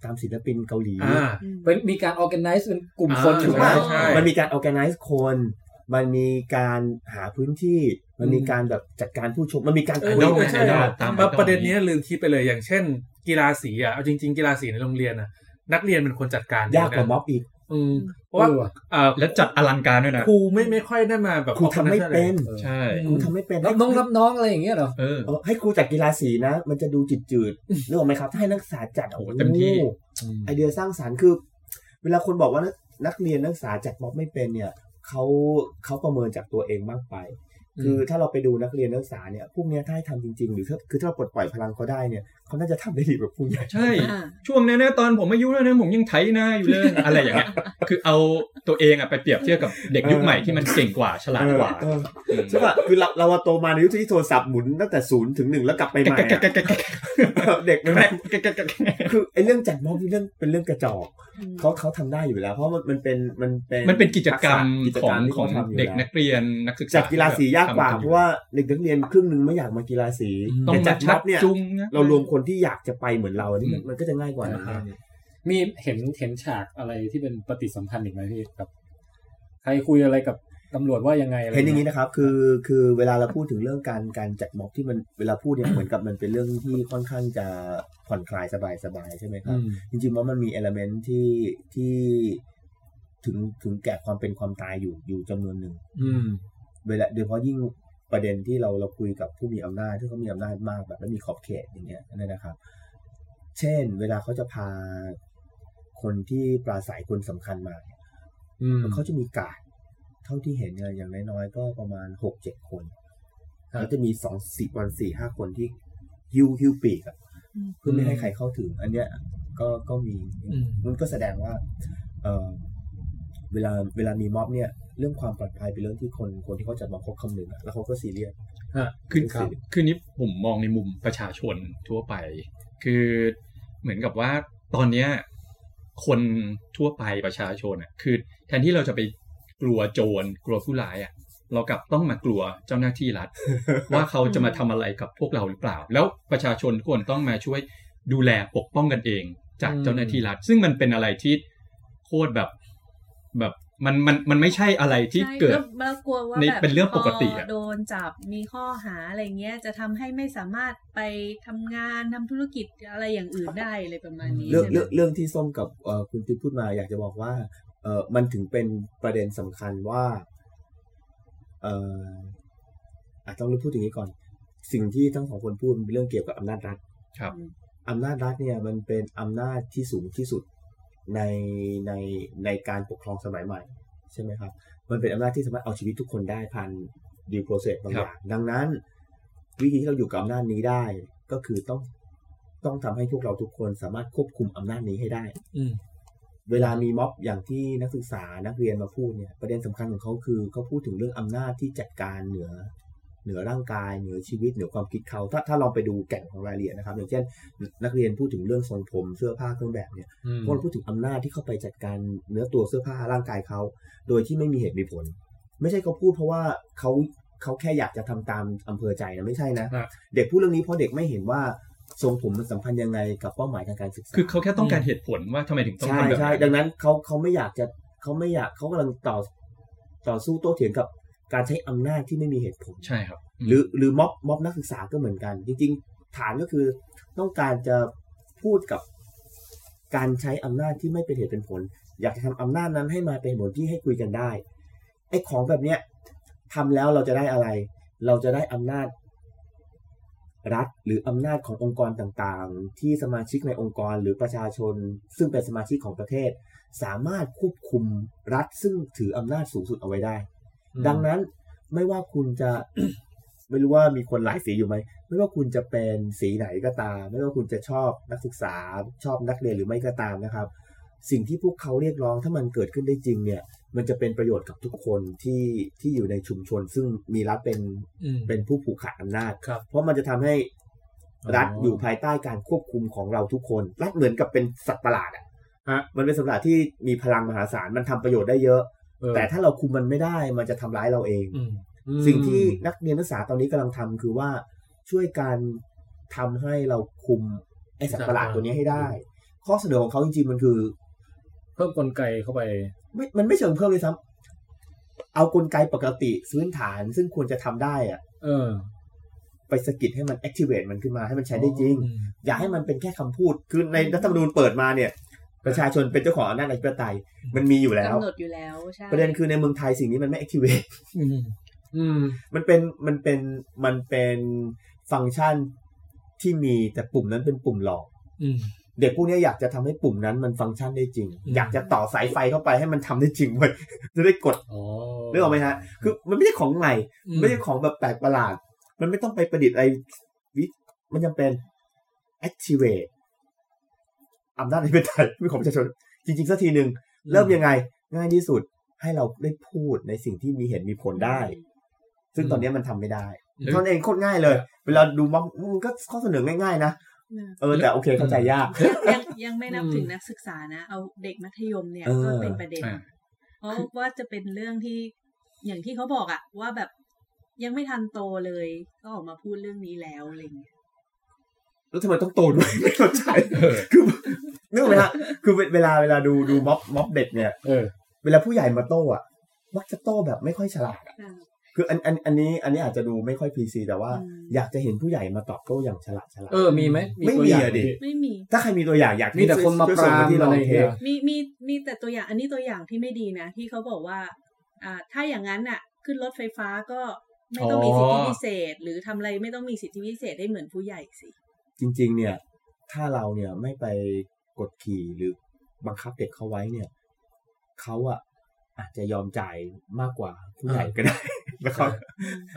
[SPEAKER 4] ตามศิลปินเกาหลี
[SPEAKER 3] อ่า
[SPEAKER 6] อืม
[SPEAKER 2] เป็นมีการออแกไนซ์เป็นกลุ่ม
[SPEAKER 3] อ่า
[SPEAKER 2] คนถู
[SPEAKER 4] ถู
[SPEAKER 2] ก
[SPEAKER 4] ก
[SPEAKER 2] ไหม
[SPEAKER 4] ป่ะ
[SPEAKER 6] ใช่
[SPEAKER 4] มันมีการ organize คน มันมีการหาพื้นที่ มันมีการแบบจัดการผู้ชม มันมีการ
[SPEAKER 3] เออ
[SPEAKER 4] คุย
[SPEAKER 3] เดี๋ยว
[SPEAKER 5] ไ
[SPEAKER 3] ไม่ใช่
[SPEAKER 5] ได้
[SPEAKER 3] อะ
[SPEAKER 5] ตาม
[SPEAKER 3] แล้ว
[SPEAKER 5] ไป
[SPEAKER 3] ประเด็น
[SPEAKER 5] ตอนนี้
[SPEAKER 3] เนี้ยลืมคิดไปเลยอย่างเช่น กีฬาสีอ่ะเอาจริง ๆ กีฬาสีในโรงเรียนอ่ะ นักเรียนเป็นคนจัดการ
[SPEAKER 4] ยากกว่า
[SPEAKER 3] เงนะ
[SPEAKER 4] ม็อบอีก
[SPEAKER 3] อืมเพราะว่า
[SPEAKER 2] เออว่ะ
[SPEAKER 3] เอ่อ
[SPEAKER 5] และจัดอลังการด้วยนะ
[SPEAKER 3] ครูไม่ไม่ค่อยได้มาแบบ
[SPEAKER 4] ครูทำไม่เป็น
[SPEAKER 5] ใช่
[SPEAKER 4] ครูทำไม่เป็น
[SPEAKER 2] รับน้องรับน้องอะไรอย่างเงี้ยเหรอ
[SPEAKER 5] เออ
[SPEAKER 4] เออให้ครูจัดกีฬาสีนะ มันจะดูจืดจืดๆนึกออกไหมครับ ถ้าให้นักศึกษาจัดโอ้โห
[SPEAKER 5] เต็มที่
[SPEAKER 4] ไอเดียสร้างสารรค์คือ เวลาคนบอกว่านักนักเรียนนักศึกษาจัดม็อบไม่เป็นเนี่ย เขาเขาประเมินจากตัวเองมากไป คือถ้าเราไปดูนักเรียนนักศึกษาเนี่ยพวกเนี้ยถ้าให้ทำจริง ๆ หรือถ้าคือถ้าเราปลดปล่อยพลังเขาได้เนี่ยเขาน่าจะทำได้ดีกว่าพวกใหญ่
[SPEAKER 5] ใช่
[SPEAKER 6] อ่า
[SPEAKER 5] ช่วงนั้นนะตอนผมอายุแล้วนะผมยังไถนาอยู่เลย *laughs* อะไรอย่างเงี้ยคือเอาตัวเองอะไปเปรียบเทียบกับเด็กยุคใหม่ที่มันเก่งกว่าฉลาดกว่า
[SPEAKER 4] เออเออใช่ป่ะคือเราเราโตมาในยุคที่โทรศัพท์หมุนตั้งแต่ศูนย์ถึงหนึ่งแล้วกลับไปให
[SPEAKER 5] *laughs*
[SPEAKER 4] ม่อะเด็กมันคือไอ้เรื่องจัดม็อบนี่เรื่องเป็นเรื่องกระจอก
[SPEAKER 6] อืม
[SPEAKER 4] เขาเขาทำได้อยู่แล้ว เพราะมันมันเป็นมันเป็น
[SPEAKER 5] มันเป็นกิจกรรม
[SPEAKER 4] กิจ
[SPEAKER 5] ขอก
[SPEAKER 4] รง รมที่
[SPEAKER 5] ของ
[SPEAKER 4] ขาทำยู่
[SPEAKER 5] เด็ก
[SPEAKER 4] แล้ว
[SPEAKER 5] นักเรียนนักศึกษา
[SPEAKER 4] จัดกีฬาสียากกว่า
[SPEAKER 5] ทำนอ
[SPEAKER 4] เพราะว่าเด็กนักเรียนครึ่งหนึ่งไม่อยากมากีฬาสี
[SPEAKER 5] ต้อง
[SPEAKER 4] แต่
[SPEAKER 5] จั
[SPEAKER 4] จั
[SPEAKER 5] ด
[SPEAKER 4] ดม็
[SPEAKER 5] ชั
[SPEAKER 4] อ
[SPEAKER 5] ก
[SPEAKER 4] บเนี่ย
[SPEAKER 5] จุงนะ
[SPEAKER 4] เรารวมคนที่อยากจะไปเหมือนเราอันนี้มัน
[SPEAKER 5] อืม
[SPEAKER 4] มันก็จะง่ายกว่านะ
[SPEAKER 2] ใช่ มีเห็นเห็นฉากอะไรที่เป็นปฏิสัมพันธ์อีกไหมพี่กับ ใครคุยอะไรกับตำรวจว่ายังไงอะไร
[SPEAKER 4] เห็นอย่างนี้นะครับคือคือเวลาเราพูดถึงเรื่องการการจัดม็อบที่มันเวลาพูดเนี่ยเหมือนกับมันเป็นเรื่องที่ค่อนข้างจะผ่อนคลายสบายสบายๆใช่ไหมครับ
[SPEAKER 2] อืม
[SPEAKER 4] จริงๆว่ามันมีเอลเมนที่ที่ถึงถึงแก่ความเป็นความตายอยู่อยู่จำนวนหนึ่ง
[SPEAKER 2] อืม
[SPEAKER 4] เวลาโดยเฉพาะยิ่งประเด็นที่เราเราคุยกับผู้มีอำนาจที่เขามีอำนาจมากแบบไม่มีขอบเขตอย่างเงี้ยนั่นนะครับ เช่น เวลาเขาจะพาคนที่ปราศัยคนสำคัญมาเนี่ย
[SPEAKER 2] อืม
[SPEAKER 4] เขาจะมีการดเท่าที่เห็นเนี่ยอย่างน้อยๆก็ประมาณหกเจ็ดคน
[SPEAKER 2] ครับ
[SPEAKER 4] แล้วจะมีสองสี่วันสี่ห้าคนที่ฮิ้วฮิ้วปีกอะเพื่อไม่ให้ใครเข้าถึง อันเนี้ยก็ก็มี
[SPEAKER 3] อืม
[SPEAKER 4] มันก็แสดงว่า เอ่อเวลาเวลามีม็อบเนี่ย เรื่องความปลอดภัยเป็นเรื่องที่คนคนที่เขาจัดม็อบเขาคำนึงอะแล้วเขาก็ซีเรียส
[SPEAKER 2] ฮะ
[SPEAKER 5] คือ
[SPEAKER 4] ครับ
[SPEAKER 5] คือนี้ผมมองในมุมประชาชนทั่วไป คือเหมือนกับว่าตอนเนี้ยคนทั่วไปประชาชนอ่ะคือแทนที่เราจะไปกลัวโจรกลัวผู้ร้ายอ่ะ เรากลับต้องมากลัวเจ้าหน้าที่รัฐ ว่าเขาจะมาทำอะไรกับพวกเราหรือเปล่า แล้วประชาชนควรต้องมาช่วยดูแลปกป้องกันเอง จากเจ้าหน้าที่รัฐ ซึ่งมันเป็นอะไรที่โคตรแบบแบบมันมันมันไม่ใช่อะไรที่
[SPEAKER 6] ใช่
[SPEAKER 5] เกิด
[SPEAKER 6] แล้วแล้วกลัวว่า
[SPEAKER 5] ใน
[SPEAKER 6] แบบ
[SPEAKER 5] เป็นเรื่องปกติอะ
[SPEAKER 6] พโดนจับมีข้อหาอะไรเงี้ย จะทำให้ไม่สามารถไปทำงานทำธุรกิจอะไรอย่างอื่นได้อะไรประมาณนี้
[SPEAKER 4] เรื่อง
[SPEAKER 6] ใช่ไหม
[SPEAKER 4] เรื่องเรื่องที่ส้มกับเอ่อคุณติ๊กพูดมาอยากจะบอกว่าเออมันถึงเป็นประเด็นสำคัญว่าเอออาจต้องพูดอย่างนี้ก่อน สิ่งที่ทั้งสองคนพูดมันเป็นเรื่องเกี่ยวกับอำนาจรัฐ
[SPEAKER 5] ครับ
[SPEAKER 4] อำนาจรัฐเนี่ยมันเป็นอำนาจที่สูงที่สุดในในในการปกครองสมัยใหม่ ใช่ไหมครับ มันเป็นอำนาจที่สามารถเอาชีวิตทุกคนได้ผ่านดีโปรเซสบางอย่างดังนั้น วิธีที่เราอยู่กับอำนาจนี้ได้ ก็คือต้องต้องทำให้พวกเราทุกคนสามารถควบคุมอำนาจนี้ให้ได้
[SPEAKER 2] อืม
[SPEAKER 4] เวลามีม็อบอย่างที่นักศึกษานักเรียนมาพูดเนี่ยประเด็นสำคัญของเขาคือเขาพูดถึงเรื่องอำนาจที่จัดการเหนือ เหนือร่างกายเหนือชีวิตเหนือความคิดเขา ถ้าถ้าลองไปดูแก่นของรายละเอียดนะครับ อย่างเช่น นักเรียนพูดถึงเรื่องทรงผมเสื้อผ้าเครื่องแบบเนี่ย
[SPEAKER 3] อืม
[SPEAKER 4] พวกเราพูดถึงอำนาจที่เข้าไปจัดการเนื้อตัวเสื้อผ้าร่างกายเขา โดยที่ไม่มีเหตุมีผล ไม่ใช่เขาพูดเพราะว่าเขาเขาแค่อยากจะทำตามอำเภอใจนะไม่ใช่นะ
[SPEAKER 3] ฮะ
[SPEAKER 4] เด็กพูดเรื่องนี้เพราะเด็กไม่เห็นว่าทรงผมมันสัมพันธ์ยังไงกับเป้าหมายทางการศึกษา
[SPEAKER 5] คือเขาแค่ต้องการเหตุผลว่าทำไมถึงต้อง
[SPEAKER 4] ใช่
[SPEAKER 5] ทำแบบ
[SPEAKER 4] ใช่
[SPEAKER 5] นั้น
[SPEAKER 4] ดังนั้นเขาเขาไม่อยากจะเขาไม่อยากเขากำลังต่อต่อสู้โต้เถียงกับการใช้อำนาจที่ไม่มีเหตุผล
[SPEAKER 5] ใช่ครับ
[SPEAKER 4] หรือหรือม็อบม็อบนักศึกษาก็เหมือนกัน จริงๆ ฐานก็คือต้องการจะพูดกับการใช้อำนาจที่ไม่เป็นเหตุเป็นผล อยากจะทำอำนาจนั้นให้มาเป็นเหตุผลที่ให้คุยกันได้ไอ้ของแบบเนี้ยทำแล้วเราจะได้อะไร เราจะได้อำนาจรัฐหรืออำนาจขององค์กรต่างๆ ที่สมาชิกในองค์กรหรือประชาชน ซึ่งเป็นสมาชิกของประเทศ สามารถควบคุมรัฐซึ่งถืออำนาจสูงสุดเอาไว้ได้ ดังนั้นไม่ว่าคุณจะ *coughs* ไม่รู้ว่ามีคนหลายสีอยู่ไหม ไม่ว่าคุณจะเป็นสีไหนก็ตาม ไม่ว่าคุณจะชอบนักศึกษา ชอบนักเรียนหรือไม่ก็ตามนะครับ สิ่งที่พวกเขาเรียกร้องถ้ามันเกิดขึ้นได้จริงเนี่ย มันจะเป็นประโยชน์กับทุกคนที่ที่อยู่ในชุมชน ซึ่งมีรัฐเป็น
[SPEAKER 2] อืม
[SPEAKER 4] เป็นผู้ผูกขาดอำนาจ
[SPEAKER 2] ครับ
[SPEAKER 4] เพราะมันจะทำให้รัฐ
[SPEAKER 2] อ๋อ
[SPEAKER 4] อ
[SPEAKER 2] อ
[SPEAKER 4] ยู่ภายใต้การควบคุมของเราทุกคน รัฐเหมือนกับเป็นสัตว์ประหลาดอ่ะมันเป็นสัตว์ประหลาดที่มีพลังมหาศาลมันทำประโยชน์ได้เยอะ
[SPEAKER 2] เออ
[SPEAKER 4] แต่ถ้าเราคุมมันไม่ได้มันจะทำร้ายเราเอง
[SPEAKER 2] อืม
[SPEAKER 4] สิ่งที่นักเรียนนักศึกษาตอนนี้กำลังทำคือว่าช่วยการทำให้เราคุมไอสัตว์ประหลาดตัวนี้ให้ได้ ข้อเสนอของเขาจริงๆมันคือ
[SPEAKER 2] เพิ่มกลไกเข้าไป
[SPEAKER 4] ไม่มันไม่เชิงเพิ่มเลยซ้ำเอากลไกปกติพื้นฐานซึ่งควรจะทำได้อะ
[SPEAKER 2] เออ
[SPEAKER 4] ไปสะกิดให้มัน activate มันขึ้นมาให้มันใช้ได้จริง
[SPEAKER 2] อืม
[SPEAKER 4] อย่าให้มันเป็นแค่คำพูด คือในรัฐธรรมนูญเปิดมาเนี่ย ประชาชนเป็นเจ้าของอำนาจอธิปไตยมันมีอยู่แล้ว
[SPEAKER 6] กำหนดอยู่แล้วใช่
[SPEAKER 4] ประเด็นคือในเมืองไทยสิ่งนี้มันไม่ activate
[SPEAKER 2] อืม
[SPEAKER 3] อืม
[SPEAKER 4] มันเป็นมันเป็นมันเป็นฟังก์ชันที่มีแต่ปุ่มนั้นเป็นปุ่มหลอก
[SPEAKER 2] อืม
[SPEAKER 4] เด็กพวกเนี้ยอยากจะทำให้ปุ่มนั้นมันฟังก์ชันได้จริง
[SPEAKER 2] อืม
[SPEAKER 4] อยากจะต่อสายไฟเข้าไปให้มันทำได้จริงเว้ย *laughs* จะได้กด
[SPEAKER 2] อ๋อ
[SPEAKER 4] นึกออกไหมฮะคือมันไม่ใช่ของใหม่
[SPEAKER 2] อื
[SPEAKER 4] มันไม่ใช่ของแบบแปลกประหลาด มันไม่ต้องไปประดิษฐ์อะไรวิมันยังเป็น activate อำนาจในประเทศ *laughs* ไม่ของประชาชนจริง ๆสักทีหนึ่งเริ่มยังไง ง่ายที่สุดให้เราได้พูดในสิ่งที่มีเหตุมีผลได้ ซึ่งตอนเนี้ยมันทำไม่ได้
[SPEAKER 5] หรือ
[SPEAKER 4] เท่านั้นเองโคตรง่ายเลย เวลาดูม็อบมันก็ข้อเสนอง่ายๆนะ เออแต่โอเคเข้าใจยาก
[SPEAKER 6] ยังยังไม่นับถึงนักศึกษานะ เอาเด็กมัธยมเนี่ย
[SPEAKER 4] เออ
[SPEAKER 6] ก็เป็นประเด็น
[SPEAKER 5] อ่า
[SPEAKER 6] เพราะว่าจะเป็นเรื่องที่อย่างที่เขาบอกอะว่าแบบยังไม่ทันโตเลย ก็ออกมาพูดเรื่องนี้แล้วอะไรเงี้ย
[SPEAKER 4] แล้วทำไมต้องโตด้วย *laughs* ไม่เข้าใจคือนึกออกไหมฮะคือเวลาเวลาดูดูม็อบม็อบเด็กเนี่ย
[SPEAKER 2] เออ
[SPEAKER 4] เวลาผู้ใหญ่มาโต้อะมักจะโต้แบบไม่ค่อยฉลาดอะ
[SPEAKER 6] อ่า
[SPEAKER 4] คืออันอันอันนี้อันนี้อาจจะดูไม่ค่อยพีซีแต่ว่า
[SPEAKER 6] อืม
[SPEAKER 4] อยากจะเห็นผู้ใหญ่มาตอบโต้อย่างฉลาดฉลาด
[SPEAKER 2] เออ มีไหม
[SPEAKER 4] ไม่
[SPEAKER 2] ตัวอย่า
[SPEAKER 4] มี
[SPEAKER 2] ง
[SPEAKER 4] อะดิ
[SPEAKER 2] ที่
[SPEAKER 6] ไม่มี
[SPEAKER 4] ถ้าใครมีตัวอย่างอยาก
[SPEAKER 2] มีแต่คนมา
[SPEAKER 4] ช่วย
[SPEAKER 2] ป
[SPEAKER 4] ส่ง
[SPEAKER 2] ราม
[SPEAKER 4] ที่เรา
[SPEAKER 2] อะไร
[SPEAKER 4] เท
[SPEAKER 2] เงี้ย
[SPEAKER 4] ป
[SPEAKER 6] มีมีมีแต่ตัวอย่างอันนี้ตัวอย่างที่ไม่ดีนะที่เขาบอกว่า อ่า ถ้าอย่างนั้นน่ะ ขึ้นรถไฟฟ้าก็ไม่ต้องมีสิทธิพิเศษ หรือทำอะไรไม่ต้องมีสิทธิพิเศษได้เหมือนผู้ใหญ่สิ
[SPEAKER 4] จริง ๆ เนี่ย ถ้าเราเนี่ยไม่ไปกดขี่หรือบังคับเด็กเขาไว้เนี่ยเขาอะอาจจะยอมจ่ายมากกว่าผู้ใหญ่ก็ได้นะครับ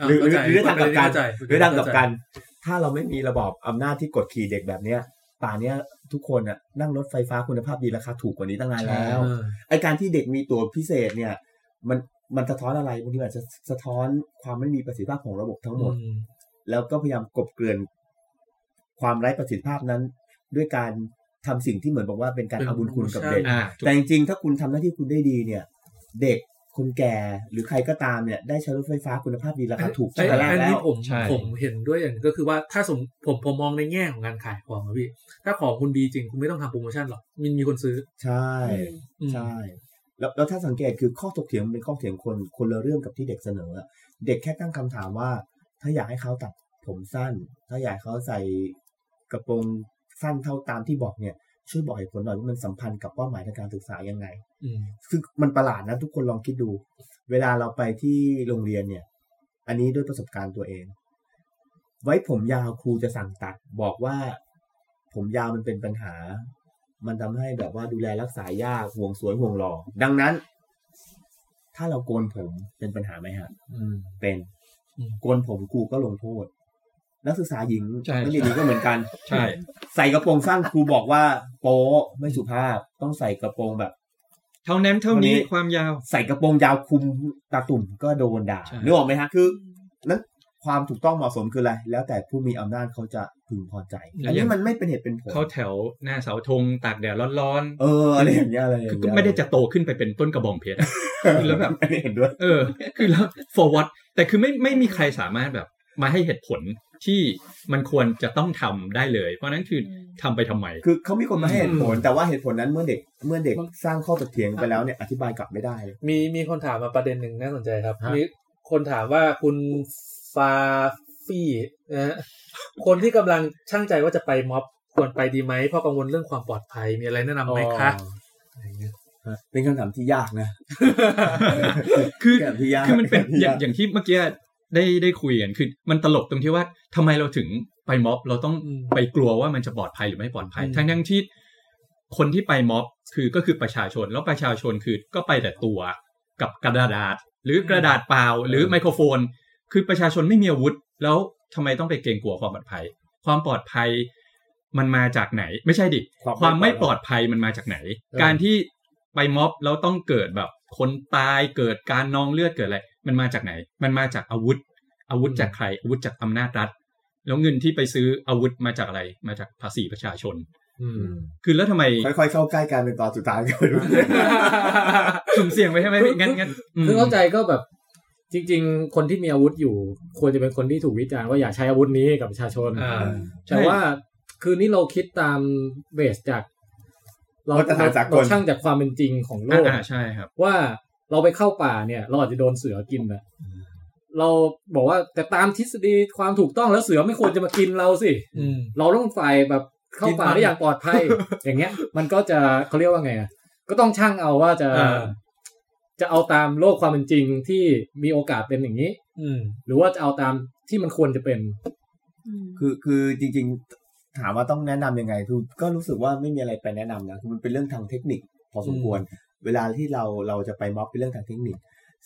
[SPEAKER 3] อ่ะ
[SPEAKER 4] หรือหรือ
[SPEAKER 3] เข้าใจ
[SPEAKER 4] หรือทางกลับกัน
[SPEAKER 3] เข้าใจ
[SPEAKER 4] หรือทางกลับกัน
[SPEAKER 3] เข้าใจ
[SPEAKER 4] ถ้าเราไม่มีระบอบอำนาจที่กดขี่เด็กแบบเนี้ย ป่านเนี้ยทุกคนน่ะนั่งรถไฟฟ้าคุณภาพดีราคาถูกกว่านี้ตั้งนานแล้ว
[SPEAKER 3] เออ
[SPEAKER 4] ไอการที่เด็กมีตั๋วพิเศษเนี่ย มัน มันสะท้อนอะไรบางทีมันอาจจะสะท้อนความไม่มีประสิทธิภาพของระบบทั้งหมด
[SPEAKER 2] อืม
[SPEAKER 4] แล้วก็พยายามกลบเกลื่อนความไร้ประสิทธิภาพนั้น ด้วยการทำสิ่งที่เหมือนบอกว่าเป็นการเอาบุญคุณกับเด็ก
[SPEAKER 5] อ่า
[SPEAKER 4] แต่จริงๆ ถ้าคุณทำหน้าที่คุณได้ดีเนี่ย เด็กคนแก่หรือใครก็ตามเนี่ย ได้ใช้รถไฟฟ้าคุณภาพดีราคาถูก
[SPEAKER 3] ไอ้
[SPEAKER 4] ใช้
[SPEAKER 3] อัน
[SPEAKER 4] แล้
[SPEAKER 3] นี้
[SPEAKER 4] ว
[SPEAKER 3] ผม
[SPEAKER 5] ใช่
[SPEAKER 3] ผมเห็นด้วยอย่างก็คือว่าถ้าสมผมผมมองในแง่ของการขายของอะพี่ถ้าของคุณดีจริงคุณไม่ต้องทำโปรโมชั่นหรอกมันมีคนซื้อ
[SPEAKER 4] ใช่
[SPEAKER 3] อืม
[SPEAKER 4] ใช่แล้วแล้วถ้าสังเกตคือข้อถกเถียงมันเป็นข้อเถียงคนคนละเรื่องกับที่เด็กเสนออะเด็กแค่ตั้งคำถามว่า ถ้าอยากให้เขาตัดผมสั้น ถ้าอยากให้เขาใส่กระโปรงสั้นเท่าตามที่บอกเนี่ยช่วยบอกเหตุผลหน่อยว่ามันสัมพันธ์กับเป้าหมายทางการศึกษายังไง
[SPEAKER 3] อืม
[SPEAKER 4] ซึ่งมันประหลาดนะทุกคนลองคิดดู เวลาเราไปที่โรงเรียนเนี่ย อันนี้ด้วยประสบการณ์ตัวเอง ไว้ผมยาวครูจะสั่งตัด บอกว่า ผมยาวมันเป็นปัญหา มันทำให้แบบว่าดูแลรักษายากห่วงสวยห่วงหล่อดังนั้น ถ้าเราโกนผมเป็นปัญหาไหมฮะเป็น
[SPEAKER 3] อืม
[SPEAKER 4] โกนผมครูก็ลงโทษ นักศึกษาหญิง
[SPEAKER 5] ใช่
[SPEAKER 4] นักเรียนหญิงก็เหมือนกัน
[SPEAKER 5] ใช่
[SPEAKER 4] ใส่กระโปรงสั้นครูบอกว่า โป๊ะไม่สุภาพต้องใส่กระโปรงแบบ
[SPEAKER 5] เท่านั้นเท่า
[SPEAKER 4] วั
[SPEAKER 5] นี้
[SPEAKER 4] นนี้
[SPEAKER 5] ความยาว
[SPEAKER 4] ใส่กระโปรงยาวคลุมตาตุ่มก็โดนด่า
[SPEAKER 5] ใช่
[SPEAKER 4] นึกออกไหมฮะคือนั้นความถูกต้องเหมาะสมคืออะไร แล้วแต่ผู้มีอำนาจเขาจะพึงพอใจ อันนี้มันไม่เป็นเหตุเป็นผล
[SPEAKER 5] เขาแถวหน้าเสาธงตากแดดร้อน
[SPEAKER 4] เอออะไรอย่างเงี้ยอะไรอย่างเงี้ย
[SPEAKER 5] ๆคือก็ไม่ได้จะโตขึ้นไปเป็นต้นกระบองเพชรอะ *laughs* แล้วแบบ
[SPEAKER 4] อันนี้เห็นด้วย
[SPEAKER 5] เออ คือแล้ว for what แต่คือไม่ไม่มีใครสามารถแบบมาให้เหตุผลที่มันควรจะต้องทำได้เลย เพราะฉะนั้นคือทำไปทำไม
[SPEAKER 4] คือเขามีคนมาให้เหตุผล แต่ว่าเหตุผลนั้นเมื่อเด็กเมื่อเด็กสร้างข้อถกเถียงไปแล้วเนี่ยอธิบายกลับไม่ได้เลย
[SPEAKER 3] มีมีคนถามมาประเด็นหนึ่งน่าสนใจครับ
[SPEAKER 5] ฮะ
[SPEAKER 3] มีคนถามว่าคุณฟาฟี่นะฮะคนที่กำลังช่างใจว่าจะไปม็อบควรไปดีไหมเพราะกังวลเรื่องความปลอดภัยมีอะไรแนะนำไหมคะะไรเงี้ย
[SPEAKER 4] เป็นคำถามที่ยากนะ
[SPEAKER 5] คือ
[SPEAKER 4] คำถามที่ยาก
[SPEAKER 5] คือมันเป็นอย่าย
[SPEAKER 4] ที่าง ก
[SPEAKER 5] อย่างที่เมื่อกี้ได้ได้คุยกันคือมันตลกตรงที่ว่าทำไมเราถึงไปม็อบเราต้องไปกลัวว่ามันจะปลอดภัยหรือไม่ปลอดภัย ทั้งทั้งที่คนที่ไปม็อบคือก็คือประชาชนแล้วประชาชนคือก็ไปแต่ตัวกับกระดาษ หรือกระดาษเปล่าหรือไมโครโฟน คือประชาชนไม่มีอาวุธ แล้วทำไมต้องไปเกรงกลัวความปลอดภัย ความปลอดภัยมันมาจากไหน ไม่ใช่ดิ ความไม่ปลอดภัยมันมาจากไหน การที่ไปม็อบแล้วต้องเกิดแบบคนตายเกิดการนองเลือดเกิดอะไร มันมาจากไหน มันมาจากอาวุธ อาวุธจากใคร อาวุธจากอำนาจรัฐ แล้วเงินที่ไปซื้ออาวุธมาจากอะไร มาจากภาษีประชาชน
[SPEAKER 3] อืม
[SPEAKER 5] คือแล้วทำไม
[SPEAKER 4] ค่อยๆเข้าใกล้กันเป็นตอนสุดท้ายกัน
[SPEAKER 5] สุ่มเสี่ยงไปใช่ไหมงั้นงั้นอืม
[SPEAKER 2] คือเข้าใจก็แบบจริง ๆ คนที่มีอาวุธอยู่ ควรจะเป็นคนที่ถูกวิจารณ์ว่าอย่าใช้อาวุธนี้กับประชาชน
[SPEAKER 3] อ่า
[SPEAKER 2] แต่ว่าคือนี่เราคิดตามเบสจาก เรา
[SPEAKER 4] มาตรฐานสากล
[SPEAKER 2] เราช่างจากความเป็นจริงของโลก
[SPEAKER 5] อ่าใช่ครับ
[SPEAKER 2] ว่าเราไปเข้าป่าเนี่ย เราอาจจะโดนเสือกินนะเราบอกว่าแต่ตามทฤษฎีความถูกต้องแล้วเสือไม่ควรจะมากินเราสิ
[SPEAKER 3] อืม
[SPEAKER 2] เราต้องฝ่ายแบบเข้าป่า
[SPEAKER 3] กินมัน
[SPEAKER 2] ได้อย่างปลอด
[SPEAKER 4] *laughs*
[SPEAKER 2] ภัย อย่างเงี้ย มันก็จะเขาเรียกว่าไงอะก็ต้องช่างเอาว่าจะ
[SPEAKER 3] อ่า
[SPEAKER 2] จะเอาตามโลกความเป็นจริงที่มีโอกาสเป็นอย่างนี้
[SPEAKER 3] อืม
[SPEAKER 2] หรือว่าจะเอาตามที่มันควรจะเป็น
[SPEAKER 4] คือคือจริงๆถามว่าต้องแนะนำยังไงคือก็รู้สึกว่าไม่มีอะไรไปแนะนำนะคือมันเป็นเรื่องทางเทคนิค พอสมควร เวลาที่เราเราจะไปม็อบเป็นเรื่องทางเทคนิค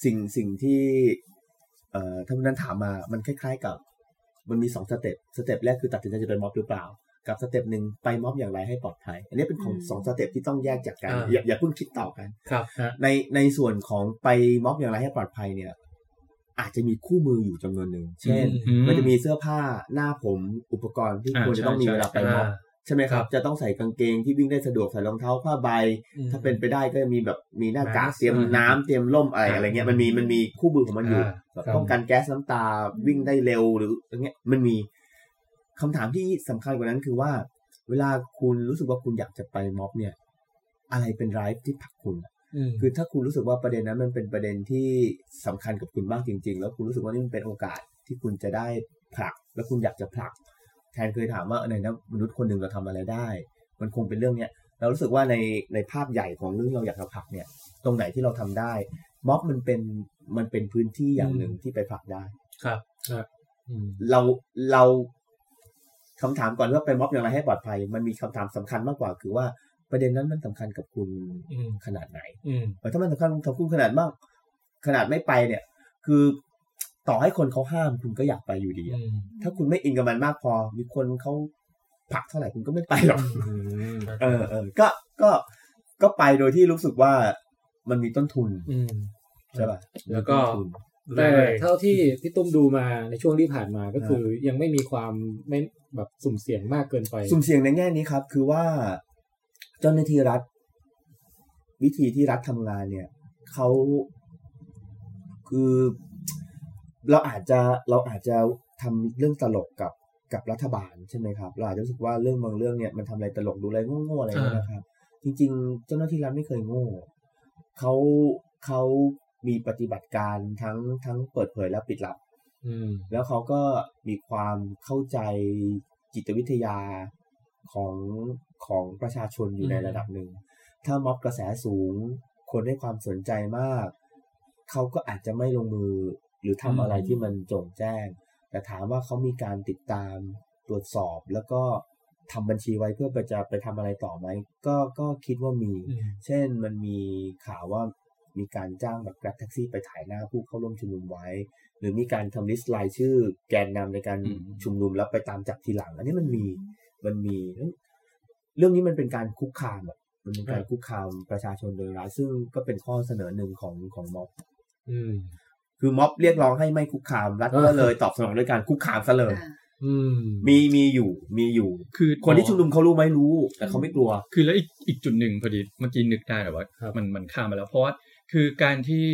[SPEAKER 4] สิ่งสิ่งที่เอ่อท่านผู้นั้นถามมามันคล้าย ๆกับ มันมีสองสเต็ปสเต็ปแรกคือตัดสินใจจะไปม็อบหรือเปล่า กับสเต็ปหนึ่งไปม็อบอย่างไรให้ปลอดภัย อันนี้เป็นของ
[SPEAKER 6] อืม
[SPEAKER 4] สองสเต็ปที่ต้องแยกจากกัน
[SPEAKER 3] อ่า
[SPEAKER 4] อย่าอย่าเพิ่งคิดต่อกัน
[SPEAKER 3] ครับฮะ
[SPEAKER 4] ในในส่วนของไปม็อบอย่างไรให้ปลอดภัยเนี่ย อาจจะมีคู่มืออยู่จำนวนหนึ่งเช่น
[SPEAKER 5] อืม
[SPEAKER 4] มันจะมีเสื้อผ้าหน้าผมอุปกรณ์ที่
[SPEAKER 5] อ่า
[SPEAKER 4] ควรจะต้องมี
[SPEAKER 5] ใช่
[SPEAKER 4] เวลาไปม็อบ
[SPEAKER 3] อ่า
[SPEAKER 4] ใช่ไหมครั
[SPEAKER 3] ครับ บ
[SPEAKER 4] จะต้องใส่กางเกงที่วิ่งได้สะดวกใส่รองเท้าผ้าใบ
[SPEAKER 3] อืม
[SPEAKER 4] ถ้าเป็นไปได้ก็มีแบบมีหน้ากาก
[SPEAKER 3] อ่า
[SPEAKER 4] เตรียมน้ำเตรียมร่มอะไร
[SPEAKER 3] อ่า
[SPEAKER 4] อะไรเงี้ยมันมีมันมีคู่มือของมันอยู่
[SPEAKER 3] อ่า
[SPEAKER 4] แบบ
[SPEAKER 3] ครับ
[SPEAKER 4] ป้องกันแก๊สน้ำตาวิ่งได้เร็วหรืออย่างเงี้ยมันมีคำถามที่สำคัญกว่านั้นคือว่า เวลาคุณรู้สึกว่าคุณอยากจะไปม็อบเนี่ย อะไรเป็นไร้ที่ผลักคุณ คือถ้าคุณรู้สึกว่าประเด็นนั้นมันเป็นประเด็นที่สำคัญกับคุณมากจริง ๆ แล้วคุณรู้สึกว่านี่มันเป็นโอกาสที่คุณจะได้ผลัก แล้วคุณอยากจะผลัก แทนเคยถามว่าเออในนะมนุษย์คนหนึ่งเราทำอะไรได้ มันคงเป็นเรื่องเนี้ยเรารู้สึกว่าในในภาพใหญ่ของเรื่องที่เราอยากจะผลักเนี่ย ตรงไหนที่เราทำได้ม็อบมันเป็นมันเป็นพื้นที่อย่างหนึ่งที่ไปผลักได้
[SPEAKER 3] ครับครับ
[SPEAKER 4] เราเราคำถามก่อนว่าไปม็อบอย่างไรให้ปลอดภัย มันมีคำถามสำคัญมากกว่า คือว่าประเด็นนั้นมันสำคัญกับคุณ
[SPEAKER 3] อืม
[SPEAKER 4] ขนาดไหน
[SPEAKER 3] อืม
[SPEAKER 4] แต่ถ้ามันสำคัญกับคุณขนาดมาก ขนาดไม่ไปเนี่ย คือต่อให้คนเขาห้ามคุณก็อยากไปอยู่ดีอะ
[SPEAKER 3] อืม
[SPEAKER 4] ถ้าคุณไม่อินกับมันมากพอ มีคนเขาผลักเท่าไหร่คุณก็ไม่ไปหรอกเออเออก็ก็ก็ไปโดยที่รู้สึกว่ามันมีต้นทุน
[SPEAKER 3] อืม
[SPEAKER 4] ใช่ป่ะ
[SPEAKER 3] แล้วก็
[SPEAKER 4] ทุน
[SPEAKER 2] แต่เท่าที่ที่ตุ้มดูมาในช่วงที่ผ่านมาก็คือยังไม่มีความไม่แบบสุ่มเสี่ยงมากเกินไป
[SPEAKER 4] สุ่มเสี่ยงในแง่นี้ครับ คือว่าเจ้าหน้าที่รัฐ วิธีที่รัฐทำงานเนี่ยเขาคือเราอาจจะเราอาจจะทำเรื่องตลกกับกับรัฐบาลใช่ไหมครับเราอาจจะรู้สึกว่าเรื่องบางเรื่องเนี่ยมันทำอะไรตลกดูอะไรโง่ๆอะไรอย่างเงี้ยนะครับ จริงๆ เจ้าหน้าที่รัฐไม่เคยโง่เขาเขามีปฏิบัติการทั้งทั้งเปิดเผยและปิดลับ
[SPEAKER 2] อืม
[SPEAKER 4] แล้วเขาก็มีความเข้าใจจิตวิทยาของของประชาชนอยู่ในระดับหนึ่ง ถ้าม็อบกระแสสูง คนให้ความสนใจมาก เขาก็อาจจะไม่ลงมือหรือทำอะไรที่มันโจงแจ้ง แต่ถามว่าเขามีการติดตามตรวจสอบแล้วก็ทำบัญชีไว้เพื่อจะไปทำอะไรต่อไหม ก็ก็คิดว่ามี
[SPEAKER 3] อืม
[SPEAKER 4] เช่นมันมีข่าวว่ามีการจ้างแบบแกร็บแท็กซี่ไปถ่ายหน้าผู้เข้าร่วมชุมนุมไว้ หรือมีการทำลิสต์รายชื่อแกนนำในการ
[SPEAKER 5] อืม
[SPEAKER 4] ชุมนุมแล้วไปตามจับทีหลัง อันนี้มันมีมันมี เรื่องนี้มันเป็นการคุกคามอะมันเป็นการคุกคามประชาชนโดยรัฐซึ่งก็เป็นข้อเสนอหนึ่งของของม็อบ
[SPEAKER 2] อืม
[SPEAKER 4] คือม็อบเรียกร้องให้ไม่คุกคามรัฐ
[SPEAKER 2] เออ
[SPEAKER 4] ก็เลยตอบสนองด้วยการคุกคามซะเลย
[SPEAKER 6] อ่า
[SPEAKER 2] อืม
[SPEAKER 4] มีมีอยู่มีอยู่
[SPEAKER 5] คือ
[SPEAKER 4] คนที่ชุมนุมเขารู้ไหมรู้ แต่เขาไม่กลัว
[SPEAKER 5] คือแล้วอีกอีกจุดหนึ่งพอดีเมื่อกี้นึกได้แต่ว่า
[SPEAKER 2] ครับ
[SPEAKER 5] มันมันข้ามมาแล้วเพราะว่าคือการที่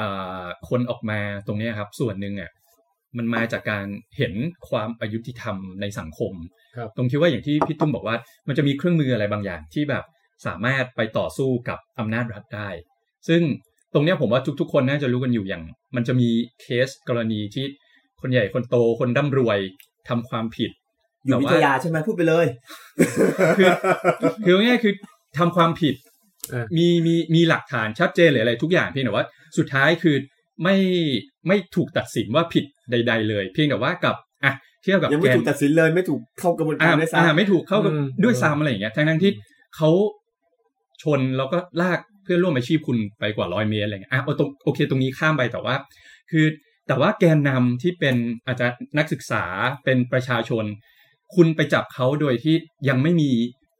[SPEAKER 5] อ่าคนออกมาตรงเนี้ยครับ ส่วนหนึ่งอ่ะมันมาจากการเห็นความอายุติธรรมในสังคม
[SPEAKER 2] ครับ
[SPEAKER 5] ตรงที่ว่าอย่างที่พี่ตุ้มบอกว่ามันจะมีเครื่องมืออะไรบางอย่างที่แบบสามารถไปต่อสู้กับอำนาจรัฐได้ ซึ่งตรงเนี้ยผมว่าทุกๆคนน่าจะรู้กันอยู่อย่าง มันจะมีเคสกรณีที่คนใหญ่คนโตคนร่ำรวยทำความผิด
[SPEAKER 4] อยู่วิทยาใช่ไหมพูดไปเลย
[SPEAKER 5] คือคือง่ายๆคือทำความผิด
[SPEAKER 2] เออ
[SPEAKER 5] มีมีมีหลักฐานชัดเจนหรืออะไรทุกอย่างเพียงแต่ว่า สุดท้ายคือไม่ไม่ถูกตัดสินว่าผิดใด ๆ เลย เพียงแต่ว่ากับอ่ะเทียบกับ
[SPEAKER 4] ยังไม่
[SPEAKER 5] แกน
[SPEAKER 4] ถูกตัดสินเลยไม่ถูกเข้ากระบวนกา
[SPEAKER 5] อ่าร
[SPEAKER 4] ด้วยซ้
[SPEAKER 5] อ่าไม่ถูกเข้ากับ
[SPEAKER 2] อืม
[SPEAKER 5] ด้วยซ้ำอะไรอย่างเงี้ยทั้งทั้งๆที่เขาชนแล้วก็ลากเพื่อนร่วมอาชีพคุณไปกว่าร้อยเมตรอะไรเงี้ยอ่ะเอาตรงโอเคตรงนี้ข้ามไปแต่ว่า คือแต่ว่าแกนนำที่เป็นอาจจะนักศึกษาเป็นประชาชน คุณไปจับเขาโดยที่ยังไม่มี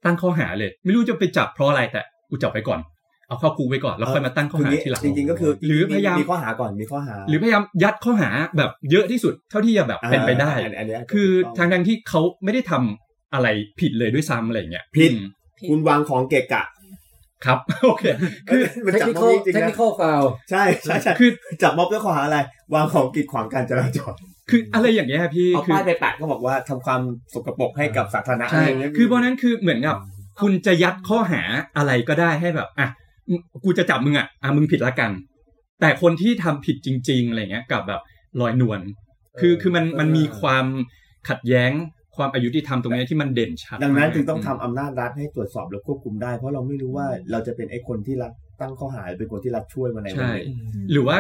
[SPEAKER 5] ตั้งข้อหาเลย ไม่รู้จะไปจับเพราะอะไรแต่กูจับไปก่อน เอาเข้าคุกไปก่อน
[SPEAKER 4] ำ
[SPEAKER 5] แล้วค่อยมาตั้งข้อหาทีหลัง
[SPEAKER 4] จริงๆก็คือ
[SPEAKER 5] หรือพยายาม
[SPEAKER 4] มีข้อหาก่อนมีข้อหา
[SPEAKER 5] หรือพยายามยัดข้อหาแบบเยอะที่สุดเท่าที่จะแบบเป็นไปได้
[SPEAKER 4] อ่าอันนี้าจจะ
[SPEAKER 5] คือ
[SPEAKER 4] ถูกต้ง
[SPEAKER 5] ทางทางๆที่เขาไม่ได้ทำอะไรผิดเลยด้วยซ้ำอะไรอย่างเงี้ย
[SPEAKER 4] ผิด
[SPEAKER 5] อืม
[SPEAKER 4] คุณวางของเกะกะ
[SPEAKER 5] ครับ *laughs* โอเค คือ
[SPEAKER 4] มัน
[SPEAKER 2] เทค
[SPEAKER 4] จับ
[SPEAKER 2] นิ
[SPEAKER 4] ม็
[SPEAKER 2] ค
[SPEAKER 4] อบจริงๆ
[SPEAKER 2] เทค
[SPEAKER 4] นะ
[SPEAKER 2] นิคฟาว
[SPEAKER 4] ใช่ใช่ใช่
[SPEAKER 5] คือ
[SPEAKER 4] จับม็อบด้วยข้อหาอะไร วางของกีดขวางการจราจร
[SPEAKER 5] คืออะไรอย่างเงี้ยพี่
[SPEAKER 4] เอา
[SPEAKER 5] คื
[SPEAKER 4] ป้ายไปแปะก็บอกว่าทำความสกปรกให้กับสาธาร
[SPEAKER 5] ใช่
[SPEAKER 4] ณะะไรย่างเงี้ย
[SPEAKER 5] คือเพราะฉะนั้นคือเหมือนกับคุณจะยัดข้อหาอะไรก็ได้ให้แบบอ่ะมึงกูจะจับมึงอ่ะอ่ะมึงผิดละกัน แต่คนที่ทำผิดจริง ๆอะไรเงี้ยกับแบบลอยนวลคือคือมันมันมีความขัดแย้งความอายุที่ทำตรงเนี้ยที่มันเด่นชัด
[SPEAKER 4] ดังนั้น
[SPEAKER 5] มาก
[SPEAKER 4] จึงต้องทำ
[SPEAKER 5] ม
[SPEAKER 4] อำนาจรัฐให้ตรวจสอบและควบคุมได้ เพราะเราไม่รู้ว่าเราจะเป็นไอ้คนที่รัฐตั้งข้อหาหรือเป็นคนที่รัฐช่วยมาในวัน
[SPEAKER 5] ใช่
[SPEAKER 4] นี้
[SPEAKER 5] หรือว่า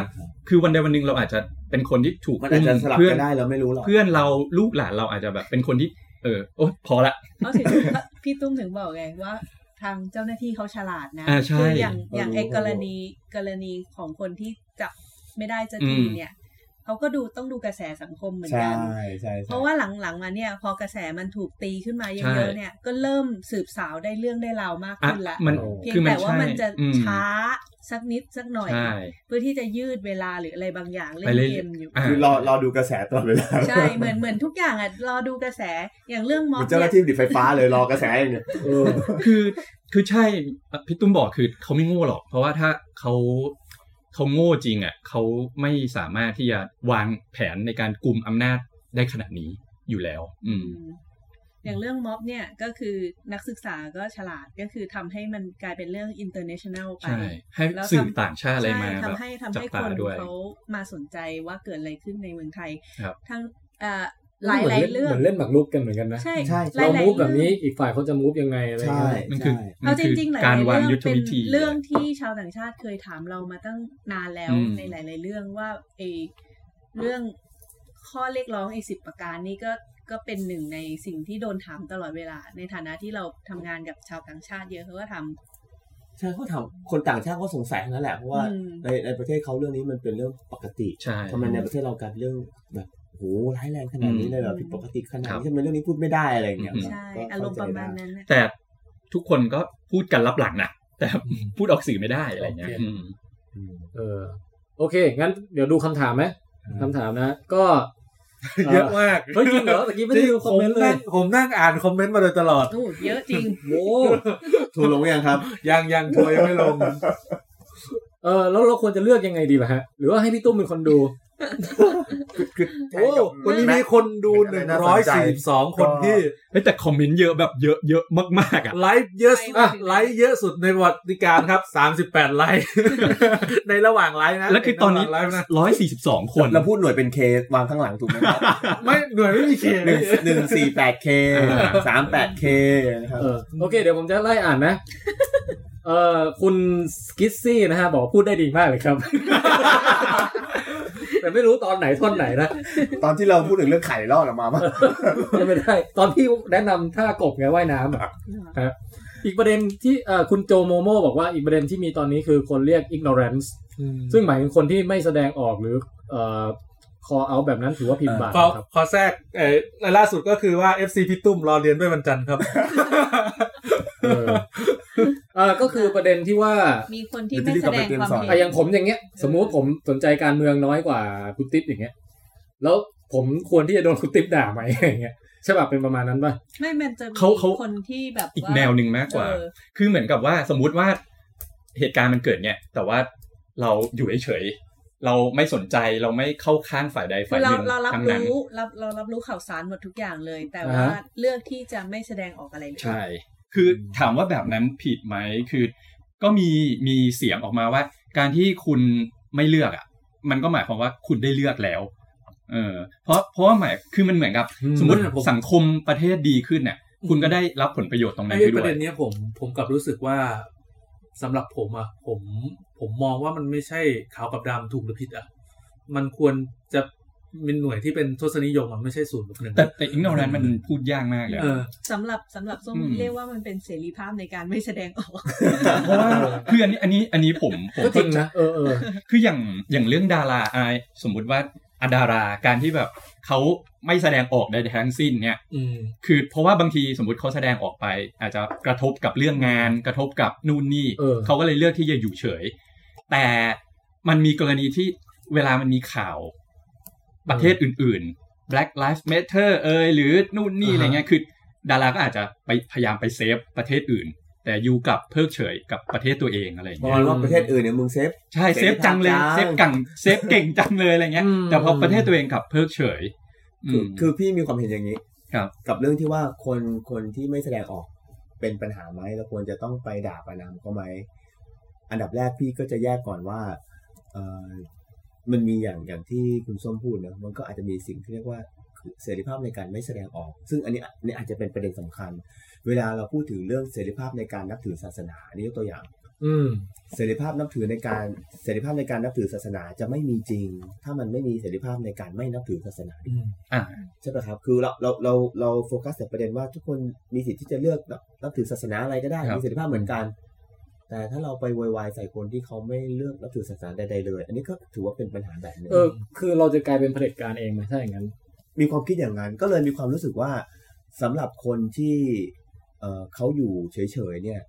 [SPEAKER 5] คือวันใดวันหนึ่งเราอาจจะเป็นคนที่ถูก
[SPEAKER 4] มันอาจจะ
[SPEAKER 5] ม
[SPEAKER 4] สลับ
[SPEAKER 5] เพื่อ
[SPEAKER 4] กัน
[SPEAKER 5] น
[SPEAKER 4] ได้เราไม่รู้หรอก
[SPEAKER 5] เพื่อนเราลูกหลานเราอาจจะแบบเป็นคนที่ เออโอ้พอละ
[SPEAKER 6] เขาถึง *laughs* พี่ตุ้มถึงบอกไงว่าทางเจ้าหน้าที่เขาฉลาดนะ
[SPEAKER 5] อ่าใช่
[SPEAKER 6] คือย่างอย่างไอ้กรณีกรณีของคนที่จับไม่ได้จะที
[SPEAKER 5] อืม
[SPEAKER 6] เนี่ยเขาก็ดูต้องดูกระแสสังคมเหมือน
[SPEAKER 4] ใช่
[SPEAKER 6] กัน
[SPEAKER 4] ใช่ใช่
[SPEAKER 6] เพราะว่าหลังๆมาเนี่ย พอกระแสมันถูกตีขึ้นมาเย
[SPEAKER 5] ใช่
[SPEAKER 6] อะๆเนี่ย ก็เริ่มสืบสาวได้เรื่องได้ราวมาก
[SPEAKER 5] อ่ะ
[SPEAKER 6] ขึ้นละ
[SPEAKER 5] มัน
[SPEAKER 6] เพียง
[SPEAKER 5] คือมัน
[SPEAKER 6] แต่ว่า
[SPEAKER 5] ใช่
[SPEAKER 6] มันจะ
[SPEAKER 5] อืม
[SPEAKER 6] ช้าสักนิดสักหน่อย
[SPEAKER 5] ใช่
[SPEAKER 6] เพื่อที่จะยืดเวลาหรืออะไรบางอย่างเล่
[SPEAKER 5] ไป
[SPEAKER 6] น
[SPEAKER 5] เล่น
[SPEAKER 6] เกมอยู่
[SPEAKER 5] อ่า
[SPEAKER 4] คือรอรอดูกระแสตลอดเวลา
[SPEAKER 6] ใช่เหมือนเหมือนทุกอย่างอ่ะรอดูกระแสอย่างเรื่อง
[SPEAKER 4] เห
[SPEAKER 6] ม็อ
[SPEAKER 4] มือบ นเจ้าห
[SPEAKER 6] เนี่
[SPEAKER 4] น้าย ที่ดิดไฟฟ้าเลยรอกระแสอย่างเดียว
[SPEAKER 2] เออ
[SPEAKER 5] คือคือใช่อ่ะพี่ตุ้มบอกคือเขาไม่โง่หรอก เพราะว่าถ้าเขาเขาโง่จริงอ่ะเขาไม่สามารถที่จะวางแผนในการกลุ่มอำนาจได้ขนาดนี้อยู่แล้ว อืม
[SPEAKER 6] อย่างเรื่องม็อบเนี่ยก็คือนักศึกษาก็ฉลาดก็คือทำให้มันกลายเป็นเรื่อง international ไป
[SPEAKER 5] ใช่ ให้
[SPEAKER 6] แล้ว
[SPEAKER 5] สื่อ
[SPEAKER 6] ทำ
[SPEAKER 5] ต่างชาติอะไรมา
[SPEAKER 6] ใช่
[SPEAKER 5] แบบ
[SPEAKER 6] ทำให้ทำ
[SPEAKER 5] จับ
[SPEAKER 6] ให้
[SPEAKER 5] ตา
[SPEAKER 6] คน
[SPEAKER 5] ด้วย
[SPEAKER 6] เขามาสนใจว่าเกิดอะไรขึ้นในเมืองไทย
[SPEAKER 5] ครับ
[SPEAKER 6] ทั้งเอ่อหลายหลายๆเรื่อง
[SPEAKER 2] เหมือนเล่นหมากรุกกันเหมือนกันนะ
[SPEAKER 6] ใช่
[SPEAKER 4] ใช่
[SPEAKER 6] หลา
[SPEAKER 2] เรา
[SPEAKER 6] ย
[SPEAKER 2] มูฟ
[SPEAKER 6] ๆ
[SPEAKER 2] แบบ
[SPEAKER 6] เรื่
[SPEAKER 2] นี้
[SPEAKER 6] อง
[SPEAKER 2] อีกฝ่ายเขาจะมูฟยังไงอะไร
[SPEAKER 4] ใช่
[SPEAKER 2] เงี้ย
[SPEAKER 5] มัน
[SPEAKER 4] ใช่
[SPEAKER 5] คือ
[SPEAKER 6] เอาจ
[SPEAKER 5] มันคือ
[SPEAKER 6] ริงๆหลายๆ
[SPEAKER 5] การวาง
[SPEAKER 6] เรื่
[SPEAKER 5] ยุท
[SPEAKER 6] อง
[SPEAKER 5] ธ
[SPEAKER 6] เป็น
[SPEAKER 5] วิธี
[SPEAKER 6] เรื่อง
[SPEAKER 5] ลย
[SPEAKER 6] ที่ชาวต่างชาติเคยถามเรามาตั้งนานแล้ว
[SPEAKER 5] อืม
[SPEAKER 6] ในหลาย ๆ เรื่องว่าไอเรื่องข้อเรียกร้องไอสิบประการนี่ก็ก็เป็นหนึ่งในสิ่งที่โดนถามตลอดเวลา ในฐานะที่เราทำงานกับชาวต่างชาติเยอะเขาก็ทำ
[SPEAKER 4] ใช่เขาถามคนต่างชาติเขาสงสัยทั้งนั้นแหละเพราะว่าในในประเทศเขาเรื่องนี้มันเป็นเรื่องปกติ
[SPEAKER 5] ใช่
[SPEAKER 4] ทำไมในประเทศเราการเรื่องแบบโหร้ายแรงขนาดนี้เลยแบบผิดปกติขนาด
[SPEAKER 5] ครับ
[SPEAKER 4] นี้ทำไมเรื่องนี้พูดไม่ได้อะไรอย่างเงี้ย
[SPEAKER 5] อืม
[SPEAKER 6] ใช่
[SPEAKER 4] ก็
[SPEAKER 6] อารมณ์ประมาณ
[SPEAKER 4] เข้ใจได้
[SPEAKER 6] นั้นน่ะ
[SPEAKER 5] แต่ทุกคนก็พูดกันรับหลังนะแต่พูดออกสื่อไม่ได้อะไรเงี้ยอืม
[SPEAKER 4] อืม
[SPEAKER 2] เออ โอเค งั้นเดี๋ยวดูคำถามไหมคำถามนะ ก็
[SPEAKER 3] เยอะมาก
[SPEAKER 2] เฮ้ยจริงเหรอตะกี้ไม่ได้ดูคอมเมนต์เล
[SPEAKER 3] ผ
[SPEAKER 2] ย
[SPEAKER 3] งผมนั่งอ่านคอมเมนต์มาโดยตลอด
[SPEAKER 6] โอ้เยอะจริง
[SPEAKER 2] โอ้
[SPEAKER 4] ถูกลงยังครับ
[SPEAKER 3] ยังยังทัวร์ยังไม่ลง
[SPEAKER 2] เออแล้วเราควรจะเลือกยังไงดีล่ะฮะ หรือว่าให้พี่ตุ้มเป็นคนดู
[SPEAKER 3] โอ้วันนี้มีคนดูห
[SPEAKER 4] ไม่
[SPEAKER 3] นึ่ง
[SPEAKER 4] น่าส
[SPEAKER 3] ร้อน ย
[SPEAKER 4] ใจ
[SPEAKER 3] สี่สองคนที่
[SPEAKER 5] เฮ้ยแต่คอมเมนต์เยอะแบบเยอะเยอะมากๆอ่ะ
[SPEAKER 3] ไลค์เยอะสุดอ่ะไลค์เยอะสุดในประวัติการครับสามสิบแปดไลค์ ในระหว่างไลค์นะ
[SPEAKER 5] แล้วคือตอนนี้
[SPEAKER 3] ใระหว่างไลฟ์นะ
[SPEAKER 5] ร้อยสี่สิบสองคน
[SPEAKER 4] เราพูดหน่วยเป็นเควางข้างหลังถูกไหม
[SPEAKER 5] *laughs*
[SPEAKER 4] ครับ
[SPEAKER 3] ไม่หน่วยไม่มีเขต
[SPEAKER 4] หนึ่งหนึ่งสี่แปดเคสามแปดเคนะครับ
[SPEAKER 2] เออโอเค เดี๋ยวผมจะไล่อ่านนะ เออคุณสกิซซี่นะฮะ บอกว่าพูดได้ดีมากเลยครับ *laughs* แต่ไม่รู้ตอนไหนท่อนไหนนะ
[SPEAKER 4] ตอนที่เราพูดถึงเรื่องไข่ลอดออกมาป่ะ
[SPEAKER 2] จำไม่ได้ ตอนที่แนะนำท่ากบไงว่ายน้ำอะฮะอีกประเด็นที่เอ่อคุณโจโมโมบอกว่าอีกประเด็นที่มีตอนนี้คือคนเรียก ignorance ซึ่งหมายถึงคนที่ไม่แสดงออกหรือเอ่อ call out แบบนั้นถือว่าพิมพ์บาป
[SPEAKER 3] ขอ
[SPEAKER 2] ครับ
[SPEAKER 3] ขอแทรกเออล่าสุดก็คือว่า FC พี่ตุ้มรอเรียนด้วยวันจันทร์ครับ
[SPEAKER 2] เออเออก็คือประเด็นที่ว่า
[SPEAKER 6] มีคนที่ไม่แสดงความ
[SPEAKER 4] เดี๋
[SPEAKER 6] เห็
[SPEAKER 4] วจะรีบกลับไปเตรียมสน
[SPEAKER 2] อะ
[SPEAKER 6] น
[SPEAKER 2] อย่างผมอย่างเงี้ย สมมุติผมสนใจการเมืองน้อยกว่าคุณติ๊บอย่างเงี้ย แล้วผมควรที่จะโดนคุณติ๊บด่าไหม อย่างเงี้ยใช่ป่ะเป็นประมาณนั้นป่ะ
[SPEAKER 6] ไม่มันจะมี
[SPEAKER 5] เขาเขา
[SPEAKER 6] คนที่แบบ
[SPEAKER 5] อีกแนวหนึ่งมากกว่า
[SPEAKER 6] เออ
[SPEAKER 5] คือเหมือนกับว่าสมมุติว่าเหตุการณ์มันเกิดเนี่ย แต่ว่าเราอยู่เฉยๆเราไม่สนใจเราไม่เข้าข้างฝ่ายใด
[SPEAKER 6] คือย
[SPEAKER 5] ฝ่าห
[SPEAKER 6] เรา
[SPEAKER 5] นึ่ง
[SPEAKER 6] เรารับ
[SPEAKER 5] ทั้งนั้น
[SPEAKER 6] รู้รับเรารับรู้ข่าวสารหมดทุกอย่างเลย แต่ว่า
[SPEAKER 2] อ่าฮะ
[SPEAKER 6] เลือกที่จะไม่แสดงออกอะไรเลย
[SPEAKER 5] ใช่ คือถามว่าแบบนั้นผิดไหมคือ ก็มีมีเสียงออกมาว่า การที่คุณไม่เลือกอ่ะ มันก็หมายความว่าคุณได้เลือกแล้ว เออ เพราะเพราะว่าหมายคือมันเหมือนกับ
[SPEAKER 2] อืม
[SPEAKER 5] สมมติ
[SPEAKER 3] ผม
[SPEAKER 5] สังคมประเทศดีขึ้นเนี่ยคุณก็ได้รับผลประโยชน์ตรงนั้นไป
[SPEAKER 3] ไอ้
[SPEAKER 5] ด้
[SPEAKER 3] ป
[SPEAKER 5] ว
[SPEAKER 3] ระ
[SPEAKER 5] ย
[SPEAKER 3] เด็นเนี้ยผมผมกลับรู้สึกว่าสำหรับผมอะผมผมมองว่ามันไม่ใช่ขาวกับดำถูกหรือผิดอะมันควรจะเป็นหน่วยที่เป็นทศนิยมอะไม่ใช่ศูนย์กับหนึ่ง
[SPEAKER 5] แต่แต่อิงโนแรนมันพูดยากมากเลยอะ
[SPEAKER 3] เออ
[SPEAKER 6] สำหรับสำหรับส้ม
[SPEAKER 5] อืม
[SPEAKER 6] เรียกว่ามันเป็นเสรีภาพในการไม่แสดง
[SPEAKER 5] *laughs*
[SPEAKER 6] ออก
[SPEAKER 5] เพราะว่าคืออันนี้อันนี้อันนี้ผมผม
[SPEAKER 2] ก็จริง
[SPEAKER 5] เข้าใจ
[SPEAKER 2] นะเออเออ
[SPEAKER 5] คืออย่างอย่างเรื่องดาราอายสมมุติว่าอะดาราการที่แบบเขาไม่แสดงออกใดๆทั้งสิ้นเนี่ย
[SPEAKER 3] อืม
[SPEAKER 5] คือเพราะว่าบางทีสมมติเขาแสดงออกไป อาจจะกระทบกับเรื่องงาน กระทบกับนู่นนี่
[SPEAKER 2] เออ
[SPEAKER 5] เขาก็เลยเลือกที่จะอยู่เฉย แต่มันมีกรณีที่เวลามันมีข่าวประเทศอื่นๆ Black Lives Matter เอยหรือนู่นนี่
[SPEAKER 3] อ่าฮะ
[SPEAKER 5] อะไรเงี้ยคือ ดาราก็อาจจะไปพยายามไปเซฟประเทศอื่น แต่อยู่กลับเพิกเฉยกับประเทศตัวเองอะไร
[SPEAKER 4] บอ
[SPEAKER 5] เงี้ย
[SPEAKER 4] ลว่าประเทศอื่นเนี่ยมึงเซฟ
[SPEAKER 5] ใช่
[SPEAKER 4] เส
[SPEAKER 5] เซ
[SPEAKER 4] รี
[SPEAKER 5] ฟจังเลย
[SPEAKER 4] ภาพจัง
[SPEAKER 5] เซฟกังเซฟเก่งจังเลยอะไรเงี้ย
[SPEAKER 2] อืม
[SPEAKER 5] แต่พอประเทศตัวเองกลับเพิกเฉย
[SPEAKER 4] คืออ
[SPEAKER 5] ม
[SPEAKER 4] คือพี่มีความเห็นอย่างนี้
[SPEAKER 5] ครับ
[SPEAKER 4] กับเรื่องที่ว่าคนคนที่ไม่แสดงออกเป็นปัญหาไหมเราควรจะต้องไปด่าประนามเขาไหมอันดับแรกพี่ก็จะแยกก่อนว่าเออมันมีอย่างอย่างที่คุณส้มพูดนะมันก็อาจจะมีสิ่งที่เรียกว่าคือเสรีภาพในการไม่แสดงออก ซึ่งอันนี้อันนี้อาจจะเป็นประเด็นสำคัญ เวลาเราพูดถึงเรื่องเสรีภาพในการนับถือศาสนาอันนี้ยกตัวอย่าง
[SPEAKER 2] อืม
[SPEAKER 4] เสรีภาพนับถือในการเสรีภาพในการนับถือศาสนาจะไม่มีจริง ถ้ามันไม่มีเสรีภาพในการไม่นับถือศาสนา
[SPEAKER 5] อ่า
[SPEAKER 4] ใช่ป่ะครับ คือเราเราเราเราโฟกัสแต่ประเด็นว่าทุกคนมีสิทธิ์ที่จะเลือกนับนับถือศาสนาอะไรก็ได้
[SPEAKER 5] ครับ
[SPEAKER 4] มีเสรีภาพเหมือนกัน แต่ถ้าเราไปโวยวายใส่คนที่เขาไม่เลือกนับถือศาสนาใดๆเลย อันนี้ก็ถือว่าเป็นปัญหาแบบหนึง
[SPEAKER 2] เออ คือเราจะกลายเป็นเผด็จการเองไหมถ้าอย่างนั้น
[SPEAKER 4] มีความคิดอย่างนั้น ก็เลยมีความรู้สึกว่าสำหรับคนที่เอ่อเขาอยู่เฉยๆเนี่ย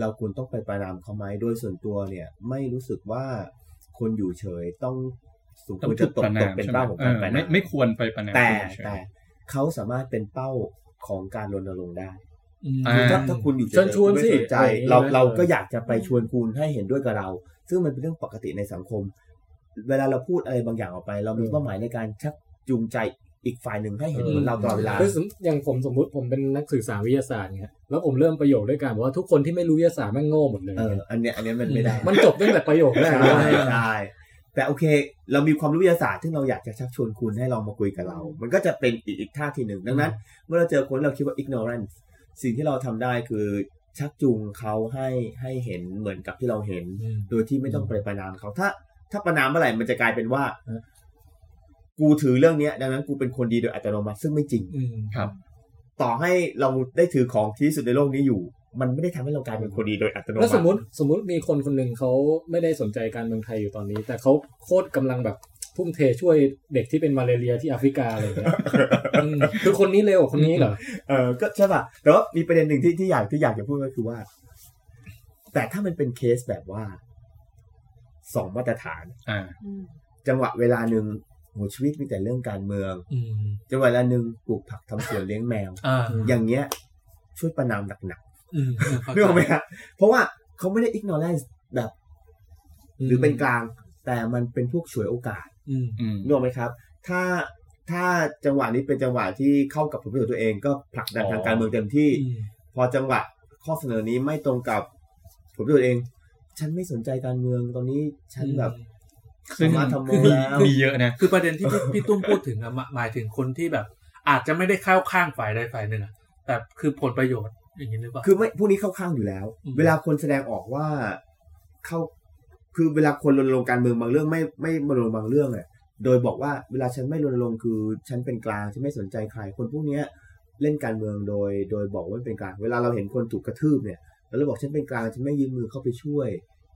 [SPEAKER 4] เราควรต้องไปประนามเขาไหมโดยส่วนตัวเนี่ย ไม่รู้สึกว่าคนอยู่เฉยต้องสูง
[SPEAKER 5] ต้อ
[SPEAKER 4] ค
[SPEAKER 5] ง
[SPEAKER 4] วร
[SPEAKER 5] ถู
[SPEAKER 4] จะ
[SPEAKER 5] ก
[SPEAKER 4] ตก
[SPEAKER 5] ประนา
[SPEAKER 4] ตก
[SPEAKER 5] ม
[SPEAKER 4] เป็น
[SPEAKER 5] ใช่ไหม
[SPEAKER 4] เป้าของ
[SPEAKER 5] เอ
[SPEAKER 4] การป
[SPEAKER 5] อ
[SPEAKER 4] ระ
[SPEAKER 5] ไม่
[SPEAKER 4] นาม
[SPEAKER 5] ไม่ควรไปประนาม
[SPEAKER 4] แต่
[SPEAKER 5] เฉยๆ
[SPEAKER 4] แต่เขาสามารถเป็นเป้าของการรณรงค์ได้
[SPEAKER 5] อ่า
[SPEAKER 4] คือถ้าถ้าคุณอยู่
[SPEAKER 2] เชิญชวน
[SPEAKER 4] คุณไม่ส
[SPEAKER 2] สิ
[SPEAKER 4] นใจ
[SPEAKER 2] อะไรอย่างนี้
[SPEAKER 4] เรา
[SPEAKER 2] นะ
[SPEAKER 4] เรา
[SPEAKER 2] เออ
[SPEAKER 4] ก็อยากจะไปชวนคุณให้เห็นด้วยกับเรา ซึ่งมันเป็นเรื่องปกติในสังคม เวลาเราพูดอะไรบางอย่างออกไป เรามีเป้าหมายในการชักจูงใจอีกฝ่ายหนึ่งให้เห็นเหมือนเราตลอดเวลา
[SPEAKER 2] คือสมอย่างผมสมมติผมเป็นนักสื่อสารวิทยาศาสตร์ไงแล้วผมเริ่มประโยคด้วยการบอกว่าทุกคนที่ไม่รู้วิทยาศาสตร์แม่งโง่หมดเลย
[SPEAKER 4] เออ อันเนี้ยอันเนี้ยมันไม่ได้
[SPEAKER 2] มันจบตั้งแต่ประโยคแรก
[SPEAKER 4] ใช่
[SPEAKER 2] แล้ว
[SPEAKER 4] ใช่แต่โอเค เรามีความรู้วิทยาศาสตร์ซึ่งเราอยากจะชักชวนคุณให้ลองมาคุยกับเรา มันก็จะเป็นอีกอีกท่าทีหนึ่งดังนั้น เมื่อเราเจอคนเราคิดว่า ignorance สิ่งที่เราทำได้คือชักจูงเขาให้ให้เห็นเหมือนกับที่เราเห็น โดยที่ไม่ต้องไปประนามเขาถ้า ถ้าประนามเมื่อไหร่มันจะกลายเป็นว่า กูถือเรื่องเนี้ย ดังนั้นกูเป็นคนดีโดยอัตโนมัติซึ่งไม่จริง
[SPEAKER 3] อืม
[SPEAKER 5] ครับ
[SPEAKER 4] ต่อให้เราได้ถือของที่สุดในโลกนี้อยู่ มันไม่ได้ทำให้เรากลายเป็นคนดีโดยอัตโนมัติ
[SPEAKER 2] แล้วสมมติสมมติมีคนคนหนึ่งเขาไม่ได้สนใจการเมืองไทยอยู่ตอนนี้ แต่เขาโคตรกำลังแบบทุ่มเทช่วยเด็กที่เป็นมาเลเรียที่แอฟริกาอะไรอย่างเงี้ย
[SPEAKER 4] *laughs*
[SPEAKER 2] อืมคือคนนี้เร็วกว่าคนนี้เหรอ
[SPEAKER 4] เออก็ใช่ป่ะแต่ว่ามีประเด็นหนึ่งที่ที่อยากที่อยากจะพูดก็คือว่า แต่ถ้ามันเป็นเคสแบบว่า สองมาตรฐาน
[SPEAKER 5] อ่า
[SPEAKER 6] อืม
[SPEAKER 4] จังหวะเวลาหนึ่งโหชีวิตมีแต่เรื่องการเมือง
[SPEAKER 3] อืม
[SPEAKER 4] จังหวะเวลาหนึ่งปลูกผักทำสวนเลี้ยงแมว
[SPEAKER 3] อ่า
[SPEAKER 4] อย่างเงี้ยช่วยประนามหนัก
[SPEAKER 3] อืม
[SPEAKER 4] ๆนึกออกไหมฮะเพราะว่าเขาไม่ได้อิกโนแลนแบบ หรือเป็นกลาง แต่มันเป็นพวกฉวยโอกาส
[SPEAKER 3] อืม
[SPEAKER 5] อืม
[SPEAKER 4] นึกออกไหมครับ ถ้าถ้าจังหวะนี้เป็นจังหวะที่เข้ากับผลประโยชน์ตัวเองก็ผลักดันทางการเมืองเต็มที่
[SPEAKER 3] อืม
[SPEAKER 4] พอจังหวะข้อเสนอนี้ไม่ตรงกับผลประโยชน์เอง ฉันไม่สนใจการเมืองตอนนี้ฉันแบบส
[SPEAKER 5] ซึ่ง
[SPEAKER 4] มารถทำโม
[SPEAKER 5] มี
[SPEAKER 4] แล้ว
[SPEAKER 5] มีเยอะนะ *laughs*
[SPEAKER 3] คือประเด็นที่พี่พี่ตุ้มพูดถึงอะหมายหมายถึงคนที่แบบ อาจจะไม่ได้เข้าข้างฝ่ายใดฝ่ายหนึ่งอะแต่คือผลประโยชน์อย่างนี้หรือเปล่า
[SPEAKER 4] คือไม่พวกนี้เข้าข้างอยู่แล้ว
[SPEAKER 3] อืม
[SPEAKER 4] เวลาคนแสดงออกว่าเข้าคือเวลาคนรณรงค์การเมืองบางเรื่องไม่ไม่รณรงค์บางเรื่องเนี่ยโดยบอกว่าเวลาฉันไม่รณรงค์คือฉันเป็นกลางฉันไม่สนใจใคร คนพวกเนี้ยเล่นการเมืองโดย โดยบอกว่าเป็นกลาง เวลาเราเห็นคนถูกกระทืบเนี่ยแล้วเราบอกฉันเป็นกลางฉันไม่ยื่นมือเข้าไปช่วย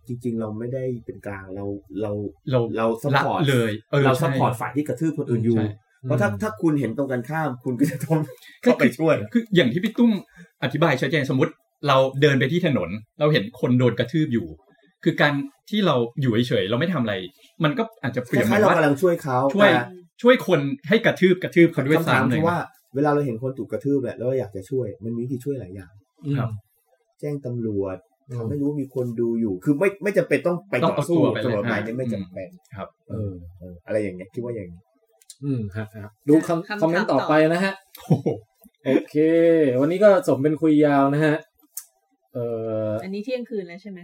[SPEAKER 4] จริง ๆ เราไม่ได้เป็นกลางเราเรา
[SPEAKER 5] เรา
[SPEAKER 4] เราซัพ
[SPEAKER 5] ละ
[SPEAKER 4] พอร์ต
[SPEAKER 5] เลยออ
[SPEAKER 4] เรา
[SPEAKER 5] ใช่
[SPEAKER 4] ซัพพอร์ตฝ่ายที่กระทืบคนอื่นอยู่
[SPEAKER 5] ใช่
[SPEAKER 4] เพราะถ้าถ้าคุณเห็นตรงกันข้าม คุณก็จะต้องเข้าไปช่วย
[SPEAKER 5] คืออย่างที่พี่ตุ้มอธิบายชัดเจนสมมติเราเดินไปที่ถนน เราเห็นคนโดนกระทืบอยู่ คือการที่เราอยู่เฉยๆเราไม่ทำอะไร มันก็อาจจะเป
[SPEAKER 4] ค
[SPEAKER 5] ลี่ยนเหมื
[SPEAKER 4] ล้ายๆ
[SPEAKER 5] อนว่าก
[SPEAKER 4] เราำลังช่วยเขา
[SPEAKER 5] ช่วย
[SPEAKER 4] แต่
[SPEAKER 5] ช่วยคนให้กระทืบกระทืบเขาด้วย
[SPEAKER 4] คำถาม
[SPEAKER 5] ซ้ำเล
[SPEAKER 4] คื
[SPEAKER 5] ย
[SPEAKER 4] อว่า
[SPEAKER 5] นะ
[SPEAKER 4] เวลาเราเห็นคนถูกกระทืบเนี่ยแล้วเราอยากจะช่วย มันมีวิธีช่วยหลายอย่าง
[SPEAKER 3] อืม
[SPEAKER 5] ครับ
[SPEAKER 4] แจ้งตำรวจทำให้รู้มีคนดูอยู่ คือไม่ไม่จำเป็นต้องไป
[SPEAKER 5] ต้
[SPEAKER 4] ต่
[SPEAKER 5] อ
[SPEAKER 4] อ
[SPEAKER 5] งเอา
[SPEAKER 4] สู้
[SPEAKER 5] ตัวไป
[SPEAKER 4] ตำรวจ
[SPEAKER 5] เลย
[SPEAKER 4] นาย
[SPEAKER 5] อ่ะ
[SPEAKER 4] นี้ไม่จำเป็น
[SPEAKER 5] ครับ
[SPEAKER 4] เออเอออะไรอย่างเงี้ยคิดว่าอย่างนี้
[SPEAKER 2] อืมฮะฮะดูคำคอมเมนต์ต่อไปนะฮะ
[SPEAKER 5] โอ้โห
[SPEAKER 2] โอเค วันนี้ก็สมเป็นคุยยาวนะฮะ เออ
[SPEAKER 6] อันนี้เที่ยงคืนแล้วใช่ไหม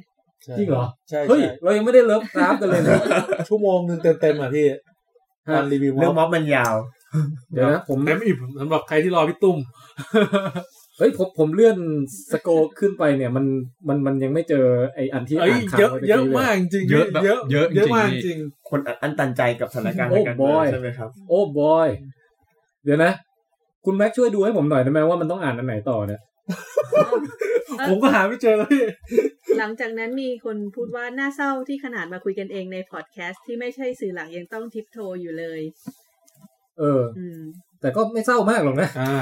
[SPEAKER 2] จริงเหรอ
[SPEAKER 7] ใช่
[SPEAKER 2] เฮ้ย
[SPEAKER 3] *laughs*
[SPEAKER 7] ใช่
[SPEAKER 2] เรายังไม่ได้เลิฟกราฟกันเลยนะ
[SPEAKER 7] ชั่วโมงหนึ่งเต็มๆอ่ะพี่
[SPEAKER 2] ฮะ
[SPEAKER 7] การรีวิว
[SPEAKER 4] เรื่องม็อบมันยาว
[SPEAKER 2] เดี๋ยวนะผม
[SPEAKER 3] เต็มอิ่มสำหรับใครที่รอพี่ตุ้ม
[SPEAKER 2] เฮ้ยผมผมเลื่อนสโกร์ขึ้นไปเนี่ย มันมันมันยังไม่เจอไออันที่
[SPEAKER 3] เอ้ย
[SPEAKER 2] อ่านข่าว
[SPEAKER 3] เยอะ
[SPEAKER 2] มื่
[SPEAKER 3] เยอะ
[SPEAKER 2] กี้ล
[SPEAKER 3] มากจริงๆ
[SPEAKER 5] เยอะแบบ
[SPEAKER 3] เยอะ
[SPEAKER 5] เยอะ
[SPEAKER 3] เยอะ
[SPEAKER 5] จริงๆ
[SPEAKER 3] มากจ
[SPEAKER 5] นี่
[SPEAKER 3] ริง
[SPEAKER 4] คนอันตันใจกับสถานการณ์ทางการเมือง
[SPEAKER 2] โอ้บอย
[SPEAKER 4] ใช่ไหมครับ
[SPEAKER 2] โอ้บอย เดี๋ยวนะ คุณแม็กช่วยดูให้ผมหน่อยได้ไหมว่ามันต้องอ่านอันไหนต่อเนี่ย
[SPEAKER 3] ๆผมก็หาไม่เจอแล้วพี่
[SPEAKER 6] หลังจากนั้นมีคนพูดว่าน่าเศร้าที่ขนาดมาคุยกันเองในพอดแคสต์ที่ไม่ใช่สื่อหลักยังต้องทิปโทอยู่เลย
[SPEAKER 2] เออ
[SPEAKER 6] อืม
[SPEAKER 2] แต่ก็ไม่เศร้ามากหรอกนะ
[SPEAKER 3] อ่า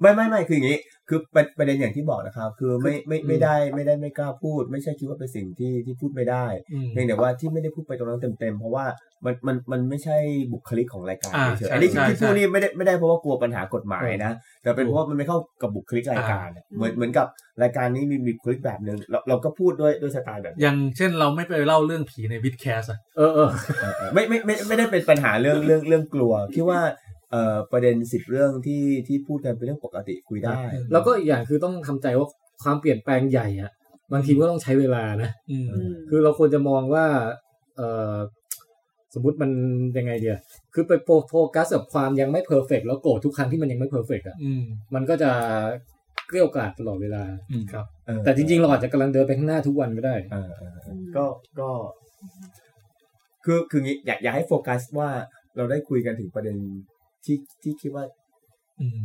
[SPEAKER 4] ไม่ไม่ไม่คืออย่างนี้ คือประประเด็นอย่างที่บอกนะครับ คือไม่ไม่ไม่ได้ไม่ได้ไม่กล้าพูด ไม่ใช่คิดว่าเป็นสิ่งที่ที่พูดไม่ได้เพียงแต่ว่าที่ไม่ได้พูดไปตรงนั้นเต็มๆเพราะว่ามันมันมันไม่ใช่บุคลิกของรายการ
[SPEAKER 3] อ่า
[SPEAKER 4] เฉยๆ
[SPEAKER 3] ใช่
[SPEAKER 4] อันนี้ที่
[SPEAKER 3] ใช่
[SPEAKER 4] ที่พูดนี่ไม่ได้ไม่ได้เพราะว่ากลัวปัญหากฎหมายนะแต่เป็นเพราะว่ามันไม่เข้ากับบุคลิกรายการอะ
[SPEAKER 6] อ่า
[SPEAKER 4] เหมือนเหมือนกับรายการนี้มีบุคลิกแบบหนึ่งเราเราก็พูดด้วยด้วยสไตล์แบบนี้
[SPEAKER 3] อย่างเช่นเราไม่ไปเล่าเรื่องผีในวิดแคสอะ
[SPEAKER 2] เออเออ
[SPEAKER 4] ไม่ไม่ไม่ไม่ได้เป็นปัญหาเรื่องเรื่องเรื่องกลัวคิดว่าเอ่อประเด็นสิบเรื่องที่ที่พูดกันเป็นเรื่องปกติคุยได้
[SPEAKER 2] แล้วก็อีกอย่างคือต้องทำใจว่าความเปลี่ยนแปลงใหญ่อะบางทีก็ต้องใช้เวลานะ
[SPEAKER 3] อืม
[SPEAKER 6] อืม
[SPEAKER 2] คือเราควรจะมองว่า เออสมมติมันยังไงเดียคือไปโฟโฟกัสกับความยังไม่เพอร์เฟกแล้วโกรธทุกครั้งที่มันยังไม่เพอร์เฟกอะ
[SPEAKER 3] อืม
[SPEAKER 2] มันก็จะเกลี้ยวกล่อมตลอดเวลา
[SPEAKER 5] อืม
[SPEAKER 4] เออ
[SPEAKER 2] แต่จริงๆ เราอาจจะกำลังเดินไปข้างหน้าทุกวันก็ได้
[SPEAKER 4] เออเออ ก็ก็ คือคืองี้อยากอยากให้โฟกัสว่าเราได้คุยกันถึงประเด็นที่ที่คิดว่า
[SPEAKER 3] อืม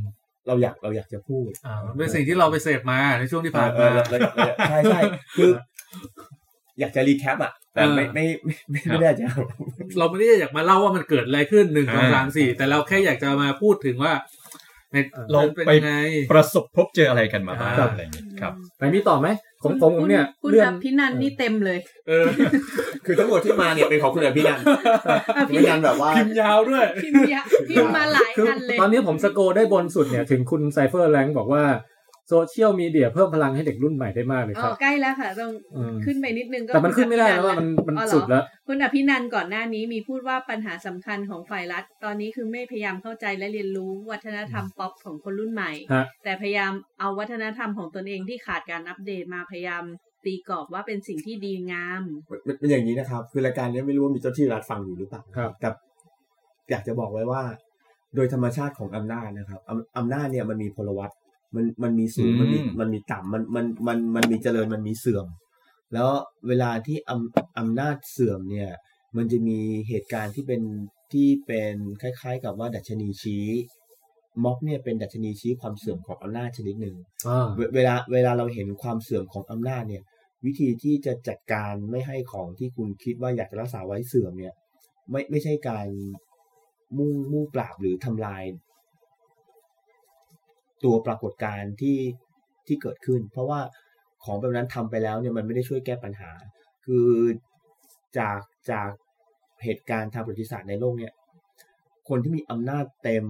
[SPEAKER 4] เราอยากเราอยากจะพูด
[SPEAKER 3] อ่ามันเป็นสิ่งที่เราไปเสพมาในช่วงที่
[SPEAKER 4] เอ
[SPEAKER 3] ผ่า
[SPEAKER 4] อนเอ
[SPEAKER 3] มา
[SPEAKER 4] อเราเราเราใช่ใช่คือ อยากจะรีแคปอ่ะ แต่ไม่
[SPEAKER 3] เออ
[SPEAKER 4] ไม่ไม่ไม่ไม่ได้จะเอา
[SPEAKER 3] เราไม่ได้อยากมาเล่าว่ามันเกิดอะไรขึ้นหนึ่งสอง
[SPEAKER 5] อ่า
[SPEAKER 3] สามสี่แต่เราแค่อยากจะมาพูดถึงว่าใน
[SPEAKER 5] เรา
[SPEAKER 3] เป็น
[SPEAKER 5] ไป
[SPEAKER 3] ยังไง
[SPEAKER 5] ประสบพบเจออะไรกันมาบ้าง
[SPEAKER 3] ครับ
[SPEAKER 5] อะไรอย่างเงี้ยครับ
[SPEAKER 2] ไปมีต่อไหมของผมผมเนี่ย
[SPEAKER 6] คุณ
[SPEAKER 2] เลื่อ
[SPEAKER 6] กัน บพินันนี่เต็มเลย
[SPEAKER 3] เออ
[SPEAKER 4] คือทั้งหมดที่มาเนี่ยเป็นของคุณอภินันท์
[SPEAKER 6] อ่ะ
[SPEAKER 4] คุณ
[SPEAKER 6] พิ
[SPEAKER 4] อภินันท์แบบว่า
[SPEAKER 3] พิมพ์ยาวด้วย
[SPEAKER 6] พิมพ์ยะพิมพ์มาหลาย
[SPEAKER 2] คือ
[SPEAKER 6] อันเลย
[SPEAKER 2] ตอนนี้ผมสโกได้บนสุดเนี่ย ถึงคุณไซเฟอร์แรงบอกว่า โซเชียลมีเดียเพิ่มพลังให้เด็กรุ่นใหม่ได้มากเลย
[SPEAKER 6] อ๋
[SPEAKER 2] ค
[SPEAKER 6] อ
[SPEAKER 2] รับ
[SPEAKER 6] ใกล้แล้วค่ะต้อง
[SPEAKER 2] อืม
[SPEAKER 6] ขึ้นไปนิดนึงก็
[SPEAKER 2] แต่มันขึ้นไม่ได้แล้วว่ามันมัน
[SPEAKER 6] อ๋อเหรอ
[SPEAKER 2] สุดแล้ว
[SPEAKER 6] คุณอภินันท์ก่อนหน้านี้มีพูดว่าปัญหาสำคัญของฝ่ายรัฐ ตอนนี้คือไม่พยายามเข้าใจและเรียนรู้วัฒนธรรมป๊อปของคนรุ่นใหม่
[SPEAKER 2] ฮะ
[SPEAKER 6] แต่พยายามเอาวัฒนธรรมของตนเองที่ขาดการอัปเดตมาพยายามตีกรอบว่าเป็นสิ่งที่ดีงาม
[SPEAKER 4] มันมันเป็นอย่างนี้นะครับ คือรายการเนี้ยไม่รู้ว่ามีเจ้าที่รัฐฟังอยู่หรือเปล่า
[SPEAKER 2] ครับ
[SPEAKER 4] แต่อยากจะบอกไว้ว่า โดยธรรมชาติของอำนาจนะครับอำอำนาจเนี่ยมันมีพลวัตมันมันมีสูง
[SPEAKER 5] อืม
[SPEAKER 4] มันมีมันมีต่ำมันมันมันมันมีเจริญมันมีเสื่อม แล้วเวลาที่อำอำนาจเสื่อมเนี่ย มันจะมีเหตุการณ์ที่เป็นที่เป็นคล้าย ๆ กับว่าดัชนีชี้ม็อบเนี่ยเป็นดัชนีชี้ความเสื่อมของอำนาจชนิดหนึ่ง
[SPEAKER 2] อ่า
[SPEAKER 4] เวเวลาเวลาเราเห็นความเสื่อมของอำนาจเนี่ย วิธีที่จะจัดการไม่ให้ของที่คุณคิดว่าอยากจะรักษาไว้เสื่อมเนี่ย ไม่ไม่ใช่การมุ่งมุ่งปราบหรือทำลาย ตัวปรากฏการณ์ที่ที่เกิดขึ้น เพราะว่าของแบบนั้นทำไปแล้วเนี่ยมันไม่ได้ช่วยแก้ปัญหา คือ จากจากเหตุการณ์ทางประวัติศาสตร์ในโลกเนี่ย คนที่มีอำนาจเต็ม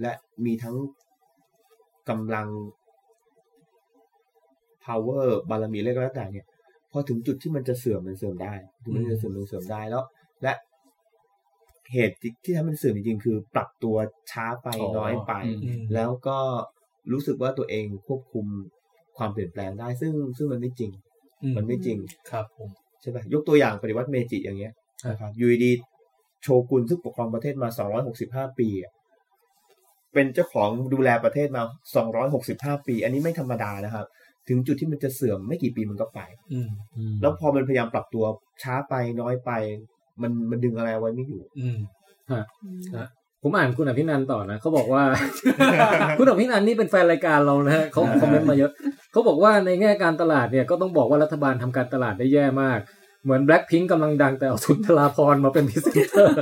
[SPEAKER 4] และมีทั้งกำลัง power บารมีอะไรก็แล้วแต่เนี่ย พอถึงจุดที่มันจะเสื่อมมันเสื่อมได้ถึงมันจะเสื่อมมันเสื่อมได้แล้ว และเหตุที่ทำให้มันเสื่อมจริงๆคือ ปรับตัวช้าไป
[SPEAKER 5] อ๋อ
[SPEAKER 4] น้อยไป
[SPEAKER 5] อืม
[SPEAKER 4] แล้วก็รู้สึกว่าตัวเองควบคุมความเปลี่ยนแปลงได้ ซึ่งซึ่งมันไม่จริง มันไม่จริง
[SPEAKER 3] ครับผม
[SPEAKER 4] ใช่ป่ะยกตัวอย่างปฏิวัติเมจิอย่างเงี้ยนะครับอยู่ดีๆโชกุนซึ่งปกครองประเทศมา 265 ปีอะเป็นเจ้าของดูแลประเทศมา 265 ปี อันนี้ไม่ธรรมดานะครับ ถึงจุดที่มันจะเสื่อมไม่กี่ปีมันก็ไป
[SPEAKER 3] อืม
[SPEAKER 4] แล้วพอมันพยายามปรับตัวช้าไปน้อยไป มันมันดึงอะไรไว้ไม่อยู่
[SPEAKER 3] อืม
[SPEAKER 2] ผมอ่านคุณอภินันท์ต่อนะเขาบอกว่า *laughs* คุณอภินันท์นี่เป็นแฟนรายการเรานะฮะเขาคอมเมนต์มาเยอะเขาบอกว่าในแง่การตลาดเนี่ยก็ต้องบอกว่ารัฐบาลทำการตลาดได้แย่มาก เหมือนแบล็คพิงกำลังดังแต่เอาสุนทราพรณ์มาเป็นพิเศษเตอร์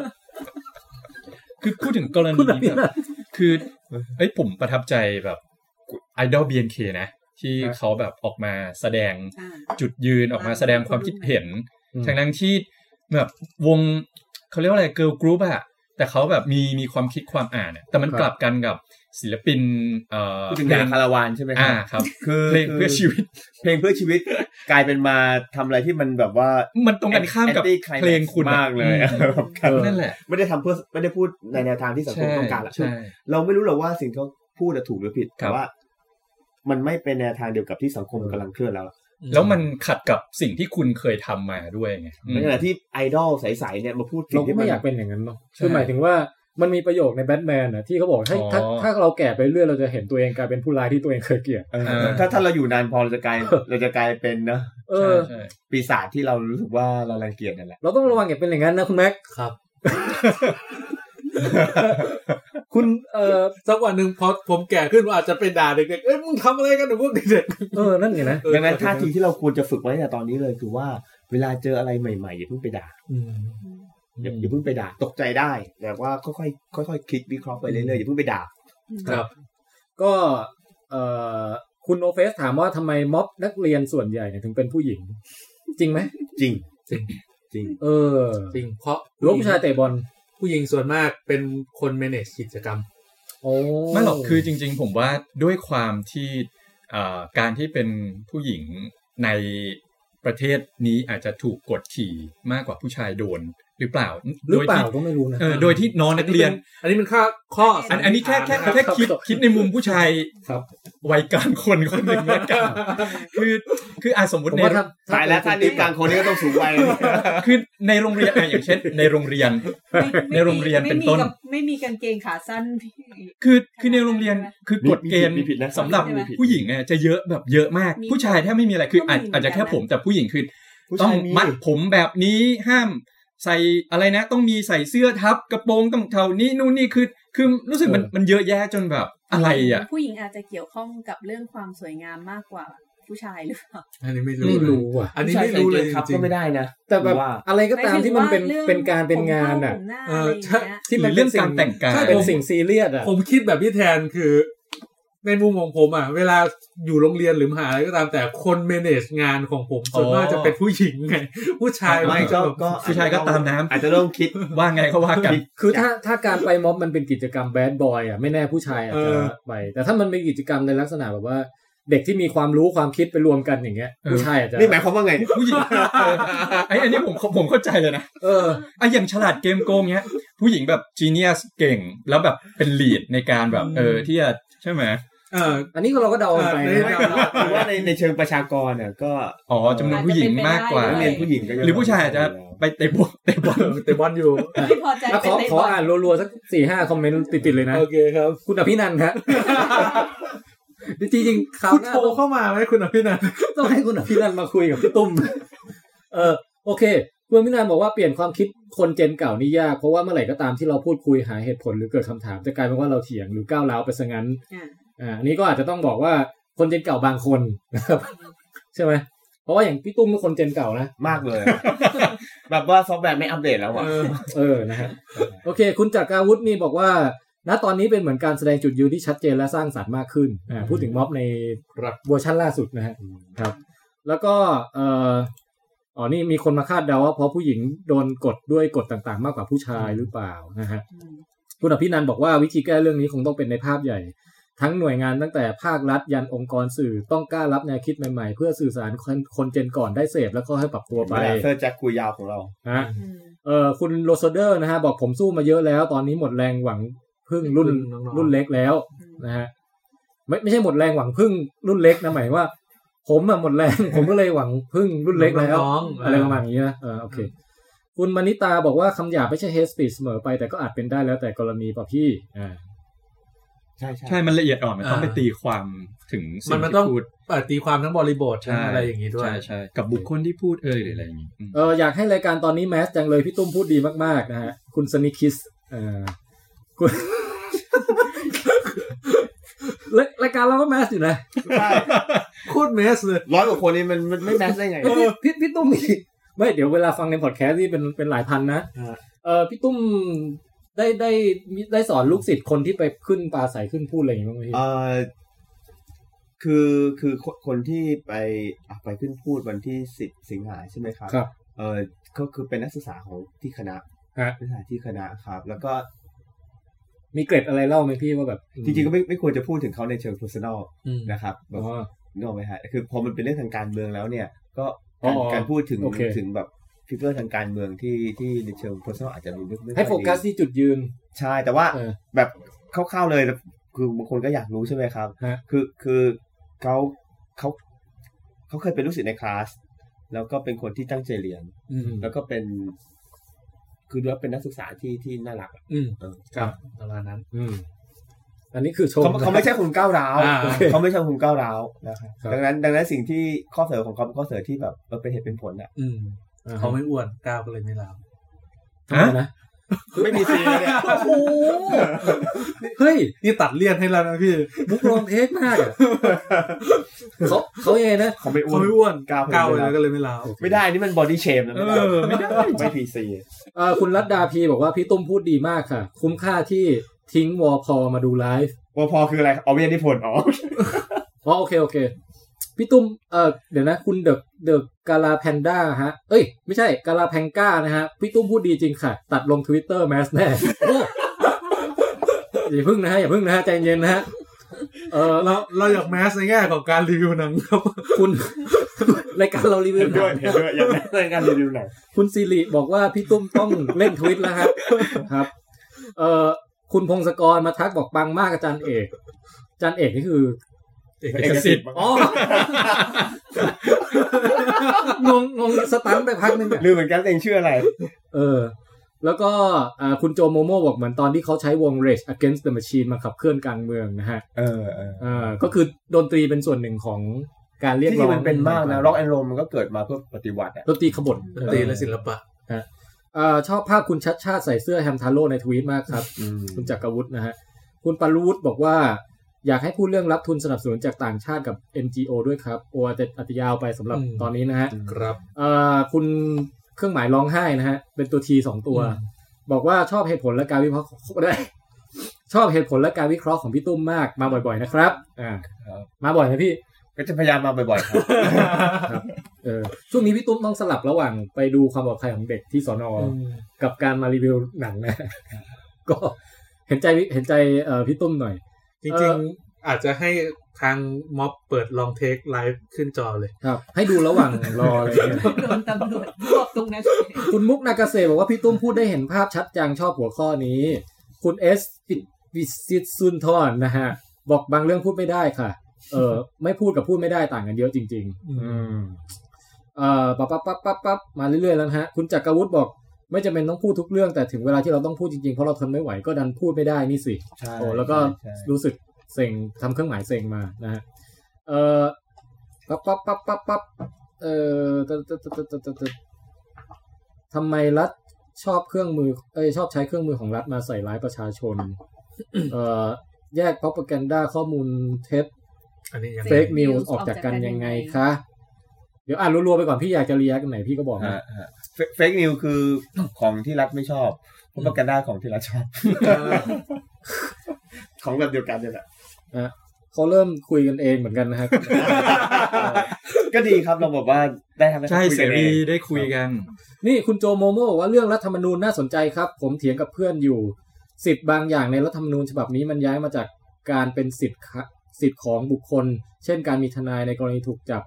[SPEAKER 5] คือพูดถึงกรณี
[SPEAKER 2] คุณอภิ
[SPEAKER 5] นี้
[SPEAKER 2] นั
[SPEAKER 5] แบ
[SPEAKER 2] น
[SPEAKER 5] บ
[SPEAKER 2] ท์
[SPEAKER 5] คือเอ้ยผมประทับใจแบบไอดอล BNK นะ ที่
[SPEAKER 2] ครับ
[SPEAKER 5] เขาแบบออกมาแสดง
[SPEAKER 6] อ่า
[SPEAKER 5] จุดยืนออกมาแสดงความคิดเห็น
[SPEAKER 2] อืม
[SPEAKER 5] ทั้งนั้นที่แบบวงเขาเรียกว่าอะไรเกิร์ลกรุ๊ปอะแต่เขาแบบมีมีความคิดความอ่านอะแต่มัน
[SPEAKER 2] ครับ
[SPEAKER 5] กลับกันกับศิลปินเอ่อ
[SPEAKER 4] พูดถึงอย่างคาราวานใช่ไหมครั
[SPEAKER 5] อ่า
[SPEAKER 4] บ
[SPEAKER 5] ครับ
[SPEAKER 4] คือ
[SPEAKER 5] เพลงเพื่อชีวิต
[SPEAKER 4] เพลงเพื่อชีวิต กลายเป็นมาทำอะไรที่มันแบบว่า
[SPEAKER 5] มันตรงกันข้ามกับ
[SPEAKER 4] anti-climax
[SPEAKER 5] เพลงคุณอะ
[SPEAKER 4] มากเลยอะแบบ
[SPEAKER 2] เออ
[SPEAKER 5] นั่นแหละ
[SPEAKER 4] ไม่ได้ทำเพื่อไม่ได้พูดในแนวทางที่สังคมต้องการละ
[SPEAKER 5] ใช่
[SPEAKER 4] เราไม่รู้หรอกว่าสิ่งที่เขาพูดน่ะถูกหรือผิด
[SPEAKER 5] ครั
[SPEAKER 4] แต่
[SPEAKER 5] บ
[SPEAKER 4] ว่า มันไม่เป็นแนวทางเดียวกับที่สังคมกำลังเคลื่อนแล้ว
[SPEAKER 5] แล้วมันขัดกับสิ่งที่คุณเคยทำมาด้วยไงอืม
[SPEAKER 4] ในขณะที่ไอดอลใสๆเนี่ยมาพูดสิ่
[SPEAKER 2] เรา
[SPEAKER 4] ง
[SPEAKER 2] ก็
[SPEAKER 4] ที่มั
[SPEAKER 2] ไม่
[SPEAKER 4] น
[SPEAKER 2] อยากเป็นอย่างนั้นเนาะ
[SPEAKER 5] ใช่
[SPEAKER 2] คือหมายถึงว่ามันมีประโยคในแบทแมนนะที่เขาบอกให้ถ้า
[SPEAKER 5] อ๋อ
[SPEAKER 2] ถ้าเราแก่ไปเรื่อยเราจะเห็นตัวเองกลายเป็นผู้ร้ายที่ตัวเองเคยเกลียด
[SPEAKER 4] เออ
[SPEAKER 5] เออ
[SPEAKER 4] ถ้าถ้าเราอยู่นานพอเราจะกลาย เราจะกลายเป็นนะ
[SPEAKER 2] เออ
[SPEAKER 5] ใช่
[SPEAKER 4] ปีศาจที่เรารู้สึกว่าเรารังเกียจนั่นแหละ
[SPEAKER 2] เราต้องระวังอย่าเป็นอย่างนั้นนะคุณแม็ก
[SPEAKER 3] ครับ
[SPEAKER 2] *laughs* คุณเออ
[SPEAKER 3] สักวันหนึ่งพอผมแก่ขึ้นผมอาจจะไปด่าเด็กๆ เอ้ยมึงทำอะไรกันเดี๋ยวพวกเด็ก
[SPEAKER 2] เออนั่นไงนะ
[SPEAKER 3] ๆ
[SPEAKER 4] ดังนั้นท่าทีที่เราควรจะฝึกไว้แต่ตอนนี้เลยคือว่า เวลาเจออะไรใหม่ๆอย่าเพิ่งไปด่า
[SPEAKER 3] อืม
[SPEAKER 4] อย่าอย่าเพิ่งไปด่าตกใจได้ แต่ว่าค่อยๆค่อยๆคิดวิเคราะห์ไปเรื่อยๆอย่าเพิ่งไปด่า
[SPEAKER 3] ครับ
[SPEAKER 2] ก็เออคุณโนเฟสถามว่าทำไมม็อบนักเรียนส่วนใหญ่เนี่ยถึงเป็นผู้หญิง จริงไหม
[SPEAKER 4] จริงจริง
[SPEAKER 2] เออ
[SPEAKER 3] จริงเพราะ
[SPEAKER 2] หรือว่าผู้ชายเตะบอล
[SPEAKER 3] ผู้หญิงส่วนมากเป็นคน manage กิจกรรม
[SPEAKER 2] โอ้
[SPEAKER 5] ไม่หรอกคือจริง ๆ ผมว่าด้วยความที่เอ่อการที่เป็นผู้หญิงในประเทศนี้อาจจะถูกกดขี่มากกว่าผู้ชายโดนหรือเปล่า
[SPEAKER 2] หรือเปล่า
[SPEAKER 5] โดย
[SPEAKER 2] ก็
[SPEAKER 5] ที่
[SPEAKER 2] ไม่รู้นะ
[SPEAKER 5] เออโดยที่น้องนักเรียน
[SPEAKER 3] อันนี้เป็นข้อข้อ
[SPEAKER 5] อันอันนี้แค่แค่
[SPEAKER 3] สันนิษฐาะ
[SPEAKER 5] แค่
[SPEAKER 3] รับ
[SPEAKER 5] คิด
[SPEAKER 2] ครับ
[SPEAKER 5] คิดในมุมผู้ชาย
[SPEAKER 2] ครับ
[SPEAKER 5] วัยกลางคนคนหนึ่งแล้วกันคือคืออาสมมติ
[SPEAKER 2] ผม
[SPEAKER 5] ใน
[SPEAKER 2] ว่าถ้า
[SPEAKER 4] ตายแล้วท่านนี้กลางคนนี้ก็ต้องสูงวัยแล้วเนี่ย
[SPEAKER 5] คือในโรงเรียนอ่ะอย่างเช่น ในโรงเรียน
[SPEAKER 6] ไม่ไม่มี
[SPEAKER 5] ในโรงเรียนเป็นต้น
[SPEAKER 6] ไม่มีกับไม่มีกางเกงขาสั้นพี่
[SPEAKER 5] คือคือในโรงเรียนคือกฎเกณฑ์
[SPEAKER 4] มีผิดนะ
[SPEAKER 5] สำหรับ
[SPEAKER 6] ใช่ไหม
[SPEAKER 5] ผู้หญิงเนี่ยจะเยอะแบบเยอะมาก
[SPEAKER 6] มี
[SPEAKER 5] ผู้ชายแทบไม่มีอะไรคืออาจ
[SPEAKER 6] ก็มีเหมือนกัน
[SPEAKER 5] อาจจะแค่ผมแต่ผู้หญิงคือ
[SPEAKER 4] ผู้
[SPEAKER 5] ต้อ
[SPEAKER 4] ชาง ยมี
[SPEAKER 5] มัดผมแบบนี้ห้ามใส่อะไรนะ ต้องมีใส่เสื้อทับกระโปรงต้องเท่านี้นู่นนี่คือ คือรู้สึกมันมันเยอะแยะจนแบบอะไรอ่ะ
[SPEAKER 6] ผู้หญิงอาจจะเกี่ยวข้องกับเรื่องความสวยงามมากกว่าผู้ชายหรือเปล่า
[SPEAKER 3] อันนี้ไม่รู้
[SPEAKER 2] ไม่
[SPEAKER 3] เลย
[SPEAKER 2] รู้อ่ะ
[SPEAKER 3] อันนี้ไม่รู้เลย
[SPEAKER 4] ผู้ชาใส่กงครับ
[SPEAKER 3] จริ
[SPEAKER 4] ก็
[SPEAKER 3] งๆ
[SPEAKER 4] ไม่ได้นะ
[SPEAKER 2] แต่แบบ
[SPEAKER 4] ว่า
[SPEAKER 2] อะไรก็ตามที่มันเป็น
[SPEAKER 6] หายถึงว่ารื่อง
[SPEAKER 2] เป็นการเป็นงาน
[SPEAKER 6] ผม
[SPEAKER 2] อ่ะ
[SPEAKER 6] เผ่ผมหน้า
[SPEAKER 3] เออ
[SPEAKER 6] อะไรอย่า
[SPEAKER 3] ใช่
[SPEAKER 6] งเงี้ย
[SPEAKER 2] ที่
[SPEAKER 5] ห
[SPEAKER 2] มันเป็
[SPEAKER 5] รือเรื่
[SPEAKER 2] น
[SPEAKER 5] อง
[SPEAKER 2] สิ่
[SPEAKER 5] กางรแต่งกาย
[SPEAKER 2] เป็นสิ่งซีเรียสอ่ะ
[SPEAKER 3] ผมคิดแบบพี่แทนคือ ในมุมของผมอ่ะ เวลาอยู่โรงเรียนหรือมหาลัยก็ตามแต่คน manage งานของผมส่วนมากจะเป็นผู้หญิงไง ผู้ชาย
[SPEAKER 4] ไม่
[SPEAKER 3] น
[SPEAKER 4] ก็
[SPEAKER 3] แบบ
[SPEAKER 4] ก็
[SPEAKER 5] ผู้ชายก็ตามน้ำ
[SPEAKER 4] อาจจะต้องคิด
[SPEAKER 5] ว่าไงก็ว่ากัน
[SPEAKER 2] คือถ้าถ้าการไปม็อบมันเป็นกิจกรรมแบดบอยอ่ะไม่แน่ผู้ชายอาจจะไป แต่ถ้ามันเป็นกิจกรรมในลักษณะแบบว่า เด็กที่มีความรู้ความคิดไปรวมกันอย่างเงี้ย
[SPEAKER 5] เออ
[SPEAKER 2] ผู้ชายอาจจะ
[SPEAKER 4] นี่หมายความว่าไง
[SPEAKER 5] ผู้หญิง *laughs* ไอ้ยอันนี้ผมผมเข้าใจเลยนะ
[SPEAKER 2] เออ
[SPEAKER 5] ไอ้อย่างฉลาดเกมโกงเนี้ย ผู้หญิงแบบจีเนียสเก่งแล้วแบบเป็นลีดในการแบบเออที่จะใช่ไหม
[SPEAKER 3] เออ
[SPEAKER 2] อันนี้ก็เราก็เดากันไป
[SPEAKER 3] เออไม่เด
[SPEAKER 2] นะ
[SPEAKER 4] คือว่าในในเชิงประชากรเนี่ยก็
[SPEAKER 5] อ๋อจำนวนผู้หญิงมากกว่า
[SPEAKER 4] นักเรียนผู้หญิงก็เะ
[SPEAKER 5] หรือผู้ชายอาจจะไปเตะบอลเตะ
[SPEAKER 3] *laughs*
[SPEAKER 5] บอล
[SPEAKER 3] แต่บอลอยู่
[SPEAKER 6] ไม่พอใจ
[SPEAKER 2] แล้วข
[SPEAKER 6] เป็น
[SPEAKER 2] อ
[SPEAKER 6] ใน
[SPEAKER 2] ขออ่านรัวๆสักสี่ห้าคอมเมนต์ติดๆเลยนะ
[SPEAKER 3] โอเคครับ
[SPEAKER 2] คุณอภินันท์ครับ จริงๆคราว
[SPEAKER 3] คุณ
[SPEAKER 2] หน้า
[SPEAKER 3] โทรเข้ามาไหมคุณอภินันท์
[SPEAKER 2] ต้องให้คุณอภินันท์มาคุยกับพี่ตุ้ม เออโอเคคุณอภินันท์บอกว่าเปลี่ยนความคิดคนเจนเก่านี่ยากเพราะว่าเมื่อไหร่ก็ตามที่เราพูดคุยหาเหตุผลหรือเกิดคำถามจะกลายเป็นว่าเราเถียงหรือก้าวร้าวไปซะงั้น
[SPEAKER 6] อ่ะ
[SPEAKER 2] อ่าอันนี้ก็อาจจะต้องบอกว่าคนเจนเก่าบางคนนะครับ ใช่ไหมเพราะว่าอย่างพี่ตุ้มเป็นคนเจนเก่านะ
[SPEAKER 4] มากเลย *laughs* แบบว่าซอฟต์แวร์ไม่อัปเดตแล้วอ่ะ
[SPEAKER 3] เออ
[SPEAKER 2] เออนะฮะโอเค คุณจักราวุฒินี่บอกว่าณตอนนี้เป็นเหมือนการแสดงจุดยืนที่ชัดเจนและสร้างสรรค์มากขึ้นอ่าพูดถึงม็อบใน
[SPEAKER 3] ครับ
[SPEAKER 2] เวอร์ชันล่าสุดนะฮะครับ แล้วก็เอ่อ อ๋อนี่มีคนมาคาดเดาว่าเพราะผู้หญิงโดนกดด้วยกฎต่างๆ มากกว่าผู้ชายหรือเปล่านะฮะ คุณอภินันท์บอกว่าวิธีแก้เรื่องนี้คงต้องเป็นในภาพใหญ่ ทั้งหน่วยงานตั้งแต่ภาครัฐยันองค์กรสื่อต้องกล้ารับแนวคิดใหม่ๆ เพื่อสื่อสารคนคนเจนก่อนได้เสพแล้วก็ให้ปรับตัวไป
[SPEAKER 4] เวลาเซอร์แจ็คคุยยาวของเรา
[SPEAKER 2] ฮะ
[SPEAKER 6] อืม
[SPEAKER 2] เออคุณโรโซเดอร์นะฮะ บอกผมสู้มาเยอะแล้ว ตอนนี้หมดแรงหวังพึ่งรุ่น
[SPEAKER 3] พึ่งน้องๆ
[SPEAKER 2] รุ่นเล็กแล้วนะฮะไม่ไม่ใช่หมดแรงหวังพึ่งรุ่นเล็กนะหมายว่า ผมอะหมดแรง ผมก็เลยหวังพึ่งรุ่นเล็กแล้ว
[SPEAKER 3] น้องๆ
[SPEAKER 2] อะไรประมาณนี้นะเออโอเค คุณมณิตาบอกว่าคำหยาบไม่ใช่เฮสปีดเสมอไปแต่ก็อาจเป็นได้แล้วแต่กรณีป่ะพี่อ่า
[SPEAKER 4] ใช่ใช่
[SPEAKER 5] ใช่ มันละเอียดอ่อน มันต้อง
[SPEAKER 3] อ่า
[SPEAKER 5] ไปตีความถึงสิ่
[SPEAKER 3] มัน
[SPEAKER 5] ง
[SPEAKER 3] มัน
[SPEAKER 5] ที่
[SPEAKER 3] ต้อง
[SPEAKER 5] พูด
[SPEAKER 3] เอ่อตีความทั้งบริบททั้ง
[SPEAKER 5] ใช่
[SPEAKER 3] อะไรอย่างนี้ด้วย
[SPEAKER 5] ใช่ใช่กับบุคคลที่พูดเอ่ยหรืออะไรอย่างนี้อืม
[SPEAKER 2] เอออยากให้รายการตอนนี้แมสจังเลย พี่ตุ้มพูดดีมากๆนะฮะ คุณสนิคิสเออคุณ *laughs* รายรายการเราก็แมสอยู่นะ
[SPEAKER 3] โคตรเมสเลย
[SPEAKER 4] ร้อยกว่าคนนี่มันมันไม่แมสได้ไง
[SPEAKER 2] เอ้ยพี่พี่พี่ตุ้มมีไม่เดี๋ยวเวลาฟังในพอดแคสต์นี่เป็นเป็นหลายพันนะ
[SPEAKER 3] ฮะ
[SPEAKER 2] เออพี่ตุ้มได้ได้มีได้สอนลูกศิษย์คนที่ไปขึ้นปลาใสขึ้นพูดอะไรอย่างเงี้ยบ้างไหมพี่
[SPEAKER 4] เอ่อคือคือคนคนที่ไปอ่ะไปขึ้นพูดวันที่สิบสิงหาใช่ไหมครับ
[SPEAKER 2] ครับ
[SPEAKER 4] เออก็คือเป็นนักศึกษาของที่คณะ
[SPEAKER 2] ฮะ
[SPEAKER 4] นักศึกษาที่คณะครับ แล้วก็
[SPEAKER 2] มีเกร็ดอะไรเล่าไหมพี่ว่าแบบ
[SPEAKER 4] จริงๆก็ไม่ไม่ควรจะพูดถึงเขาในเชิง personal
[SPEAKER 3] อืม
[SPEAKER 4] นะครับแบ
[SPEAKER 2] อ๋
[SPEAKER 4] บ
[SPEAKER 2] อ
[SPEAKER 4] นึกออกไหมฮะคือพอมันเป็นเรื่องทางการเมืองแล้วเนี่ย ก็
[SPEAKER 2] อ๋อ
[SPEAKER 4] การการพูดถึง
[SPEAKER 2] โอเค
[SPEAKER 4] ถึงแบบฟิกเกอร์ทางการเมืองที่ที่ในเชิง personal อาจจะดูไม่ไม่
[SPEAKER 2] ให้โฟ
[SPEAKER 4] ค่อยดี
[SPEAKER 2] กัสที่จุดยืน
[SPEAKER 4] ใช่แต่ว่า
[SPEAKER 2] เออ
[SPEAKER 4] แบบคร่าวๆเลยแต่คือบางคนก็อยากรู้ใช่ไหมครับ
[SPEAKER 2] ฮะ
[SPEAKER 4] คือคือเขาเขาเขาเคยเป็นลูกศิษย์ในคลาส แล้วก็เป็นคนที่ตั้งใจเรียน
[SPEAKER 2] อืม
[SPEAKER 4] แล้วก็เป็น คือด้วยเป็นนักศึกษาที่ที่น่ารักอะ
[SPEAKER 2] อืม
[SPEAKER 4] เออ
[SPEAKER 2] ครับ
[SPEAKER 3] ประมาณนั้น
[SPEAKER 2] อืม อันนี้คือชม
[SPEAKER 4] เขา
[SPEAKER 2] นะ
[SPEAKER 4] เขาไม่ใช่คนก้าวร้าว
[SPEAKER 3] อ่า
[SPEAKER 2] โอเค
[SPEAKER 4] เขาไม่ใช่คนก้าวร้าวนะครับ
[SPEAKER 2] ครับ
[SPEAKER 4] ดังนั้น ดังนั้นสิ่งที่ข้อเสนอของเขาเป็นข้อเสนอที่แบบเออเป็นเหตุเป็นผลอะ
[SPEAKER 3] อืม
[SPEAKER 2] อ่า
[SPEAKER 3] เขาไม่อ้วนก้าวก็เลยไม่ลาม
[SPEAKER 2] ทำไมนะ
[SPEAKER 4] ไม่มีซีเลยเนี่ย
[SPEAKER 2] โอ้โหเฮ้ย
[SPEAKER 3] นี่ตัดเลี่ยนให้แล้วนะพี่
[SPEAKER 2] มุกลองเทคมาก
[SPEAKER 4] *laughs*
[SPEAKER 2] อะเขาเขายังไงนะ
[SPEAKER 4] เขาไม่อ้ว
[SPEAKER 3] เขา
[SPEAKER 4] น
[SPEAKER 3] ไม่อ้วน
[SPEAKER 4] ก้าว
[SPEAKER 3] ก้าวเลยก็เลยไม่ลาม
[SPEAKER 4] ไม่ได้นี่มันบอดี้เชมนะไม่ได้
[SPEAKER 3] เออไม่ได้
[SPEAKER 4] ไม่พีซี
[SPEAKER 2] เอ่อคุณรัตดาพีบอกว่าพี่ตุ้มพูดดีมากค่ะ คุ้มค่าที่ทิ้งวอพอมาดูไลฟ์
[SPEAKER 4] วพอคืออะไรเอาเวียนที่ผลอ๋อ
[SPEAKER 2] อ๋อโอเคโอเค พี่ตุ้มเออเดี๋ยวนะ คุณเดอะเดอะกาลาแพนด้าฮะ เอ้ย ไม่ใช่กาลาแพงก้านะฮะ พี่ตุ้มพูดดีจริงค่ะ ตัดลงทวิตเตอร์แมสแน่ *laughs* โอ้อย่าพึ่งนะฮะอย่าพึ่งนะฮะใจเย็นนะฮะเออ
[SPEAKER 3] เราเราอยากแมสในแง่ของการรีวิวหนังครับ
[SPEAKER 2] คุณ *laughs* รายการเรารีวิ
[SPEAKER 4] เห็
[SPEAKER 2] วน หนั
[SPEAKER 4] ด้วย
[SPEAKER 2] ง
[SPEAKER 4] เห็นด้วยอย่างนั้นรายการรีวิวหนัง
[SPEAKER 2] คุณสิริบอกว่าพี่ตุ้มต้องเล่นทวิตแล้วครับครับ เอ่อคุณพงศกรมาทักบอกปังมากอาจารย์เอกอาจารย์เอกนี่คือ
[SPEAKER 5] เอกสิทธิ์
[SPEAKER 2] อ๋ *laughs* องงงงสตันไปพักนึงเนี่ย
[SPEAKER 4] ลืมเหมือนกันเองชื่ออะไร
[SPEAKER 2] เออ แล้วก็อ่าคุณโจโมโม่บอกเหมือนตอนที่เขาใช้วง Rage Against the Machine มาขับเคลื่อนการเมืองนะฮะ
[SPEAKER 4] เออเออ
[SPEAKER 2] อ่าก็คือดนตรีเป็นส่วนหนึ่งของการเรียก
[SPEAKER 4] ที่จ
[SPEAKER 2] ร้
[SPEAKER 4] ริ
[SPEAKER 2] อง
[SPEAKER 4] งมันเป็นมากนะร็อก
[SPEAKER 2] ด
[SPEAKER 4] แอนด์โรมันก็เกิดมาเพื่อปฏิวัติอ่ะ
[SPEAKER 2] นตรีขบวน
[SPEAKER 3] ดนตรีและศิลปะ
[SPEAKER 2] เอ่อชอบภาพคุณชัดชาติใส่เสื้อแฮมทาโร่ในทวีตมากครับ คุณจักรวุฒินะฮะ คุณปารุวุฒิบอกว่า อยากให้พูดเรื่องรับทุนสนับสนุนจากต่างชาติกับ NGO ด้วยครับโออาจจะอาจจะยาวไปสำหรับ
[SPEAKER 3] อืม
[SPEAKER 2] ตอนนี้นะฮะ
[SPEAKER 3] ครับ
[SPEAKER 2] เอ่อคุณเครื่องหมายร้องไห้นะฮะ เป็นตัวทีสองตัว
[SPEAKER 3] อืม
[SPEAKER 2] บอกว่าชอบเหตุผลและการวิเคราะห์ *laughs* ได้ ชอบเหตุผลและการวิเคราะห์ของพี่ตุ้มมากมาบ่อยๆนะครับ อ่า มาบ่อยนะพี่
[SPEAKER 4] ก็จะพยายามมาบ่อยๆครับ
[SPEAKER 2] เออช่วงนี้พี่ตุ้มต้องสลับระหว่างไปดูความปลอดภัยของเด็กที่สอนอ กับการมารีวิวหนังนะ *laughs* ก็เห็นใจเห็นใจเอ่อพี่ตุ้มหน่อย
[SPEAKER 3] จริงๆ อาจจะให้ทางม็อบเปิดลองเทคไลฟ์ขึ้นจอเลย
[SPEAKER 2] ครับ ให้ดูระหว่าง *laughs* รออะไรอย่างเงี้ย
[SPEAKER 6] โดนตำรวจรวบตรงนั้น
[SPEAKER 2] คุณมุกนากาเซบอกว่าพี่ตุ้มพูดได้เห็นภาพชัดจังชอบหัวข้อนี้ คุณเอสวิสิตซุนทอนนะฮะ บอกบางเรื่องพูดไม่ได้ค่ะ เออไม่พูดกับพูดไม่ได้ต่างกันเยอะจริง ๆ อืมเอ่อปั๊บปั๊บปั๊บปั๊บปั๊บมาเรื่อยๆแล้วนะฮะ คุณจักรวุฒิบอก ไม่จำเป็นต้องพูดทุกเรื่องแต่ถึงเวลาที่เราต้องพูดจริงๆเพราะเราทนไม่ไหวก็ดันพูดไม่ได้นี่สิ
[SPEAKER 4] ใช่
[SPEAKER 2] โอ้แล้วก็
[SPEAKER 4] ใช่
[SPEAKER 2] รู้สึกเซ็งทำเครื่องหมายเซ็งมานะฮะเออปั๊บปั๊บปั๊บปั๊บปั๊บเออตะตะตะตะตะตะตะทำไมรัฐชอบเครื่องมือเอ้ยชอบใช้เครื่องมือของรัฐมาใส่ร้ายประชาชน เออแยก propaganda ข้อมูลเท็จ
[SPEAKER 3] อันนี้ยัง
[SPEAKER 2] fake news ออกจากกันยังไงคะเดี๋ยวอ่านรัวๆไปก่อนพี่อยากจะเรียกไหนพี่ก็บอกนะ
[SPEAKER 4] เฟกนิวคือของที่รัฐไม่ชอบพวกกันด้าของที่รัฐชอบ ของแบบเดียวกันเนี่ยแหละ
[SPEAKER 2] อ่ะ เขาเริ่มคุยกันเองเหมือนกันนะครับ
[SPEAKER 4] ก็ดีครับเราบอกว่าได้ทำห้
[SPEAKER 5] ใช่
[SPEAKER 4] ขาคุ
[SPEAKER 5] เส
[SPEAKER 4] ยกัน
[SPEAKER 5] รี
[SPEAKER 4] อง
[SPEAKER 5] ได้คุยกัน
[SPEAKER 2] นี่คุณโจโมโมบอกว่าเรื่องรัฐธรรมนูญน่าสนใจครับ ผมเถียงกับเพื่อนอยู่ สิทธิ์บางอย่างในรัฐธรรมนูญฉบับนี้มันย้ายมาจากการเป็นสิทธิ์ค่ะสิทธิ์ของบุคคล เช่นการมีทนายในกรณีถูกจับ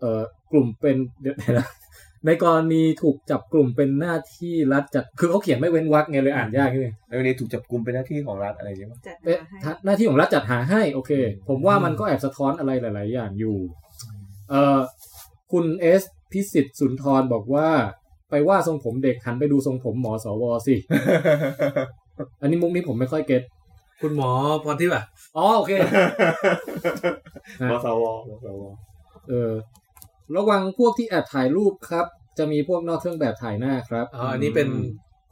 [SPEAKER 2] เอ่อกลุ่มเป็นเดี๋ยวนะ *laughs* ในกรณีถูกจับกลุ่มเป็นหน้าที่รัฐจัดคือเขาเขียนไม่เว้นวรรคไงเลยอ่านยากนิดนึง
[SPEAKER 4] แล้ววันนี้ถูกจับกลุมเป็นหน้าที่ของรัฐอะไรอย่างเงี้ยมั้ย
[SPEAKER 6] จัด
[SPEAKER 2] เอ๊ะ
[SPEAKER 6] มาให้
[SPEAKER 2] ถ้าหน้าที่ของรัฐจัดหาให้โอเค ผมว่ามันก็แอบสะท้อนอะไรหลาย ๆ อย่างอยู่ เอ่อคุณเอสพิสิทธิ์สุนทรบอกว่า ไปว่าทรงผมเด็กหันไปดูทรงผมหมอสวสิ อันนี้มุกนี้ผมไม่ค่อยเก็ต
[SPEAKER 3] คุณหมอพรที่แบบ
[SPEAKER 2] อ๋อโอเค
[SPEAKER 4] มสวมสว
[SPEAKER 2] เออ ระวังพวกที่แอบถ่ายรูปครับ จะมีพวกนอกเครื่องแบบถ่ายหน้าครับ
[SPEAKER 3] อ๋ออันนี้เป็น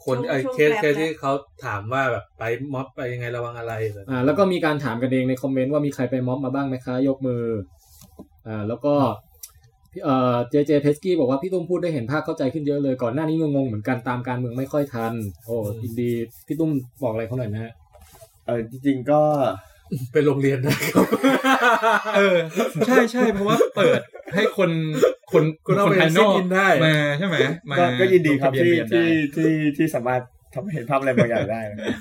[SPEAKER 3] คนไอ้เคสเคสที่เขาถามว่าแบบไปม็อบไปยังไงระวังอะไรแบบ
[SPEAKER 2] อ่า แล้วก็มีการถามกันเองในคอมเมนต์ว่ามีใครไปม็อบมาบ้างไหมคะ ยกมือ อ่า แล้วก็พี่เอ่อเจเจเพสกี้บอกว่าพี่ตุ้มพูดได้เห็นภาพเข้าใจขึ้นเยอะเลย ก่อนหน้านี้งงๆเหมือนกันตามการเมืองไม่ค่อยทัน โอ้ยินดีพี่ตุ้มบอกอะไรเขาหน่อยนะฮะ
[SPEAKER 4] เออจริงๆก็
[SPEAKER 3] เป็นโรงเรียนนะครับ
[SPEAKER 5] เออ ใช่ใช่เพราะว่าเปิดให้คนคน
[SPEAKER 3] คุณเอา
[SPEAKER 5] คน
[SPEAKER 3] ไป
[SPEAKER 5] ภายนอก
[SPEAKER 3] เช็คอินได้
[SPEAKER 5] มาใช่ไหมมา
[SPEAKER 4] ก็ก็ยินดีครับ
[SPEAKER 5] ลงทะ
[SPEAKER 4] ที่
[SPEAKER 5] เยนได้
[SPEAKER 4] ที่ที่ที่สามารถทำให้เห็นภาพอะไรบางอย่างได้นะครับ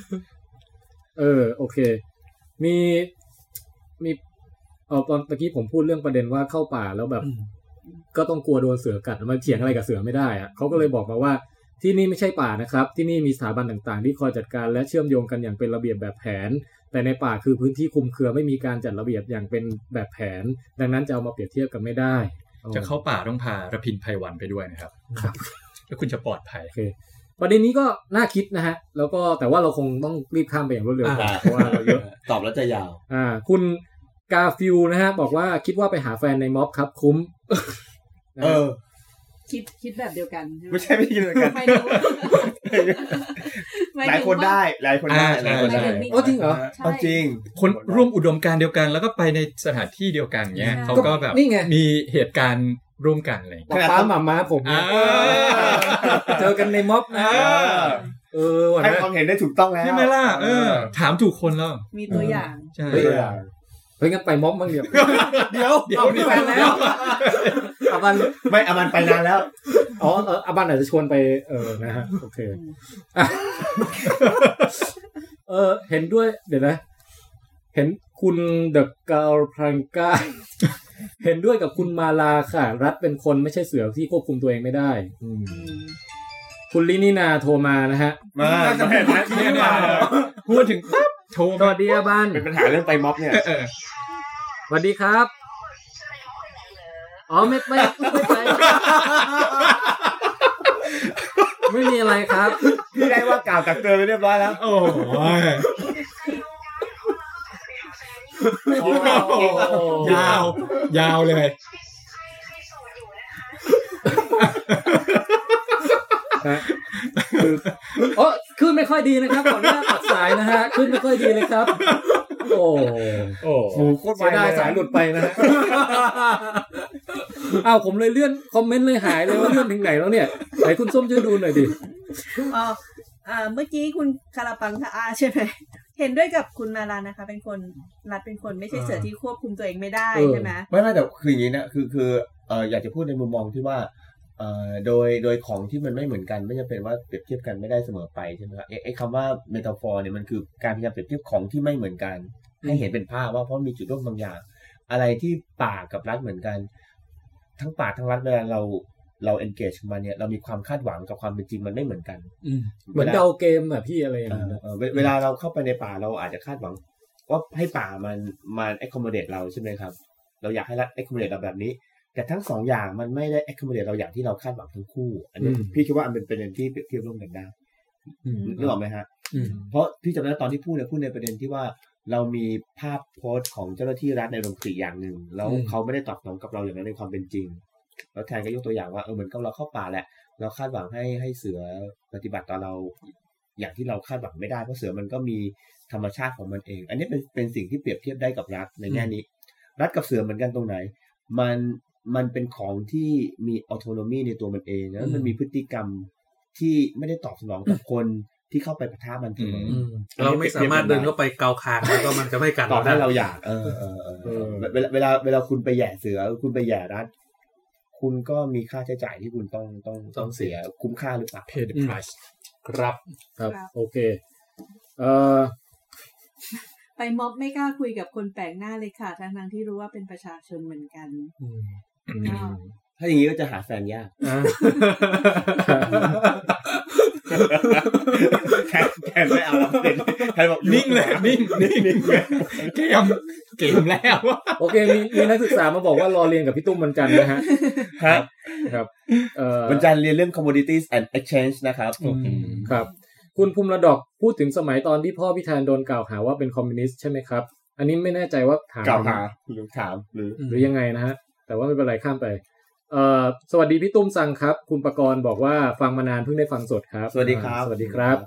[SPEAKER 2] เออ โอเค มีมีเออตอนตะกี้ผมพูดเรื่องประเด็นว่าเข้าป่าแล้วแบบ ก็ต้องกลัวโดนเสือกัดมันเถียงอะไรกับเสือไม่ได้อะเขาก็เลยบอกมาว่าที่นี่ไม่ใช่ป่านะครับ ที่นี่มีสถาบันต่างๆ ที่คอยจัดการและเชื่อมโยงกันอย่างเป็นระเบียบแบบแผน แต่ในป่าคือพื้นที่คลุมเครือไม่มีการจัดระเบียบอย่างเป็นแบบแผน ดังนั้นจะเอามาเปรียบเทียบกันไม่ได้โอ้
[SPEAKER 5] จะเข้าป่าต้องพาระพินไพวันไปด้วยนะครับ
[SPEAKER 2] ครับ
[SPEAKER 5] แล้วคุณจะปลอดภัย
[SPEAKER 2] ประเด็นนี้ก็น่าคิดนะฮะ แล้วก็แต่ว่าเราคงต้องรีบข้ามไปอย่างรวดเร็ว
[SPEAKER 3] อ่า
[SPEAKER 2] เพราะว่าเราเยอะ
[SPEAKER 4] ตอบแล้วจะยาว
[SPEAKER 2] อ่า คุณกาฟิวนะฮะ บอกว่าคิดว่าไปหาแฟนในม็อบครับคุ้ม นะ
[SPEAKER 4] เอ
[SPEAKER 2] ฮะ
[SPEAKER 4] อ
[SPEAKER 6] คิดคิดแบบเดียวกันใช่ไหม
[SPEAKER 4] ไม่ใช่ไม่ใช่เหมือนกัน
[SPEAKER 6] ไม่รู้ *laughs* ม
[SPEAKER 4] ห
[SPEAKER 6] ถึงว่
[SPEAKER 4] ลายคนได้หลายคนได้
[SPEAKER 5] อ่า
[SPEAKER 4] หลายคน
[SPEAKER 5] หลายคนได้
[SPEAKER 4] ได้
[SPEAKER 2] โอ้จริงเหรอ
[SPEAKER 6] ใช่
[SPEAKER 4] เอาจริง
[SPEAKER 5] คนร่วมอุดมการณ์เดียวกัน แล้วก็ไปในสถานที่เดียวกันเนี้ย
[SPEAKER 6] ใช่
[SPEAKER 5] เขาก็แบบ
[SPEAKER 2] นี่ไง
[SPEAKER 5] มีเหตุการณ์ร่วมกันอะไรอย่างเงี้ย
[SPEAKER 2] ป๊าป๊าหมาม้าผมเนี่ย
[SPEAKER 5] อ่า
[SPEAKER 2] เจอกันในม็อบนะ
[SPEAKER 4] เออ
[SPEAKER 2] เออว่ะ
[SPEAKER 4] ให้
[SPEAKER 2] นะ
[SPEAKER 4] ความเห็นได้ถูกต้องแล้ว
[SPEAKER 5] ใช่ไหมล่ะเออ ถามถูกคนแล้ว
[SPEAKER 6] มีตัวอย่าง
[SPEAKER 5] ใช่
[SPEAKER 2] เฮ้ย
[SPEAKER 4] ตัวอย่าง
[SPEAKER 2] เฮ้ยงั้นไปม็อบบ้างเดี๋ยว
[SPEAKER 5] เดี๋ยวเดี๋ยว
[SPEAKER 2] เอามีแฟนแล้วอาบัน
[SPEAKER 4] ไม่อามันไปนานแล้ว
[SPEAKER 2] อ๋อเอออาบันอาจจะชวนไปเออนะฮะโอเคอ่ะเออ เห็นด้วยเดี๋ยวนะ เห็นคุณเดอะกาลพรังกาเห็นด้วยกับคุณมาลาค่ะ รัฐเป็นคนไม่ใช่เสือที่ควบคุมตัวเองไม่ได้ อืมคุณลินีนาโทรมานะฮะ
[SPEAKER 4] มาเห็นไหม
[SPEAKER 5] เนี่ยเนี่ยพูดถึงปั๊บโทร
[SPEAKER 2] ส
[SPEAKER 5] มา
[SPEAKER 2] วัสดีอาบัน
[SPEAKER 4] เป็นปัญหาเรื่องไปม็อบเนี่ย
[SPEAKER 5] เออ
[SPEAKER 2] สวัสดีครับอ๋อไม่ไม่ไม่ไปไม่มีอะไรครับ
[SPEAKER 4] พี่ได้ว่ากล่าวตักเตือนไปเรียบร้อยแล้ว
[SPEAKER 5] โอ้ยยาว ยาวเลย
[SPEAKER 2] ฮะคือโอ้ขึ้นไม่ค่อยดีนะครับขออนุญาตตัดสายนะฮะ ขึ้นไม่ค่อยดีเลยครับ โอ้
[SPEAKER 5] โอ้
[SPEAKER 4] โอ้โหโคตร
[SPEAKER 2] เสียดายสายหลุดไปนะฮะอ้าวผมเลยเลื่อนคอมเมนต์เลยหายเลยว่าเลื่อนถึงไหนแล้วเนี่ยไหนคุณส้มช่วยดูหน่อยดิ
[SPEAKER 6] อ๋ออ่า เมื่อกี้คุณคาราปังทะอาใช่ไหม เห็นด้วยกับคุณมาลานะคะ เป็นคนรัฐเป็นคนไม่ใช่เสือที่ควบคุมตัวเองไม่ได้ใช่ไหม
[SPEAKER 4] ไม่ไม่แต่คืออย่างนี้นะคือคือเอออยากจะพูดในมุมมองที่ว่าเออโดยโดยของที่มันไม่เหมือนกัน ไม่จำเป็นว่าเปรียบเทียบกันไม่ได้เสมอไปใช่ไหมครับไอ้ไอ้คำว่าเมตาฟอร์เนี่ยมันคือการพยายามเปรียบเทียบของที่ไม่เหมือนกัน ให้เห็นเป็นภาพว่าเพราะมีจุดร่วมบางอย่าง อะไรที่ป่ากับรัฐเหมือนกัน ทั้งป่าทั้งรัฐเวลาเราเรา engage กับมันเนี่ยเรามีความคาดหวังกับความเป็นจริงมันไม่เหมือนกัน
[SPEAKER 2] เหมือนเดาเกมอ่ะพี่อะไรอย่าง
[SPEAKER 4] เออ
[SPEAKER 2] เงี้ย
[SPEAKER 4] เออเวเวลาเราเข้าไปในป่าเราอาจจะคาดหวัง ว่าให้ป่ามันมัน accommodate เราใช่ไหมครับ เราอยากให้รัฐ accommodate เราแบบนี้ แต่ทั้งสองอย่างมันไม่ได้ accommodate เราอย่างที่เราคาดหวังทั้งคู่ อันนี้พี่คิดว่าอันเป็นประเด็นที่เปรียบเทียบร่วมกันได้นึกออกไหมฮะ
[SPEAKER 2] อืม
[SPEAKER 4] เพราะพี่จำได้ตอนที่พูดเนี่ยพูดในประเด็นที่ว่าเรามีภาพโพสต์ของเจ้าหน้าที่รัฐในโรงสีอย่างหนึ่งแล้วเขาไม่ได้ตอบสนองกับเราอย่างนั้นในความเป็นจริง แล้วแทนก็ยกตัวอย่างว่าเออเหมือนกับเราเข้าป่าแหละ เราคาดหวังให้ให้เสือปฏิบัติต่อเรา อย่างที่เราคาดหวังไม่ได้เพราะเสือมันก็มีธรรมชาติของมันเอง อันนี้เป็นเป็นสิ่งที่เปรียบเทียบได้กับรัฐในแง่นี้ รัฐกับเสือเหมือนกันตรงไหน มันมันเป็นของที่มีออโตโนมีในตัวมันเองแล้วมันมีพฤติกรรมที่ไม่ได้ตอบสนองกับคน *laughs* ที่เข้าไปปะทะมันเสมออ
[SPEAKER 5] ม
[SPEAKER 3] เราไม่สามารถเดินเข้าไปเกาคางแล้วก็มันจะไม่กัด
[SPEAKER 4] ตอบ
[SPEAKER 3] เรา
[SPEAKER 4] ถ้า
[SPEAKER 3] ได้
[SPEAKER 4] เราอยาก เออเออเออ
[SPEAKER 2] เออ
[SPEAKER 4] เวลาเวลาเวลาคุณไปแหย่เสือ คุณไปแหย่รัด คุณก็มีค่าใช้จ่ายที่คุณต้องต้องต้องเสียคุ้มค่าหรือเปล่า
[SPEAKER 5] pay the price
[SPEAKER 3] ครับ
[SPEAKER 2] ครับ
[SPEAKER 6] ครับ
[SPEAKER 2] โอเค เอ่อ
[SPEAKER 6] ไปม็อบไม่กล้าคุยกับคนแปลกหน้าเลยค่ะทั้งๆที่รู้ว่าเป็นประชาชนเหมือนกันก็
[SPEAKER 4] ถ้าอย่างนี้ก็จะหาแฟน *laughs* ยาก แทนแทนไม่เอาแล้ว *laughs* เป็นแทนบอกอยู่
[SPEAKER 5] นิ่งเลยนิ่งนิ่งนิ่งเกมเกมแล้ว
[SPEAKER 2] โอเค มีมีนักศึกษามาบอกว่ารอเรียนกับพี่ตุ้มวันจันทร์นะฮะ
[SPEAKER 4] ครับ
[SPEAKER 2] ครับ เอ่อ
[SPEAKER 4] วันจันทร์เรียนเรื่อง commodities and exchange นะครับ
[SPEAKER 2] ครับ คุณภูมิระดอกพูดถึงสมัยตอนที่พ่อพิธานโดนกล่าวหาว่าเป็นคอมมิวนิสต์ใช่ไหมครับ อันนี้ไม่แน่ใจว่าถาม
[SPEAKER 4] กล่าวหาหรือถามหรือ
[SPEAKER 2] หรือยังไงนะฮะ แต่ว่าไม่เป็นไรข้ามไป เอ่อ สวัสดีพี่ตุ้มสังครับ คุณประกรณ์บอกว่าฟังมานานเพิ่งได้ฟังสดครับ
[SPEAKER 4] สวัสดีครับ
[SPEAKER 2] สวัสดีครับ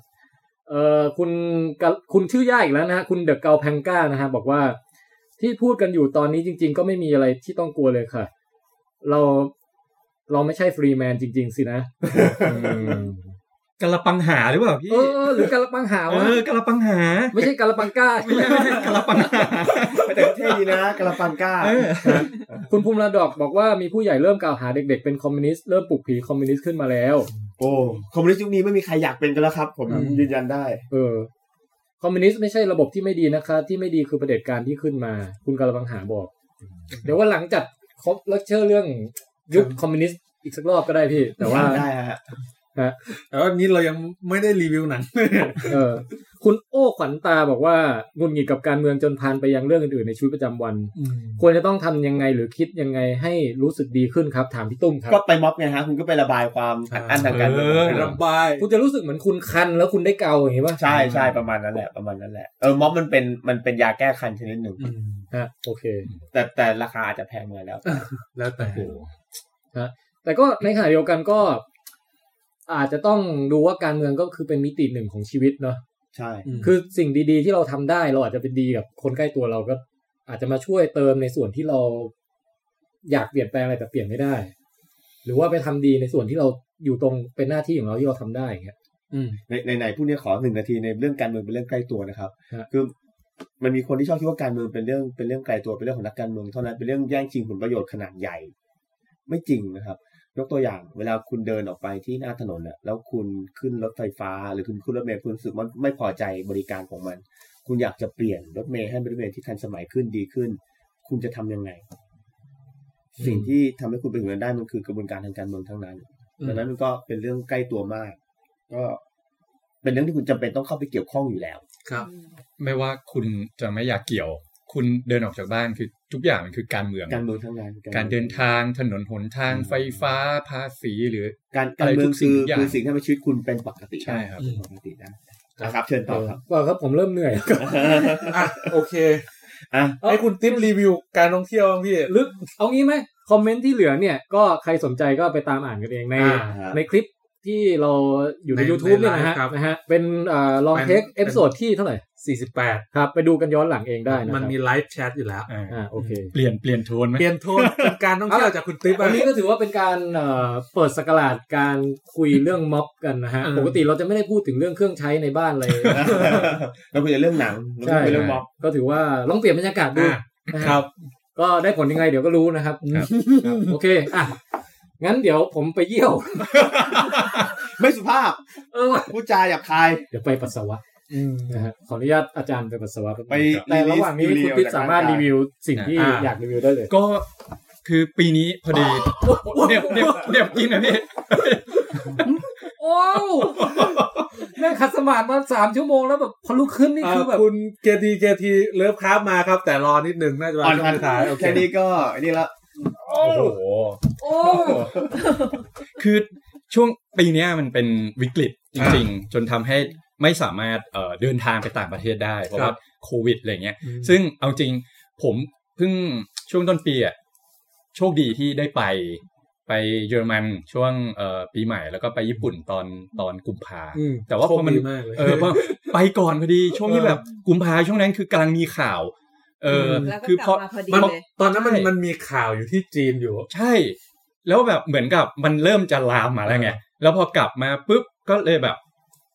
[SPEAKER 2] เอ่อคุณกะคุณชื่อยากอีกแล้วนะฮะคุณเดอะเกาแพงก้านะฮะบอกว่าที่พูดกันอยู่ตอนนี้จริง ๆ ก็ไม่มีอะไรที่ต้องกลัวเลยค่ะ เราเราไม่ใช่ฟรีแมนจริง ๆ สินะ
[SPEAKER 5] กระปังหาหรือเปล่าพี่
[SPEAKER 2] เออหรือกาลปังหาวะ
[SPEAKER 5] เออกระปังหา
[SPEAKER 2] ไม่ใช่กาลปังก้า
[SPEAKER 5] ไม่ใช่ไม่ใช่กระปังหา
[SPEAKER 4] แต่เท่ดีนะกระปังก้า
[SPEAKER 5] เออ
[SPEAKER 2] คุณภูมิระดอกบอกว่ามีผู้ใหญ่เริ่มกล่าวหาเด็ก ๆ เป็นคอมมิวนิสต์เริ่มปลุกผีคอมมิวนิสต์ขึ้นมาแล้ว
[SPEAKER 4] โอ้ คอมมิวนิสต์ยุคนี้ไม่มีใครอยากเป็นกันแล้วครับ ผมยืนยันได้
[SPEAKER 2] เออ คอมมิวนิสต์ไม่ใช่ระบบที่ไม่ดีนะคะ ที่ไม่ดีคือประเผด็จการที่ขึ้นมา คุณกาลบังหาบอก เดี๋ยวว่าหลังจัดครบเลคเชอร์เรื่องยุคคอมมิวนิสต์อีกสักรอบก็ได้พี่ แต่ว่า
[SPEAKER 4] ได้ฮะ
[SPEAKER 3] แต่ว่านี้เรายังไม่ได้รีวิวหนังเลย
[SPEAKER 2] เออ คุณโอ้ขวัญตาบอกว่างุนหงิดกับการเมืองจนพานไปยังเรื่องอื่นๆในชีวิตประจำวัน ควรจะต้องทำยังไงหรือคิดยังไงให้รู้สึกดีขึ้นครับ ถามพี่ตุ้มครับ
[SPEAKER 4] ก็ไปม็อบไงฮะ คุณก็ไประบายความอัดอั้นทางการเมืองของคุณ
[SPEAKER 3] ระบาย
[SPEAKER 2] คุณจะรู้สึกเหมือนคุณคันแล้วคุณได้เกาอย่างนี้ป่ะ
[SPEAKER 4] ใช่ใช่ประมาณนั้นแหละประมาณนั้นแหละเออม็อบมันเป็นมันเป็นยาแก้คันชนิดหนึ่ง
[SPEAKER 2] ฮะโอเค
[SPEAKER 4] แต่แต่ราคาอาจจะแพงเลยแล้ว
[SPEAKER 3] แล้วแต่
[SPEAKER 5] โอ้โห
[SPEAKER 2] แต่ก็ในขณะเดียวกันก็ อาจจะต้องดูว่าการเมืองก็คือเป็นมิติหนึ่งของชีวิตเนาะ
[SPEAKER 4] ใช่
[SPEAKER 3] อืม
[SPEAKER 2] คือสิ่งดีๆที่เราทำได้เราอาจจะเป็นดีกับคนใกล้ตัวเราก็ อาจจะมาช่วยเติมในส่วนที่เรา อยากเปลี่ยนแปลงอะไรแต่เปลี่ยนไม่ได้ หรือว่าไปทำดีในส่วนที่เราอยู่ตรงเป็นหน้าที่ของเราที่เราทำได้อย่างเงี้ย
[SPEAKER 4] ในในไหนผู้นี้ขอหนึ่งนาทีในเรื่องการเมืองเป็นเรื่องใกล้ตัวนะครับ
[SPEAKER 2] ฮะ
[SPEAKER 4] คือมันมีคนที่ชอบคิดว่าการเมืองเป็นเรื่องเป็นเรื่องไกลตัวเป็นเรื่องของนักการเมืองเท่านั้นเป็นเรื่องแย่งชิงผลประโยชน์ขนาดใหญ่ ไม่จริงนะครับ ยกตัวอย่างเวลาคุณเดินออกไปที่หน้าถนนน่ะแล้วคุณขึ้นรถไฟฟ้า หรือคุณขึ้นรถเมล์คุณรู้สึกว่าไม่พอใจบริการของมัน คุณอยากจะเปลี่ยนรถเมล์ให้เป็นรถเมล์ที่ทันสมัยขึ้นดีขึ้น คุณจะทำยังไง สิ่งที่ทำให้คุณไปถึงนั้นได้มันคือกระบวนการทางการเมืองทั้งนั้น
[SPEAKER 3] อืม
[SPEAKER 4] ดังนั้นมันก็เป็นเรื่องใกล้ตัวมาก ก็เป็นเรื่องที่คุณจำเป็นต้องเข้าไปเกี่ยวข้องอยู่แล้ว
[SPEAKER 3] ครับ
[SPEAKER 5] ไม่ว่าคุณจะไม่อยากเกี่ยว คุณเดินออกจากบ้านคือทุกอย่างมันคือการเมือง
[SPEAKER 4] การเมืองทั้งนั้น
[SPEAKER 5] การเดินทางถนนหนทาง
[SPEAKER 4] อืม
[SPEAKER 5] ไฟฟ้าภาษีหรือ
[SPEAKER 4] การการเมือง
[SPEAKER 5] อะไรทุกสิ่
[SPEAKER 4] คื
[SPEAKER 5] ง
[SPEAKER 4] อ
[SPEAKER 5] ทุกอย่าง
[SPEAKER 4] คือสิ่งที่ทำให้ชีวิตคุณเป็นปกติ
[SPEAKER 5] ใช่ครับ
[SPEAKER 4] เป็นปกติได้นะครับเชิญ
[SPEAKER 2] เอ
[SPEAKER 4] ต่อ
[SPEAKER 2] อ
[SPEAKER 4] ครับ
[SPEAKER 2] ว่าครับผมเริ่มเหนื่อยแล้วก็
[SPEAKER 3] อ่ะ โอเค
[SPEAKER 4] อ่ะ
[SPEAKER 3] ให้คุณติ๊บรีวิวการท่องเที่ยวบ้างพี่
[SPEAKER 2] หรือเอางี้ไหมคอมเมนต์ที่เหลือเนี่ยก็ใครสนใจก็ไปตามอ่านกันเองใน
[SPEAKER 3] อ่า
[SPEAKER 4] ฮะ
[SPEAKER 2] ในคลิปที่เราอยู่ใน
[SPEAKER 3] ใน
[SPEAKER 2] YouTube
[SPEAKER 3] ใน
[SPEAKER 2] เนี่ยนะฮะ
[SPEAKER 3] Live ครับ
[SPEAKER 2] นะฮะ เป็นลอง
[SPEAKER 3] เป็น
[SPEAKER 2] เทค
[SPEAKER 3] เป็
[SPEAKER 2] เอน พิโซดที่เท่าไหร่
[SPEAKER 3] สี่สิบแปด
[SPEAKER 2] ครับ ไปดูกันย้อนหลังเองได้นะครับ
[SPEAKER 3] มันมีไลฟ์แชทอยู่แล้ว
[SPEAKER 5] อ่า
[SPEAKER 2] อ่าโอเค
[SPEAKER 5] เปลี่ยนเปลี่ยนโทนไหม
[SPEAKER 3] เปลี่ยนโทนเป็นการท่องเที่ยวจากคุณติ๊บ
[SPEAKER 2] อั
[SPEAKER 3] อ่ะ
[SPEAKER 2] นนี้ก็ถือว่าเป็นการเอ่อเปิดสกราดการคุยเรื่องม็อบกันนะฮะ
[SPEAKER 3] อืม
[SPEAKER 2] ปกติเราจะไม่ได้พูดถึงเรื่องเครื่องใช้ในบ้านอะไร
[SPEAKER 4] *laughs* เราคุยกันเรื่องหนังเราคุยกันเรื่องม็อบ
[SPEAKER 2] ก็ถือว่าลองเปลี่ยนบรรยากาศดู
[SPEAKER 3] อ่ะ
[SPEAKER 2] นะฮะ
[SPEAKER 3] ครับ
[SPEAKER 2] ก็ได้ผลยังไงเดี๋ยวก็รู้นะครับ โอเคอ่ะงั้นเดี๋ยวผมไปเยี่ยว *laughs*
[SPEAKER 4] ไม่สุภาพ
[SPEAKER 2] เออว่ะ
[SPEAKER 4] พูดจาหยาบคาย
[SPEAKER 2] เดี๋ยวไปปัสสาวะนะฮะขออนุญาตอาจารย์ไปปัสสาวะแป๊บ
[SPEAKER 4] ไป
[SPEAKER 2] นึงแต่ระหว่างนี้
[SPEAKER 4] รีวิว
[SPEAKER 2] คุณติ๊บ
[SPEAKER 4] จาก
[SPEAKER 2] สามารถรีวิวสิ่งที่
[SPEAKER 3] อ่า
[SPEAKER 2] อยากรีวิวได้เลย
[SPEAKER 5] ก็คือปีนี้พอดีเดี๋ยวเดี๋ยวเดี๋ยวกินนะพี่
[SPEAKER 2] โอ้วนั่งขัดสมาธิมาสามชั่วโมงแล้วแบบพอลุกขึ้นนี่
[SPEAKER 3] อ่ะ
[SPEAKER 2] คือแบบ
[SPEAKER 3] คุณเจทีเจทีเลิฟคราฟมาครับ แต่รอนิดนึงน่าจะมา
[SPEAKER 4] อ่อน
[SPEAKER 3] ช่ว
[SPEAKER 4] ทั
[SPEAKER 3] ง
[SPEAKER 4] น
[SPEAKER 3] สุดท้ายโอเค
[SPEAKER 4] แค่นี้ก็นี่ละ
[SPEAKER 5] โอ้โห
[SPEAKER 2] โอ้ว
[SPEAKER 5] คือช่วงปีเนี้ยมันเป็นวิกฤตจริงๆ จนทำให้ไม่สามารถเอ่อเดินทางไปต่างประเทศได้ เพราะว่าโควิดอะไรเงี้ย ซึ่งเอาจริงผมเพิ่งช่วงต้นปีอะโชคดีที่ได้ไปไปเยอรมันช่วงเอ่อปีใหม่แล้วก็ไปญี่ปุ่นตอนตอนกุมภา
[SPEAKER 3] อืม
[SPEAKER 5] แต่ว่าพอมัน
[SPEAKER 3] โชคดีกลย
[SPEAKER 5] เออเพราะไปก่อนพอดีช่วงที่แบบกุมภาช่วงนั้นคือกำลังมีข่าว เออ
[SPEAKER 3] ม
[SPEAKER 6] แล้วก็
[SPEAKER 5] คื
[SPEAKER 6] กลั
[SPEAKER 5] พอ
[SPEAKER 6] บมาพอดี
[SPEAKER 3] มัน
[SPEAKER 6] เลย
[SPEAKER 3] ตอนนั้นมัน
[SPEAKER 5] ใช่
[SPEAKER 3] มันมีข่าวอยู่ที่จีนอยู่
[SPEAKER 5] ใช่ แล้วแบบเหมือนกับมันเริ่มจะลามมาแล้วไง แล้วพอกลับมาปุ๊บก็เลยแบบ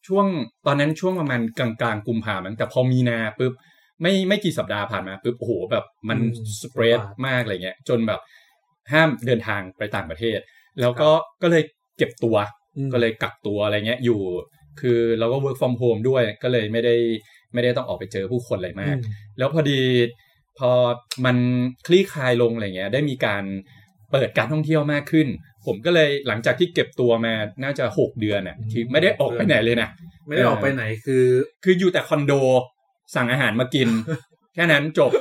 [SPEAKER 5] ช่วงตอนนั้นช่วงประมาณกลางกลางๆกุมภาพันธ์แต่พอมีนาปุ๊บไม่ไม่กี่สัปดาห์ผ่านมาปุ๊บโอ้โหแบบมัน
[SPEAKER 2] อืม
[SPEAKER 5] สเปรด
[SPEAKER 2] ระบาด
[SPEAKER 5] มากอะไรเงี้ย จนแบบห้ามเดินทางไปต่างประเทศ แล้วก็ก็เลยเก็บตัว ก็เลยกักตัวอะไรเงี้ยอยู่ คือเราก็ work from home ด้วยก็เลยไม่ได้ไม่ได้ต้องออกไปเจอผู้คนอะไรมาก แล้วพอดีพอมันคลี่คลายลงอะไรเงี้ย ได้มีการเปิดการท่องเที่ยวมากขึ้น ผมก็เลยหลังจากที่เก็บตัวมาน่าจะหกเดือนน่ะที่ไม่ได้ออกไปไหนเลยนะ
[SPEAKER 3] ไม่ได้ออกไปไหนคือ
[SPEAKER 5] คืออยู่แต่คอนโดสั่งอาหารมากิ *laughs* น แค่นั้นจบ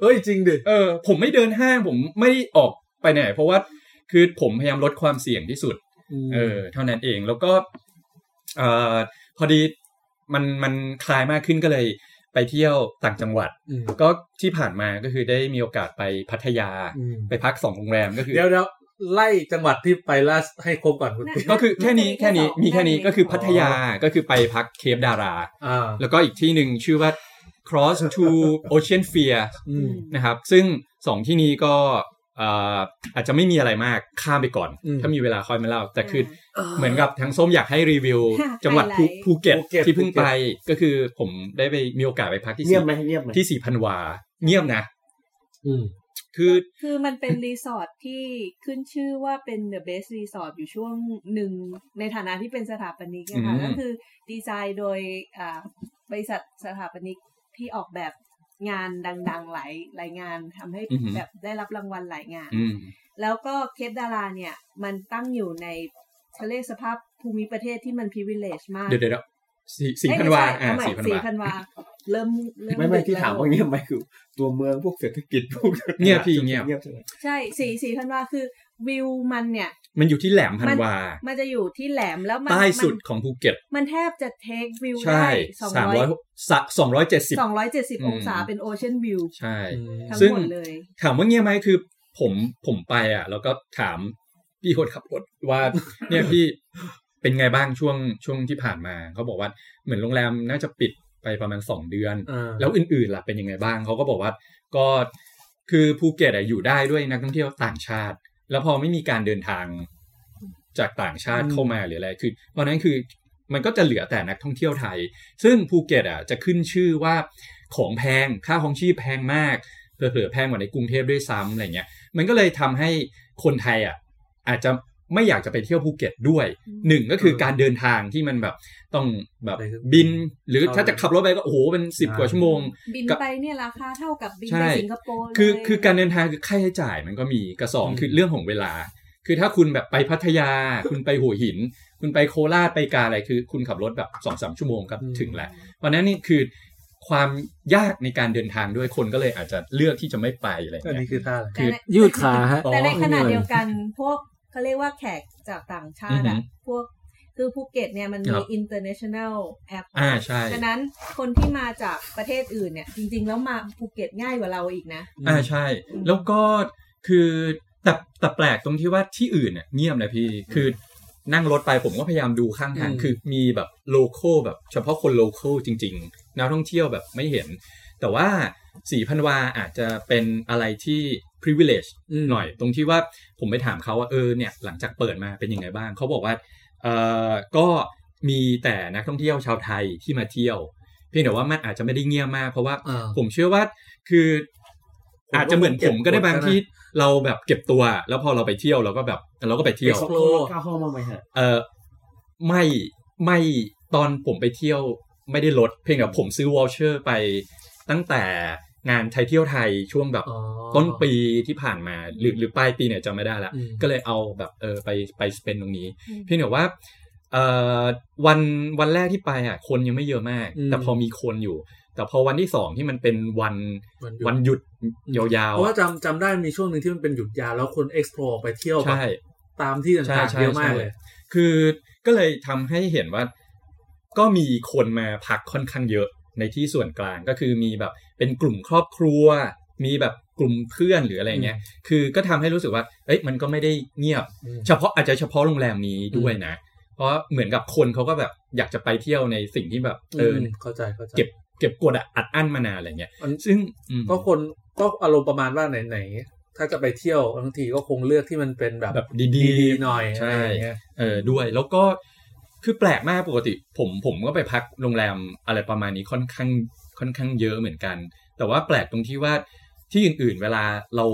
[SPEAKER 3] เอ้ยจริงดิ
[SPEAKER 5] เออผมไม่เดินห้างผมไม่ออกไปไหน เพราะว่าคือผมพยายามลดความเสี่ยงที่สุด เออเท่านั้นเองแล้วก็เอ่อพอดีมันมันคลายมากขึ้นก็เลยไปเที่ยวต่างจังหวัด
[SPEAKER 3] ม
[SPEAKER 5] ก็ที่ผ่านมาก็คือได้มีโอกาสไปพัทยา
[SPEAKER 3] อืม
[SPEAKER 5] ไปพักสองโรงแรมก็คือ
[SPEAKER 3] เดี๋ยวเดี๋ยวไล่จังหวัดที่ไปล่าสุดให้ครบก่อนคุณติ๊ก
[SPEAKER 5] ก็คือแค่นี้แค่นี้มีแค่นี้ก็คือพัทยาก็คือไปพักเคปดารา
[SPEAKER 3] อ่า
[SPEAKER 5] แล้วก็อีกที่หนึ่งชื่อว่า cross to ocean fear
[SPEAKER 3] อืม
[SPEAKER 5] นะครับ ซึ่งสองที่นี้ก็เอ่ออาจจะไม่มีอะไรมากข้ามไปก่อน ถ้ามีเวลาค่อยมาเล่าแต่คือ เหมือนกับทั้งส้มอยากให้รี *laughs* วิว
[SPEAKER 6] ค่ะ
[SPEAKER 5] จังหวัดภู
[SPEAKER 6] ไฮไลท์
[SPEAKER 5] ภูเก็ตที่เพิ่งไปก็คือผมได้ไปมีโอกาสไปพักที่
[SPEAKER 4] เงี
[SPEAKER 5] สี่
[SPEAKER 4] ยบไหมเงียบไหม
[SPEAKER 5] ที่สี่พันวา เงียบนะ
[SPEAKER 2] อืม
[SPEAKER 5] คือ
[SPEAKER 6] คือมันเป็นรีสอร์ทที่ขึ้นชื่อว่าเป็น the best รีสอร์ทอยู่ช่วงหนึ่งในฐานะที่เป็นสถาปนิกอะค่ะก็คือดีไซน์โดยอ่าบริษัทสถาปนิกที่ออกแบบงานดังๆหลายหลายงานทำให้แบบได้รับรางวัลหลายงาน
[SPEAKER 5] อืม
[SPEAKER 6] แล้วก็เคปดาราเนี่ย มันตั้งอยู่ในเขาเรียกสภาพภูมิประเทศที่มัน privilege มาก
[SPEAKER 5] เดี๋ยวเดี๋ยวสี่สี่พันวาอ่าสี่พัน
[SPEAKER 6] สี่
[SPEAKER 5] วา
[SPEAKER 6] พันวาเริ่มเริ่
[SPEAKER 4] ไม่ไม่
[SPEAKER 6] ดึก
[SPEAKER 4] ที่ถาม
[SPEAKER 6] แล้ว
[SPEAKER 4] ว่าเงียบไหมคือ ตัวเมืองพวกเศรษฐกิจพวก
[SPEAKER 5] เงียบพี่เงียบ
[SPEAKER 4] เงียบใช่ไหม
[SPEAKER 6] ใช่สีสีธันวาคือวิวมันเนี่ย
[SPEAKER 5] มันอยู่ที่แหลมพันวา
[SPEAKER 6] มันจะอยู่ที่แหลมแล้วมัน
[SPEAKER 5] ใต้สุด
[SPEAKER 6] มัน
[SPEAKER 5] ของภูเก็ต
[SPEAKER 6] มันแทบจะเทควิว
[SPEAKER 5] ใช่
[SPEAKER 6] ได้สอง
[SPEAKER 5] สาม
[SPEAKER 6] ร้
[SPEAKER 5] ร้
[SPEAKER 6] อ
[SPEAKER 5] อย
[SPEAKER 6] ย
[SPEAKER 5] สองร้อยเจ็ดสิบ
[SPEAKER 6] สองร้อยเจ็ดสิบ
[SPEAKER 5] อืม
[SPEAKER 6] องศาเป็นโอเชียนวิว
[SPEAKER 5] ใช่
[SPEAKER 6] ทั้ง
[SPEAKER 5] ซึ่ง
[SPEAKER 6] หมดเลย
[SPEAKER 5] ถามว่าเงียบไหมคือผมผมไปอ่ะ แล้วก็ถามพี่คนขับรถ
[SPEAKER 6] *laughs*
[SPEAKER 5] ว่า เนี่ยพี่เป็นไงบ้างช่วงช่วงที่ผ่านมาเขาบอกว่าเหมือนโรงแรมน่าจะปิดไปประมาณสองเดือน
[SPEAKER 3] อ่า
[SPEAKER 5] แล้วอื่นๆล่ะเป็นยังไงบ้างเขาก็บอกว่าก็คือภูเก็ตอะอยู่ได้ด้วยนักท่องเที่ยวต่างชาติ แล้วพอไม่มีการเดินทางจากต่างชาติเข้ามาหรืออะไรคือตอนนั้นคือมันก็จะเหลือแต่นักท่องเที่ยวไทย ซึ่งภูเก็ตอ่ะจะขึ้นชื่อว่าของแพงค่าของชีพแพงมากเผลอๆแพงกว่าในกรุงเทพด้วยซ้ำอะไรเงี้ยมันก็เลยทำให้คนไทยอ่ะอาจจะไม่อยากจะไปเที่ยวภูเก็ตด้วยหนึ่งก็คือการเดินทางที่มันแบบต้องแบบบิน หรือถ้าจะขับรถไปก็โอ้โหเป็นสิบกว่าชั่วโมง
[SPEAKER 6] บินไปเนี่ยราคาเท่ากับบิน
[SPEAKER 5] ใช่
[SPEAKER 6] ไปสิงคโปร์เลย
[SPEAKER 5] คือคือการเดินทางคือค่าใช้จ่ายมันก็มีกระสองคือเรื่องของเวลา คือถ้าคุณแบบไปพัทยา คุณไปหัวหิน คุณไปโคราชไปกาอะไรคือ คุณขับรถแบบสองสามชั่วโมงก็ถึงแหละวันนั้นนี่คือความยากในการเดินทางด้วยคนก็เลยอาจจะเลือกที่จะไม่ไปอะไร
[SPEAKER 3] อัน
[SPEAKER 5] เงี้
[SPEAKER 3] นี้
[SPEAKER 5] ย
[SPEAKER 3] คือท่าอะไร
[SPEAKER 5] คือ
[SPEAKER 6] แต่ใน
[SPEAKER 2] ยืดขาฮะ
[SPEAKER 6] แต่ใน
[SPEAKER 2] อ๋อ
[SPEAKER 6] ขณะ
[SPEAKER 2] นี่เลย
[SPEAKER 6] เดียวกันพวกเขาเรียกว่าแขกจากต่างชาติ
[SPEAKER 5] อือหื
[SPEAKER 6] อะ
[SPEAKER 5] อ
[SPEAKER 6] พวกคือภูเก็ตเนี่ยมัน
[SPEAKER 5] ครั
[SPEAKER 6] มี
[SPEAKER 5] บ
[SPEAKER 6] international airport
[SPEAKER 5] อ่าใช่
[SPEAKER 6] ฉะนั้นคนที่มาจากประเทศอื่นเนี่ย จริง ๆ แล้วมาภูเก็ตง่ายกว่าเราอีกนะ
[SPEAKER 5] อ่าใช่ แล้วก็คือแต่แต่แปลกตรงที่ว่าที่อื่นเนี่ยเงียบนะพี่คือนั่งรถไปผมก็พยายามดูข้างทาง
[SPEAKER 3] อืม
[SPEAKER 5] คือมีแบบโลโก้แบบเฉพาะคนโลโก้จริงๆนักท่องเที่ยวแบบไม่เห็น แต่ว่าสีพันวาอาจจะเป็นอะไรที่ privilege หน่อย ตรงที่ว่าผมไปถามเขาว่าเออเนี่ยหลังจากเปิดมาเป็นยังไงบ้าง เขาบอกว่าเออก็มีแต่นักท่องเที่ยวชาวไทยที่มาเที่ยว เพียงแต่ว่ามันอาจจะไม่ได้เงียบมาก เพราะว่า
[SPEAKER 3] อ่า
[SPEAKER 5] ผมเชื่อว่าคือ
[SPEAKER 3] ผมก็
[SPEAKER 5] อาจจะเหมือนผมก็ได้บาง
[SPEAKER 3] เก็บกด
[SPEAKER 5] ที่เราแบบเก็บตัว แล้วพอเราไปเที่ยวเราก็แบบเราก็ไปเที่ยว
[SPEAKER 3] ไป
[SPEAKER 4] เขาเข้าห้องบ้างไหมฮะ
[SPEAKER 5] เออไม่ไม่ตอนผมไปเที่ยวไม่ได้ลด เพียงแต่ผมซื้อวอลเชอร์ไปตั้งแต่งานไทยเที่ยวไทยช่วงแบบ
[SPEAKER 3] อ๋อ
[SPEAKER 5] ต้นปีที่ผ่านมาหรือหรือปลายปีเนี่ยจำไม่ได้ละ
[SPEAKER 3] อืม
[SPEAKER 5] ก็เลยเอาแบบเออไปไปสเปนตรงนี้
[SPEAKER 6] อืม
[SPEAKER 5] เพียงแต่ว่าเอ่อวันวันแรกที่ไปอ่ะคนยังไม่เยอะมาก
[SPEAKER 2] อืม
[SPEAKER 5] แต่พอมีคนอยู่ แต่พอวันที่สองที่มันเป็นวัน
[SPEAKER 3] วันหยุด
[SPEAKER 5] วันหยุดยาว
[SPEAKER 3] เพราะว่าจำจำได้มีช่วงหนึ่งที่มันเป็นหยุดยาวแล้วคน explore ไปเที่ยว
[SPEAKER 5] ๆ
[SPEAKER 3] แบบ
[SPEAKER 5] ใช่
[SPEAKER 3] ตามที่
[SPEAKER 5] ใช่
[SPEAKER 3] ต่างๆ
[SPEAKER 5] ใช่
[SPEAKER 3] เยอะมาก
[SPEAKER 5] ใช่
[SPEAKER 3] เลย
[SPEAKER 5] คือก็เลยทำให้เห็นว่า ก็มีคนมาพักค่อนข้างเยอะในที่ส่วนกลางก็คือมีแบบเป็นกลุ่มครอบครัว มีแบบกลุ่มเพื่อนหรืออะไรเงี้ยคือก็ทำให้รู้สึกว่า เอ้ยมันก็ไม่ได้เงียบ
[SPEAKER 3] อืม
[SPEAKER 5] เฉพาะอาจจะเฉพาะโรงแรมนี้ด้วยนะ เพราะเหมือนกับคนเขาก็แบบอยากจะไปเที่ยวในสิ่งที่แบบเอออ
[SPEAKER 3] มเข้าใจเข้าใจ
[SPEAKER 5] เก็บเก็บกดอะอัดอั้นมานานอะไรเงี้ย
[SPEAKER 3] อัน
[SPEAKER 5] ซึ่งอืม
[SPEAKER 3] ก็คนก็อารมณ์ประมาณว่าไหนๆถ้าจะไปเที่ยวบางทีก็คงเลือกที่มันเป็นแบบ
[SPEAKER 5] แบบดี
[SPEAKER 3] ดีๆ
[SPEAKER 5] ๆ
[SPEAKER 3] หน่อย
[SPEAKER 5] ใช่
[SPEAKER 3] อะไรอย่างเงี้ย
[SPEAKER 5] เออด้วยแล้วก็ คือแปลกมากปกติ ผมผมก็ไปพักโรงแรมอะไรประมาณนี้ค่อนข้างค่อนข้างเยอะเหมือนกัน แต่ว่าแปลกตรงที่ว่าที่อื่นๆเวลาเรา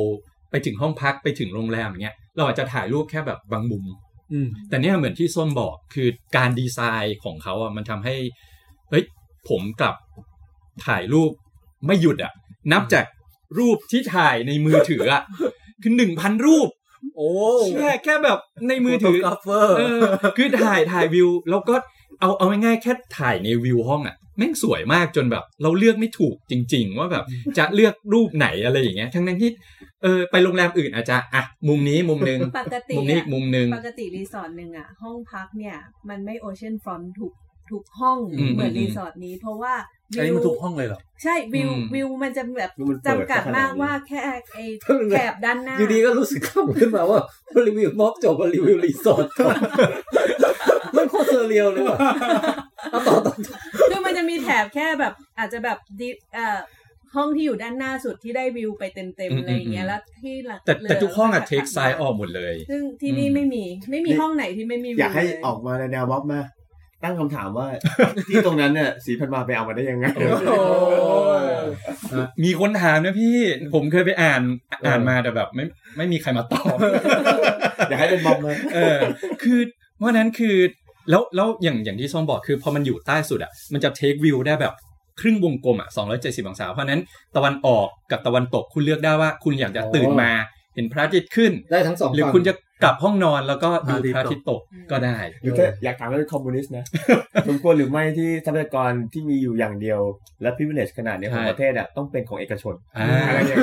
[SPEAKER 5] ไปถึงห้องพักไปถึงโรงแรมอย่างเงี้ยเราอาจจะถ่ายรูปแค่แบบบางมุม
[SPEAKER 3] อืม
[SPEAKER 5] แต่เนี่ยเหมือนที่ส้มบอกคือการดีไซน์ของเขาอ่ะมันทำให้เฮ้ยผมกลับถ่ายรูปไม่หยุดอ่ะ นับจากรูปที่ถ่ายในมือถืออ่ะ คือหนึ่งพันรูป
[SPEAKER 2] โอ้
[SPEAKER 5] แค่แค่แบบในมือถือ
[SPEAKER 2] กราฟเฟอร์
[SPEAKER 5] เออคือถ่ายถ่ายวิว แล้วก็เอาเอาง่ายๆแค่ถ่ายในวิวห้องอ่ะแม่งสวยมากจนแบบ เราเลือกไม่ถูกจริง ๆ ว่าแบบจะเลือกรูปไหนอะไรอย่างเงี้ยทั้งนั้นที่เออไปโรงแรมอื่นอาจจะอ่ะมุมนี้มุมหนึง
[SPEAKER 6] ปกติ
[SPEAKER 5] มุมนี้อีกมุมหนึง
[SPEAKER 6] ปกติรีสอร์ทหนึ่งอ่ะ ห้องพักเนี่ย มันไม่โอเชียนฟรอนทุกทุกห้อง
[SPEAKER 5] อืม
[SPEAKER 6] เหมือน
[SPEAKER 5] อืม
[SPEAKER 6] รีสอร์ทนี้ เพราะว่า
[SPEAKER 3] อันนี้
[SPEAKER 6] วิ
[SPEAKER 3] มัน
[SPEAKER 6] ว
[SPEAKER 3] ถูกห้องเลยเหรอ
[SPEAKER 6] ใช่วิว
[SPEAKER 5] อืม
[SPEAKER 6] วิวมันจะแบบ
[SPEAKER 4] มันเปิด
[SPEAKER 6] จำกัด
[SPEAKER 4] ขนาดนี้
[SPEAKER 6] มากว่าแค่ไอ้แถบด้านหน้า
[SPEAKER 2] อยู่ดีก็รู้สึกขำขึ้นมาว่ารีวิวม็อบจบว่ารีวิวรีสอร์ทจบมันโคตรเซอร์เรียลเลยว่ะเอาต่อต่อต่อ
[SPEAKER 6] คือมันจะมีแถบแค่แบบอาจจะแบบดิเอ่อห้องที่อยู่ด้านหน้าสุดที่ได้วิวไปเต็ม
[SPEAKER 5] อื
[SPEAKER 6] ๆ
[SPEAKER 5] ม
[SPEAKER 6] อะไรอย่างเงี้
[SPEAKER 5] อื
[SPEAKER 6] ย
[SPEAKER 5] ม
[SPEAKER 6] แล้วที่หลัง
[SPEAKER 5] แต่แต่
[SPEAKER 6] หลื
[SPEAKER 5] ทุกห้องอ่ะ
[SPEAKER 6] แล้ว
[SPEAKER 5] เทคไซด์ออกหมดเลย
[SPEAKER 6] ซึ่งที่นี่
[SPEAKER 5] อืม
[SPEAKER 6] ไม่มีไม่มีห้องไหนที่ไม่มีวิว
[SPEAKER 4] อยากให้
[SPEAKER 6] เล
[SPEAKER 4] ออกมาในแนวม็อบมา ตั้งคำถามว่า ที่ตรงนั้นเนี่ยสีพันมาไปเอามาได้ยังไง
[SPEAKER 3] โอ้ย
[SPEAKER 5] มีคนถามนะพี่ผมเคยไปอ่านอ่านมาแต่แบบ ไม่ไม่มีใครมาตอบ *laughs*
[SPEAKER 4] อยากให้เป็นม็อบมา
[SPEAKER 5] เออคือเพราะฉะนั้นคือแล้วแล้วอย่างอย่างที่ส้มบอกคือพอมันอยู่ใต้สุดอ่ะมันจะเทควิวได้แบบครึ่งวงกลมอ่ะ270 องศา เพราะฉะนั้นตะวันออกกับตะวันตกคุณเลือกได้ว่าคุณอยากจะตื่นมาเห็นพระอาทิตย์ขึ้น
[SPEAKER 2] ได้ทั้งสอง
[SPEAKER 5] หรือ
[SPEAKER 2] ฝั่ง
[SPEAKER 5] คุณจะกลับห้องนอนแล้วก็ดูพ
[SPEAKER 2] พ
[SPEAKER 5] ระ
[SPEAKER 2] ระ
[SPEAKER 5] อา
[SPEAKER 2] อาทิ
[SPEAKER 5] ทิ
[SPEAKER 2] ต
[SPEAKER 5] ต
[SPEAKER 2] ย์
[SPEAKER 5] ย์ต
[SPEAKER 2] ต
[SPEAKER 5] ก
[SPEAKER 2] ก
[SPEAKER 5] ก็ได้
[SPEAKER 4] หรือถ้าอยากถามเรื่องคอมมิวนิสต์นะ สมควรหรือไม่ที่ทรัพยากรที่มีอยู่อย่างเดียว และพิเวเนชขนาดเนี้ยของ
[SPEAKER 5] ใช่
[SPEAKER 4] ประเทศอ่ะต้องเป็นของเอกชน
[SPEAKER 5] อ่า
[SPEAKER 4] อะไรอย่างเงี้ย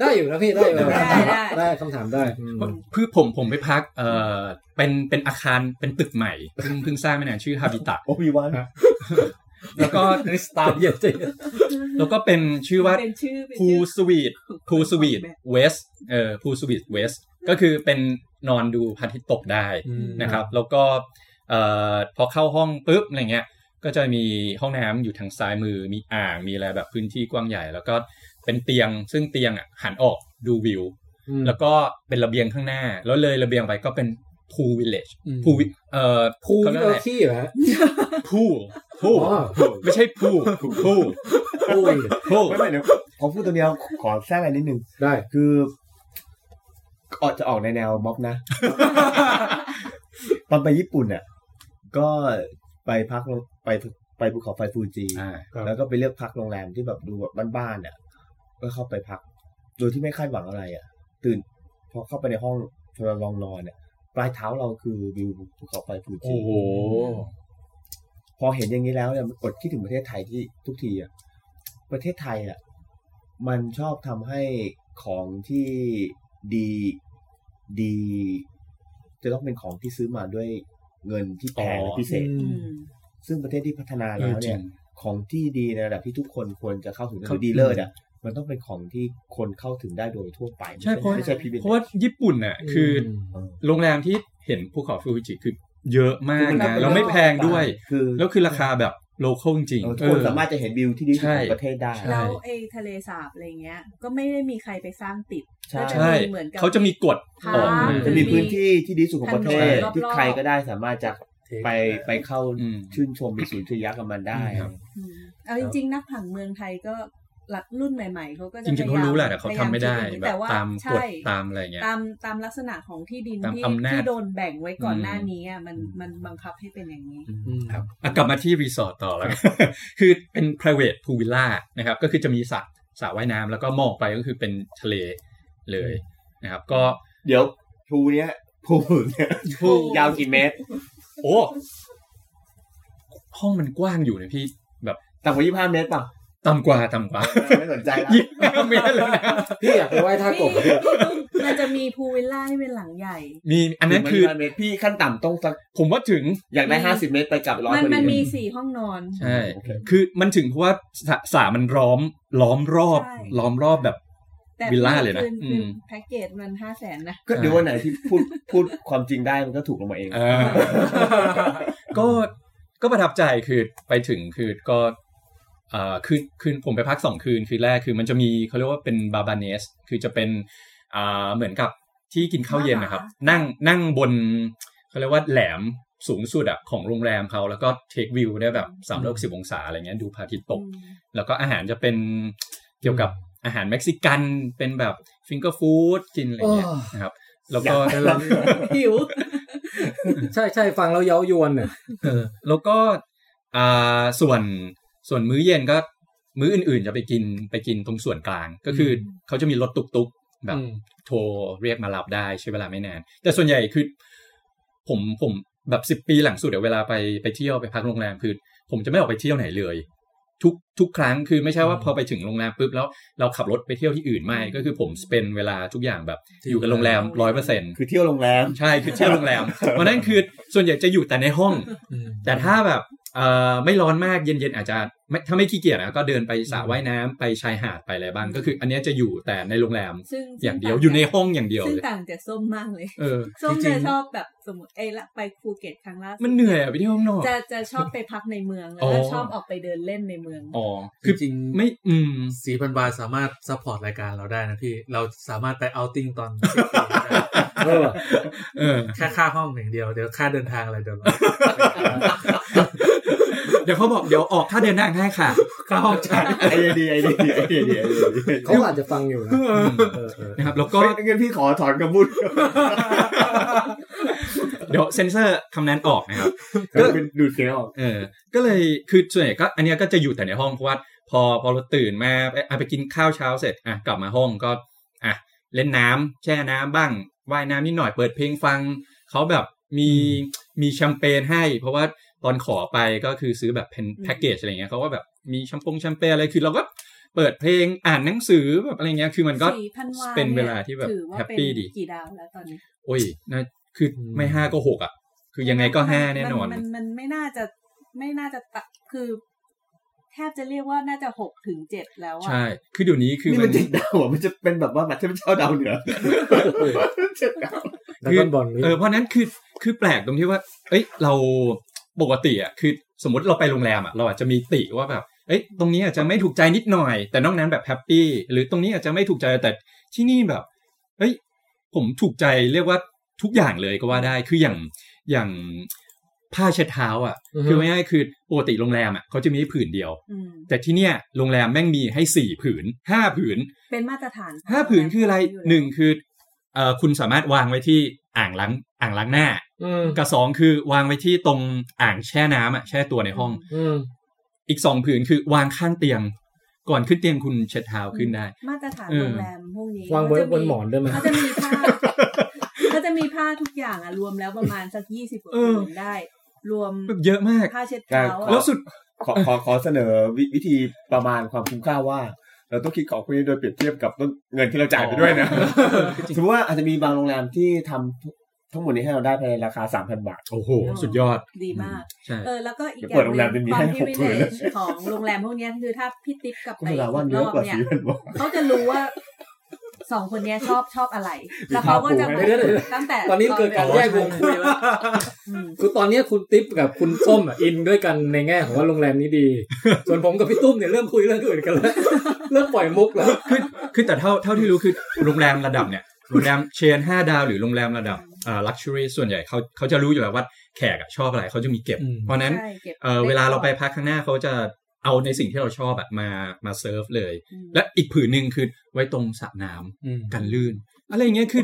[SPEAKER 2] ได้อยู่นะพี่ได้อยู่
[SPEAKER 6] ได้ได้
[SPEAKER 2] ได้คำถามได้อืม
[SPEAKER 5] คือผมผมไปพักเอ่อเป็นเป็นอาคารเป็นตึกใหม่เพิ่งเพิ่งสร้างไม่นานชื่อฮาบิต t
[SPEAKER 4] โอวีวัน
[SPEAKER 5] แล้ว
[SPEAKER 6] *laughs*
[SPEAKER 5] ก็
[SPEAKER 2] อันนี้สตาร์เยอะจริง
[SPEAKER 5] แล้วก็เป็นชื่อว่า
[SPEAKER 6] เป็นชื่อเป็น
[SPEAKER 5] พู
[SPEAKER 6] ชื่อ
[SPEAKER 5] สวีทพูสวีท
[SPEAKER 6] แบบ
[SPEAKER 5] เวสเอ่อพูสวีทเวสก็คือเป็นนอนดูพระอาทิตย์ตกได้นะครับ แล้วก็เอ่อพอเข้าห้องปุ๊บอะไรเงี้ยก็จะมีห้องน้ำอยู่ทางซ้ายมือมีอ่างมีอะไรแบบพื้นที่กว้างใหญ่ แล้วก็เป็นเตียงซึ่งเตียงอ่ะหันออกดูวิว แล้วก็เป็นระเบียงข้างหน้า แล้วเลยระเบียงไปก็เป็นพูวิลเลจ
[SPEAKER 3] อืม
[SPEAKER 5] พูเอ่อ
[SPEAKER 2] พูวิ
[SPEAKER 5] เขาเรียก
[SPEAKER 2] โอ
[SPEAKER 5] อะไร
[SPEAKER 2] คีเหรอฮะ
[SPEAKER 5] พูพู
[SPEAKER 2] อ๋อ
[SPEAKER 5] ไม่ใช่พูพู
[SPEAKER 2] พูวิ
[SPEAKER 5] พู
[SPEAKER 4] *laughs* ไม่ไม่เดี๋ยวขอพูดตัวเดียวขอแทรกอะไรนิดนึง
[SPEAKER 2] ได้
[SPEAKER 4] คือออกจะออกในแนวม็อบนะ ตอนไปญี่ปุ่นเนี่ยก็ไปพักโรงไปไปภูเขาไฟฟูจิ
[SPEAKER 5] อ่า
[SPEAKER 4] แล้วก็ไปเลือกพักโรงแรมที่แบบดูแบบบ้านๆเนี่ยก็เข้าไปพัก โดยที่ไม่คาดหวังอะไรอ่ะ ตื่นพอเข้าไปในห้องพอเราลองนอนเนี่ยปลายเท้าเราคือวิวภูเขาไฟฟูจิ พอเห็นอย่างนี้แล้วเนี่ยมันอดคิดถึงประเทศไทยที่ทุกทีอ่ะประเทศไทยอ่ะมันชอบทำให้ของที่ดีดี จะต้องเป็นของที่ซื้อมาด้วยเงินที่แพง
[SPEAKER 5] อ๋อ
[SPEAKER 4] และพิเศษ
[SPEAKER 6] อืม
[SPEAKER 4] ซึ่งประเทศที่พัฒนา
[SPEAKER 5] เอ
[SPEAKER 4] แล้
[SPEAKER 5] อ
[SPEAKER 4] ว
[SPEAKER 5] จริ
[SPEAKER 4] เนี่ย
[SPEAKER 5] ง
[SPEAKER 4] ของที่ดีในระดับที่ทุกคนควรจะเข้าถึงได้
[SPEAKER 5] เข้า
[SPEAKER 4] ดีเลิศอ่ะมันต้องเป็นของที่คนเข้าถึงได้โดยทั่วไป
[SPEAKER 5] ใช่เพราะ
[SPEAKER 4] ไม่ใช่พีบี
[SPEAKER 5] เพราะว่าญี่ปุ่นน่ะคืออโรงแรมที่เห็นภูเขาฟูจิคือเยอะมากนะแล้วไม่แพงด้วย
[SPEAKER 4] คือ
[SPEAKER 5] แล้วคือราคาแบบโลเคอลจริง
[SPEAKER 4] เออ
[SPEAKER 5] ๆ
[SPEAKER 4] ทุกคน
[SPEAKER 5] เออ
[SPEAKER 4] สามารถจะเห็นวิวที่ดีที่สุดขอ
[SPEAKER 5] ใช่
[SPEAKER 4] งประเทศได้
[SPEAKER 5] ใช่
[SPEAKER 6] แล้วไอ้ทะเลสาบอะไรเงี้ย ก็ไม่ได้มีใครไปสร้างติด
[SPEAKER 4] ใช่
[SPEAKER 6] ก็จะ
[SPEAKER 5] ใช่
[SPEAKER 6] มีเหมือนกับ
[SPEAKER 5] เขาจะมีกฎ
[SPEAKER 6] พา
[SPEAKER 5] ออกมา
[SPEAKER 4] จะมีพื้นที่ที่ดีที่สุดของประเทศ
[SPEAKER 5] ถนนรอบๆ
[SPEAKER 4] ที่ใครก็ได้สามารถจะไปไปเข้า
[SPEAKER 5] อืม
[SPEAKER 4] ชื่นชมมีศูนย์ทุยักษ์กับมันได้
[SPEAKER 5] ครับ
[SPEAKER 6] อืมเอาจริงๆนักผังเมืองไทยก็หลักรุ่นใหม่ๆเขาก็จะ
[SPEAKER 5] จริ
[SPEAKER 6] พ
[SPEAKER 5] งๆเขา
[SPEAKER 6] ยยม
[SPEAKER 5] รู้แหละแต่เขาทำไม่ได้
[SPEAKER 6] พยยคิอย่างนี้
[SPEAKER 5] แบบ
[SPEAKER 6] ว่
[SPEAKER 5] ตามก
[SPEAKER 6] ใช่
[SPEAKER 5] ฎตามอะไรเงี้ย
[SPEAKER 6] ตามตามลักษณะของที่ดิน
[SPEAKER 5] ตาม
[SPEAKER 6] ที่
[SPEAKER 5] อำนาจ
[SPEAKER 6] ที่โดนแบ่งไว้ก่อนหน้า
[SPEAKER 5] อืม
[SPEAKER 6] นี้อ่ะมันมันบังคับให้เป็นอย่างนี้
[SPEAKER 5] ครับอ่ะกลับมาที่รีสอร์ทต่อแล้วกัน *laughs* คือเป็น private pool villa นะครับ ก็คือจะมีสระสระว่ายน้ำแล้วก็มองไปก็คือเป็นทะเลเลยนะครับ ก็
[SPEAKER 4] เดี๋ยวภูเนี้ยภูเนี่ยภูยาวกี่เมตร
[SPEAKER 5] โอ้ห้องมันกว้างอยู่นะพี่แบบ
[SPEAKER 4] ต่ำกว่ายี่ห้าเมตรเปล่า
[SPEAKER 5] ต่ำกว่าต่ำกว่า *laughs*
[SPEAKER 4] ไม่สนใจละ
[SPEAKER 5] ยี่สิบห้าเมตรเลยนะ
[SPEAKER 2] พี่อยากไปไหว้ท่ากบเหรอพี่
[SPEAKER 6] *laughs* มันจะมีพูลวิลล่าที่เป็นหลังใหญ่
[SPEAKER 5] มีอันนั้นคือ
[SPEAKER 4] 25เมตรพี่ขั้นต่ำต้องสัก
[SPEAKER 5] ผมว่าถึง
[SPEAKER 4] อยากได้ห้าสิบเมตรไปกลับร้อย
[SPEAKER 6] มัน
[SPEAKER 4] พอดี
[SPEAKER 6] มันมีสี่ห้องนอน
[SPEAKER 5] ใช่
[SPEAKER 4] โอเค
[SPEAKER 5] คือมันถึงเพราะว่าสระสระมันล้อมล้อมรอบ
[SPEAKER 6] ใช่
[SPEAKER 5] ล้อมรอบแบบ
[SPEAKER 6] แต่
[SPEAKER 5] วิลล่าเลยนะ
[SPEAKER 6] คื
[SPEAKER 5] อื
[SPEAKER 6] คื
[SPEAKER 5] ม
[SPEAKER 6] แพ็กเกจมันห้าแสนนะ
[SPEAKER 4] ก็เดี๋ยววันไหนที่พูดพูดความจริงได้มันก็ถูกลงมาเอง
[SPEAKER 5] เออก็ก็ประทับใจคือไปถึงคือก็เอ่อคืนคืนผมไปพักสองคืน คืนแรกคือมันจะมีเขาเรียกว่าเป็นบาบาเนส คือจะเป็นอ่าเหมือนกับที่กินข้าวเย็นนะครับ นั่งนั่งบนเขาเรียกว่าแหลม สูงสุดอะของโรงแรมเขาแล้วก็เทควิวได้แบบ3ามร้อยสิบองศาอะไรเงี้ยดูพระอาทิตย์ตก แล้วก็อาหารจะเป็นเกี่ยวกับอาหารเม็กซิกันเป็นแบบฟิงเกอร์ฟู้ดกินอะไรเงี้ยนะครับ แล้วก็
[SPEAKER 6] หิว
[SPEAKER 2] ใช่ใช่ฟังแล้วเย้ายวนเนี่ย
[SPEAKER 5] เออแล้วก็อ่าส่วนส่วนมื้อเย็นก็ มื้ออื่นๆจะไปกินไปกินตรงส่วนกลาง ก็คืออเขาจะมีรถตุกๆ แบบ
[SPEAKER 3] อืม
[SPEAKER 5] โทรเรียกมารับได้ใช้เวลาไม่นาน แต่ส่วนใหญ่คือ ผมผมแบบสิบ10 ปีหลังสุดเดี๋ยวเวลาไปไปเที่ยวไปพักโรงแรมคือ ผมจะไม่ออกไปเที่ยวไหนเลย ทุกทุกครั้งคือไม่ใช่ว่าพอไปถึงโรงแรมปุ๊บแล้วเราขับรถไปเที่ยวที่อื่นไม่ก็คือผมสเปนเวลาทุกอย่างแบบอยู่กับโรงแรมร้อยเปอร์เซ็น
[SPEAKER 4] คือเที่ยวโรงแรม
[SPEAKER 5] ใช่คือเที่ยวโรงแรม เพราะฉะนั้นคือส่วนใหญ่จะอยู่แต่ในห้อง แต่ถ้าแบบเอ่อไม่ร้อนมากเย็นๆอาจจะไม่ถ้าไม่ขี้เกียจนะก็เดินไปสระว่ายน้ำไปชายหาดไปอะไรบ้างก็คือ อันเนี้ยจะอยู่แต่ในโรงแรม
[SPEAKER 6] ซึ่ง
[SPEAKER 5] อย่างเดียวอยู่ในห้องอย่างเดียว
[SPEAKER 6] ซึ่ง
[SPEAKER 5] เลย
[SPEAKER 6] ต่างจากส้มมากเลย
[SPEAKER 5] เออ
[SPEAKER 6] ส้ม
[SPEAKER 5] จริ
[SPEAKER 6] จะ
[SPEAKER 5] ง
[SPEAKER 6] ชอบแบบสมมติเอ้ยละไปภูเก็ตครั้งล่าสุด
[SPEAKER 5] ๆมันเหนื่อยอะไปเที่ยวข้างนอก
[SPEAKER 6] จะจะชอบไปพักในเมืองแล้ว
[SPEAKER 5] อ๋อ
[SPEAKER 6] ก็ชอบออกไปเดินเล่นในเมือง
[SPEAKER 5] อ๋อ
[SPEAKER 3] คื
[SPEAKER 5] คืออ
[SPEAKER 3] จริงๆ
[SPEAKER 5] ไม่อืม
[SPEAKER 3] สีพันบาทสามารถซัพพอร์ตรายการเราได้นะพี่ เราสามารถไปเอาติ้งตอน *laughs* 10โมงได้
[SPEAKER 2] เออ
[SPEAKER 5] เออ
[SPEAKER 3] แค่ค่าห้องอย่างเดียว เดี๋ยวค่าเดินทางอะไรเดี๋ยวเรา
[SPEAKER 5] เดี๋ยวเขาบอกเดี๋ยวออกค่าเดินทางให้ค่ะ
[SPEAKER 3] ค่าห้องจ่าย
[SPEAKER 4] ไอเดียดีไอเดียดีไอเดียดีไอเดียดี
[SPEAKER 2] เขาอาจจะฟังอยู่นะเออเออ
[SPEAKER 5] นะครับ แล้วก็ *laughs*
[SPEAKER 4] ก็งั้นพี่ขอถอนคำพูด
[SPEAKER 5] เดี๋ยวเซ็นเซอร์คำนั้นออกนะครับ
[SPEAKER 4] ก็เป็นดูดเสียงออก
[SPEAKER 5] เออ ก็เลยคือส่วนใหญ่ก็อันเนี้ยก็จะอยู่แต่ในห้องเพราะว่าพอพอเราตื่นมาไปอ่ะไปกินข้าวเช้าเสร็จอ่ะกลับมาห้องก็อ่ะเล่นน้ำแช่น้ำบ้างว่ายน้ำนิดหน่อยเปิดเพลงฟัง เขาแบบมีมีแชมเปญให้ เพราะว่าตอนขอไปก็คือซื้อแบบเป็น
[SPEAKER 6] อืม
[SPEAKER 5] แพ็กเกจอะไรเงี้ยเขาก็แบบมีแชมปงแชมเปญอะไรคือเราก็เปิดเพลงอ่านหนังสือแบบอะไรเงี้ยคือมันก็
[SPEAKER 6] สี่พันวา
[SPEAKER 5] เป็น
[SPEAKER 6] ย
[SPEAKER 5] เวลาที่แบบ
[SPEAKER 6] ถือว่า
[SPEAKER 5] แฮป
[SPEAKER 6] เน
[SPEAKER 5] ปี้ดี
[SPEAKER 6] กี่ดาวแล้วตอนนี้
[SPEAKER 5] โอ้ยนะคือไม่ห้าก็หกอ่ะ คือยังไงก็ห้าแน่นอน
[SPEAKER 6] มันมันมันไม่น่าจะไม่น่าจะตะคือ แทบจะเรียกว่าน่าจะหกถึงเจ็ดแล้วอ่ะ
[SPEAKER 5] ใช่ คือเดี๋ยวนี้คือ
[SPEAKER 4] นี่มันติดดาวอ่ะมันจะเป็นแบบว่าบัตรเทพเจ้าดาวเหนือเจ็ดดาว
[SPEAKER 2] แล้วก็บอลนี่
[SPEAKER 5] เออเพราะฉะนั้นคือคือแปลกตรงที่ว่า เอ้ยเราปกติอ่ะคือสมมติเราไปโรงแรมอ่ะเราอาจจะมีติว่าแบบ เอ้ยตรงนี้อาจจะไม่ถูกใจนิดหน่อย แต่นอกนั้นแบบแฮปปี้หรือตรงนี้อาจจะไม่ถูกใจแต่ที่นี่แบบ เอ้ยผมถูกใจเรียกว่าทุกอย่างเลยก็ว่าได้คืออย่างอย่างผ้าเช็ดเท้าอ่ะ คือไม่ง่ายๆคือปกติโรงแรมอ่ะเขาจะมีให้ผืนเดียว
[SPEAKER 6] อืม
[SPEAKER 5] แต่ที่เนี่ยโรงแรมแม่งมีให้สี่ผืนห้าผืน
[SPEAKER 6] เป็นมาตรฐาน
[SPEAKER 5] ห้าผืนคืออะไร
[SPEAKER 6] ยู่แล้ว
[SPEAKER 5] หนึ่งคือเอ่อคุณสามารถวางไว้ที่อ่างล้างอ่างล้างหน้ากับสองคือวางไว้ที่ตรงอ่างแช่น้ำอ่ะแช่ตัวในห้อง อีกสองผืนคือวางข้างเตียง ก่อนขึ้นเตียงคุณเช็ดเท้าขึ้นได้
[SPEAKER 6] มาตรฐาน
[SPEAKER 5] เออ
[SPEAKER 6] โรงแรมพวกนี้
[SPEAKER 2] วางไว้
[SPEAKER 6] เขจะ
[SPEAKER 2] บนหมอนได้ไหม
[SPEAKER 6] เขาจะมีผ้าเขาจะมีผ้าทุกอย่างอะรวมแล้วประมาณสักยี่สิบกว่า
[SPEAKER 5] เออ
[SPEAKER 6] ผืนได้ รวม
[SPEAKER 5] แบบเยอะมาก
[SPEAKER 6] ผ้าเช็ดเท้าอะ
[SPEAKER 5] แล้วสุด
[SPEAKER 4] ขอขอขอเสนอวิวิธีประมาณความคุ้มค่าว่า เราต้องคิดของพวกนี้โดยเปรียบเทียบกับต้นเงินที่เราจ่ายไปด้วยนะ *laughs* สมมติว่าอาจจะมีบางโรงแรมที่ทำทั้งหมดนี้ให้เราได้ภายในราคาสามพันบาท
[SPEAKER 5] โอ้โห สุดยอด
[SPEAKER 6] ดีมาก
[SPEAKER 5] ใช่
[SPEAKER 6] เออแล้วก็อีก
[SPEAKER 4] เดี๋ยว
[SPEAKER 6] อย่าง
[SPEAKER 4] เปิดโรงแรมเป็นมีให้
[SPEAKER 6] ที่
[SPEAKER 4] หกผืน
[SPEAKER 6] ของโรงแรมพวกเนี้ยคือถ้าพี่ติ๊กกลับ
[SPEAKER 4] ก็
[SPEAKER 6] ไป
[SPEAKER 4] เว
[SPEAKER 6] อีก
[SPEAKER 4] ลาว่า
[SPEAKER 6] อ
[SPEAKER 4] เนื้อบ กว่า
[SPEAKER 6] เนี่ย
[SPEAKER 4] สี่พัน *laughs* บาท
[SPEAKER 6] เขาจะรู้ว่าสองคนเนี้ยชอบชอบอะไร แล้วเขาก็จะ
[SPEAKER 4] มี
[SPEAKER 6] มา
[SPEAKER 4] ภาพปูไหม
[SPEAKER 6] ตั้งแต่
[SPEAKER 2] ตอนนี้เกิดการแยกวงคุยแล้ว
[SPEAKER 6] อืม
[SPEAKER 2] คือตอนเนี้ยคุณติ๊บกับคุณส้มอ่ะอินด้วยกันในแง่ของว่าโรงแรมนี้ดี ส่วนผมกับพี่ตุ้มเนี่ยเริ่มคุยเรื่องอื่นกันแล้วเริ่มปล่อยมุกแล้ว
[SPEAKER 5] คือคือแต่เท่าเท่าที่รู้คือโรงแรมระดับเนี่ยโรงแรมเชนห้าดาวหรือโรงแรมระดับอ่าลักชัวรี่ส่วนใหญ่เขาเขาจะรู้อยู่แล้วว่าแขกอะชอบอะไรเขาจะมีเก็บ เพราะฉะนั้น
[SPEAKER 6] ใช่ก็บ
[SPEAKER 5] เออเวลาเราไปพักข้างหน้าเขาจะเอาในสิ่งที่เราชอบแบบมามาเซิร์ฟเลย
[SPEAKER 6] อืม
[SPEAKER 5] และอีกผืนหนึ่งคือไว้ตรงสระน้ำ
[SPEAKER 3] อืม
[SPEAKER 5] กันลื่น อะไรอย่างเงี้ยคือ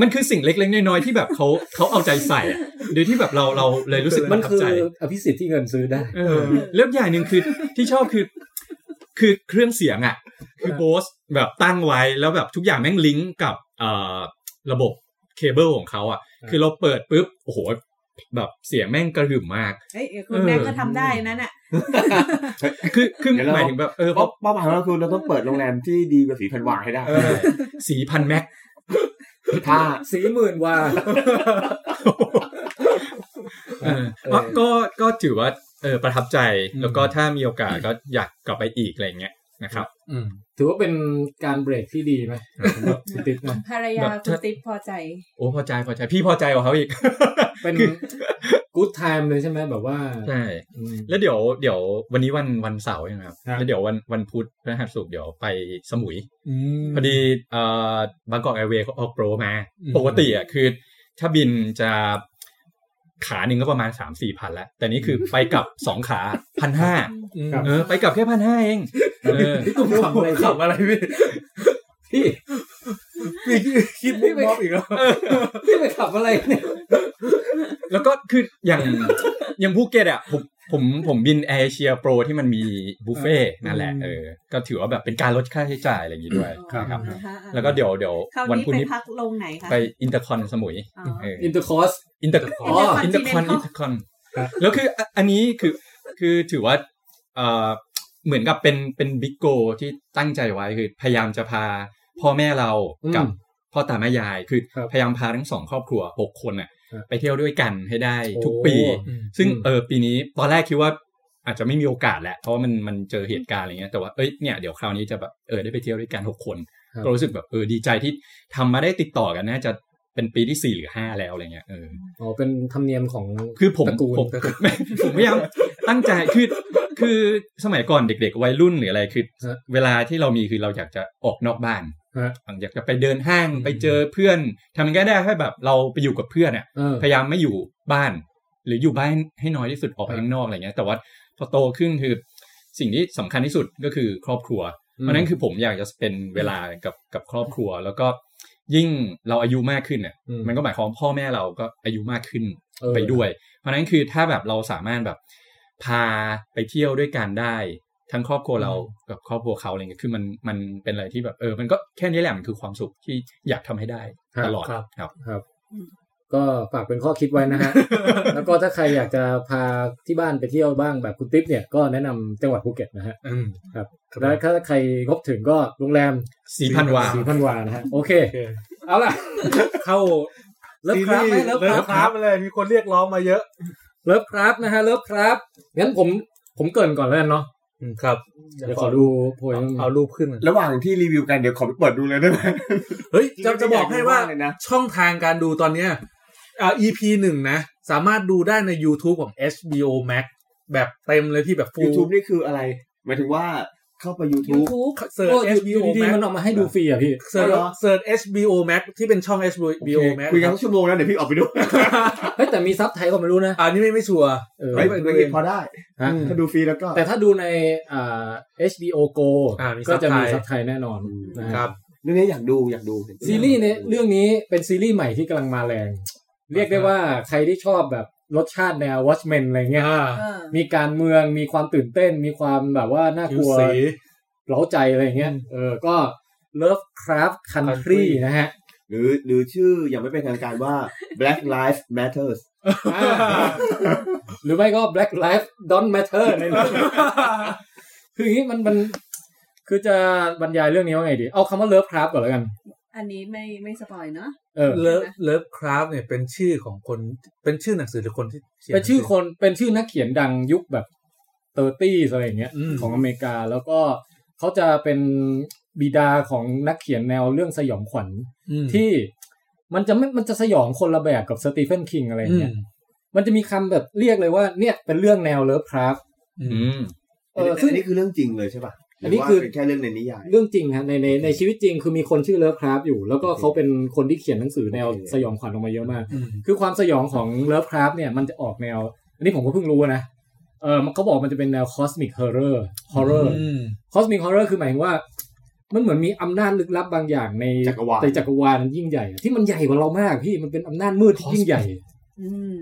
[SPEAKER 5] มันคือสิ่งเล็กๆน้อยๆที่แบบเขา เขาเอาใจใส่อะโดยที่แบบเราเราเลยรู้สึกป
[SPEAKER 2] มัน
[SPEAKER 5] ระทับ
[SPEAKER 2] คือ
[SPEAKER 5] ใจ
[SPEAKER 2] อภิสิทธิ์ที่เงินซื้อได้
[SPEAKER 5] เออแล้วอย่างหนึ่งคือที่ชอบคือ คือเครื่องเสียงอ่ะ คือโบสแบบตั้งไว้แล้วแบบทุกอย่างแม่งลิงก์กับเอ่อระบบเคเบิลของเขาอ่ะ คือเราเปิดปุ๊บโอ้โหแบบเสียงแม่งกระหึ่มมาก
[SPEAKER 6] เอ้ยเดี๋ยวคุณแม่ก็ทำได้นั่นน่ะ
[SPEAKER 5] คือคือ
[SPEAKER 4] เดี๋ยวเรา
[SPEAKER 5] หมายถึงแบบเออเพ
[SPEAKER 4] เพราะ
[SPEAKER 5] ราะ
[SPEAKER 4] เป้าหมายของเราคือเราต้องเปิดโรงแรมที่ดีกว่าสี่พันบาทให้ได้
[SPEAKER 5] สีพันแม็ก
[SPEAKER 4] ถ้า
[SPEAKER 2] สีหมื่นว่า
[SPEAKER 5] เออ
[SPEAKER 2] เออ
[SPEAKER 5] ก็ก็ก็ถือว่าเออประทับใจแล้วก็ถ้ามีโอกาสก็อยากกลับไปอีกอะไรเงี้ยนะครับ
[SPEAKER 3] อืม
[SPEAKER 2] ถือว่าเป็นการเบรกที่ดีไหมคุณติ๊บ
[SPEAKER 5] *laughs*
[SPEAKER 2] นะ
[SPEAKER 6] ภรรยา
[SPEAKER 5] แบบ
[SPEAKER 6] คุณติ๊บพอใจ
[SPEAKER 5] โอ้พอใจพอใจพี่พอใจกว่าเขาอีก
[SPEAKER 2] เป็นกู๊ดไทม์เลยใช่ไหมแบบว่า
[SPEAKER 5] ใช่
[SPEAKER 2] อืม
[SPEAKER 5] แล้วเดี๋ยวเดี๋ยววันนี้วันวันเสาร์ใช่ไหมครับ
[SPEAKER 2] ครับ
[SPEAKER 5] แล้วเดี๋ยววันวันพุธพฤหัสศุกร์เดี๋ยวไปสมุย พอดีเอ่อบางกอกแอร์เวย์เขาออกโปรมา
[SPEAKER 3] อืม
[SPEAKER 5] ปกติอ่ะคือ ถ้าบินจะ ขาหนึ่งก็ประมาณสามสี่พันแล้ว แต่นี่คือไปกลับสองขาพันห้า
[SPEAKER 2] ครับ
[SPEAKER 5] เออไปกลับแค่พันห้าเองเออ
[SPEAKER 2] พี่ตุ้มขำอะไร
[SPEAKER 3] ขำอะไรพี่
[SPEAKER 2] พี่
[SPEAKER 3] พี่คิดไม่มอบอีกแล้ว
[SPEAKER 2] พี่ไปขำอะไรเนี่ย
[SPEAKER 5] แล้วก็คืออย่าง *laughs* อย่างภูเก็ตอ่ะผมผมผมบินแอร์เชียโปรที่มันมีบุฟเฟ่ต์นั่นแหละเออก็ถือว่าแบบเป็นการลดค่าใช้จ่ายอะไรอย่างงี้ด้วยนะครับ แล้วก็เดี๋ยวเดี๋ยว
[SPEAKER 6] คราว
[SPEAKER 5] วัน
[SPEAKER 6] นี้ไป
[SPEAKER 5] พรุ่งนี้
[SPEAKER 6] พักลงไหนคะ
[SPEAKER 5] ไปอินเตอร์คอนสมุย
[SPEAKER 6] อ๋อ
[SPEAKER 5] เออ
[SPEAKER 2] อินเตอร์คอร์ส
[SPEAKER 5] อินเตอร์
[SPEAKER 2] อ๋
[SPEAKER 5] คอ
[SPEAKER 2] อ
[SPEAKER 5] นอินเตอร์คอ
[SPEAKER 6] Intercontinental
[SPEAKER 5] นอินเตอร์คอนแล้วคืออ่ะอันนี้คือคือถือว่าเอ่อเหมือนกับเป็นเป็นบิ๊กโกที่ตั้งใจไว้คือพยายามจะพาพ่อแม่เรากับ
[SPEAKER 2] อืม
[SPEAKER 5] พ่อตาแม่ยายคือ
[SPEAKER 2] ครับ
[SPEAKER 5] พยายามพาทั้งสองครอบครัวหกคนอ่ะ
[SPEAKER 2] ครับ
[SPEAKER 5] ไปเที่ยวด้วยกันให้ได้ทุก
[SPEAKER 2] โอ้
[SPEAKER 5] ปี ซึ่ง
[SPEAKER 2] อืม
[SPEAKER 5] เออปีนี้ตอนแรกคิดว่าอาจจะไม่มีโอกาสแหละเพราะว่ามันมันเจอเหตุการณ์อะไรเงี้ยแต่ว่าเอ้ยเนี่ยเดี๋ยวคราวนี้จะแบบเออได้ไปเที่ยวด้วยกันหกคน
[SPEAKER 2] ครับ
[SPEAKER 5] ก็รู้สึกแบบเออดีใจที่ทำมาได้ติดต่อกันน่าจะเป็นปีที่สี่หรือห้าแล้วอะไรเงี้ยเออ
[SPEAKER 2] อ๋อเป็นธรรมเนียมของ
[SPEAKER 5] คือผม
[SPEAKER 2] ตระกูล
[SPEAKER 5] ผม *laughs* ผมไม่ผมพยายามตั้งใจคือคือสมัยก่อนเด็ก ๆ วัยรุ่นหรืออะไรคือ
[SPEAKER 2] ฮะ
[SPEAKER 5] เวลาที่เรามีคือเราอยากจะออกนอกบ้าน
[SPEAKER 2] ฮะ
[SPEAKER 5] อยากจะไปเดินห้างไปเจอเพื่อนทำยังไงก็ได้ให้แบบเราไปอยู่กับเพื่อนอะ
[SPEAKER 2] เออ
[SPEAKER 5] พยายามไม่อยู่บ้าน หรืออยู่บ้านให้น้อยที่สุดออกไป
[SPEAKER 2] ครับ
[SPEAKER 5] ข้างนอกอะไรเงี้ย แต่ว่าพอโตขึ้นคือสิ่งที่สำคัญที่สุดก็คือครอบครัว
[SPEAKER 2] อืม
[SPEAKER 5] เพราะฉะนั้นคือผมอยากจะเป็นเวลากับกับครอบครัว แล้วก็ยิ่งเราอายุมากขึ้นเนี่ย
[SPEAKER 2] อื
[SPEAKER 5] มันก็หมายความว่าพ่อแม่เราก็อายุมากขึ้น
[SPEAKER 2] เออ
[SPEAKER 5] ไปด้วย เพราะฉะนั้นคือถ้าแบบเราสามารถแบบพาไปเที่ยวด้วยกันได้ ทั้งครอบครัวเรากับครอบครัวเขาอะไรเงี้ยคือมันมันเป็นอะไรที่แบบเออ มันก็แค่นี้แหละมันคือความสุขที่อยากทำให้ได้ตลอด
[SPEAKER 2] ครับ
[SPEAKER 5] ครับ
[SPEAKER 2] ก็ฝากเป็นข้อคิดไว้นะ
[SPEAKER 5] *laughs*
[SPEAKER 2] ฮะ แล้วก็ถ้าใครอยากจะพาที่บ้านไปเที่ยวบ้างแบบคุณติ๊บเนี่ยก็แนะนำจังหวัดภูเก็ตนะฮะ
[SPEAKER 3] อืม
[SPEAKER 2] ครับ
[SPEAKER 3] ครับ
[SPEAKER 2] แล้วถ้าใครงบถึงก็โรงแรม
[SPEAKER 5] สีพันวา
[SPEAKER 2] สีพันวานะฮะ โอเค
[SPEAKER 3] โอเค
[SPEAKER 2] เอาล่ะ
[SPEAKER 3] เข้า
[SPEAKER 2] เลิฟคราฟต์ไหมเลิฟครา
[SPEAKER 3] เลิ
[SPEAKER 2] ฟต์
[SPEAKER 3] ฟคราฟต์เลยมีคนเรียกร้องมาเยอะ
[SPEAKER 2] เลิฟครับนะฮะเลิฟครับงั้นผมผมเกรินก่อนแล้วกันเนาะ
[SPEAKER 3] อืมครับ
[SPEAKER 2] เดี๋ยวขอดูโพย
[SPEAKER 3] เอารูปขึ้น
[SPEAKER 4] ระหว่างที่รีวิวกันเดี๋ยวขอไปเปิดดูเลยได้ไหม
[SPEAKER 3] เฮ้ย
[SPEAKER 4] จริ
[SPEAKER 3] จะ
[SPEAKER 4] งๆ
[SPEAKER 3] จะบอกให้ว่า
[SPEAKER 4] อยากดูมากเลยนะ
[SPEAKER 3] ช่องทางการดูตอนเนี้ยอ่า EP หนึ่งนะ สามารถดูได้ใน YouTube ของ HBO Max แบบเต็มเลยที่แบบ full
[SPEAKER 4] YouTube นี่คืออะไร หมายถึงว่าเข้าไป YouTube
[SPEAKER 6] YouTube
[SPEAKER 3] เสิร์ช
[SPEAKER 2] โอ้ย
[SPEAKER 3] HBO
[SPEAKER 2] ดี
[SPEAKER 3] Max
[SPEAKER 2] ๆมันออกมาให้ดูฟรีอ่ะพี่
[SPEAKER 3] เสิร์ช
[SPEAKER 4] เหรอ
[SPEAKER 3] เสิร์ช HBO Max ที่เป็นช่อง
[SPEAKER 4] โอเค
[SPEAKER 3] HBO Max
[SPEAKER 4] คุยกันทั้งชั่วโมงแล้วเดี๋ยวพี่ออกไปดู
[SPEAKER 2] เฮ้ยแต่มีซับไทยก็ไม่รู้นะ
[SPEAKER 3] อันนี้ไม่ไม่ชัวร์
[SPEAKER 2] เออ
[SPEAKER 4] เฮ้ย
[SPEAKER 3] ไปดู
[SPEAKER 4] ไม่
[SPEAKER 3] เอง
[SPEAKER 4] พอได้
[SPEAKER 2] ฮะ
[SPEAKER 4] ถ้าดูฟรีแล้วก็
[SPEAKER 2] แต่ถ้าดูในอ่า HBO Go
[SPEAKER 3] อ่ามีซั
[SPEAKER 2] ก็
[SPEAKER 3] บไทย
[SPEAKER 2] จะมีซับไทยแน่นอน
[SPEAKER 4] อืม
[SPEAKER 2] นะฮะ
[SPEAKER 3] ครับ
[SPEAKER 4] เรื่องนี้อยากดูอยากดู
[SPEAKER 2] ซีรีส์เนี่ยเรื่องนี้เป็นซีรีส์ใหม่ที่กำลังมาแรง เรียกได้ว่าใครที่ชอบแบบรสชาติแนว Watchmen อะไรเงี้ย
[SPEAKER 3] อ่า
[SPEAKER 6] เออ
[SPEAKER 2] มีการเมืองมีความตื่นเต้น มีความแบบว่าน่า
[SPEAKER 3] ผิ
[SPEAKER 2] ก
[SPEAKER 3] ว
[SPEAKER 2] ลัว
[SPEAKER 3] สี
[SPEAKER 2] เล้าใจอะไรเงี้ยเออก็ Lovecraft Country
[SPEAKER 3] Country
[SPEAKER 2] นะฮะ
[SPEAKER 4] หรือหรือชื่ออย่างไม่เป็นทางการว่า Black Lives Matters
[SPEAKER 2] อ่า *laughs* หรือไม่ก็ Black Lives Don't Matter ใน
[SPEAKER 3] *laughs*
[SPEAKER 2] เรื่อง คืออย่างนี้มันมันคือจะบรรยายเรื่องนี้ว่าไงดี เอาคำว่าเลิฟคราฟก่อนแล้วกัน
[SPEAKER 6] อันนี้ไม่ไม่สปอยเนาะ
[SPEAKER 2] เออ
[SPEAKER 3] เลิฟเลิฟคราฟเนี่ยเป็นชื่อของคนเป็นชื่อหนังสือหรือคนที่ขีย
[SPEAKER 2] เป็นชื่อคนเป็นชื่อนักเขียนดังยุคแบบเตอร์ตี้อะไรอย่างเงี้ย
[SPEAKER 3] ม
[SPEAKER 2] ของอเมริกาแล้วก็เขาจะเป็นบิดาของนักเขียนแนวเรื่องสยองขวัญ
[SPEAKER 3] อืม
[SPEAKER 2] ที่มันจะไม่มันจะสยองคนละแบบกับสตีเฟนคิงอะไรอย่างเงี้ยมันจะมีคำแบบเรียกเลยว่าเนี่ยเป็นเรื่องแนวเลิฟคราฟ
[SPEAKER 3] อื
[SPEAKER 5] อื
[SPEAKER 3] ม
[SPEAKER 5] ม
[SPEAKER 2] เออซึ่ง
[SPEAKER 4] อันนี้คือเรื่องจริงเลยใช่ป่ะห
[SPEAKER 2] อั
[SPEAKER 4] รือ
[SPEAKER 2] นนี้
[SPEAKER 4] ว่า
[SPEAKER 2] คือ
[SPEAKER 4] เป็นแค่เรื่องในนิยาย
[SPEAKER 2] เรื่องจริงฮะในในในชีวิตจริงคือมีคนชื่อเลิฟคราฟอยู่ แล้วก็
[SPEAKER 4] โอเค
[SPEAKER 2] เขาเป็นคนที่เขียนหนังสือแนว
[SPEAKER 4] โอเค
[SPEAKER 2] สยองขวัญออกมาเยอะมาก
[SPEAKER 3] อืม
[SPEAKER 2] คือความสยองของเลิฟคราฟเนี่ยมันจะออกแนว อันนี้ผมก็เพิ่งรู้นะ เออมันเขาบอกมันจะเป็นแนวคอสมิกฮอร์เรอร์ฮอร์เรอร์
[SPEAKER 3] อืม
[SPEAKER 2] คอสมิกฮอร์เรอร์คือหมายถึงว่า มันเหมือนมีอำนาจลึกลับบางอย่างใน
[SPEAKER 4] จักรวาล
[SPEAKER 2] ในจักรวาลนั้นยิ่งใหญ่อะที่มันใหญ่กว่าเรามากพี่มันเป็นอำนาจมืดที่ยิ่งใหญ่
[SPEAKER 6] อืม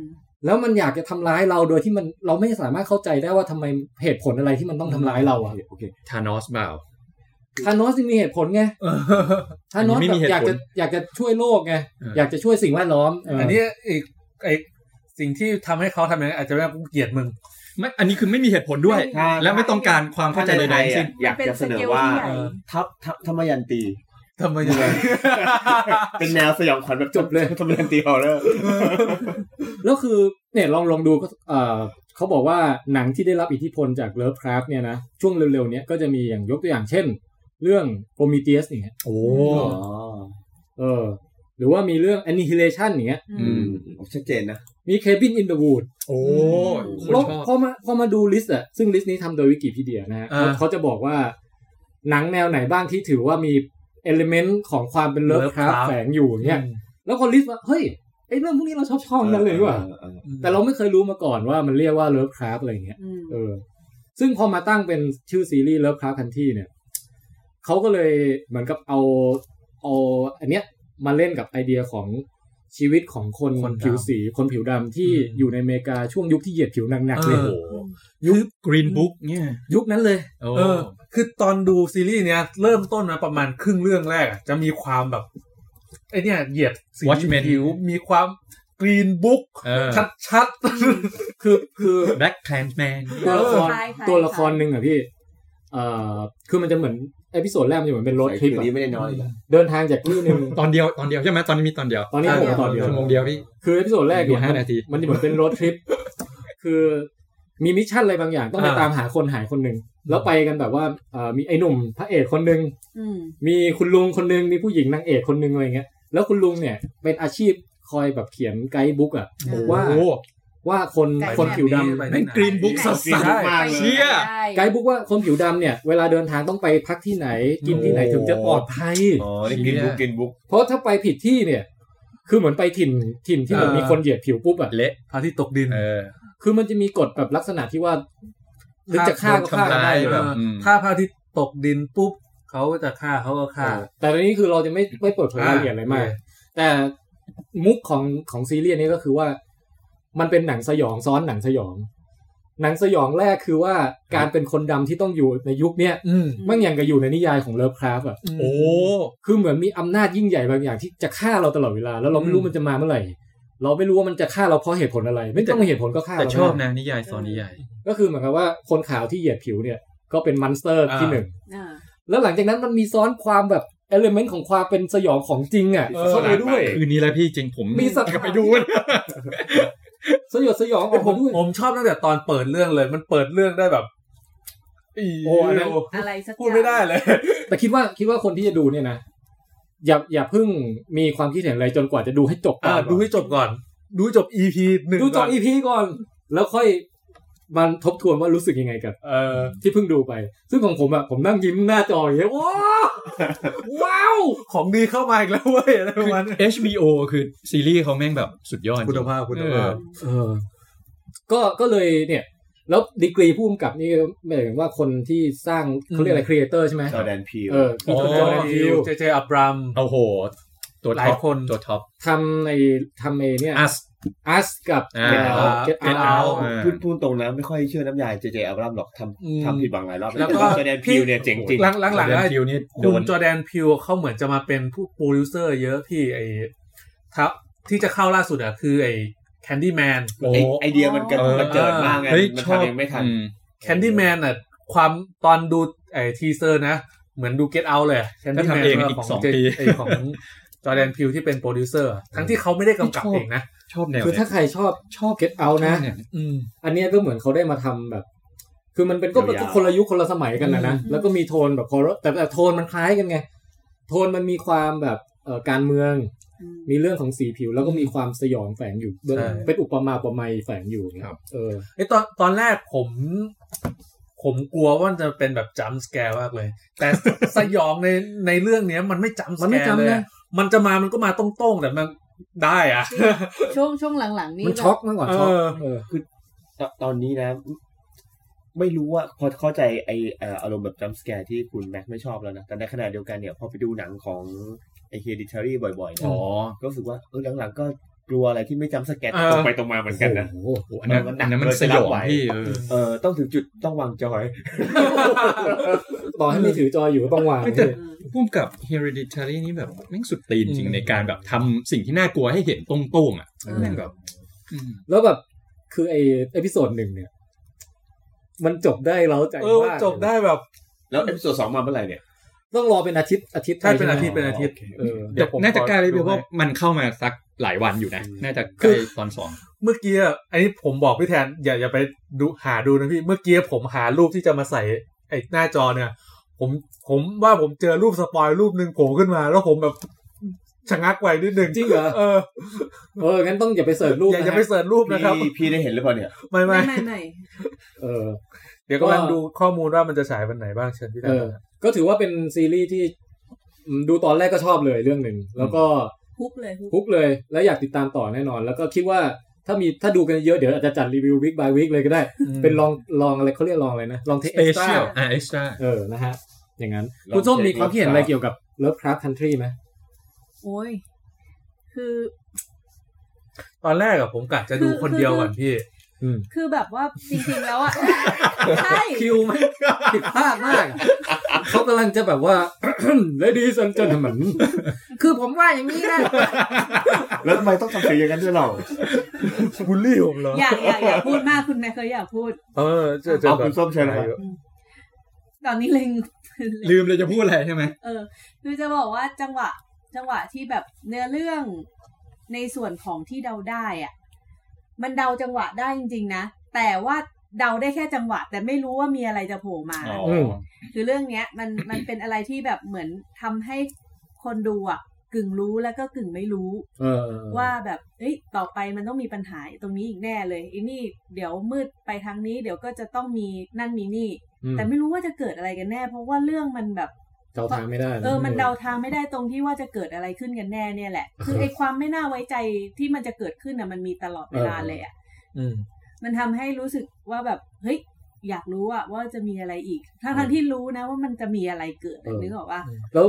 [SPEAKER 2] แล้วมันอยากจะทำร้ายเราโดยที่มันเราไม่สามารถเข้าใจได้ว่าทำไมเหตุผลอะไรที่มันต้องทำร้ายเราอะ
[SPEAKER 4] โอเค
[SPEAKER 5] ทานอสเปล่า
[SPEAKER 2] ธานอสมีเหตุผลไง ถ้า
[SPEAKER 5] อัน
[SPEAKER 2] โน้
[SPEAKER 5] นี้
[SPEAKER 2] ต
[SPEAKER 5] ไม่
[SPEAKER 2] แบบ
[SPEAKER 5] มีเหตุ
[SPEAKER 2] อยาก
[SPEAKER 5] ผล
[SPEAKER 2] จะอยากจะช่วยโลกไง
[SPEAKER 5] เออ
[SPEAKER 2] อ
[SPEAKER 5] อ
[SPEAKER 2] ยากจะช่วยสิ่งแวดล้อมเ
[SPEAKER 3] อันนี้อีกไอสิ่งที่ทำให้เขาทำอย่างนั้นอาจจะไม่ว่ากูเกลียดมึง
[SPEAKER 5] ไม่ อันนี้คือไม่มีเหตุผลด้วย
[SPEAKER 6] ใช่
[SPEAKER 5] และไม่ต้องการความเข้าใจใดๆทั้งสิ้น
[SPEAKER 4] อยากจะเสนอว่าทับทับธรรมยันตี
[SPEAKER 3] ทำไมอย่างนั้น
[SPEAKER 4] เป็นแนวสยองขวัญแบบ
[SPEAKER 2] จบเลย
[SPEAKER 4] ธรรมยันตีฮอร์เรอร์
[SPEAKER 2] *laughs* แล้วคือเนี่ยลองลองดูก็เออเขาบอกว่าหนังที่ได้รับอิทธิพลจากเลิฟคราฟเนี่ยนะ ช่วงเร็วๆเนี้ยก็จะมีอย่างยกตัวอย่างเช่น เรื่องโ r รม e เ h ียสอย่างเงี้ย
[SPEAKER 5] โอ้
[SPEAKER 4] อ๋อ
[SPEAKER 2] เออ หรือว่ามีเรื่อง Annihilation อย่างเงี้ย
[SPEAKER 5] อื
[SPEAKER 4] อื
[SPEAKER 5] ม
[SPEAKER 4] มชัดเจนนะ
[SPEAKER 2] มี Cabin in the Wood
[SPEAKER 5] โอ้คน
[SPEAKER 2] แล้ว
[SPEAKER 5] ชอบ
[SPEAKER 2] พอมาพอมาดูลิสต์อะซึ่งลิสต์นี้ทำโดยวิกิพีเดียนะฮะเขา
[SPEAKER 3] อ่า
[SPEAKER 2] เขาจะบอกว่าหนังแนวไหนบ้างที่ถือว่ามีเอลเมนต์ของความเป็นเลิฟคราฟ
[SPEAKER 3] Lovecraft
[SPEAKER 2] แฝงอยู่อย่างเนี่ย แล้วคนลิสต์ว่าเฮ้ย ไอ้เรื่องพวกนี้เราชอบชอบกันเลยดีกว่า
[SPEAKER 4] ออเออเออ
[SPEAKER 2] แต่เราไม่เคยรู้มาก่อนว่ามันเรียกว่าเลิฟคราฟอะไรอย่างเงี้ย
[SPEAKER 6] อืม
[SPEAKER 2] เออ ซึ่งพอมาตั้งเป็นชื่อซีรีส์เลิฟคราฟคันที่เนี่ย เขาก็เลยเหมือนกับเอาเอาอันเนี้ยมาเล่นกับไอเดียของชีวิตของคน
[SPEAKER 8] คนดำ
[SPEAKER 2] ผิวสี คนผิวดำที่
[SPEAKER 8] อืม
[SPEAKER 2] อยู่ในอเมริกาช่วงยุคที่เหยียดผิวหนักๆเลย
[SPEAKER 8] เออ
[SPEAKER 2] โอ้โห
[SPEAKER 8] ยุค Green Book เนี่ย
[SPEAKER 2] ยุคนั้นเลย
[SPEAKER 8] โอ้
[SPEAKER 3] เออ คือตอนดูซีรีส์เนี้ยเริ่มต้นมาประมาณครึ่งเรื่องแรกอะจะมีความแบบไอเนี่ยเหยียดสี
[SPEAKER 8] Watchmen
[SPEAKER 3] ผิวมีความกรีนบุ๊ก
[SPEAKER 8] เออ
[SPEAKER 3] ชัด *laughs*
[SPEAKER 2] คือคือ
[SPEAKER 8] Black Clansman
[SPEAKER 2] ตัวละคร
[SPEAKER 6] คล้ายๆ
[SPEAKER 2] ตัวละครหนึ่งอะพี่ เอ่อ คือมันจะเหมือนเอพิโซดแรกมันจะเหมือนเป็นรถทริป
[SPEAKER 4] คืน
[SPEAKER 2] อะ
[SPEAKER 4] นี้ไม่ได้นอนอีกแล้ว
[SPEAKER 2] เดินทางจากที่หนึ่ง
[SPEAKER 8] ตอนเดียวตอนเดียวใช่ไหมตอนนี้มีตอนเดียว
[SPEAKER 2] ตอนนี้ผมตอนเดียว
[SPEAKER 8] ชั่วโมงเดียวพี่
[SPEAKER 2] คือเอพิโซดแรก
[SPEAKER 8] อ
[SPEAKER 2] เนี่ย
[SPEAKER 8] ยู่
[SPEAKER 2] มัน
[SPEAKER 8] 5นาที
[SPEAKER 2] มันจะเหมือนเป็นรถทริป คือมีมิชชั่นอะไรบางอย่างต้องไปตามหาคนหายคนหนึ่งแล้วไปกันแบบว่าเอ่อมีไอ้หนุ่มพระเอกคนหนึ่ง
[SPEAKER 6] อืม
[SPEAKER 2] มีคุณลุงคนหนึ่งมีผู้หญิงนางเอกคนหนึ่งอะไรเงี้ยแล้วคุณลุงเนี่ยเป็นอาชีพคอยแบบเขียนไกด์บุ๊กอะว่า
[SPEAKER 8] โอ้โห
[SPEAKER 2] ว่าคน
[SPEAKER 3] ๆ
[SPEAKER 2] คนผิวดำ
[SPEAKER 3] ไปไห
[SPEAKER 8] แม่ง Green Book สัสๆ
[SPEAKER 3] ใช่
[SPEAKER 4] มาก
[SPEAKER 6] ไป
[SPEAKER 4] เล
[SPEAKER 8] เชี่
[SPEAKER 4] ย
[SPEAKER 8] ย
[SPEAKER 6] ได้
[SPEAKER 2] ไกด์บุ๊กว่าคนผิวดำเนี่ย เวลาเดินทางต้องไปพักที่ไหน กินที่ไหนถึงจะปลอดภัย
[SPEAKER 4] อ๋อนี่กินบุ๊กกินบุ๊ก
[SPEAKER 2] เพราะถ้าไปผิดที่เนี่ย คือเหมือนไปถิ่นถิ่นที่แบบมีคนเหยียดผิวปุ๊บอะ
[SPEAKER 8] เละ
[SPEAKER 3] พระอาที่ตกดิน
[SPEAKER 8] เออ
[SPEAKER 2] คือมันจะมีกฎแบบลักษณะที่ว่าหรือจะฆ่าก็ฆ่า
[SPEAKER 8] โดนทำร้าย
[SPEAKER 2] ได้อยู่
[SPEAKER 3] เอ
[SPEAKER 2] แล้ว
[SPEAKER 3] อ
[SPEAKER 8] อืม
[SPEAKER 3] ถ้าพระอาที่ตกดินปุ๊บเขาจะฆ่าเขาก็ฆ่า
[SPEAKER 2] แต่ในนี้คือเราจะไม่ไม่เปิดเผยรายละเอียดอะไรมาก
[SPEAKER 3] อ่า
[SPEAKER 2] แต่มุกของของซีรีส์นี้ก็คือว่า มันเป็นหนังสยองซ้อนหนังสยอง หนังสยองแรกคือว่าการเป็นคนดำที่ต้องอยู่ในยุคเนี้ย
[SPEAKER 3] อืม
[SPEAKER 2] มันอย่างกับอยู่ในนิยายของเลิฟคราฟอะ
[SPEAKER 8] โอ้
[SPEAKER 2] คือเหมือนมีอำนาจยิ่งใหญ่บางอย่างที่จะฆ่าเราตลอดเวลา แล้วเราไม่รู้มันจะมาเมื่อไหร่ เราไม่รู้ว่ามันจะฆ่าเราเพราะเหตุผลอะไร ไม่ต้องมีเหตุผลก็ฆ่า
[SPEAKER 8] แต่
[SPEAKER 2] เรา
[SPEAKER 8] ชอบ
[SPEAKER 2] ได้
[SPEAKER 8] นะนิยายสอนนิยาย
[SPEAKER 2] ก็คือเหมือนกับว่าคนขาวที่เหยียดผิวเนี่ย ก็เป็นมันสเตอร์ที่หนึ่ง
[SPEAKER 6] อ่า
[SPEAKER 2] แล้วหลังจากนั้นมันมีซ้อนความแบบเอลเมนต์ของความเป็นสยองของจริงอ่ะ
[SPEAKER 8] เออ
[SPEAKER 2] เข้าไปด้วย
[SPEAKER 8] คืนนี้แล้วพี่จริงผม
[SPEAKER 2] มีสัตว์
[SPEAKER 8] จะไปดูนะ
[SPEAKER 2] สยดสยองออก
[SPEAKER 3] ผม
[SPEAKER 2] มาด้วย
[SPEAKER 3] ผมชอบตั้งแต่ตอนเปิดเรื่องเลย มันเปิดเรื่องได้แบบ
[SPEAKER 2] โอ้อันนั้น
[SPEAKER 6] อะไรสักอย่าง
[SPEAKER 3] พูดไม่ได้เลย
[SPEAKER 2] แต่คิดว่าคิดว่าคนที่จะดูเนี่ยนะ อย่าอย่าเพิ่งมีความคิดเห็นอะไรจนกว่าจะดูให้จบก่
[SPEAKER 3] อ่า
[SPEAKER 2] อน
[SPEAKER 3] ดูให้จบก่อน ดูให้จบ EP หนึ่ง
[SPEAKER 2] ดูจ
[SPEAKER 3] ก่อบ น
[SPEAKER 2] อีพีก่อน แล้วค่อยมันทบทวนว่ารู้สึกยังไงกับ
[SPEAKER 3] เออ
[SPEAKER 2] ที่เพิ่งดูไป ซึ่งของผมอะผมนั่งยิ้มหน้าจออย่างเงี้ยว้าวว้าว
[SPEAKER 3] ของดีเข้ามาอีกแล้วเว้ยอะไรป
[SPEAKER 8] คือ
[SPEAKER 3] ระมาณนี้
[SPEAKER 8] HBO คือซีรีส์เขาแม่งแบบสุดยอดจริง
[SPEAKER 3] คุณภาพคุณภาพ
[SPEAKER 2] เออ ก็ ก็เลยเนี่ย แล้วดีกรีผู้กำกับนี่หมายถึงว่าคนที่สร้าง
[SPEAKER 3] อืม
[SPEAKER 2] เขาเรียกอะไรครีเอเตอร์ใช่ไหม
[SPEAKER 4] จอแดนพีล
[SPEAKER 2] เออคือ
[SPEAKER 8] โอ้
[SPEAKER 2] ทำจอร์แดนพิว
[SPEAKER 3] เจเจอับรัม
[SPEAKER 8] โอ้โห ตัว
[SPEAKER 3] ห
[SPEAKER 8] ท็
[SPEAKER 3] ลาย
[SPEAKER 8] อป
[SPEAKER 3] คน
[SPEAKER 8] ตัวท็อป
[SPEAKER 2] ทำในทำในเนี่ย
[SPEAKER 8] Us
[SPEAKER 2] อัสกับ
[SPEAKER 8] อ่า
[SPEAKER 2] เก็ต
[SPEAKER 8] Get
[SPEAKER 2] เอา
[SPEAKER 8] Out
[SPEAKER 4] พูดพูดตรงนะไม่ค่อยเชื่อน้ำยายเจเจอับรัมหรอกท
[SPEAKER 3] อืม
[SPEAKER 4] ำทำผิดบางหลายรอบ
[SPEAKER 3] แล้วก็
[SPEAKER 4] จอแดนพีลเนี่ยเจ๋งจริง
[SPEAKER 3] หลังหลังหลัง
[SPEAKER 8] แด
[SPEAKER 3] ๆ
[SPEAKER 8] น
[SPEAKER 3] อะ
[SPEAKER 8] พิวนี่โด
[SPEAKER 3] คุณ
[SPEAKER 8] น
[SPEAKER 3] จอร์แดนพิวเขาเหมือนจะมาเป็นผู้โปรดิวเซอร์เยอะพี่ไอ้ทับที่จะเข้าล่าสุดอะคือไอ้แคนดี้แมน
[SPEAKER 8] โอ้
[SPEAKER 4] ไอ้ไอเดียมันกัน
[SPEAKER 8] เออ
[SPEAKER 4] มันเจิดมากไง
[SPEAKER 8] เฮ้ย
[SPEAKER 4] มัน
[SPEAKER 8] ชอบ
[SPEAKER 4] ทำยังไม่ทัน
[SPEAKER 8] อืม
[SPEAKER 3] แคนดี้แมนอ่ะความตอนดูไอ้ทีเซอร์นะ เหมือนดูเก็ตเอาเลยแคนดี้
[SPEAKER 8] ก็
[SPEAKER 3] แม
[SPEAKER 8] ทำ
[SPEAKER 3] น
[SPEAKER 8] เองอีกสองปี
[SPEAKER 3] ของจอแดนพิวที่เป็นโปรดิวเซอร์อะทั้งที่เขาไม่ได้กำกับเองนะ
[SPEAKER 8] ชอบแนว
[SPEAKER 2] คือถ้า
[SPEAKER 8] เน
[SPEAKER 2] ใครชอบชอบเก็ตเอานะ
[SPEAKER 8] ี่ย
[SPEAKER 3] อืม
[SPEAKER 2] อันเนี้ยก็เหมือนเขาได้มาทำแบบ คือมันเป็นก็
[SPEAKER 4] ยาวๆ
[SPEAKER 2] คนละยุคคนละสมัยกันนะนะ แล้วก็มีโทนแบบพอแต่แต่โทนมันคล้ายกันไง โทนมันมีความแบบเอ่อการเมือง
[SPEAKER 6] อืม
[SPEAKER 2] มีเรื่องของสีผิวแล้วก็มีความสยองแฝงอยู่ด้วย
[SPEAKER 3] ใช่
[SPEAKER 2] เป็นอุปมาอุปไมยแฝงอยู่
[SPEAKER 8] ครับ
[SPEAKER 2] เออ
[SPEAKER 3] ไอตอนตอนแรกผม ผมกลัวว่ามันจะเป็นแบบจัมป์สแกร์มากเลย แต่ *laughs* สยองในในเรื่องเนี้ย มันไม่จัมป์ส
[SPEAKER 2] มัน
[SPEAKER 3] แก
[SPEAKER 2] ไม่
[SPEAKER 3] ร์เล
[SPEAKER 2] จำ
[SPEAKER 3] ย
[SPEAKER 2] นะ
[SPEAKER 3] อะมันจะมามันก็มาตรงๆแต่มันได้อะ
[SPEAKER 6] ช่วงช่วงหลังๆนี่
[SPEAKER 2] มัน
[SPEAKER 6] แบบ
[SPEAKER 2] ช็อกมากกว่า
[SPEAKER 3] เอ
[SPEAKER 2] ช็อก
[SPEAKER 3] อ
[SPEAKER 2] เออ
[SPEAKER 4] ตตอนนี้นะ ไม่รู้ว่าพอเข้าใจไอเอ่ออารมณ์แบบจัมสแกร์ที่คุณแม็กไม่ชอบแล้วนะ แต่ในขณะเดียวกันเนี่ยพอไปดูหนังของไอเฮดิทารีบ่อยๆเนี่ย
[SPEAKER 8] อ๋อ
[SPEAKER 4] ก็รู้สึกว่าเออหลังๆก็กลัวอะไรที่ไม่จัมสแกร์
[SPEAKER 3] เออ
[SPEAKER 4] ตรงไปตรงมาเหมือนกันนะ
[SPEAKER 2] โอ้โห
[SPEAKER 8] โอ้อันนั้น
[SPEAKER 4] เออมันหนัก
[SPEAKER 8] อันนั้นมัน
[SPEAKER 4] เลย
[SPEAKER 8] สยอง
[SPEAKER 4] จะรับไหว
[SPEAKER 8] พี่เออ
[SPEAKER 4] เออต้องถึงจุดต้องวางจอย
[SPEAKER 2] ต่อให้ไม่ถือจอยอยู่ก็ต้องวาง
[SPEAKER 8] ไม่แต่ พุ่มกับ Hereditary นี่แบบแม่งสุดตีนจริง
[SPEAKER 3] อืม
[SPEAKER 8] ในการแบบทำสิ่งที่น่ากลัวให้เห็นตรงๆอ่ะ
[SPEAKER 6] เออ
[SPEAKER 8] แม่งแบบ
[SPEAKER 2] แล้วแบบคือไอเอพิโซดหนึ่งเนี่ย มันจบได้เราใจ
[SPEAKER 3] เออ
[SPEAKER 2] มาก
[SPEAKER 3] จบได้แบบ
[SPEAKER 4] แล้วเอพิโซดสองมาเมื่อไหร่เนี่ย
[SPEAKER 2] ต้องรอเป็นอาทิตย์อาทิตย์
[SPEAKER 3] ใช่เป็นอาทิตย์
[SPEAKER 2] ไ
[SPEAKER 3] เป็นอาทิตย์
[SPEAKER 2] เออ
[SPEAKER 3] เดี๋ยวผม
[SPEAKER 8] น่าจะใกล้เลย
[SPEAKER 3] ขอดู
[SPEAKER 8] พี่เพราะ
[SPEAKER 3] ให้
[SPEAKER 8] มันเข้ามาสักหลายวันอยู่นะ น่าจะใกล้ตอนสอง
[SPEAKER 3] เมื่อกี้อะอันนี้ผมบอกพี่แทน อย่าอย่าไปดูหาดูนะพี่ เมื่อกี้ผมหารูปที่จะมาใส่ไอ้หน้าจอเนี่ย ผมผมว่าผมเจอรูปสปอยรูปหนึ่งโผล่ขึ้นมา แล้วผมแบบชะงักไว้นิดนึง
[SPEAKER 2] จริงเหรอ
[SPEAKER 3] เออ
[SPEAKER 2] เอองั้นต้องอย่าไปเสิร์ชรูป
[SPEAKER 3] อย่าอย่า
[SPEAKER 2] นะ
[SPEAKER 3] ไปเสิร์ชรูปนะครับ
[SPEAKER 4] พี่พี่ได้เห็นหรือเปล่าเนี่ย
[SPEAKER 3] ไม่ไม่
[SPEAKER 6] ไม่ไม่ไม่
[SPEAKER 2] เออ
[SPEAKER 3] เดี๋ยวกำลังดูข้อมูลว่ามันจะฉายวันไหนบ้างเชิญพี่แท
[SPEAKER 2] เอนอ ก็ถือว่าเป็นซีรีส์ที่อืมดูตอนแรกก็ชอบเลยเรื่องหนึ่ง แล้วก็
[SPEAKER 9] ฮุกเลยฮุก
[SPEAKER 2] ฮุกเลยแล้วอยากติดตามต่อแน่นอน แล้วก็คิดว่าถ้ามีถ้าดูกันเยอะเดี๋ยวอาจจะจัดรีวิววิกบายวิกเลยก็ได้ เป็นลองลองอะไรเขาเรียกลองอะไรนะลองเทส
[SPEAKER 8] เอ
[SPEAKER 2] ต้า
[SPEAKER 8] เชียลอ่าเอ็กซ์ตร้า
[SPEAKER 2] เออนะฮะอย่างนั้น
[SPEAKER 4] ลอง
[SPEAKER 2] คุณส้มมี
[SPEAKER 4] Take
[SPEAKER 2] ความคิดเห็นอะไร
[SPEAKER 4] Lovecraft
[SPEAKER 2] เกี่ยวกับเลิฟคราฟคันทรีไหม
[SPEAKER 9] โอ้ยคือ
[SPEAKER 3] ตอนแรกอะผมกะจะดูคนเดียวก่อนพี่
[SPEAKER 2] อืม
[SPEAKER 9] คือแบบว่าจริงๆแล้วอ่ะ ใช่
[SPEAKER 2] คิวไม่ผิดพลาดมากเขากำลังจะแบบว่า *coughs* ladies and gentlemen คือผมว่าอย่างนี้นะ
[SPEAKER 4] แล้วทำไมต้องทำเสียงอย่างนั้นด้วยเรา
[SPEAKER 3] บูลลี่ผมเหรอ
[SPEAKER 6] อยากอยากอยากพูดมากคุณแม่เคยอยากพูด
[SPEAKER 3] เออจะจะ
[SPEAKER 4] เอาคุณส้มเชิญนะครับ
[SPEAKER 6] ตอนนี้เล็ง
[SPEAKER 5] ลืมเลยจะพูดอะไรใช่ไหม
[SPEAKER 6] เออคือจะบอกว่าจังหวะจังหวะที่แบบเนื้อเรื่องในส่วนของที่เดาได้อะมันเดาจังหวะได้จริงๆนะ แต่ว่าเดาได้แค่จังหวะ แต่ไม่รู้ว่ามีอะไรจะโผล่มา
[SPEAKER 5] อ๋อ
[SPEAKER 2] อืม
[SPEAKER 6] คือเรื่องเนี้ยมันมันเป็นอะไรที่แบบเหมือนทำให้คนดูอ่ะ กึ่งรู้แล้วก็กึ่งไม่รู้
[SPEAKER 2] เออเออเออ
[SPEAKER 6] ว่าแบบเอ้ยต่อไปมันต้องมีปัญหาตรงนี้อีกแน่เลยไอ้นี่เดี๋ยวมืดไปทางนี้ เดี๋ยวก็จะต้องมีนั่นมีนี่
[SPEAKER 2] อืม
[SPEAKER 6] แต่ไม่รู้ว่าจะเกิดอะไรกันแน่ เพราะว่าเรื่องมันแบบ
[SPEAKER 2] เดาทางไม่ได้ะ
[SPEAKER 6] เออ มันเดาทางไม่ได้ตรงที่ว่าจะเกิดอะไรขึ้นกันแน่เนี่ยแหละ คือไอ้ความไม่น่าไว้ใจที่มันจะเกิดขึ้นอ่ะมันมีตลอดเวลาเลยอ่ะ
[SPEAKER 3] อืม
[SPEAKER 6] มันทำให้รู้สึกว่าแบบ เฮ้ย อยากรู้อะว่าจะมีอะไรอีก ทั้งทั้งๆที่รู้นะว่ามันจะมีอะไรเกิดอะนึกออกปะ
[SPEAKER 2] แล้ว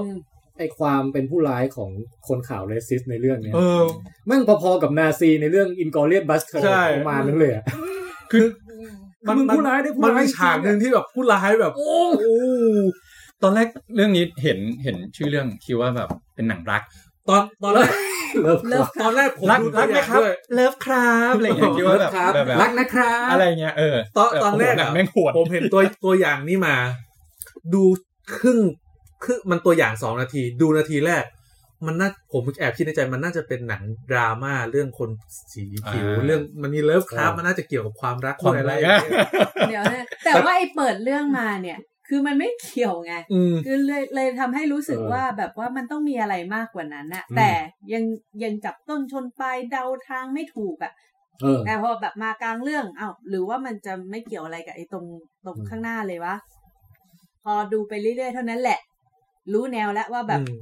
[SPEAKER 2] ไอความเป็นผู้ร้ายของคนข่าวเรสซิสในเรื่องเนี้ย
[SPEAKER 3] เออ
[SPEAKER 2] แม่งพอๆกับนาซีในเรื่องอินกอรเลียนบัสเทอร์
[SPEAKER 3] ใช่
[SPEAKER 2] ประมาณนั้นเลยอะ
[SPEAKER 3] คือ
[SPEAKER 2] มันผู้ร้ายได้ผู้
[SPEAKER 3] มัน
[SPEAKER 2] ร้าย
[SPEAKER 3] มี
[SPEAKER 2] จริง
[SPEAKER 3] ฉากหนึ่งที่แบบผู้ร้ายแบบ โอ้โห
[SPEAKER 5] ตอนแรกเรื่องนี้เห็นเห็นชื่อเรื่องคิดว่าแบบเป็นหนังรัก
[SPEAKER 3] ตอนตอนแรก
[SPEAKER 2] เลิฟค
[SPEAKER 6] เลิ
[SPEAKER 2] รับ
[SPEAKER 6] ก
[SPEAKER 3] ตอนแรกผมดูตัวอย่างด้วย
[SPEAKER 5] เลิฟครับอะไรอย่างเงี้ยคิดว่าแบบแบบแบบ
[SPEAKER 2] รักนะครับ
[SPEAKER 5] อะไรเงี้ยเออ
[SPEAKER 3] ตอนตอนแรก
[SPEAKER 5] โโหหนั
[SPEAKER 3] อะ
[SPEAKER 5] งแม่งโหด
[SPEAKER 3] ผมเห็นตัวตัวอย่างนี่มา ดูครึ่งครึ่งมันตัวอย่างสองนาที ดูนาทีแรก มันน่าผมแอบคิดในใจมันน่าจะเป็นหนังดราม่าเรื่องคนสีผิวเรื่องมันมีเลิฟคราฟมันน่าจะเกี่ยวกับความรัก
[SPEAKER 5] ความ
[SPEAKER 3] ด้วยอะไร
[SPEAKER 5] รัก
[SPEAKER 3] อย่างเงี้ย
[SPEAKER 6] เดี๋ยวนะแต่ว่าไอ้เปิดเรื่องมาเนี่ย คือมันไม่เกี่ยวไง
[SPEAKER 3] อืม
[SPEAKER 6] คือเลยเลยทำให้รู้สึก
[SPEAKER 2] เออ
[SPEAKER 6] ว่าแบบว่ามันต้องมีอะไรมากกว่านั้นนะแต่ยังยังจับต้นชนปลายเดาทางไม่ถูกอะ
[SPEAKER 2] เออ
[SPEAKER 6] แต่พอแบบมากลางเรื่องอ้าวหรือว่ามันจะไม่เกี่ยวอะไรกับไอ้ตรงตรง
[SPEAKER 2] อืม
[SPEAKER 6] ข้างหน้าเลยวะ พอดูไปเรื่อยๆ เท่านั้นแหละ รู้แนวแล้วว่าแบบ
[SPEAKER 3] อืม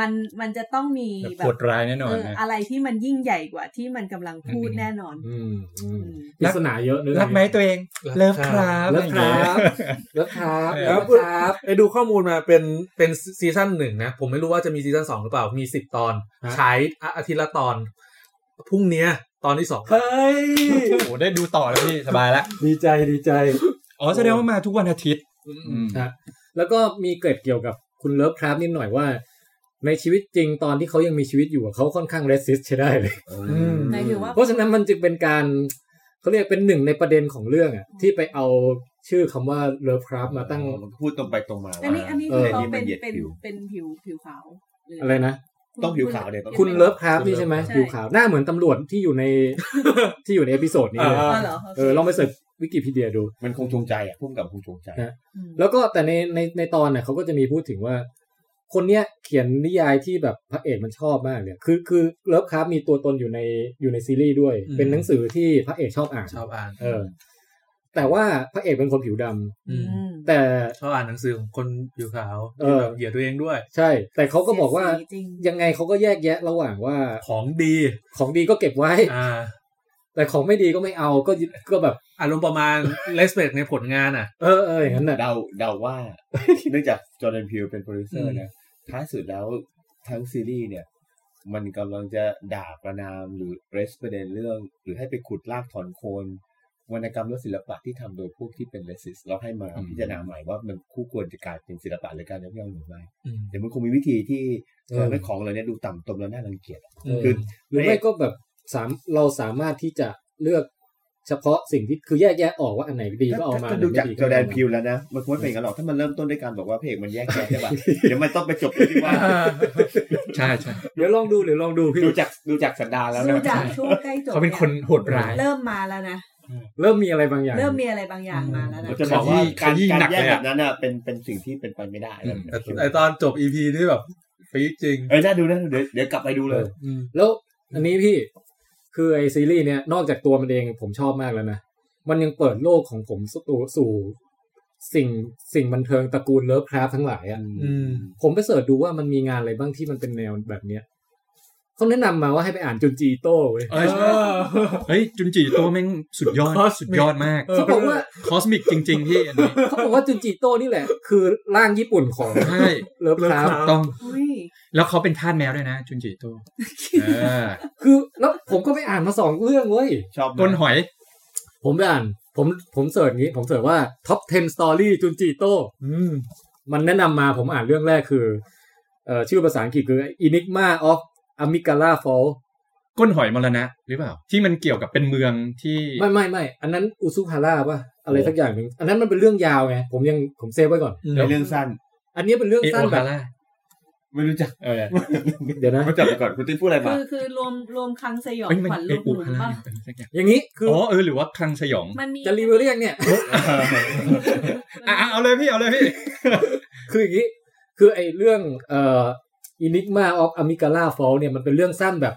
[SPEAKER 6] มันมันจะต้องมี
[SPEAKER 5] แบบ
[SPEAKER 6] แบ
[SPEAKER 5] โห
[SPEAKER 6] บ
[SPEAKER 5] ดร้ายแน่นอน
[SPEAKER 6] เออ
[SPEAKER 5] นะ
[SPEAKER 6] อะไรที่มันยิ่งใหญ่กว่าที่มันกำลังพูด
[SPEAKER 5] อืม
[SPEAKER 6] แน่นอน
[SPEAKER 2] อืมอืม
[SPEAKER 6] อืม
[SPEAKER 2] ปริศนาเยอะนึก
[SPEAKER 5] รักไหมตัวเอง
[SPEAKER 3] เลิ
[SPEAKER 5] เลิฟ
[SPEAKER 3] ฟ
[SPEAKER 5] ค
[SPEAKER 3] ครั
[SPEAKER 5] รับบ
[SPEAKER 2] เลิฟ
[SPEAKER 5] อะ
[SPEAKER 2] ค
[SPEAKER 5] ไอย่าง
[SPEAKER 2] รั
[SPEAKER 5] เงี้ย
[SPEAKER 2] บเลิฟครับ
[SPEAKER 5] ครั
[SPEAKER 2] เลิ
[SPEAKER 5] บ
[SPEAKER 2] ฟครับ
[SPEAKER 3] ไปดูข้อมูลมาเป็นเป็นซีซั่นหนึ่งนะ ผมไม่รู้ว่าจะมีซีซั่นสองหรือเปล่ามีสิบตอน
[SPEAKER 2] ฮะ
[SPEAKER 3] ฉายอาอาทิตย์ละตอนพรุ่งเนี้ย ตอนที่สอง
[SPEAKER 2] เฮ้ย
[SPEAKER 5] โอ้โหได้ดูต่อแล้วพี่สบายละ
[SPEAKER 2] ดีใจดีใจ
[SPEAKER 5] อ๋อแสดงว่ามาทุกวันอาทิตย์อืม
[SPEAKER 2] ครับแล้วก็มีเกร็ดเกี่ยวกับคุณเลิฟคราฟนิดหน่อยว่า ในชีวิตจริงตอนที่เขายังมีชีวิตอยู่อะเขาค่อนข้างเรสซิสใช้ได้เลย
[SPEAKER 6] หมายถึงว่า
[SPEAKER 2] เพราะฉะนั้นมันจึงเป็นการเขาเรียกเป็นหนึ่งในประเด็นของเรื่องอะที่ไปเอาชื่อคำว่าเลิฟคราฟมาตั้ง
[SPEAKER 4] มันพูดตรงไปตรงมา
[SPEAKER 6] อันนี้อันนี้
[SPEAKER 2] เอ
[SPEAKER 6] คือ อเขา
[SPEAKER 4] นี่มั
[SPEAKER 6] เป็นน
[SPEAKER 4] เหยียด
[SPEAKER 6] เป็น
[SPEAKER 4] ผิว
[SPEAKER 6] เป็นผิวผิวขาวห
[SPEAKER 2] อะไรนะ
[SPEAKER 6] คุณ
[SPEAKER 4] ต้องผิวขาวเนี่ยต้อง
[SPEAKER 2] คุณเลิฟคราฟ
[SPEAKER 6] อ
[SPEAKER 2] นี่ใช่ไหม
[SPEAKER 6] ใช่
[SPEAKER 2] ผิวขาวหน้าเหมือนตำรวจที่อยู่ใน *laughs* ที่อยู่ในเอพิโซดนี้เลย
[SPEAKER 6] อ๋อเหรอโอ
[SPEAKER 2] เอ
[SPEAKER 6] เค
[SPEAKER 2] อลองไปเสิร์ชวิกิพีเดียดู
[SPEAKER 4] มันคงจงใจอ่ะพุ่มกับคงจงใจ
[SPEAKER 2] ฮะ แล้วก็แต่ในในในตอนเนี่ยเขาก็จะมีพูดถึงว่า คนเนี้ยเขียนนิยายที่แบบพระเอกมันชอบมากเลยคือคือเลิฟคราฟมีตัวตนอยู่ในอยู่ในซีรีส์ด้วย เป็นหนังสือที่พระเอกชอบอ่าน
[SPEAKER 3] ชอบอ่าน
[SPEAKER 2] เออ แต่ว่าพระเอกเป็นคนผิวดำ
[SPEAKER 3] อืม
[SPEAKER 6] อืม
[SPEAKER 2] แต่
[SPEAKER 3] ชอบอ่านหนังสือของคนผิวขาว
[SPEAKER 2] เอ
[SPEAKER 3] ที่
[SPEAKER 2] อ
[SPEAKER 3] แบบเหยียดตัวเองด้วย
[SPEAKER 2] ใช่ แต่เขาก็บอกว่า
[SPEAKER 6] สีจริง
[SPEAKER 2] ยังไงเขาก็แยกแยะระหว่างว่า
[SPEAKER 3] ของดี
[SPEAKER 2] ของดีก็เก็บไว้
[SPEAKER 3] อ่า
[SPEAKER 2] แต่ของไม่ดีก็ไม่เอาก็ยึดก็แบบ
[SPEAKER 3] อารมณ์ประมาณ เลสเปกในผลงานอ่ะ
[SPEAKER 2] เออเอออย่างนั้นน่ะ
[SPEAKER 4] เดาเดาว่า เนื่องจากจอร์แดนพิวเป็นโปรดิวเซอร์นะท้ายสุดแล้วทั้งซีรีส์เนี่ย มันกำลังจะด่าประนามหรือเรสประเด็นเรื่อง หรือให้ไปขุดลากถอนโคนวรรณกรรมและศิลปะที่ทำโดยพวกที่เป็นเลสิสเราให้มา
[SPEAKER 5] อืม
[SPEAKER 4] พิจารณาใหม่ว่ามันคู่ควรจะกลายเป็นศิลปะหรือการยกย่องหรือไม่
[SPEAKER 3] อืม
[SPEAKER 4] เดี๋ยวมันคงมีวิธีที่
[SPEAKER 2] เออ
[SPEAKER 4] ทำให้ของเราเนี่ยดูต่ำตมและน่ารังเกียจ
[SPEAKER 2] เออ
[SPEAKER 4] คือ
[SPEAKER 2] หรือไม่ก็แบบสามเราสามารถที่จะเลือกเฉพาะสิ่งที่คือแยกแยะออกว่าอันไหนดีก็เอามา
[SPEAKER 4] ถ้ดูจากจอร์แดนพิ
[SPEAKER 2] ว
[SPEAKER 4] วแล้วนะ มันคงไม่เป็นอย่างนั้นหรอกถ้ามันเริ่มต้นด้วยการบอกว่าเพลงมันแยกแยะใช่ป่ะเดี๋ยวมันต้องไปจบที่ว่า
[SPEAKER 5] ใช่ใช่
[SPEAKER 2] เดี๋ยวลองดูเดี๋ยวลองดูพี่
[SPEAKER 4] ดูจากดูจากสันดานแล้ว
[SPEAKER 6] ดู
[SPEAKER 4] นะ
[SPEAKER 6] จากช่วงใกล้จบ
[SPEAKER 5] เขาเป็นคนโหดร้าย
[SPEAKER 6] เริ่มมาแล้วนะ
[SPEAKER 2] เริ่มมีอะไรบางอย่าง
[SPEAKER 6] เริ่มมีอะไรบางอย่างมาแล้วนะ
[SPEAKER 4] ผมจะบอกว่าการ
[SPEAKER 5] ขยี้
[SPEAKER 4] การ
[SPEAKER 5] หนัก
[SPEAKER 4] แยก
[SPEAKER 5] เลยอะ
[SPEAKER 4] แบบนั้นน่ะเป็นเป็นสิ่งที่เป็นไปไม่ได้แล้ว
[SPEAKER 3] แต่ไอตอนจบอีพีนี่แบบปีดจริง
[SPEAKER 4] เอ้ยน่าดูนะเดี๋ยวเดี๋ยวกลับไปดูเลย
[SPEAKER 3] อืม
[SPEAKER 2] แล้วอันนี้พี่คือไอซีรีส์เนี่ยนอกจากตัวมันเองผมชอบมากแล้วนะ มันยังเปิดโลกของผมสู่สู่สิ่งสิ่งบันเทิงตระกูลเลิฟคราฟทั้งหลายอะ
[SPEAKER 3] อืม
[SPEAKER 2] ผมไปเสิร์ชดูว่ามันมีงานอะไรบ้างที่มันเป็นแนวแบบเนี้ย เขาแนะนำมาว่าให้ไปอ่านจุนจีโต้เว้ย
[SPEAKER 5] เออใช่เฮ้ยจุนจิโตแม่งสุดยอด
[SPEAKER 3] Cosmic
[SPEAKER 5] สุดยอดมาก
[SPEAKER 2] เขาบอกว่า
[SPEAKER 5] คอสมิกจริง ๆ ที่อันนี้
[SPEAKER 2] เขาบอกว่าจุนจีโต้นี่แหละ คือร่างญี่ปุ่นของ
[SPEAKER 5] ใช่
[SPEAKER 2] เลิฟคราฟ
[SPEAKER 5] ถูกต้อง
[SPEAKER 9] อุ้ย
[SPEAKER 5] แล้วเขาเป็นทาสแมวด้วยนะ จุนจิโตเออ
[SPEAKER 2] คือแล้วผมก็ไปอ่านมาสองเรื่องเว้ย
[SPEAKER 4] ชอบมาก
[SPEAKER 5] ต้นหอย
[SPEAKER 2] ผมไปอ่านผมผมเสิร์ชงี้ ผมเสิร์ชว่า top 10 story จุนจิโต้มันแนะนำมาผมอ่านเรื่องแรกคือเอ่อชื่อภาษาอังกฤษคือ Enigma of Amygdala Fall
[SPEAKER 5] ก้นหอยมรณะหรือเปล่า ที่มันเกี่ยวกับเป็นเมืองที่
[SPEAKER 2] ไม่ไม่ไม่อันนั้นอุซุฮาร่าป่ะ อะไรสักอย่างหนึ่งอันนั้นมันเป็นเรื่องยาวไง ผมยังผมเซฟไว้ก่อน
[SPEAKER 4] เป็นเรื่องสั้น
[SPEAKER 2] อันนี้เป็นเรื่อง
[SPEAKER 5] เอโอ
[SPEAKER 2] สั้นแบ
[SPEAKER 5] ฮา
[SPEAKER 2] บ
[SPEAKER 5] ร่า
[SPEAKER 4] ไม่รู้จัก
[SPEAKER 5] เออ
[SPEAKER 2] เดี๋ยวนะ
[SPEAKER 4] รู้จักไปก่อนคุณติ้นพูดอะไรมา
[SPEAKER 6] คือคือรวมรวมครั้งสยอง
[SPEAKER 5] เฮ้ยมัน
[SPEAKER 6] ขวัญ
[SPEAKER 5] เอ
[SPEAKER 6] ลูก
[SPEAKER 5] โอ
[SPEAKER 6] หมู
[SPEAKER 5] ฮาร่า
[SPEAKER 6] ป่ะ
[SPEAKER 5] เป็นสักอย่าง
[SPEAKER 2] อย่างนี้คือ
[SPEAKER 5] อ๋
[SPEAKER 2] อ
[SPEAKER 5] อเออหรือว่าคลังสยอง
[SPEAKER 6] มันมี
[SPEAKER 2] จะรีวิวเรื่องเนี่ย
[SPEAKER 5] อ่ะอ่ะเอาเลยพี่เอาเลยพี่
[SPEAKER 2] คืออย่างนี้ คือไอ้เรื่องเอ่อ Enigma of Amygdala Fall เนี่ยมันเป็นเรื่องสั้นแบบ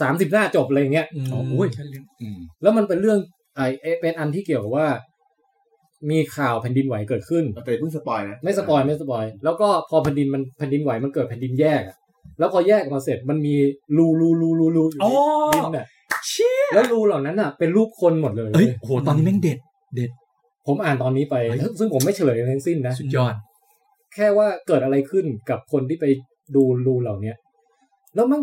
[SPEAKER 2] สามสิบหน้าจบอะไรอย่างเงี้ย
[SPEAKER 5] อ๋อโอ้ยเรื่องอืม
[SPEAKER 2] แล้วมันเป็นเรื่องไอเอ่อเป็นอันที่เกี่ยวกับว่า มีข่าวแผ่นดินไหวเกิดขึ้น
[SPEAKER 4] เอาเป็นเพิ่งสปอยนะ
[SPEAKER 2] ไม่สปอยไม่สปอยแล้วก็พอแผ่นดินมันแผ่นดินไหวมันเกิดแผ่นดินแยกอะแล้วพอแยกออกมาเสร็จมันมีรูรูรูรูรูอยู่
[SPEAKER 5] อ๋อ
[SPEAKER 2] ในดินน่ะ
[SPEAKER 5] เชี่ย
[SPEAKER 2] แล้วรูเหล่านั้นน่ะ เป็นรูปคนหมดเลย
[SPEAKER 5] เฮ้ยโหตอนนี้แม่งเด็ด
[SPEAKER 2] ผมอ่านตอนนี้ไป
[SPEAKER 5] เฮ้ย
[SPEAKER 2] ซึ่งผมไม่เฉลยอะไรทั้งสิ้นนะ
[SPEAKER 5] สุดยอด
[SPEAKER 2] แค่ว่าเกิดอะไรขึ้นกับคนที่ไปดูรูเหล่าเนี้ยแล้วมัน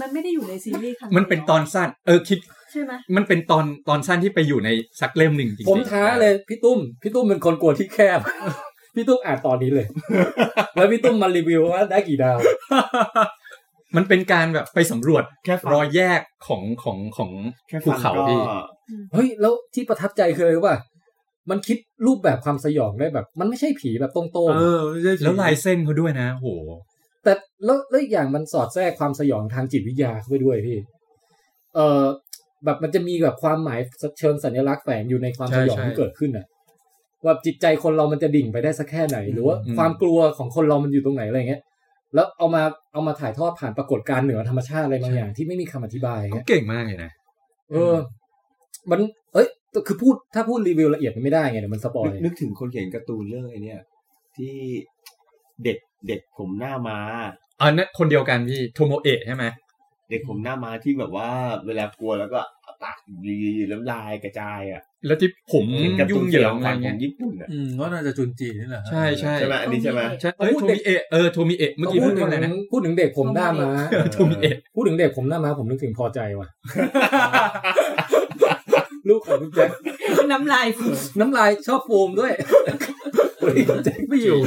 [SPEAKER 6] มันไม่ได้อยู่ในซีรีส์ครั้ง
[SPEAKER 5] มันเป็นตอนสั้น เออคิด
[SPEAKER 6] ใช่ไหม
[SPEAKER 5] มันเป็นตอนตอนสั้นที่ไปอยู่ในสักเล่มหนึ่งจริงๆ
[SPEAKER 2] ผมท้าเลยพี่ตุ้มพี่ตุ้มเป็นคนกลัวที่แคบ *laughs* พี่ตุ้มอ่านตอนนี้เลย *laughs* แล้วพี่ตุ้มมารีวิวว่าได้กี่ดาว
[SPEAKER 5] มันเป็นการแบบไปสำรวจ
[SPEAKER 4] แค่ฟัง
[SPEAKER 5] รอยแยกของของของ
[SPEAKER 4] แค่
[SPEAKER 5] ภู
[SPEAKER 4] ฟัง
[SPEAKER 5] เขา
[SPEAKER 4] ก็
[SPEAKER 5] พี่
[SPEAKER 2] เฮ้ย แล้วที่ประทับใจคืออะไรรู้ป่ะมันคิดรูปแบบความสยองได้แบบ มันไม่ใช่ผีแบบตรง
[SPEAKER 3] เออไม่ใช่ผี
[SPEAKER 5] แล้วลายเส้นเขาด้วยนะโห
[SPEAKER 2] ๆแต่แล้วแล้วอีกอย่างมันสอดแทรกความสยองทางจิตวิทยาเข้าไปด้วยพี่เออแบบมันจะมีแบบความหมายเชิงสัญลักษณ์แฝงอยู่ในความ
[SPEAKER 5] ใช่
[SPEAKER 2] สยอง
[SPEAKER 5] ใช่
[SPEAKER 2] ที่เกิดขึ้นอ่ะว่าจิตใจคนเรามันจะดิ่งไปได้สักแค่ไหน หรือว่า
[SPEAKER 5] อืม
[SPEAKER 2] ความกลัวของคนเรามันอยู่ตรงไหนอะไรเงี้ยแล้วเอามาเอามาถ่ายทอดผ่านปรากฏการณ์เหนือธรรมชาติอะไรบางอย่างที่ไม่มีคำอธิบาย
[SPEAKER 5] เขา
[SPEAKER 2] เงี้ย
[SPEAKER 5] เก่งมากเลยนะ
[SPEAKER 2] เออ มัน เอ้ยแต่คือพูดถ้าพูดรีวิวละเอียดมันไม่ได้ไงเดี๋ยวมันสปอย
[SPEAKER 4] นึกนึกถึงคนเขียนการ์ตูนเรื่องไอ้เนี่ย ที่เด็กเด็กผมหน้าม้า
[SPEAKER 5] อันนั้นคนเดียวกันพี่โทโมเอะใช่ไหม
[SPEAKER 4] เด็กผมหน้าม้าที่แบบว่าเวลากลัวแล้วก็เอาปากยืดๆน้ำลายกระจายอ่ะ
[SPEAKER 5] แล้วที่ผม
[SPEAKER 4] เห็นการ์ตู
[SPEAKER 5] ยุ่
[SPEAKER 4] น
[SPEAKER 5] งเห
[SPEAKER 4] เกี่
[SPEAKER 5] ยิ
[SPEAKER 4] ยว
[SPEAKER 5] ง
[SPEAKER 4] กับ
[SPEAKER 5] อะ
[SPEAKER 4] ข
[SPEAKER 5] ไร
[SPEAKER 4] องข
[SPEAKER 5] เงี้
[SPEAKER 4] อย งญี่ปุ่นอ่ะ
[SPEAKER 3] อืมก็น่าจะจุนจีนี่แหละฮะ
[SPEAKER 5] ใช่ใช่
[SPEAKER 4] ใช่ไหมอันนี้ใช่ไหม
[SPEAKER 5] ใช่เอ้ยโทมิเอะเออโทมิเอะเมื่อกี้
[SPEAKER 2] พู
[SPEAKER 5] พู
[SPEAKER 2] ด
[SPEAKER 5] ด
[SPEAKER 2] ถึ
[SPEAKER 5] ว่าง อะไรนะ
[SPEAKER 2] พูดถึงเด็กผมหน้าม้า
[SPEAKER 5] โทมิเอะ
[SPEAKER 2] พูดถึงเด็กผมหน้าม้าผมนึกถึงพอใจว่ะ ลูกของคุณแจ็ค
[SPEAKER 6] น้ำลาย *laughs* ฟู
[SPEAKER 2] น้ำลายชอบโฟมด้วยวันนี้คุณแจ็คไม่อยู่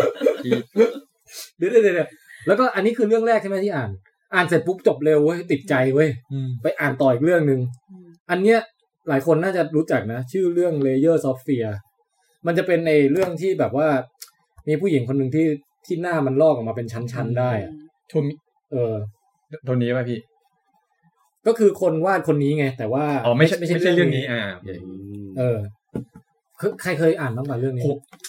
[SPEAKER 2] เดี๋ยวเดี๋ยวเดี๋ยวแล้วก็อันนี้คือเรื่องแรกใช่ไหมที่อ่าน อ่านเสร็จปุ๊บจบเร็วเว้ยติดใจเว้ย
[SPEAKER 3] อืม
[SPEAKER 2] ไปอ่านต่ออีกเรื่องหนึ่งอันเนี้ยหลายคนน่าจะรู้จักนะ ชื่อเรื่อง Layer of Fear มันจะเป็นในเรื่องที่แบบว่า มีผู้หญิงคนหนึ่งที่ที่หน้ามันลอกออกมาเป็นชั้นๆได้อะ
[SPEAKER 5] โทมิ
[SPEAKER 2] เออ
[SPEAKER 5] โทนี้ป่ะพี่
[SPEAKER 2] ก็คือคนวาดคนนี้ไง แต่ว่า
[SPEAKER 5] อ๋อไม่ใช่ไม่ใช่เรื่องนี้อ่าโอเค
[SPEAKER 2] เออคือใครเคยอ่านบ้างป่ะเรื่องนี้
[SPEAKER 5] โห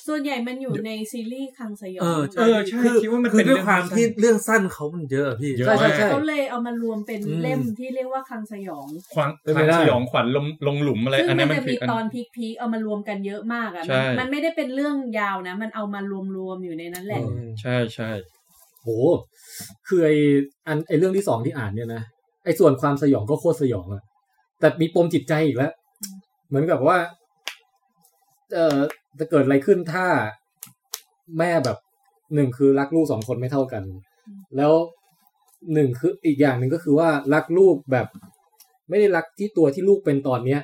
[SPEAKER 6] ส่วนใหญ่มันอยู่ในซีรีส์ครั้งสยอง
[SPEAKER 3] เออ
[SPEAKER 5] เออใช่
[SPEAKER 3] คือ
[SPEAKER 5] คิดว่ามัน
[SPEAKER 3] คือ
[SPEAKER 5] เป็น
[SPEAKER 3] ด้วยความ
[SPEAKER 5] เรื่องสั้น
[SPEAKER 3] ที่เรื่องสั้นเขามันเยอะอะพี่
[SPEAKER 5] เยอะ
[SPEAKER 2] ใช่ใช่
[SPEAKER 5] มาก
[SPEAKER 2] ใช่
[SPEAKER 6] เขาเลยเอามารวมเป็น
[SPEAKER 3] อืม
[SPEAKER 6] เล่มที่เรียกว่าครั้งสยอง
[SPEAKER 5] ควาง
[SPEAKER 2] เป็น
[SPEAKER 5] ค
[SPEAKER 2] ไป
[SPEAKER 5] วาง
[SPEAKER 2] ได้
[SPEAKER 5] สยองขวัญลงลงหลุมอะไร
[SPEAKER 6] ซึ่ง
[SPEAKER 5] อัน
[SPEAKER 6] มั
[SPEAKER 5] นั้น นมัน
[SPEAKER 6] จะ
[SPEAKER 5] คื
[SPEAKER 6] มี
[SPEAKER 5] ออัน
[SPEAKER 6] ตอนพีคๆเอามารวมกันเยอะมากอ่ะ
[SPEAKER 5] ใช่
[SPEAKER 6] มันมันไม่ได้เป็นเรื่องยาวนะ มันเอามารวมๆอยู่ในนั้นแหละ
[SPEAKER 5] ใช่ใช่
[SPEAKER 2] โหคือไออันไอเรื่องที่สองที่อ่านเนี่ยนะไอส่วนความสยองก็โคตรสยองอะแต่มีปมจิตใจอีกแล้ว เหมือนกับว่า เออจะเกิดอะไรขึ้นถ้าแม่แบบหนึ่งคือรักลูกสองคนไม่เท่ากัน แล้วหนึ่งคืออีกอย่างหนึ่งก็คือว่ารักลูกแบบ ไม่ได้รักที่ตัวที่ลูกเป็นตอนเนี้ย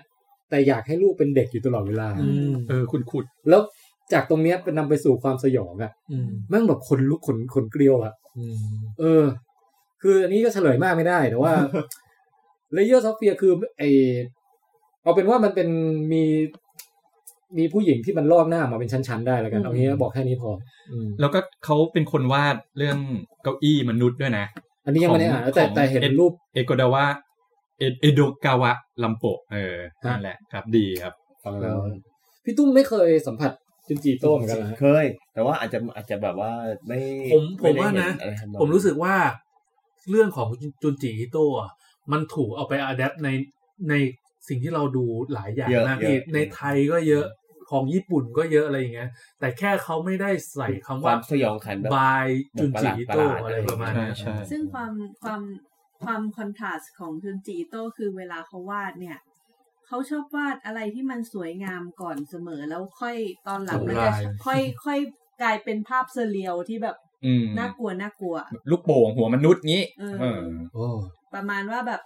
[SPEAKER 2] แต่อยากให้ลูกเป็นเด็กอยู่ตลอดเวลา
[SPEAKER 3] อืม
[SPEAKER 5] เออคุณขุด
[SPEAKER 2] แล้วจากตรงเนี้ยเป็นนำไปสู่ความสยองอะ
[SPEAKER 3] อืม
[SPEAKER 2] แม่งแบบขนลุกขนขนเกลียวอะ
[SPEAKER 3] อืม
[SPEAKER 2] เออ คืออันนี้ก็เฉลยมากไม่ได้ แต่ว่า Layer of Fear คือไอเอาเป็นว่ามันเป็นมีมีผู้หญิงที่มันลอกหน้ามาเป็นชั้นๆได้แล้วกัน เอางี้บอกแค่นี้พอ อืม
[SPEAKER 5] แล้วก็เขาเป็นคนวาดเรื่องเก้าอี้มนุษย์ด้วยนะ
[SPEAKER 2] อันนี้ยังไม่ได้อ่านแต่แต่เห็น
[SPEAKER 5] ของ
[SPEAKER 2] รูป
[SPEAKER 5] เอโกดาวะเอเอโดกาวะลัมโปะเออ
[SPEAKER 2] ฮะ
[SPEAKER 5] นั่นแหละครับดีครับ
[SPEAKER 4] ฟังแล้ว
[SPEAKER 2] พี่ตุ้มไม่เคยสัมผัสจุนจีโต้เหมือนกันนะ
[SPEAKER 4] เคย แต่ว่าอาจจะอาจจะแบบว่าไม่
[SPEAKER 3] ผมผม
[SPEAKER 4] ไได้
[SPEAKER 3] ว่านะ
[SPEAKER 4] เห็อไรทำนอง
[SPEAKER 3] ผมรู้สึกว่าเรื่องของจุนจิฮิโตะอะมันถูกเอาไปอัดแอปในในสิ่งที่เราดูหลายอย่างนะพี่ในไทยก็เยอะ ข ของญี่ปุ่นก็เยอะอะไรอย่างเงี้ยแต่แค่เขาไม่ได้ใส่คำ
[SPEAKER 10] ควา
[SPEAKER 3] ว่าม
[SPEAKER 10] สยองขวัญแบบ
[SPEAKER 3] บายจุนจิอิ
[SPEAKER 10] ประ
[SPEAKER 3] โตะ
[SPEAKER 10] หลาดๆ
[SPEAKER 3] อะไรประมาณ
[SPEAKER 5] ใช่
[SPEAKER 3] เนี้ย
[SPEAKER 5] ใช่
[SPEAKER 9] ซึ่งความความความคอนทราสต์ของจุนจิโต้คือเวลาเขาวาดเนี่ยเขาชอบวาดอะไรที่มันสวยงามก่อนเสมอแล้วค่อยตอนหลังมันจะค่อยค่อยกลายเป็นภาพเซเรียลที่แบบ
[SPEAKER 5] อืม
[SPEAKER 9] น่ากลัวน่ากลัว
[SPEAKER 5] ลูกโป่งหัวมนุษย์งี้
[SPEAKER 9] เออ
[SPEAKER 5] เออ
[SPEAKER 3] โอ้
[SPEAKER 9] ประมาณว่าแบบ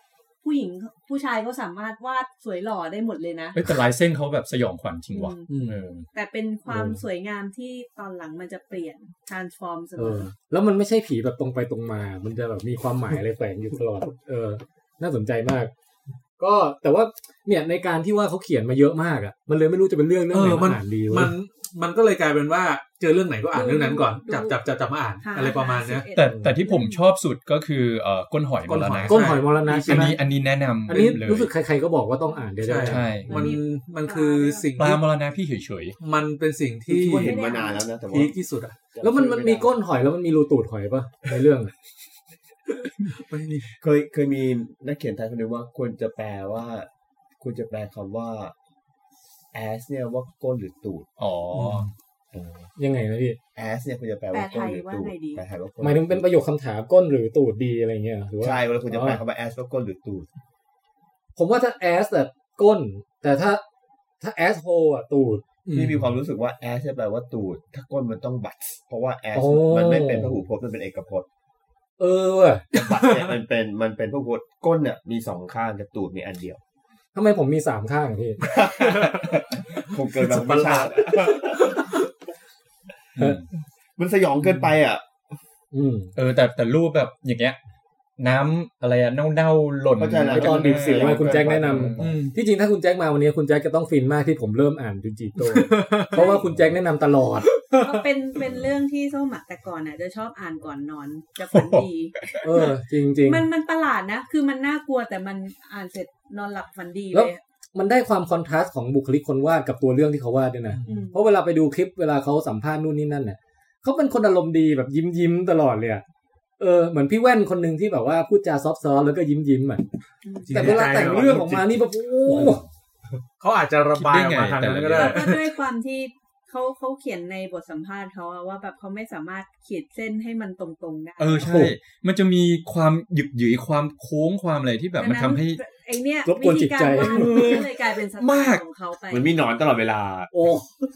[SPEAKER 9] ผู้หญิงผู้ชายเขาสามารถวาดสวยหล่อได้หมดเลยนะ
[SPEAKER 5] เอ้ยแต่ลายเส้นเขาแบบสยองขวัญจริงว่ะ
[SPEAKER 9] อืม
[SPEAKER 3] อืม
[SPEAKER 5] เออ
[SPEAKER 9] แต่เป็นความสวยงามที่ตอนหลังมันจะเปลี่ยน transform เส
[SPEAKER 2] เอ
[SPEAKER 9] ม
[SPEAKER 2] อ
[SPEAKER 9] อ
[SPEAKER 2] แล้วมันไม่ใช่ผีแบบตรงไปตรงมา มันจะแบบมีความหมายอะไรแฝงอยู่ตลอด เออ น่าสนใจมาก ก็แต่ว่าเนี่ยในการที่ว่าเขาเขียนมาเยอะมากอ่ะ มันเลยไม่รู้จะเป็นเรื่องเรื่อ
[SPEAKER 3] เองอน
[SPEAKER 2] ไห
[SPEAKER 3] มั
[SPEAKER 2] มาน อ่านดีเว้
[SPEAKER 3] มั
[SPEAKER 2] ย
[SPEAKER 3] นมันก็เลยกลายเป็นว่าเจอเรื่องไหนก็อ่านเรื่องนั้นก่อน
[SPEAKER 9] ดู
[SPEAKER 3] จับจับจับจับมาอ่าน
[SPEAKER 9] หา
[SPEAKER 3] อะไรประมาณเนี้ย
[SPEAKER 9] 51
[SPEAKER 5] แต่แต่ที่ผมชอบสุดก็คือเอ่อก้นหอยมรณะ
[SPEAKER 3] ก้
[SPEAKER 2] ก้น
[SPEAKER 3] น
[SPEAKER 2] ห
[SPEAKER 3] ห
[SPEAKER 2] อ
[SPEAKER 3] อย ย
[SPEAKER 2] มรณะ
[SPEAKER 5] อั
[SPEAKER 2] ใช่
[SPEAKER 5] น
[SPEAKER 2] ไหม
[SPEAKER 5] นี้อันนี้แนะนำ
[SPEAKER 2] อันนี้
[SPEAKER 5] เลย
[SPEAKER 2] รู้สึกใครๆก็บอกว่าต้องอ่านเดี๋ยวจะได้
[SPEAKER 5] ใช่
[SPEAKER 3] มันมันคือสิ่ง
[SPEAKER 5] ปลา
[SPEAKER 3] ที่
[SPEAKER 5] มรณะพี่เฉย
[SPEAKER 3] มันเป็นสิ่ง
[SPEAKER 4] ที่
[SPEAKER 3] ที่
[SPEAKER 4] ว่าเห็นมานานแล้วนะแต่ว่า
[SPEAKER 3] พีคที่สุดอะ
[SPEAKER 2] แล้วมันมันมีก้นหอยแล้วมันมีรูตูดหอยปะในเรื่องอะ
[SPEAKER 3] มันมี
[SPEAKER 4] เคยเคยมีนักเขียนไทยคนหนึ่งว่าควรจะแปลว่าควรจะแปลคำว่า ass เนี่ยว่าก้นหรือตูด
[SPEAKER 5] ๆอ๋อ
[SPEAKER 4] เออ
[SPEAKER 2] ยังไงนะพี่
[SPEAKER 4] ass เนี่ยควรจะแปลว่าก้นหรือตูดแปลไทยว่าก้น
[SPEAKER 2] หมายถึงเป็นประโยคคำถามก้นหรือตูดดีอะไรเงี้ยเหรอหรือว่า
[SPEAKER 4] ใช่เวลาควรจะแปลคำว่า ass ว่าก้นหรือตูด
[SPEAKER 2] ผมว่าถ้าแอสแต่ก้น แต่ถ้าถ้าแอสโฮอ่ะตูด
[SPEAKER 4] นี่มีความรู้สึกว่าแอสแปลว่าตูด ถ้าก้นมันต้องบัตเพราะว่าแอส
[SPEAKER 2] โอ้
[SPEAKER 4] มันไม่เป็นพหูพจน์มันเป็นเอกพจน์
[SPEAKER 2] เออว่ะ
[SPEAKER 4] แต่บัต
[SPEAKER 2] *laughs*
[SPEAKER 4] เนี่ยมันเป็นมันเป็นพหูพจน์ก้นเนี่ยมีสองข้างแต่ตูดมีอันเดียว
[SPEAKER 2] ทำไมผมมีสามข้างอะพี่
[SPEAKER 4] คงเกิ
[SPEAKER 2] *laughs*
[SPEAKER 4] นแบบวิชา
[SPEAKER 2] เออ
[SPEAKER 4] มันสยองเกินไปอ่ะ
[SPEAKER 2] อืม
[SPEAKER 5] เออแต่แต่รูปแบบอย่างเงี้ย น้ำอะไรอะเน่าๆหล่น
[SPEAKER 4] เข้าใจแล้ว
[SPEAKER 2] ไอตอนบีบสิวมาคุณแจ็คแนะนำ
[SPEAKER 3] อืม
[SPEAKER 2] ที่จริงถ้าคุณแจ็คมาวันนี้คุณแจ็คจะต้องฟินมากที่ผมเริ่มอ่านจุนจิโต เพราะว่าคุณแจ็คแนะนำตลอด
[SPEAKER 9] ก็เป็น *laughs* เป็นเรื่องที่ส้มอะแต่ก่อนอ่ะจะชอบอ่านก่อนนอนจะฝันดี
[SPEAKER 2] เออ จริงจริง
[SPEAKER 9] มันมันประหลาดนะ คือมันน่ากลัวแต่มันอ่านเสร็จนอนหลับฝันดี
[SPEAKER 2] แล้
[SPEAKER 9] เล
[SPEAKER 2] ว
[SPEAKER 9] ยอะ
[SPEAKER 2] มันได้ความคอนทราสต์ของบุคลิกคนวาดกับตัวเรื่องที่เขาวาดด้วยนะ
[SPEAKER 9] อืม
[SPEAKER 2] เพราะเวลาไปดูคลิปเวลาเขาสัมภาษณ์นู่นนี่นั่นเนี่ยเขาเป็นคนอารมณ์ดีแบบยิ้มยิ้มๆตลอดเลยอะเออเหมือนพี่แว่นคนหนึ่งที่แบบว่าพูดจาซอฟซอแล้วก็ยิ้มยิ้มๆอ่ะแต่เวลาแต่งเรื่องออกมานี่แบบโอ้โห
[SPEAKER 3] เขาอาจจะระบายออกมาทางนั้นก็ได้
[SPEAKER 9] แล้วก็ด้วยความที่เขาเขาเขียนในบทสัมภาษณ์เขาอะว่าแบบเขาไม่สามารถขีดเส้นให้มันตรงๆได้
[SPEAKER 5] เออใช่ มันจะมีความหยึกหยือความโค้งความอะไรที่แบบมันทำให้
[SPEAKER 9] ไอเนี้ย
[SPEAKER 2] รบกวนจิตใจ
[SPEAKER 9] วิธีการวาดมันก็เลยกลายเป็นสไต
[SPEAKER 5] มาก
[SPEAKER 9] ล์ของเขาไป
[SPEAKER 10] เหมันมีหนอนตลอดเวลา
[SPEAKER 2] โอ้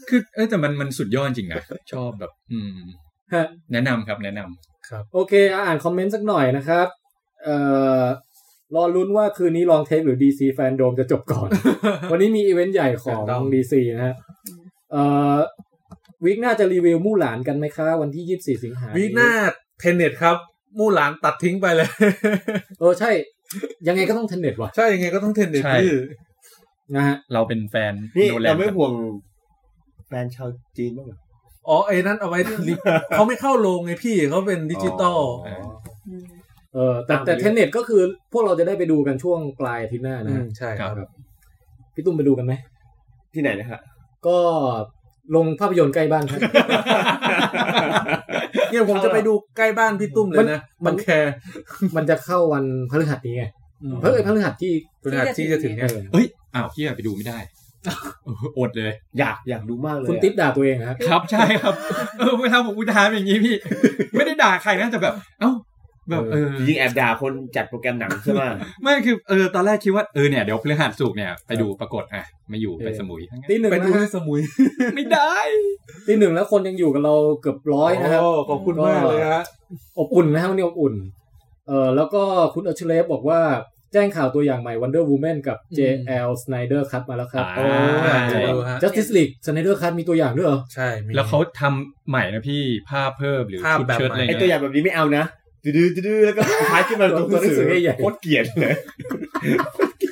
[SPEAKER 5] คือเอ้ยแต่มันมันสุดยอดจริงนะชอบแบบ อืม
[SPEAKER 2] ฮะ
[SPEAKER 5] แนะนำครับแนะนำ
[SPEAKER 2] โอเคอ่านคอมเมนต์สักหน่อยนะครับ เอ่อ รอลุ้นว่าคืนนี้ลองเทคหรือ DC แฟนโดมจะจบ
[SPEAKER 3] *laughs*
[SPEAKER 2] ก่อน วันนี้มีอีเวนต์ใหญ่ของ
[SPEAKER 3] Fandom
[SPEAKER 2] DC นะฮะ เอ่อ วิกหน้าจะรีวิวมู่หลานกันไหมคะวันที่ 24 สิงหา
[SPEAKER 3] วีคหน้าเทนเน็ตครับ มู่หลานตัดทิ้งไปเลย *laughs*
[SPEAKER 2] เออ ใช่ ยังไงก็ต้องเทนเน็ตว่ะ
[SPEAKER 3] ใช่ยังไงก็ต้องเทนเน็ตดื้อ
[SPEAKER 2] นะฮะ
[SPEAKER 5] เราเป็นแฟน
[SPEAKER 4] นี่
[SPEAKER 5] โนแล
[SPEAKER 4] เรา
[SPEAKER 5] น
[SPEAKER 4] ไม่
[SPEAKER 5] ครับ
[SPEAKER 4] ห่วงแฟนชาวจีนบ้างเหรอ
[SPEAKER 3] อ๋อไอ้นั่น *laughs* เอาไว้ลิเขาไม่เข้าโรงไงพี่เขาเป็นดิจิตอล
[SPEAKER 4] อ๋อ
[SPEAKER 2] เออ แต่แต่เทนเน็ตก็คือ พวกเราจะได้ไปดูกันช่วงปลายอาทิตย์หน้านะ
[SPEAKER 3] อื
[SPEAKER 2] ฮะ
[SPEAKER 3] มใช่ครับ
[SPEAKER 2] พี่ตุ้มไปดูกันไหม
[SPEAKER 4] ที่ไหนนะฮะ
[SPEAKER 2] ก็ลงภาพยนตร์ใกล้บ้านครับ
[SPEAKER 3] *laughs* เนี่ยผมจะไปดูใกล้บ้านพี่ตุ้มเลยนะ
[SPEAKER 2] มั
[SPEAKER 3] บา
[SPEAKER 2] น
[SPEAKER 3] งแค
[SPEAKER 2] มันจะเข้าวันพฤหัสนี้ไง
[SPEAKER 3] อืม
[SPEAKER 2] เพิ่งพฤหัสที่
[SPEAKER 3] พฤหัสที่จะถึง
[SPEAKER 2] เอ
[SPEAKER 3] เนี่ย
[SPEAKER 2] อ
[SPEAKER 5] เอ้ยอ้าวพี่ไปดูไม่ได้ อดเลย
[SPEAKER 4] อยากอยากดูมากเลย
[SPEAKER 2] คุณ
[SPEAKER 4] อะ
[SPEAKER 2] ติ๊บด่าตัวเองเหรอครับ
[SPEAKER 5] ครับใช่ครับเออเวลาผมอุทานอย่างนี้พี่ ไม่ได้ด่าใครนะแต่แบบ เอ้าแบบเออ
[SPEAKER 4] จริงๆแอบด่าคนจัดโปรแกรมหนังใช่ไหม
[SPEAKER 5] ไม่คือเออตอนแรกคิดว่าเออเนี่ยเดี๋ยวพฤหัสสุกร์เนี่ยไปดูปรากฏอ่ะไม่อยู่ไปสมุย
[SPEAKER 2] ตีหนึ่ง
[SPEAKER 3] ไปดู
[SPEAKER 2] นะ
[SPEAKER 3] ที่
[SPEAKER 2] ฮะ
[SPEAKER 3] สมุย
[SPEAKER 5] ไม่ได้
[SPEAKER 2] ตีหนึ่งแล้วคนยังอยู่กับเราเกือบร้อยนะครับ
[SPEAKER 3] โขอบคุณมากเลยฮะ
[SPEAKER 2] อบอุ่นนะฮะวันนี้อบอุ่น เออแล้วก็คุณอัชเลฟบอกว่าแจ้งข่าวตัวอย่างใหม่ Wonder Woman กับ JL Snyder Cut มาแล้วครับ
[SPEAKER 5] อ่า
[SPEAKER 3] จะดูฮะ
[SPEAKER 2] Justice League Snyder Cut มีตัวอย่างด้วยเหรอ
[SPEAKER 3] ใช่มี
[SPEAKER 5] แล้วเขาทำใหม่นะพี่ภาพเพิ่มหรือ
[SPEAKER 3] ภาพ
[SPEAKER 5] ชุด
[SPEAKER 3] แบบ
[SPEAKER 5] เชิ้ต
[SPEAKER 3] ใหม่
[SPEAKER 5] อะ
[SPEAKER 4] ไอ
[SPEAKER 5] ไร
[SPEAKER 4] ตัวอย่า
[SPEAKER 5] เงี้ย
[SPEAKER 4] งแบบนี้ไม่เอานะดื้อๆดื้อๆแล้วก็ท้ายขึ้น
[SPEAKER 2] *laughs*
[SPEAKER 4] มา
[SPEAKER 2] ตัวหนังสือใหญ่ๆ
[SPEAKER 4] โคตรเกลีย
[SPEAKER 2] *laughs*
[SPEAKER 4] ดเลย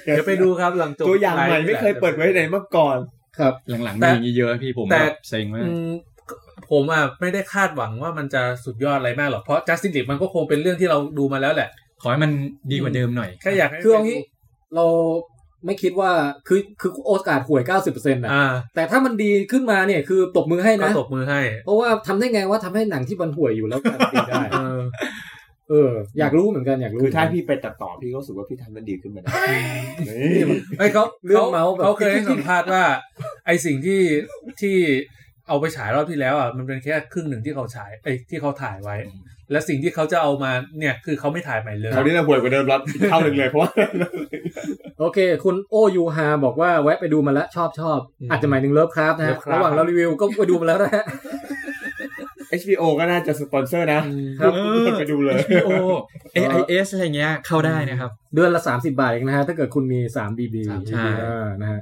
[SPEAKER 3] เดี๋ยวไปดูครับหลังจบ
[SPEAKER 4] ตัวอย่างใหม่ไม่เคยเปิดไว้ไหนมาก่อน
[SPEAKER 2] ครับ
[SPEAKER 5] หลังๆ
[SPEAKER 3] แต่
[SPEAKER 5] มีอย่างงี้เยอะพี่ผม
[SPEAKER 3] แต่
[SPEAKER 5] แบบเซ็งมาก
[SPEAKER 3] อืมผมอ่ะไม่ได้คาดหวังว่ามันจะสุดยอดอะไรมากหรอกเพราะ Justin League มันก็คงเป็นเรื่องที่เราดูมาแล้วแหละ
[SPEAKER 5] ขอให้มันดีกว่าเดิมหน่อย
[SPEAKER 3] แค่อยากให้
[SPEAKER 2] คือเอางี้เราไม่คิดว่าคือคือโอกาสห่วย 90%นะ
[SPEAKER 3] อ่า
[SPEAKER 2] แต่ถ้ามันดีขึ้นมาเนี่ยคือตบมือให้
[SPEAKER 3] ก็
[SPEAKER 2] นะ
[SPEAKER 3] ตบมือให้
[SPEAKER 2] เพราะว่าทำได้ไงว่าทำให้หนังที่มันห่วยอยู่แล้วการันตีได้
[SPEAKER 3] เออ
[SPEAKER 2] เออ อยากรู้เหมือนกันอยากรู้
[SPEAKER 4] คือถ้าพี่ไปตัดต่อพี่ก็รู้สึกว่าพี่ทำมันดีขึ้นมาได้
[SPEAKER 3] ไอ้ยเขา
[SPEAKER 2] เรื่องเมาส์แบบ
[SPEAKER 3] เขาเคยให้สัมภาษณ์ว่า ไอ ไอสิ่งที่ที่เอาไปฉายรอบที่แล้วอ่ะมันเป็นแค่ครึ่งหนึ่งที่เขาฉายไอยที่เขาถ่ายไว้ และสิ่งที่เขาจะเอามาเนี่ยคือเขาไม่ถ่ายใหม่เลย
[SPEAKER 10] คราวนี้น่าห่วยกว่าเดิมรัดเท่าหนึ่งเลยเพราะว่า
[SPEAKER 2] โอเค คุณโอยูฮาบอกว่าแวะไปดูมาแล้วชอบชอบ
[SPEAKER 3] อืม
[SPEAKER 2] อาจจะหมายถึงเลิฟคราฟนะฮะ
[SPEAKER 3] Lovecraft
[SPEAKER 2] ระหว่างเรารีวิวก็ไปดูมาแล้วนะฮะ
[SPEAKER 10] HBO ก็น่าจะสปอนเซอร์นะ
[SPEAKER 2] ครั
[SPEAKER 11] บ
[SPEAKER 10] กดไปดูเลย
[SPEAKER 11] โอ้
[SPEAKER 5] AIS อะไรเงี้ยเข้าได้นะครับ
[SPEAKER 2] เดือนละ 30 บาทเองนะฮะ ถ้าเกิดคุณมี 3 BB
[SPEAKER 5] ใช่
[SPEAKER 2] นะฮะ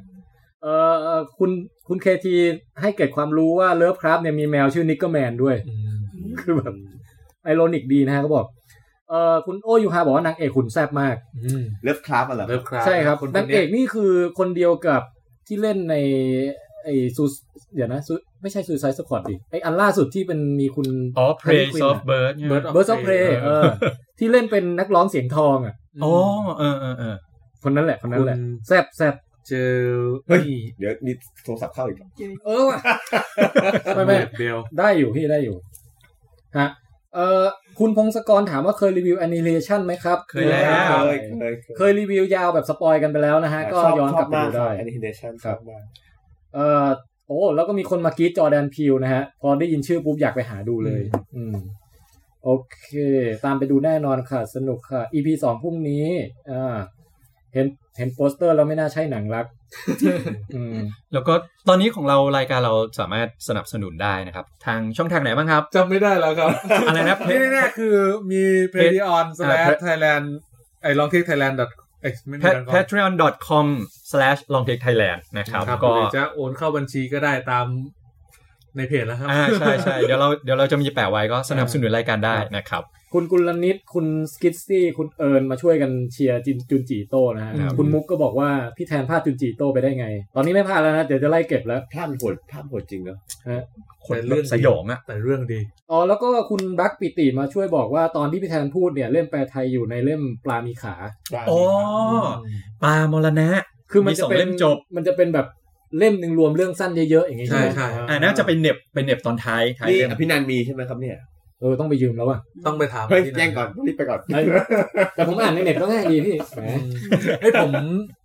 [SPEAKER 2] เอ่อเอ่อคุณคุณเคทีให้เกิดความรู้ว่าเลิฟคราฟเนี่ยมีแมวชื่อนิกเกอร์แมนด้วย คือแบบไอโรนิกดีนะฮะเขาบอกเอ่อคุณโอยูฮาบอกว่านางเอกหุ่นแซ่บมาก
[SPEAKER 4] เลิฟคราฟอะไรอ
[SPEAKER 3] เลิฟครับ
[SPEAKER 2] ใช่ครับ
[SPEAKER 3] คน
[SPEAKER 2] นางเอ
[SPEAKER 3] เนี้ย
[SPEAKER 2] กนี่คือคนเดียวกับที่เล่นในไอซูเดี๋ยวนะ Su- ไม่ใช่ซูซายสปอร์ตดิไออันล่าสุดที่เป็นมีคุณ
[SPEAKER 5] อ๋อ Prey
[SPEAKER 2] Harley Quinn
[SPEAKER 5] Soft
[SPEAKER 2] อะ
[SPEAKER 5] Bird
[SPEAKER 3] เบิร์ด
[SPEAKER 2] เบอร์ซอฟเพลเออ ที่เล่นเป็นนักร้องเสียงทองอ่ะ
[SPEAKER 5] อ๋อเออเออเออ
[SPEAKER 2] คนนั้นแหละ คนนั้นแหละ
[SPEAKER 3] คุณ
[SPEAKER 2] แซบแซบ
[SPEAKER 3] เจอ
[SPEAKER 10] เฮ้ย เดี๋ยวนี่โทรศัพท์เข้าอีกแล้ว
[SPEAKER 2] เออว่ะ *laughs* ไม่ไม่
[SPEAKER 3] เดียว
[SPEAKER 2] ได้อยู่พี่ได้อยู่ ฮะ เออคุณพงศกรถามว่าเคยรีวิวแอนิเ t ชันไหมครับ
[SPEAKER 5] เคยแล้ว
[SPEAKER 10] เคยเคย
[SPEAKER 2] เคยรีวิวยาวแบบสปอยกันไปแล้วนะฮะ ก็ย้อนกลับไปดูได้
[SPEAKER 10] แอนิเมชันชอบมาก
[SPEAKER 2] เออโอ้แล้วก็มีคนมากรีดจอร์แดนพิวนะฮะ พอได้ยินชื่อปุ๊บอยากไปหาดูเลย อืม โอเค ตามไปดูแน่นอนค่ะ สนุกค่ะ EP สองพรุ่งนี้อ่าเห็นเห็นโปสเตอร์แล้วไม่น่าใช่หนัง
[SPEAKER 10] *laughs*
[SPEAKER 2] รัก อืม
[SPEAKER 5] แล้วก็ตอนนี้ของเรารายการเราสามารถสนับสนุนได้นะครับ ทางช่องทางไหนบ้างครับ
[SPEAKER 3] จำไม่ได้แล้วครับ
[SPEAKER 5] อะไรนะ
[SPEAKER 3] นี่แน่ๆคือมีเพลย์ออนสแลชไทยแลนด์ไอ้ลองเทคไทยแลนด์ดอทเอ็กซ์ไม่มีการขอ
[SPEAKER 5] patreon.com/longtakethailand นะครับ
[SPEAKER 3] ครับ
[SPEAKER 5] ก็
[SPEAKER 3] หรือจะโอนเข้าบัญชีก็ได้ตามในเพจแล้วครับ
[SPEAKER 5] อ่าใช่ใช่เดี๋ยวเราเดี๋ยวเราจะมีแปะไว้ก็สนับสนุนรายการได้นะครับ
[SPEAKER 2] คุณกุลนิด คุณสกิตซี่ คุณเอิญมาช่วยกันเชียร์จินจุนจีโต้นะฮะ
[SPEAKER 5] ครับ
[SPEAKER 2] คุณมุกก็บอกว่า พี่แทนพลาดจุนจีโต้ไปได้ไง ตอนนี้ไม่พลาดแล้วนะ เดี๋ยวจะไล่เก็บแล้ว
[SPEAKER 4] ภาพมันโหดภาพมันโหดจริงเนาะ
[SPEAKER 5] คน
[SPEAKER 3] แต่
[SPEAKER 5] แบ
[SPEAKER 3] เรื่อบ ง
[SPEAKER 5] สยองอ่ะ
[SPEAKER 3] แต่เรื่องดี
[SPEAKER 2] อ๋อ แล้วก็คุณบักปิติมาช่วยบอกว่าตอนที่พี่แทนพูดเนี่ยเล่มแปลไทยอยู่ในเล่มปลามีขา
[SPEAKER 5] อ๋อปลามรณะ
[SPEAKER 2] คือมัน
[SPEAKER 5] ส
[SPEAKER 2] จะ
[SPEAKER 5] อง
[SPEAKER 2] เป็น
[SPEAKER 5] เล่มจบ
[SPEAKER 2] มันจะเป็นแบบเล่มหนึ่งรวมเรื่องสั้นเยอะๆอย่างงี้
[SPEAKER 3] ใช่
[SPEAKER 2] ใช่ไหม
[SPEAKER 3] ใช่
[SPEAKER 5] อ่าน่าจะเป็นเหน็บเป็นเหน็บตอนท้ายท้าย
[SPEAKER 4] นี่
[SPEAKER 5] เล่ม
[SPEAKER 4] อภินันท์มีใช่ไหมครับเนี่ย
[SPEAKER 2] เออต้องไปยืมแล้วอ่ะ
[SPEAKER 3] ต้องไปถาม
[SPEAKER 4] เฮ้ย
[SPEAKER 3] ที่ไห
[SPEAKER 4] แย่งก่อนรีบไปก่อน
[SPEAKER 2] เอ้ยแต่ผมอ่านในเน็ตก็ง่ายดีพี่แหม
[SPEAKER 3] เอ้ยผม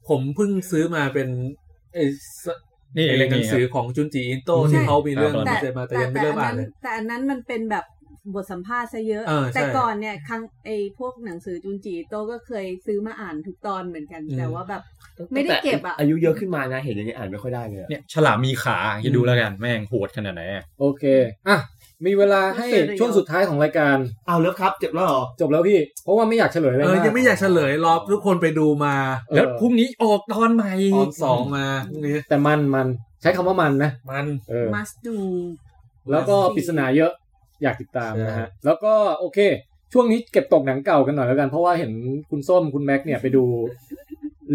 [SPEAKER 3] ผมเพิ่งซื้อมาเป็นไอ้ส
[SPEAKER 5] นี่
[SPEAKER 3] ไอ้
[SPEAKER 5] เล่ม
[SPEAKER 3] หนัง
[SPEAKER 5] นี้
[SPEAKER 3] สือ
[SPEAKER 5] ครับ
[SPEAKER 3] ของจุนจีอินโต
[SPEAKER 5] อืม
[SPEAKER 3] ที่เขามีเรื่อง
[SPEAKER 5] ครับ
[SPEAKER 3] นี้มาแต่ยังไม่เริ่มอ่านเลย
[SPEAKER 6] แต่อันนั้นมันเป็นแบบบทสัมภาษณ์ซะเยอะ
[SPEAKER 3] เออใช่
[SPEAKER 6] แต่ก่อนเนี่ยครั้งไอ้พวกหนังสือจุนจีโตก็เคยซื้อมาอ่านทุกตอนเหมือนกัน
[SPEAKER 3] อืม
[SPEAKER 6] แต่ว่าแบบ ไม่ได้เก็บอะ
[SPEAKER 4] อายุเยอะขึ้นมานะเห็นอย่างนี้อ่านไม่ค่อยได้เลยอะ
[SPEAKER 5] เนี่ยฉลามมีขาอย่าดูแล้วกันแม่งโหดขนาดไหนอะ
[SPEAKER 2] โอเคอ่ะมีเวลาให้ช่วงสุดท้ายของรายการ
[SPEAKER 4] เอาเลิฟครับเจ็บแล้วเหรอ
[SPEAKER 2] จบแล้วพี่ เพราะว่าไม่อยากเฉลยอะไร
[SPEAKER 3] เออ
[SPEAKER 2] มาก
[SPEAKER 3] ยังไม่อยากเฉลยรอบทุกคนไปดูมา
[SPEAKER 5] แล้วพรุ่งนี้ออกตอนใหม่
[SPEAKER 3] ตอนสองมาพวกนี้
[SPEAKER 2] แต่มันมันใช้คำว่ามันนะ
[SPEAKER 3] มัน
[SPEAKER 2] เออ
[SPEAKER 6] must do
[SPEAKER 2] แล้วก็ปริศนาเยอะอยากติดตามนะฮะแล้วก็โอเค ช่วงนี้เก็บตกหนังเก่ากันหน่อยแล้วกัน เพราะว่าเห็นคุณส้มคุณแม็กเนี่ยไปดู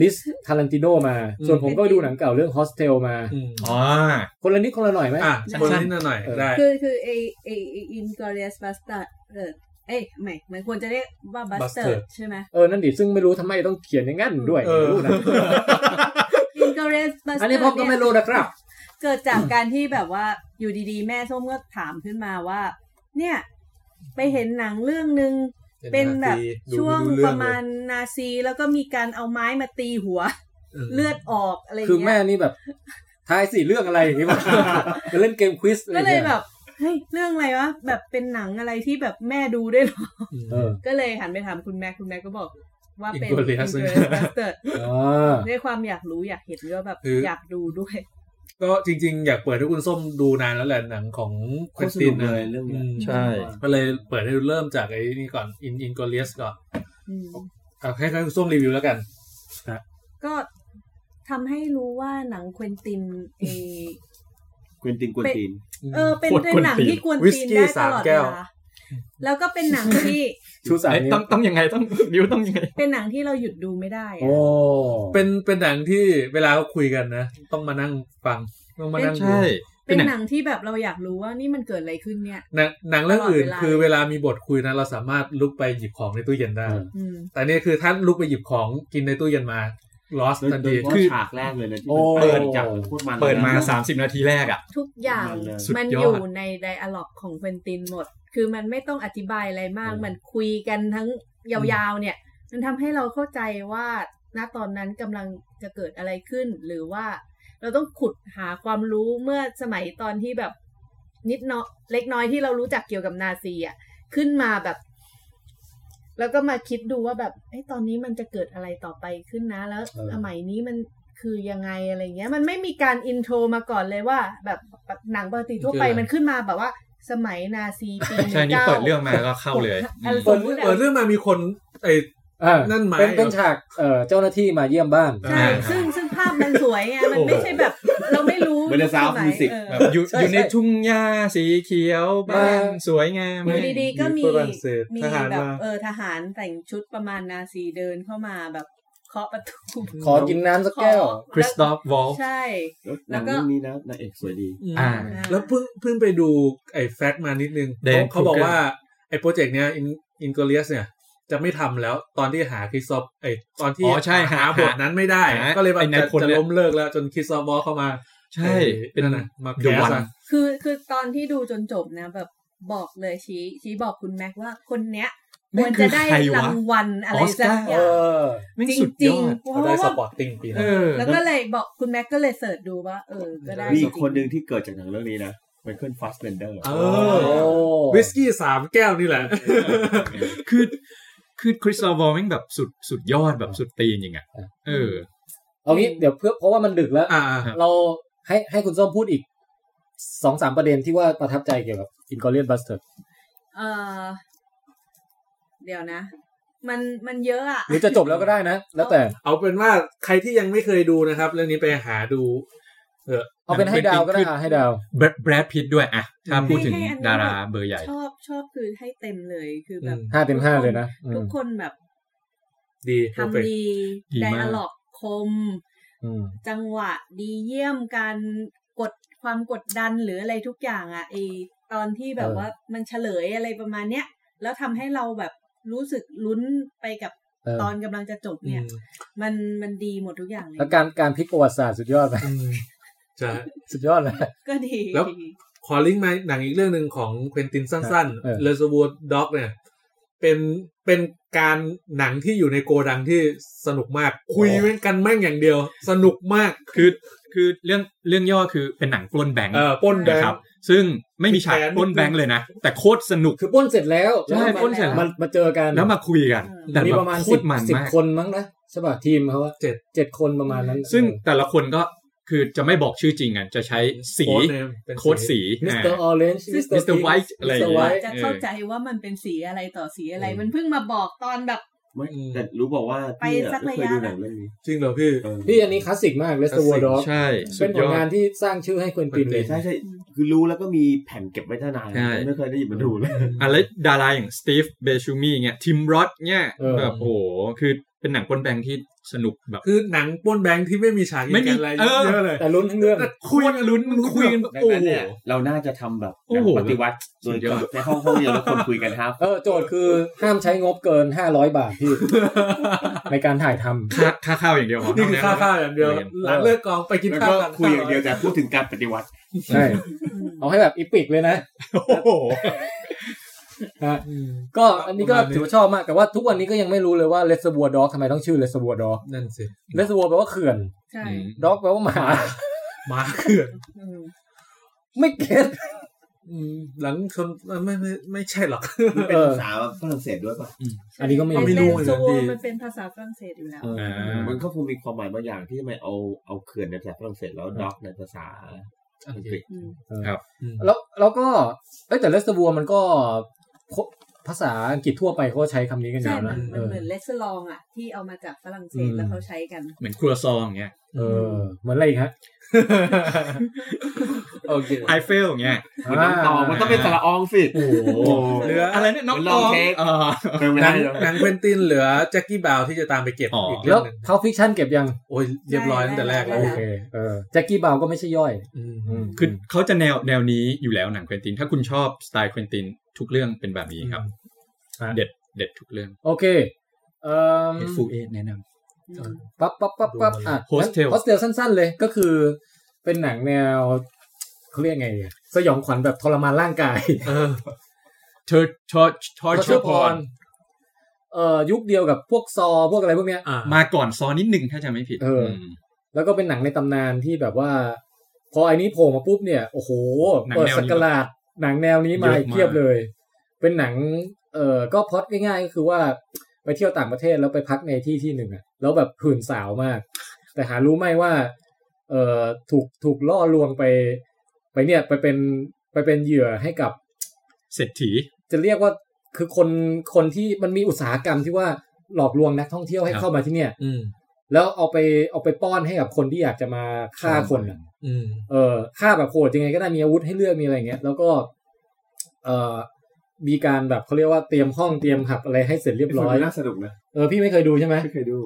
[SPEAKER 2] ลิสทารันติโนมา ส่วนผมก็ไปดูหนังเก่าเรื่องฮอสเทลมา
[SPEAKER 3] อืม
[SPEAKER 5] อ๋อ
[SPEAKER 2] คนละนิดคนละหน่อยไหม
[SPEAKER 3] อ่ะ
[SPEAKER 6] ใช่
[SPEAKER 3] คนนิดหน่อย
[SPEAKER 2] เออ
[SPEAKER 3] ได้
[SPEAKER 6] คือคือไอไอไอ inglorious bastard เออเอ้ยไม่มันควรจะเรียกว่า bastard
[SPEAKER 3] Bastard
[SPEAKER 6] ใช่ไหม
[SPEAKER 2] เออ นั่นดิ ซึ่งไม่รู้ทำไมต้องเขียนอย่างนั้นด้วย
[SPEAKER 3] เออ
[SPEAKER 2] ไม่รู้
[SPEAKER 3] *laughs*
[SPEAKER 2] นะ
[SPEAKER 6] inglorious
[SPEAKER 2] อัน
[SPEAKER 6] bastard
[SPEAKER 2] นี้ผมก็ไม่รู้
[SPEAKER 6] เนี่
[SPEAKER 2] นะ
[SPEAKER 6] ย
[SPEAKER 2] ครับ
[SPEAKER 6] เกิดจากการที่แบบว่าอยู่ดีๆ แม่ส้มก็ถามขึ้นมาว่า เนี่ย ไปเห็นหนังเรื่องหนึ่ง เป็นแบบ
[SPEAKER 3] ดู
[SPEAKER 6] ช่วง
[SPEAKER 3] ไเอ
[SPEAKER 6] ป
[SPEAKER 3] เลย
[SPEAKER 6] ระมาณนาซีแล้วก็มีการเอาไม้มาตีหัว เลือดออกอะไร
[SPEAKER 2] คือ
[SPEAKER 6] เงี้
[SPEAKER 2] แม่
[SPEAKER 6] ย
[SPEAKER 2] นี่แบบทายสี่เรื่องอะไรอย่างนี้
[SPEAKER 3] *laughs*
[SPEAKER 2] มาจะเล่นเกมควิสอะไร
[SPEAKER 6] ก็
[SPEAKER 2] อาง
[SPEAKER 6] เลย
[SPEAKER 2] งี้
[SPEAKER 6] แบบเฮ้ยเรื่องอะไรวะแบบเป็นหนังอะไรที่แบบแม่ดูด้วยเหรอ
[SPEAKER 2] เออ
[SPEAKER 6] ก็เลยหันไปถามคุณแม่คุณแม่ก็บอกว่าเป็น
[SPEAKER 3] Inglourious
[SPEAKER 6] Basterds
[SPEAKER 2] อ๋อ
[SPEAKER 6] ด้วยความอยากรู้อยากเห็นก็แบบ
[SPEAKER 3] คืออ
[SPEAKER 6] อยากดูด้วย
[SPEAKER 3] ก็จริง ๆ อยากเปิดให้คุณส้มดูนานแล้วแหละหนังของเค
[SPEAKER 4] โค
[SPEAKER 3] วิ
[SPEAKER 4] ต
[SPEAKER 3] น
[SPEAKER 4] รส
[SPEAKER 3] ติ
[SPEAKER 4] นุ
[SPEAKER 3] น
[SPEAKER 4] กเลยเรื่องเนี้ย
[SPEAKER 3] ม
[SPEAKER 5] ใช่
[SPEAKER 3] ก็เลยเปิดให้ดูเริ่มจากไอ้นี่ก่อนอินอินโกเลียสก่อน
[SPEAKER 6] อืม
[SPEAKER 3] เอาให้ให้คุณส้มรีวิวแล้วกัน
[SPEAKER 6] ก็ทำให้รู้ว่าหนังควินตินเอ
[SPEAKER 4] ควินตินควินติน
[SPEAKER 6] เออเป็น
[SPEAKER 5] กวน
[SPEAKER 6] เป็นหนัง
[SPEAKER 5] กวนตีน
[SPEAKER 6] ที่กวน
[SPEAKER 3] วิส
[SPEAKER 6] ตี
[SPEAKER 3] กี้
[SPEAKER 6] นได้ต
[SPEAKER 3] สาม
[SPEAKER 6] ลอด
[SPEAKER 3] แก้
[SPEAKER 6] เว
[SPEAKER 3] ว
[SPEAKER 6] ลาแล้วก็เป็นหนังที่ *laughs*
[SPEAKER 2] ชูสาม
[SPEAKER 5] เอ้ย
[SPEAKER 2] นิ้
[SPEAKER 5] ต้อ
[SPEAKER 2] ว
[SPEAKER 5] งต้องยังไงต้องนิ้วต้องยังไง
[SPEAKER 6] เป็นหนังที่เราหยุดดูไม่ได้อะ
[SPEAKER 2] โอ้
[SPEAKER 3] เป็นเป็นหนังที่เวลาเขาคุยกันนะ ต้องมานั่งฟังต้องมานั่งดู
[SPEAKER 5] ใช่ เป็
[SPEAKER 6] เป็นน
[SPEAKER 5] หนัง
[SPEAKER 6] หนังที่แบบเราอยากรู้ว่านี่มันเกิดอะไรขึ้นเนี่ย
[SPEAKER 3] หนังหนังเรื่องอื่น
[SPEAKER 6] ตลอดเวลา
[SPEAKER 3] คือเวลามีบทคุยนะ เราสามารถลุกไปหยิบของในตู้เย็นได้
[SPEAKER 6] อืม
[SPEAKER 3] แต่เนี่ยคือท่านลุกไปหยิบของกินในตู้เย็นมาลอส
[SPEAKER 4] โดย
[SPEAKER 3] ทัน
[SPEAKER 4] โดย
[SPEAKER 3] ที
[SPEAKER 4] เฉพาะฉากแรกเลยนะที่มันเปิดจากโคตรมันลยนะ
[SPEAKER 5] เปิดมา 30 นาทีแรกอ่ะ
[SPEAKER 6] ทุกอย่าง
[SPEAKER 5] สุดยอด
[SPEAKER 6] มันอยู่ในไดอะล็อกของเควินตินหมด คือมันไม่ต้องอธิบายอะไรมาก มันคุยกันทั้งยาวๆเนี่ย มันทำให้เราเข้าใจว่าณตอนนั้นกำลังจะเกิดอะไรขึ้น หรือว่า เราต้องขุดหาความรู้เมื่อสมัยตอนที่แบบนิดเนาะเล็กน้อยที่เรารู้จักเกี่ยวกับนาซีอ่ะ ขึ้นมาแบบ แล้วก็มาคิดดูว่าแบบไอ้ยตอนนี้มันจะเกิดอะไรต่อไปขึ้นนะ แล้ว
[SPEAKER 2] เออ
[SPEAKER 6] สมัยนี้มันคือยังไงอะไรเงี้ย มันไม่มีการอินโทรมาก่อนเลยว่า แบบหนังปกติทั่วไป
[SPEAKER 12] คืออะไร
[SPEAKER 6] มันขึ้นมาแบบว่า สมัยนาซีปี
[SPEAKER 5] ใช่นี่
[SPEAKER 6] ก้า
[SPEAKER 5] เปิดเรื่องมาก็เข้าเลย
[SPEAKER 6] อะไรส
[SPEAKER 3] เปิด
[SPEAKER 6] มมติอะ
[SPEAKER 3] เปิดเรื่องมามีคนไอ้
[SPEAKER 2] เอ่า
[SPEAKER 3] นั่นหมาย
[SPEAKER 2] เป็นเป็น
[SPEAKER 3] เหรอ
[SPEAKER 2] ฉากเอ่อเจ้าหน้าที่มาเยี่ยมบ้าน
[SPEAKER 6] ใช่ซึ่งซึ่งภาพมันสวยไงมันไม่ใช่แบบ เราไม่รู้
[SPEAKER 13] มันจะซาวด์
[SPEAKER 6] สย
[SPEAKER 13] music
[SPEAKER 6] เออ
[SPEAKER 5] แบบอยู่
[SPEAKER 2] ใช่
[SPEAKER 5] อยู่ใน
[SPEAKER 2] ใช่
[SPEAKER 5] ทุ่งหญ้าสีเขียวบ้านสวยงาม
[SPEAKER 6] อยู่ดีๆก็มี
[SPEAKER 3] ฝรั่งเศส
[SPEAKER 6] มี
[SPEAKER 3] ทหาร
[SPEAKER 6] แบบ
[SPEAKER 3] มา
[SPEAKER 6] เออทหารแต่งชุดประมาณนาซีเดินเข้ามาแบบเคาะประตู *laughs*
[SPEAKER 2] ขอกินน้ำสักแก้ว
[SPEAKER 5] คริสตอฟวอล
[SPEAKER 6] ใช่
[SPEAKER 10] หนังเรื่องนี้นะนางเอกสวยดี
[SPEAKER 5] อ่า
[SPEAKER 3] แล้วเพิ่งเพิ่งไปดูไอ้แฟกต์มานิดนึง
[SPEAKER 5] แดน
[SPEAKER 3] เขาเขาบอก
[SPEAKER 5] Kruger
[SPEAKER 3] ว่าไอ้โปรเจกต์เนี้ยอินกเลียสเนี่ย จะไม่ทำแล้วตอนที่หาคริสซอฟไอ้ตอนที่
[SPEAKER 5] อ๋อใช่หา
[SPEAKER 3] บทนั้นไม่ได้
[SPEAKER 5] หา
[SPEAKER 3] ก็เลยแบ
[SPEAKER 5] ไอ้
[SPEAKER 3] บ
[SPEAKER 5] นาย
[SPEAKER 3] จะ
[SPEAKER 5] พล
[SPEAKER 3] จะ
[SPEAKER 5] เนี่ย
[SPEAKER 3] ล้มเลิกแล้วจนคริสซอฟบอลเข้ามา
[SPEAKER 5] ใช่
[SPEAKER 3] เป็
[SPEAKER 5] เป็น น
[SPEAKER 3] นั่นน่ะมาแค
[SPEAKER 5] เด
[SPEAKER 3] ส
[SPEAKER 5] อะวัน
[SPEAKER 3] อะ
[SPEAKER 6] คือคือตอนที่ดูจนจบนะ แบบบอกเลยชี้ ชี้บอกคุณแม็กว่าคนเนี้ยค
[SPEAKER 5] แม่
[SPEAKER 6] ว
[SPEAKER 5] ง
[SPEAKER 6] ร
[SPEAKER 5] คื
[SPEAKER 6] จะ
[SPEAKER 5] อ
[SPEAKER 6] ได้
[SPEAKER 5] ใครวะ
[SPEAKER 6] รางวัลอะไร
[SPEAKER 5] ออส
[SPEAKER 6] สัก
[SPEAKER 5] การ์
[SPEAKER 6] อ
[SPEAKER 2] เอย่างอ
[SPEAKER 5] แม่ง
[SPEAKER 6] จริ
[SPEAKER 5] สุดย
[SPEAKER 6] ริ
[SPEAKER 5] อง ด
[SPEAKER 6] ๆเพ
[SPEAKER 3] เขา
[SPEAKER 6] ราะ
[SPEAKER 3] ได้ส
[SPEAKER 6] ว่า
[SPEAKER 3] ปอร์ตติ้งปี
[SPEAKER 5] เอ
[SPEAKER 3] นั้น
[SPEAKER 5] อ
[SPEAKER 6] แล้วก็เลยบอกคุณแม็กก็เลยเสิร์ชดูว่า เออ ก็ได้
[SPEAKER 10] มี
[SPEAKER 6] จ
[SPEAKER 10] อี
[SPEAKER 6] ริ
[SPEAKER 10] ก
[SPEAKER 6] ง
[SPEAKER 10] คนหนึ่งที่เกิดจากหนังเรื่องนี้นะไมเคิลฟาสเบนเดอร์
[SPEAKER 3] เอ
[SPEAKER 2] โอ้
[SPEAKER 3] อ วิสกี้สามแก้วนี่แหละ
[SPEAKER 5] คือคือคริสตอฟวอลแม่งแบบสุดสุดยอดแบบสุดตีนจริงอ่ะเออ
[SPEAKER 2] เอางี้เดี๋ยวเพื่อเพราะว่ามันดึกแล้ว
[SPEAKER 5] *laughs*
[SPEAKER 3] อ่า
[SPEAKER 5] ครับ
[SPEAKER 2] เราให้ให้คุณส้มพูดอีกสองสามประเด็นที่ว่าประทับใจเกี่ยวกับอินกอเลียนบัสเตอร์
[SPEAKER 6] เออเดี๋ยวนะ มันมันเยอะอ่ะ
[SPEAKER 2] หรือจะจบแล้วก็ได้นะ แล้วแต่
[SPEAKER 3] เอาเป็นว่าใครที่ยังไม่เคยดูนะครับ เรื่องนี้ไปหาดูเออ
[SPEAKER 2] เอาเป็นให้ดาวก็ได้อ่ะให้ดาว
[SPEAKER 5] แบรดแบรดพิตด้วยอะถ้าพูดถึง
[SPEAKER 6] ให้ให้อันนี้
[SPEAKER 5] ดารา
[SPEAKER 6] แบบ
[SPEAKER 5] เบอร์ใหญ่
[SPEAKER 6] ชอบชอบคือให้เต็มเลยคือแบบ
[SPEAKER 3] อืม
[SPEAKER 2] ห้าเต็มห้าเลยนะอืม
[SPEAKER 6] ทุกคนแบบ
[SPEAKER 3] ดี
[SPEAKER 6] ทำดี
[SPEAKER 5] ดี
[SPEAKER 6] ได
[SPEAKER 5] มาก
[SPEAKER 6] อะล็อกคม
[SPEAKER 2] อืม
[SPEAKER 6] จังหวะดีเยี่ยมการกดความกดดันหรืออะไรทุกอย่างอะ่ะไอตอนที่แบบ
[SPEAKER 2] เออ
[SPEAKER 6] ว่ามันเฉลยอะไรประมาณเนี้ยแล้วทำให้เราแบบรู้สึกลุ้นไปกับ
[SPEAKER 2] เออ
[SPEAKER 6] ตอนกำลังจะจบเนี่ย
[SPEAKER 3] อืม
[SPEAKER 6] มันมันดีหมดทุกอย่างเลย
[SPEAKER 2] แล้วการการพลิกประวัติศาสตร์สุดยอดไหม *laughs*
[SPEAKER 3] อืมใช่
[SPEAKER 2] สุดยอดเลย
[SPEAKER 6] ก็ดี
[SPEAKER 3] แล้ว ขอลิงก์มาหนังอีกเรื่องหนึ่งของเควินตินสั้น
[SPEAKER 2] เออ
[SPEAKER 3] ๆ เลซบูดด็อกเนี่ย เป็นเป็นการหนังที่อยู่ในโกดังที่สนุกมาก คุยกันแม่งอย่างเดียว สนุกมาก
[SPEAKER 5] คือคือเรื่องเรื่องย่อคือเป็นหนังปล้นแบงค์
[SPEAKER 3] เออปล้นแบง
[SPEAKER 5] นะ
[SPEAKER 3] ค์
[SPEAKER 5] ครับ ซึ่งไม่มีฉาก
[SPEAKER 3] มีแผน
[SPEAKER 5] ปล้นแบงค์เลยนะ แต่โคตรสนุก
[SPEAKER 2] คือปล้นเสร็จแล้ว
[SPEAKER 5] ใช่ปล้นเสร็จแล้ว
[SPEAKER 2] มันมาเจอกัน
[SPEAKER 5] แล้วมาคุยกัน แต่
[SPEAKER 2] มี
[SPEAKER 5] แบ
[SPEAKER 2] ป
[SPEAKER 5] บ
[SPEAKER 2] ระมาณ
[SPEAKER 5] โค
[SPEAKER 2] สิ
[SPEAKER 5] ต
[SPEAKER 2] บ
[SPEAKER 5] รมัน
[SPEAKER 2] สิบ
[SPEAKER 5] มาก
[SPEAKER 2] คนมั้งนะใช่ป่ะทีมเขาว่า
[SPEAKER 3] เจ็ด
[SPEAKER 2] เจ็ดคนประมาณนั้น
[SPEAKER 5] ซึ่งแต่ละคนก็คือจะไม่บอกชื่อจริงอ่ะจะใช้สี
[SPEAKER 3] โค้ดเนมเป็นสี
[SPEAKER 5] โค้ดสี
[SPEAKER 2] มิส
[SPEAKER 5] อ่า
[SPEAKER 2] เตอร์ออเรนจ์
[SPEAKER 5] Mr. White อะไรอย่างเงี้ย
[SPEAKER 6] จะเข้าใจว่ามันเป็นสีอะไรต่อสีอะไร มันเพิ่งมาบอกตอนแบบ
[SPEAKER 10] ไม่แต่รู้บอกว่าพี่อะ
[SPEAKER 6] ไปสัก
[SPEAKER 10] ไม่
[SPEAKER 6] ระ
[SPEAKER 10] เคย
[SPEAKER 6] ยะ
[SPEAKER 10] ดูหนังเรื่องนี้
[SPEAKER 3] จริงเหรอพี่
[SPEAKER 10] เออ
[SPEAKER 2] พี่อันนี้คลาสสิกมากเลสเตอร์วอร์ด็อก
[SPEAKER 5] ใช่สุ
[SPEAKER 2] เป็น
[SPEAKER 5] ด
[SPEAKER 2] ผ
[SPEAKER 5] ย
[SPEAKER 2] ล
[SPEAKER 5] อด
[SPEAKER 2] งานที่สร้างชื่อให้เควินตินเลย
[SPEAKER 10] ใช่ใช่คือรู้แล้วก็มีแผ่นเก็บไว้ตั้งนาน
[SPEAKER 5] ใช่
[SPEAKER 10] ไม่เคยได้หยิบมาดูเลย
[SPEAKER 5] อะไรดาราอย่างสตีฟเบชูมี่เงี้ยทิมรอดเงี้ย
[SPEAKER 2] เออ
[SPEAKER 5] แบบโอ้โหคือเป็นหนังปล้นแบงค์ที่สนุกแบบ
[SPEAKER 3] คือหนังปล้นแบงค์ที่ไม่มีฉากยิงกันอะไร
[SPEAKER 5] เออ
[SPEAKER 3] เยอะเลย
[SPEAKER 2] แต่ลุ้นทั้งเรื่อง
[SPEAKER 3] แต่คุ
[SPEAKER 5] คุ
[SPEAKER 3] ย
[SPEAKER 5] ย
[SPEAKER 3] กั
[SPEAKER 5] กัน น
[SPEAKER 3] ลุ้น
[SPEAKER 5] ลุ้
[SPEAKER 3] มั
[SPEAKER 5] นมัน น
[SPEAKER 3] คุ
[SPEAKER 5] คุ
[SPEAKER 3] ย
[SPEAKER 5] ย
[SPEAKER 3] กั
[SPEAKER 5] กัน น
[SPEAKER 10] ดัง
[SPEAKER 5] โอ้
[SPEAKER 10] นั้น
[SPEAKER 5] โห
[SPEAKER 10] เนี่ยเราน่าจะทำแบบ
[SPEAKER 5] โอ้โห
[SPEAKER 10] ปฏิวัติโดยการในห้องห้องเดียวแล้วคนคุยกันห้า
[SPEAKER 2] เออโจทย์คือห้ามใช้งบเกินห้าร้อยบาทพี่ ในการถ่ายทำ
[SPEAKER 5] ค่าค่าข้าวอย่างเดียวของ
[SPEAKER 3] นี่คือค่าข้าวอย่างเดียวหลังเลิกกองไปกิน
[SPEAKER 10] แล้ว
[SPEAKER 3] ข้า
[SPEAKER 10] ก็
[SPEAKER 3] วกัน
[SPEAKER 10] คุยอย่างเดียวแต่พูดถึงการปฏิวัติ
[SPEAKER 2] ใช่เอาให้แบบอีปิกเลยนะ
[SPEAKER 5] โอ้โห
[SPEAKER 2] ฮะ
[SPEAKER 3] อืม
[SPEAKER 2] ก็อันนี้ก็
[SPEAKER 3] ประมาณนี้
[SPEAKER 2] ถือว่าชอบมากแต่ว่าทุกวันนี้ก็ยังไม่รู้เลยว่าเลสบัวด็อกทำไมต้องชื่อเลสบัวด็อก
[SPEAKER 3] นั่นสิ
[SPEAKER 2] เลสบัวแปลว่าเขื่อน
[SPEAKER 6] ใช่
[SPEAKER 2] ด็อกแปลว่าหมา
[SPEAKER 3] หมาเขื่อน
[SPEAKER 6] อืม
[SPEAKER 2] ไม่เก็ต
[SPEAKER 3] อืมหลังชนไม่ไม่ไม่ไม่ใช่หรอก
[SPEAKER 10] มันเป็น
[SPEAKER 2] เออ
[SPEAKER 10] ภาษาฝรั่งเศสด้วยป่ะ
[SPEAKER 2] อันนี้ก็ไม่รู้
[SPEAKER 6] เลน
[SPEAKER 3] ไม่รู้
[SPEAKER 6] ซู
[SPEAKER 3] เหมือนกันพี่
[SPEAKER 6] มันเป็นภาษาฝรั่งเศสอยู่แล้ว
[SPEAKER 5] อ่ามั
[SPEAKER 10] มันก็คงมีความหมายบางอย่างที่ทำไมเอาเอาเขื่อนในภาษาฝรั่งเศสแล้วด็อกในภาษาอังกฤษ
[SPEAKER 6] อืม
[SPEAKER 2] แล้วแล้วก็เอ้ยแต่เลสบัวมันก็โคภาษาอังกฤษทั่วไปเขาก็ใช้คำนี้กันอ
[SPEAKER 6] ใช่
[SPEAKER 2] ยู่
[SPEAKER 6] มั
[SPEAKER 2] นะ
[SPEAKER 6] น
[SPEAKER 2] เอ
[SPEAKER 6] มัน
[SPEAKER 2] อ
[SPEAKER 6] เหมือนเลสซลองอ่ะ ที่เอามาจากฝรั่งเศ
[SPEAKER 2] อื
[SPEAKER 6] ส
[SPEAKER 2] ม
[SPEAKER 6] แล้วเขาใช้กัน
[SPEAKER 5] เหมือนครัวซองอย่างเงี้ย
[SPEAKER 2] เออเหมือนอะไรอีกฮะ
[SPEAKER 3] โอเค
[SPEAKER 5] ไอเฟลอย่างเงี้ย
[SPEAKER 10] เหมือนน้องตองมันต้องเป็นสระอองสิ
[SPEAKER 5] โอ้โห
[SPEAKER 3] เหลือ
[SPEAKER 5] อะไรเนี่ยน้อง
[SPEAKER 10] เห
[SPEAKER 5] ต
[SPEAKER 10] มือนลอ
[SPEAKER 5] อง ง
[SPEAKER 10] เทค
[SPEAKER 5] เออ
[SPEAKER 10] เป็นไม่
[SPEAKER 3] หนั
[SPEAKER 10] ได้
[SPEAKER 3] ง
[SPEAKER 10] หรอก
[SPEAKER 3] หนังเควินตินเหลือแจ็คกี้บราวน์ที่จะตามไปเก็บ
[SPEAKER 5] อ๋ออี
[SPEAKER 3] อีก
[SPEAKER 2] แล้
[SPEAKER 3] เรื่
[SPEAKER 2] ว
[SPEAKER 3] องหนึง
[SPEAKER 2] เขาฟิกชันเก็บยัง
[SPEAKER 3] โอ้ยเรียบร้อยตั้งแต่แรก
[SPEAKER 6] ได้
[SPEAKER 3] แล้ว
[SPEAKER 2] โอเคเออแจ็คกี้บาวก็ไม่ใช่ย่อย
[SPEAKER 3] อืม
[SPEAKER 2] อืม
[SPEAKER 5] คือเขาจะแนวแนวนี้อยู่แล้วหนังเควินติน ถ้าคุณชอบสไตล์เควินตินทุกเรื่องเป็นแบบนี้ครับ
[SPEAKER 2] ฮะ
[SPEAKER 5] เด็ดเด็ดทุกเรื่อง
[SPEAKER 2] โอเค เอ่อ
[SPEAKER 5] เอฟูเอแนะน
[SPEAKER 2] ปั๊บปั๊บปั๊บปั๊บอ่ะ
[SPEAKER 5] Hostel
[SPEAKER 2] โฮสเทลสั้น ๆ เลยก็คือ เป็นหนังแนวเขาเรียกไงอะสยองขวัญแบบทรมานร่างกาย
[SPEAKER 3] เออ
[SPEAKER 5] ำเธอชอชอชอพร
[SPEAKER 2] เอ่อยุคเดียวกับพวกซอพวกอะไรพวกเนี้ย
[SPEAKER 3] อ่า
[SPEAKER 5] มาก่อนซอนิดหนึ่งถ้าจะไม่ผิด
[SPEAKER 2] เอออื
[SPEAKER 5] ม
[SPEAKER 2] แล้วก็เป็นหนังในตำนานที่แบบว่า พอไอ้นี้โผล่มาปุ๊บเนี่ย โอ้โห
[SPEAKER 5] หนัง
[SPEAKER 2] เปิด
[SPEAKER 5] แนวนี้
[SPEAKER 2] สกราดหนังแนวนี้มา
[SPEAKER 5] เยอะมาก
[SPEAKER 2] อีกเทียบเลย เป็นหนัง เอ่อก็พล็อดง่ายๆก็คือว่าไปเที่ยวต่างประเทศแล้วไปพักในที่ที่หนึ่งอะแล้วแบบผื่นสาวมาก แต่หารู้ไหมว่า เอ่อถูกถูกล่อลวงไป ไปเนี่ยไปเป็นไปเป็นเหยื่อให้กับ
[SPEAKER 5] เศรษฐี
[SPEAKER 2] จะเรียกว่าคือคนคนที่มันมีอุตสาหกรรมที่ว่าหลอกลวงนักท่องเที่ยวให้
[SPEAKER 5] ครับ
[SPEAKER 2] เข้ามาที่เนี่ย
[SPEAKER 3] อืม
[SPEAKER 2] แล้วเอาไปเอาไปป้อนให้กับคนที่อยากจะมาฆ่าคนน่ะ
[SPEAKER 3] อืม
[SPEAKER 2] เออฆ่าแบบโหดยังไงก็ได้มีอาวุธให้เลือกมีอะไรอย่างเงี้ย แล้วก็ เออมีการแบบเขาเรียกว่าเตรียมห้องเตรียมหับอะไรให้เสร็จเรียบร้อย
[SPEAKER 10] น่าสนุกนะ
[SPEAKER 2] เออพี่ไม่เคยดูใช่ไหม
[SPEAKER 10] ไม่เคยดู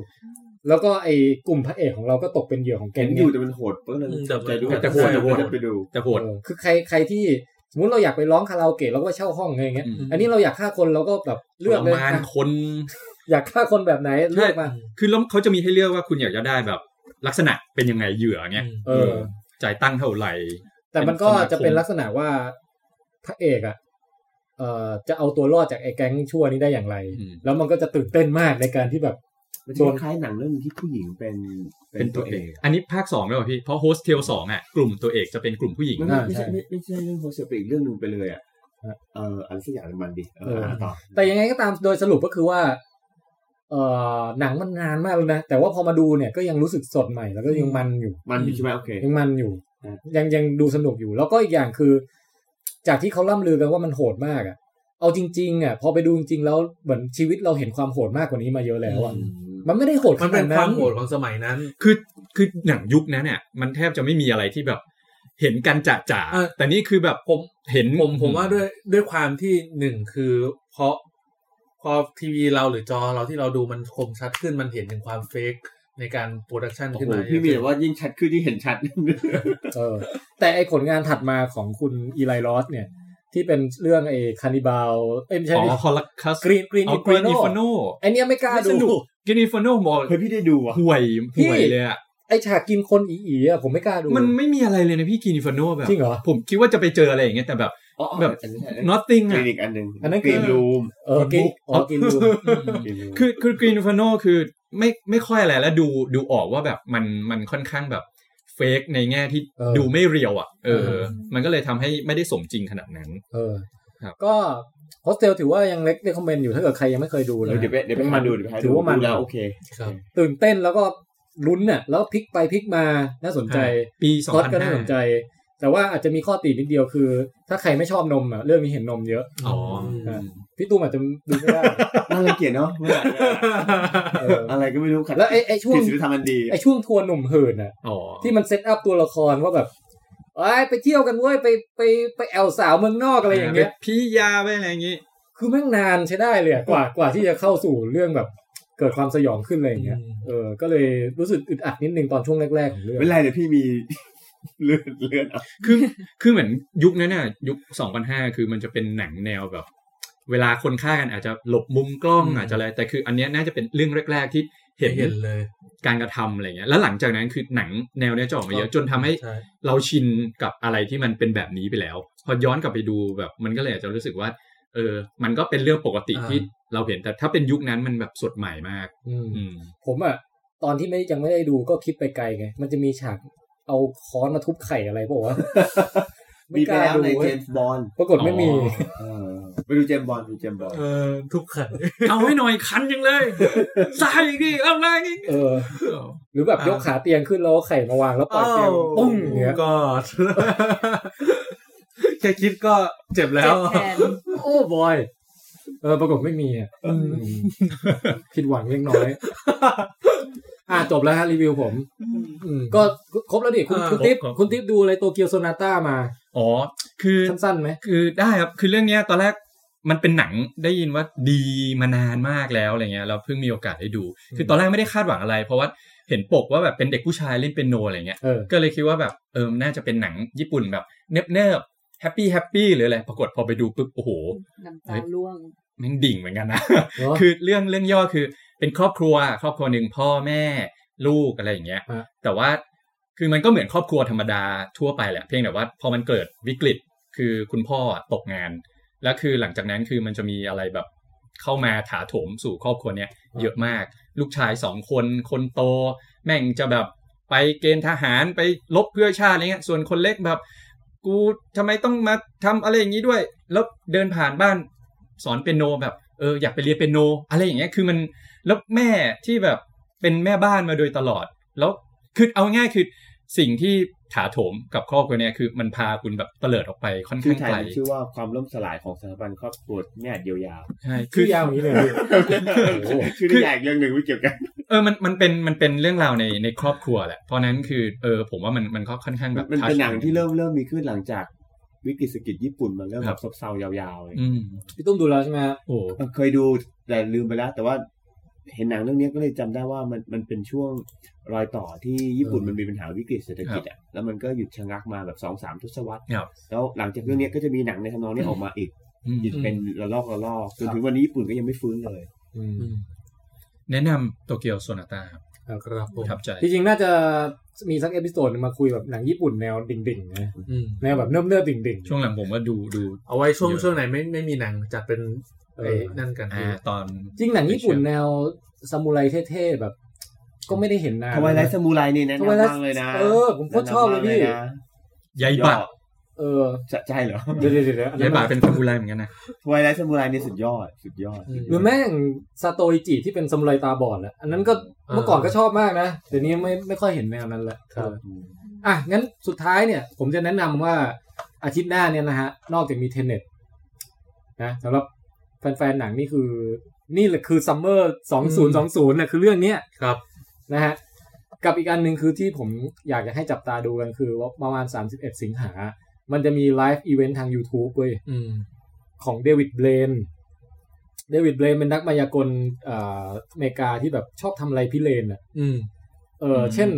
[SPEAKER 2] แล้วก็ไอ้กลุ่มพระเอกของเราก็ตกเป็นเหยื่อของแก๊
[SPEAKER 10] เห็
[SPEAKER 2] ง
[SPEAKER 10] น
[SPEAKER 2] เนี่ย
[SPEAKER 10] อยู่แต่มันโหดเพิ่งเลย
[SPEAKER 3] อืมแต่มัน
[SPEAKER 10] ใจดู
[SPEAKER 5] แต่โหดแต่โหด
[SPEAKER 10] จะไปดู
[SPEAKER 5] แต่โหด
[SPEAKER 2] เออคือใครใครที่สมมติเราอยากไปร้องคาราโอเกะเราก็ไปเช่าห้องอะไรอย่างเงี้ย
[SPEAKER 5] อืม
[SPEAKER 2] อันนี้เราอยากฆ่าคนเราก็แบบ
[SPEAKER 5] ท
[SPEAKER 2] เลือก
[SPEAKER 5] ร
[SPEAKER 2] เลย
[SPEAKER 5] มาน
[SPEAKER 2] อ่ะ
[SPEAKER 5] คน
[SPEAKER 2] อยากฆ่าคนแบบไหนเลือกมา
[SPEAKER 5] คือแล้วเขาจะมีให้เลือกว่าคุณอยากจะได้แบบ ลักษณะเป็นยังไงเหยื่อเนี้ย
[SPEAKER 2] เออ
[SPEAKER 5] จ่ายตั้งค์เท่าไหร่
[SPEAKER 2] แต่มันก็
[SPEAKER 5] เป็นสมาคม
[SPEAKER 2] จะเป็นลักษณะว่าพระเอกอ่ะเอ่อจะเอาตัวรอดจากไอ้แก๊งชั่วนี้ได้อย่างไร แล้วมันก็จะตื่นเต้นมากในการที่แบบ
[SPEAKER 4] มันจะคล้ายๆหนังเรื่องหนึ่งที่ผู้หญิงเป็น
[SPEAKER 5] เป็นตัวเอก อันนี้ภาคสองแล้วเหรอพี่ เพราะโฮสเทลสองอ่ะกลุ่มตัวเอกจะเป็นกลุ่มผู้หญิง
[SPEAKER 4] ไม่
[SPEAKER 2] อ่า
[SPEAKER 4] ไม่
[SPEAKER 2] ใช่
[SPEAKER 4] ใช่ไม่ไม่ใช่เรื่องโฮสเทลเป็นอีกเรื่องหนึ่งไปเลยอ่ะ
[SPEAKER 2] ฮะ
[SPEAKER 4] เอออะไรสักอย่างมันดิเออต่อ
[SPEAKER 2] แต่ยังไงก็ตามโดยสรุปก็คือว่า เอ่อหนังมันนานมากเลยนะ แต่ว่าพอมาดูเนี่ยก็ยังรู้สึกสดใหม่แล้วก็ยังมันอยู่
[SPEAKER 4] มันอยู่ใช่ไหมโอเค
[SPEAKER 2] ยังมันอยู่
[SPEAKER 4] อืม
[SPEAKER 2] ยังยังดูสนุกอยู่ แล้วก็อีกอย่างคือ จากที่เขาล่ำลือกันว่ามันโหดมากอ่ะ เอาจริง ๆอ่ะพอไปดูจริงๆแล้วเหมือนชีวิตเราเห็นความโหดมากกว่านี้มาเยอะแล้วอ่ะมันไม่ได้โหด
[SPEAKER 3] มันเป็น
[SPEAKER 2] ขด
[SPEAKER 3] ความโหดของสมัยนั้น
[SPEAKER 5] คือคือหนังยุคนั้นเนี่ยมันแทบจะไม่มีอะไรที่แบบ เห็นกันจ่าจ่า
[SPEAKER 3] เออ
[SPEAKER 5] แต่นี่คือแบบ
[SPEAKER 3] ผม
[SPEAKER 5] เห็น
[SPEAKER 3] ผมผมว่าด้วยด้วยความที่หนึ่งคือเพราะพอทีวีเราหรือจอเราที่เราดูมันคมชัดขึ้นมันเห็นถึงความเฟกในการโปรดักชัน
[SPEAKER 4] โอ้
[SPEAKER 3] ขึ้น
[SPEAKER 4] โห
[SPEAKER 3] มา
[SPEAKER 4] พี่มีแต่ว่ายิ่งชัดขึ้นยิ่งเห็นชัด
[SPEAKER 2] เออ แต่ไอผลงานถัดมาของคุณอีไลลอสเนี่ย ที่เป็นเรื่องไอคานิบาลเอ้ยไม่ใช่
[SPEAKER 5] อ๋อคอลัคัส
[SPEAKER 2] กรีนกรีน
[SPEAKER 5] เอา
[SPEAKER 2] อี
[SPEAKER 5] กรีนอีฟ
[SPEAKER 2] ฟาน
[SPEAKER 5] โน
[SPEAKER 2] โนไอเนี้ยไม่กล้าดู
[SPEAKER 5] กรีนอีฟานหมอ
[SPEAKER 4] เฮ้ยพี่ได้ดูอ่ะ
[SPEAKER 5] ห่วย
[SPEAKER 2] พี่
[SPEAKER 5] ห่วยเลยอ่ะ
[SPEAKER 2] ไอฉากกินคนอีอีอ่ะผมไม่กล้าดู
[SPEAKER 5] มันไม่มีอะไรเลยนะพี่กรีนอีฟานแบบ
[SPEAKER 2] จริงเหรอ
[SPEAKER 5] ผมคิดว่าจะไปเจออะไรอย่างเงี้ยแต่แบบ
[SPEAKER 4] อ๋ออ๋อ
[SPEAKER 5] แบบ
[SPEAKER 4] อันนี้ใช่
[SPEAKER 5] nothing
[SPEAKER 4] คลิ
[SPEAKER 5] อ่ะ
[SPEAKER 4] นิกอันหนึ่ง
[SPEAKER 2] อันนั้น
[SPEAKER 4] กรีน
[SPEAKER 2] คือ
[SPEAKER 4] รูม
[SPEAKER 2] เออกินอ๋อกินดู
[SPEAKER 5] *laughs* คือคือกรีนฟานคือไม่ไม่ค่อยอะไรแล้วดูดูออกว่าแบบมันมันค่อนข้างแบบเฟกในแง่ที่
[SPEAKER 2] เออ
[SPEAKER 5] ดูไม่เรียวอ่ะเออ
[SPEAKER 3] เออ
[SPEAKER 5] มันก็เลยทำให้ไม่ได้สมจริงขนาดนั้น
[SPEAKER 2] เออ
[SPEAKER 5] ครับ
[SPEAKER 2] ก็โฮสเทลถือว่ายังเล็กเรคคอมเมนต์อยู่ถ้าเกิดใครยังไม่เคยดู
[SPEAKER 4] เออ
[SPEAKER 2] นะ
[SPEAKER 4] เดี๋ยวไปเดี๋ยวไปหาดูเดี๋ยวไปหาดู
[SPEAKER 2] ถือว่ามัน
[SPEAKER 4] ดูแล้วโอเค
[SPEAKER 3] ครับ
[SPEAKER 2] ตื่นเต้นแล้วก็ลุ้นเนี่ยแล้วพลิกไปพลิกมาน่าสนใจ
[SPEAKER 5] ปี
[SPEAKER 2] พล็อตก็น่าสนใจ
[SPEAKER 5] 2005
[SPEAKER 2] แต่ว่าอาจจะมีข้อตินิดเดียวคือ ถ้าใครไม่ชอบนมอ่ะเรื่องนี้เห็นนมเยอะ
[SPEAKER 5] อ๋อ
[SPEAKER 2] อ่ะพี่ตูมอาจจะดูไม่ได้
[SPEAKER 4] น่ารังเกียจเนาะเมื่อไหร่
[SPEAKER 2] เออ
[SPEAKER 4] อะไรก็ไม่รู้ขัด
[SPEAKER 2] แล้วไอ้ไอ้ช่วง
[SPEAKER 4] ผิดศีลธรรมอันดี
[SPEAKER 2] ไอช่วงทัวร์หนุ่มเหินอ่ะ
[SPEAKER 5] อ๋อ
[SPEAKER 2] ที่มันเซตอัพตัวละครว่าแบบเอ้ยไปเที่ยวกันเว้ยไปไปไปแอลสาวเมืองนอกอะไรอย่างเงี้ย
[SPEAKER 5] ปพี่ยาไปอะไรอย่างงี้
[SPEAKER 2] คือแม่งนานใช้ได้เลยอะกว่ากว่าที่จะเข้าสู่เรื่องแบบเกิดความสยองขึ้นอะไรอย่างเงี้ยเออก็เลยรู้สึกอึดอัดนิดนึงตอนช่วงแรกๆของเรื่อง
[SPEAKER 4] ไม่เป็นไรเดี๋ยวพี่มี เลื่อนเลื่อนเอา
[SPEAKER 5] คือ คือเหมือนยุคนั้นน่ะ ยุค 2005 คือมันจะเป็นหนังแนวแบบ เวลาคนฆ่ากันอาจจะหลบมุมกล้องอาจจะอะไร แต่คืออันเนี้ยน่าจะเป็นเรื่องแรก ๆ ที่เห็น
[SPEAKER 3] เห็นเลย
[SPEAKER 5] การกระทำอะไรเงี้ย แล้วหลังจากนั้นคือหนังแนวเนี้ยจะออกมาเยอะจนทำให้
[SPEAKER 3] ช่
[SPEAKER 5] เราชินกับอะไรที่มันเป็นแบบนี้ไปแล้ว พอย้อนกลับไปดูแบบ มันก็เลยอาจจะรู้สึกว่า เออ มันก็เป็นเรื่องปกติ
[SPEAKER 3] อ่า
[SPEAKER 5] ที่เราเห็น แต่ถ้าเป็นยุคนั้นมันแบบสดใหม่มาก
[SPEAKER 2] อืม
[SPEAKER 5] อืม
[SPEAKER 2] ผมอะตอนที่ไม่ยังไม่ได้ดูก็คิดไปไกลไง มันจะมีฉากเอาค้อนมาทุบไข่อะไรเปล่าวะ ม่
[SPEAKER 4] มีไป
[SPEAKER 2] กา
[SPEAKER 4] แล้วใน
[SPEAKER 2] ดู
[SPEAKER 4] เจ
[SPEAKER 2] ว้ย
[SPEAKER 4] มส์บอล
[SPEAKER 2] ปรากฏไม่มี
[SPEAKER 5] อ๋อ
[SPEAKER 4] เออไปดูเจมส์บอลดูเจมส์บอล
[SPEAKER 3] เออทุกขัน
[SPEAKER 5] เอาให้หน่อยคันยังเลยสายอีกดิเอาอะไรอีก
[SPEAKER 2] เออ หรือแบบ
[SPEAKER 3] อ่าย ย
[SPEAKER 2] กขาเตียงขึ้นแล้วเอาไข่มาวางแล้วปล่อยเตียงปุ้งอย่างเงี้ย
[SPEAKER 3] ก็ *laughs* แค่คิดก็เจ็บแล้ว
[SPEAKER 9] เจ็บแทน
[SPEAKER 2] โอ้บอยเออปรากฏไม่มีอะอืมผิดหวังเล็กน้อย อ่ะจบแล้วฮะรีวิวผม อืมก็ครบแล้วดิคุณ
[SPEAKER 3] อ่า
[SPEAKER 2] คุณติ๊บ
[SPEAKER 5] ครบ
[SPEAKER 2] คุณติ๊บดูอะไรโตเกียวโซนาต้ามา
[SPEAKER 5] อ๋อ คือ
[SPEAKER 2] สั้นๆไหม
[SPEAKER 5] คือได้ครับ คือเรื่องเนี้ยตอนแรกมันเป็นหนังได้ยินว่าดีมานานมากแล้วอะไรเงี้ยเราเพิ่งมีโอกาสได้ดู คือตอนแรกไม่ได้คาดหวังอะไร เพราะว่าเห็นปกว่าแบบเป็นเด็กผู้ชายเล่นเป็นโนอะไรเงี้ย
[SPEAKER 2] เออ
[SPEAKER 5] ก็เลยคิดว่าแบบเออน่าจะเป็นหนังญี่ปุ่นแบบเนิบเนิบแฮปปี้แฮปปี้หรืออะไร ปรากฏพอไปดูปุ๊บโอ้โห
[SPEAKER 9] น้ำตาล่วง
[SPEAKER 5] แม่งดิ่งเหมือนกันนะ
[SPEAKER 2] เหรอ
[SPEAKER 5] คือเรื่องเรื่องย่อคือเป็นครอบครัว ครอบครัวหนึ่งพ่อแม่ลูกอะไรอย่างเงี้ย
[SPEAKER 2] ฮะ
[SPEAKER 5] แต่ว่าคือมันก็เหมือนครอบครัวธรรมดาทั่วไปแหละ เพียงแต่ว่าพอมันเกิดวิกฤตคือคุณพ่ออะตกงาน แล้วคือหลังจากนั้นคือมันจะมีอะไรแบบเข้ามาถาโถมสู่ครอบครัวเนี้ยเยอะมาก ลูกชายสองคนคนโต แม่งจะแบบ ไปเกณฑ์ทหารไปลบเพื่อชาติอะไรเงี้ย ส่วนคนเล็กแบบ กูทำไมต้องมาทำอะไรอย่างนี้ด้วย แล้วเดินผ่านบ้านสอนเปียโนแบบเอออยากไปเรียนเปียโน อะไรอย่างเงี้ยคือมันแล้วแม่ที่แบบเป็นแม่บ้านมาโดยตลอด แล้วคือเอาง่ายคือสิ่งที่ถาโถมกับครอบครัวเนี่ยคือมันพาคุณแบบเตลิดออกไปค่อน
[SPEAKER 4] ชื่อ
[SPEAKER 5] ข้า
[SPEAKER 4] ง ไทย
[SPEAKER 5] ไกล
[SPEAKER 4] มันชื่อว่าความล่มสลายของสถาบันครอบครัวแม่เดียวยาว
[SPEAKER 5] ใช่
[SPEAKER 2] คื
[SPEAKER 5] คือ อ
[SPEAKER 2] ยาวอย่างนี้เลยพี่
[SPEAKER 4] ชื่อนิยายอีกเรื่องหนึ่งไม่เกี่ยวกัน
[SPEAKER 5] เออ มัน มันเป็น มันเป็นเรื่องราวใน ในครอบครัวแหละ เพราะนั้นคือ เออ ผมว่ามัน มันก็ค่อนข้างแบ
[SPEAKER 4] มัน
[SPEAKER 5] บ
[SPEAKER 4] มัน
[SPEAKER 5] touch
[SPEAKER 4] เป็นหนังที่เริ่มเริ่มมีขึ้นหลังจากวิกฤตเศรษฐกิจญี่ปุ่นมันเริ่ม
[SPEAKER 5] ค
[SPEAKER 4] แบ
[SPEAKER 5] รับ
[SPEAKER 4] บซบเซายาวๆเลย
[SPEAKER 5] อืม
[SPEAKER 2] พี่ตุ้มดูแล้วใช่ไหมฮะ
[SPEAKER 5] โอ้
[SPEAKER 4] เออเคยดูแต่ลืมไปแล้ว แต่ว่าเห็นหนังเรื่องนี้ก็เลยจำได้ว่ามันมันเป็นช่วงรอยต่อที่ญี่ปุ่นมันมีปัญหาวิกฤตเศรษฐกิจอ่ะแล้วมันก็หยุดชะงักมาแบบสองสามทศวรรษ
[SPEAKER 5] ครับ
[SPEAKER 4] แล้วหลังจากเรื่องนี้ก็จะมีหนังในทำนองนี้ออกมาอีก
[SPEAKER 5] อืม
[SPEAKER 4] เป็นระลอกระลอกจนถึงวันนี้ญี่ปุ่นก็ยังไม่ฟื้นเลย
[SPEAKER 2] อืม
[SPEAKER 5] แนะนำโตเกียวโซนาต้าครับ
[SPEAKER 3] ครับผม
[SPEAKER 5] ทับใจ
[SPEAKER 2] จริงๆ น่าจะมีสักเอพิโซดหนึ่งมาคุยแบบหนังญี่ปุ่นแนวดิ่งๆนะ
[SPEAKER 3] อืม
[SPEAKER 2] แนวแบบเนิ่มๆดิ่งๆ
[SPEAKER 5] ช่วงหลังผมก็ดู ดู
[SPEAKER 3] เอาไว้ช่วงช่วงไหนไม่ไม่มีหนังจัดเป็น
[SPEAKER 2] เออ
[SPEAKER 3] ไอ้นั่นกัน
[SPEAKER 5] อ่าตอน
[SPEAKER 2] จริงหนังญี่ปุ่นแนวซามูไรเท่ๆแบบ ก็ไม่ได้เห็นนาน
[SPEAKER 4] ทำไมไลท์สมูไรนี่แนะนำ
[SPEAKER 2] Twilight
[SPEAKER 4] มากเลยนะ
[SPEAKER 2] เออผมโคตรชอบเลยพี่
[SPEAKER 4] แนะนำมาก
[SPEAKER 5] ยาย
[SPEAKER 4] เลยนะ
[SPEAKER 5] บะ
[SPEAKER 2] เออ
[SPEAKER 4] จะใช่เหรอ
[SPEAKER 2] เดี๋ยวๆๆเดี๋ยวๆอันนั้
[SPEAKER 5] ยาย
[SPEAKER 2] น
[SPEAKER 5] บะเป็นซามูไรเหมือนกันนะ
[SPEAKER 4] ทวายไลท์สมูไรนี่สุดยอด สุดยอด
[SPEAKER 2] หรือแม่งซาโตอิจิที่เป็นซามูไรตาบอดอะอันนั้นก็เมื่อก่อนก็ชอบมากนะเดี๋ยวนี้ไม่ไม่ค่อยเห็นแนวนั้นละ
[SPEAKER 4] ครับ
[SPEAKER 2] เอออ่ะงั้นสุดท้ายเนี่ย ผมจะแนะนำว่าอาทิตย์หน้าเนี่ยนะฮะ นอกจากมีเทนเน็ตนะสำหรับแฟนๆหนังนี่คือ นี่แหละคือซัมเมอร์สองศูนย์สองศูนย์นะคือเรื่องเนี้ย
[SPEAKER 3] ครับ
[SPEAKER 2] นะฮะกับอีกอันหนึ่งคือที่ผมอยากจะให้จับตาดูกันคือว่าประมาณ 31 สิงหา มันจะมีไลฟ์อีเวนต์ทาง YouTube เว้ย
[SPEAKER 3] อืม
[SPEAKER 2] ของเดวิดเบลนเดวิดเบลนเป็นนักมายากลเอ่ออเมริกาที่แบบชอบทำอะไรพิเรนอ่ะ
[SPEAKER 3] อืม
[SPEAKER 2] เออ
[SPEAKER 5] อืม
[SPEAKER 2] เช่น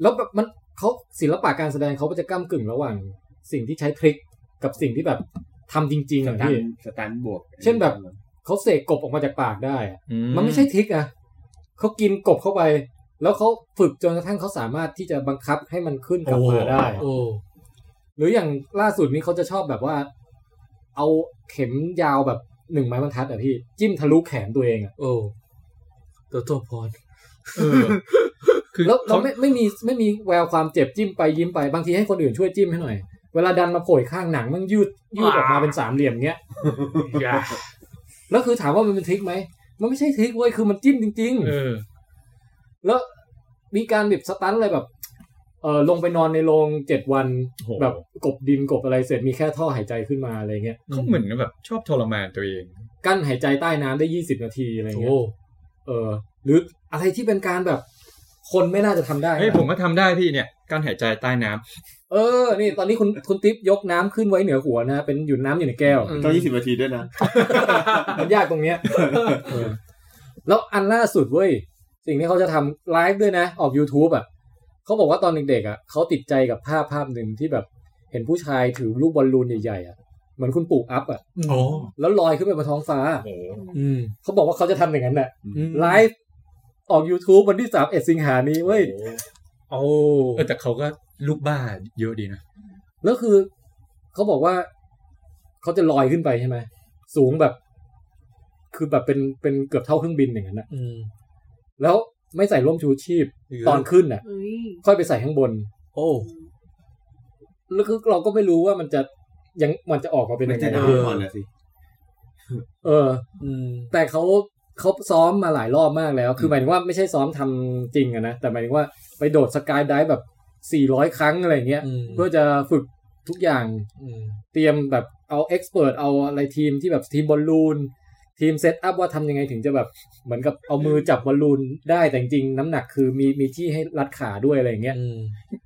[SPEAKER 2] แล้วแบบมันเขาศิลปะการแสดงเขาก็จะก้ากึ่งระหว่างสิ่งที่ใช้ทริคกับสิ่งที่แบบทำจริงๆ
[SPEAKER 4] ส
[SPEAKER 2] อ่ะ
[SPEAKER 4] ตัน
[SPEAKER 2] พี่
[SPEAKER 4] สตันบวก
[SPEAKER 2] เช่นแบบ เขาเสกกบออกมาจากปากได้อะ
[SPEAKER 5] อื
[SPEAKER 2] มันไม่ใช่ทริกอะเขากินกบเข้าไป แล้วเขาฝึกจนกระทั่งเขาสามารถที่จะบังคับให้มันขึ้นกลับมาได้
[SPEAKER 3] โอ้
[SPEAKER 2] หรืออย่างล่าสุดนี้เขาจะชอบแบบว่า เอาเข็มยาวแบบหนึ่งไม้บรรทัดอะพี่ จิ้มทะลุแขนตัวเองอะ
[SPEAKER 3] โอ้ตัวตัวพร
[SPEAKER 5] เออ คือ
[SPEAKER 2] แล้วเรา
[SPEAKER 5] เขา
[SPEAKER 2] ไม่ไม่มีไม่มีแววความเจ็บจิ้มไปยิ้มไปบางทีให้คนอื่นช่วยจิ้มให้หน่อย เวลาดันมาโผล่ข้างหนังมันยืดยืดออกมาเป็นสามเหลี่ยมเงี้ย
[SPEAKER 3] อย่า
[SPEAKER 2] แล้วคือถามว่ามันเป็นทริกไหมมันไม่ใช่ทริกเว้ยคือมันจิ้มจริง ๆ
[SPEAKER 5] เออ
[SPEAKER 2] แล้วมีการแบบสตันอะไรแบบ เออลงไปนอนในโรงเจ็ดวัน
[SPEAKER 5] โห
[SPEAKER 2] แบบกบดินกบอะไรเสร็จมีแค่ท่อหายใจขึ้นมาอะไรเงี้ย
[SPEAKER 5] เขาเหมือนกับแบบชอบทรมานตัวเอง
[SPEAKER 2] กั้นหายใจใต้น้ำได้ยี่สิบนาทีอะไรเงี้
[SPEAKER 3] โอ้
[SPEAKER 2] ยเออ หรืออะไรที่เป็นการแบบ คนไม่น่าจะทำได้
[SPEAKER 5] เฮ้ย
[SPEAKER 2] นะ
[SPEAKER 5] ผมก็ทำได้พี่เนี่ย การหายใจใต้น้ำ
[SPEAKER 2] เออ นี่ตอนนี้คุณคุณติ๊บยกน้ำขึ้นไว้เหนือหัวนะ เป็นอยู่น้ำอยู่ในแก้ว
[SPEAKER 3] อืม
[SPEAKER 4] ต้องยี่สิบนาทีด้วยนะ
[SPEAKER 2] *laughs* มันยากตรงเนี้ยเออแล้วอันล่าสุดเว้ย สิ่งที่เขาจะทำไลฟ์ด้วยนะ ออก YouTube อ่ะเขาบอกว่าตอนเด็กๆอ่ะเขาติดใจกับภาพภาพหนึ่งที่แบบเห็นผู้ชายถือลูกบอลลูนใหญ่ๆอ่ะเหมือนคุณปู่อัพอ่ะ
[SPEAKER 3] โอ้
[SPEAKER 2] แล้วลอยขึ้นไปบนท้องฟ้า
[SPEAKER 3] อืม
[SPEAKER 2] เขาบอกว่าเขาจะทำอย่างนั้นแหละ
[SPEAKER 3] อืม
[SPEAKER 2] ไลฟ์ออก YouTube วันที่3เอ็ดสิงหานี้เว้ย
[SPEAKER 3] โอ้
[SPEAKER 5] เออแต่เขาก็ลูกบ้าเยอะดีนะ
[SPEAKER 2] แล้วคือเขาบอกว่าเขาจะลอยขึ้นไปใช่ไหมสูงแบบ คือแบบเป็นเป็นเกือบเท่าเครื่องบินอย่างนั้นนะ
[SPEAKER 3] อืม
[SPEAKER 2] แล้วไม่ใส่ร่มชูชีพ ตอนขึ้นน่ะ
[SPEAKER 6] เอ้ย
[SPEAKER 2] ค่อยไปใส่ข้างบน
[SPEAKER 3] โอ้
[SPEAKER 2] แล้วคือเราก็ไม่รู้ว่ามันจะยังมันจะออกมาเป็น
[SPEAKER 4] มั
[SPEAKER 2] ยั
[SPEAKER 4] น
[SPEAKER 2] ง
[SPEAKER 4] จะ
[SPEAKER 2] ไง
[SPEAKER 4] ดาว
[SPEAKER 3] เออ
[SPEAKER 4] ก่อนนะสิ
[SPEAKER 2] เออ
[SPEAKER 3] อืม
[SPEAKER 2] แต่เขาเขาซ้อมมาหลายรอบมากแล้ว คือหมายถึงว่าไม่ใช่ซ้อมทำจริงอะนะ แต่หมายถึงว่าไปโดดสกายไดฟ์แบบ 400 ครั้งอะไรเงี้ย
[SPEAKER 3] อืม
[SPEAKER 2] เพื่อจะฝึกทุกอย่าง
[SPEAKER 3] อืม
[SPEAKER 2] เตรียมแบบเอาเอ็กซ์เพรสเอาอะไรทีมที่แบบทีมบอลลูน ทีมเซตอัพว่าทำยังไงถึงจะแบบเหมือนกับเอามือจับบอลลูนได้แต่จริงๆน้ำหนักคือมีมีที่ให้รัดขาด้วยอะไรอย่างเงี้ย
[SPEAKER 3] อืม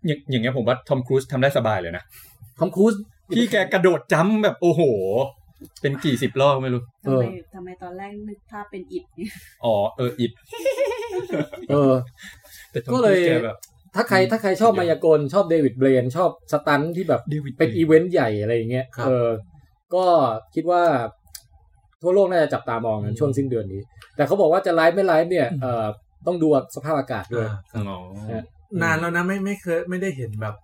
[SPEAKER 5] อย่างอย่างเงี้ยผมว่าทอมครูซทำได้สบายเลยนะ
[SPEAKER 2] ทอมครูซ
[SPEAKER 5] พี่แกกระโดดจ้ำแบบโอ้โห เป็นกี่สิบรอบไม่รู้
[SPEAKER 2] เออ
[SPEAKER 6] ทำไมทำไมตอนแรกนึกภาพเป็นอิดเนี่ย
[SPEAKER 5] อ๋อเอออิด
[SPEAKER 2] เออ
[SPEAKER 5] แต่ทอม
[SPEAKER 2] ก็
[SPEAKER 5] ค
[SPEAKER 2] เล
[SPEAKER 5] รู
[SPEAKER 2] ย
[SPEAKER 5] ซแกแบบ
[SPEAKER 2] ถ้าใครถ้าใครชอบมายากล ชอบเดวิดเบรนชอบสตันท์ที่แบบ
[SPEAKER 5] เดวิด
[SPEAKER 2] เป็น
[SPEAKER 5] เบรน
[SPEAKER 2] อีเวนต์ใหญ่อะไรอย่างเงี้ยเออ ก็คิดว่า ทั่วโลกน่าจะจับตามองกันช่วงสิ้นเดือนนี้ แต่เขาบอกว่าจะไลฟ์ไม่ไลฟ์เนี่ยเออต้องดูสภาพอากาศด้วย
[SPEAKER 3] อ่า
[SPEAKER 5] อ๋อน
[SPEAKER 3] านแล้วนะไม่ไม่เคยไม่ได้เห็นแบบ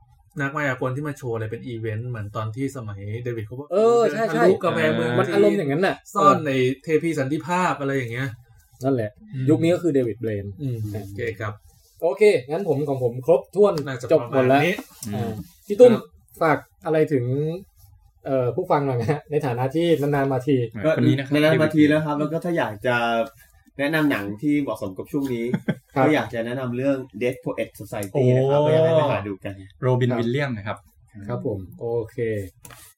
[SPEAKER 3] นักมายากลที่มาโชว์อะไรเป็นอีเวนต์เหมือนตอนที่สมัยเดวิดเขาบอก
[SPEAKER 2] เออใช่ใช่
[SPEAKER 3] เดินทะลุกระแพงเมือง
[SPEAKER 2] มันอารมณ์อย่างนั้นน่ะ
[SPEAKER 3] ซ่อน
[SPEAKER 2] เ
[SPEAKER 3] ในเทพีสันติภาพอะไรอย่างเงี้ย
[SPEAKER 2] นั่นแหละ ยุคนี้ก็คือเดวิดเบรน
[SPEAKER 3] อืมโอเคครับ
[SPEAKER 2] โอเค งั้นผมของผมครบถ้วน
[SPEAKER 3] น่าจะ
[SPEAKER 2] จบหมดแล้ว
[SPEAKER 3] ประาณนี้
[SPEAKER 2] อ่าพี่ตุ้มฝากอะไรถึง เอ่อผู้ฟังหน่อยนะฮะในฐานะที่นานๆมาที
[SPEAKER 4] ก็
[SPEAKER 5] คนนี้นะครับ
[SPEAKER 4] ในนั้นมาทีแล้วครับ แล้วก็ถ้าอยากจะแนะนำหนังที่เหมาะสมกับช่วง *laughs* นี้
[SPEAKER 2] ครับ
[SPEAKER 4] ก็อยากจะแนะนำเรื่อง Death Poet Society
[SPEAKER 5] โอ้
[SPEAKER 4] นะครับก็อยากให้ไปหาดูกัน
[SPEAKER 5] โรบินวิลเลียมนะครับ
[SPEAKER 2] ครับผม โอเค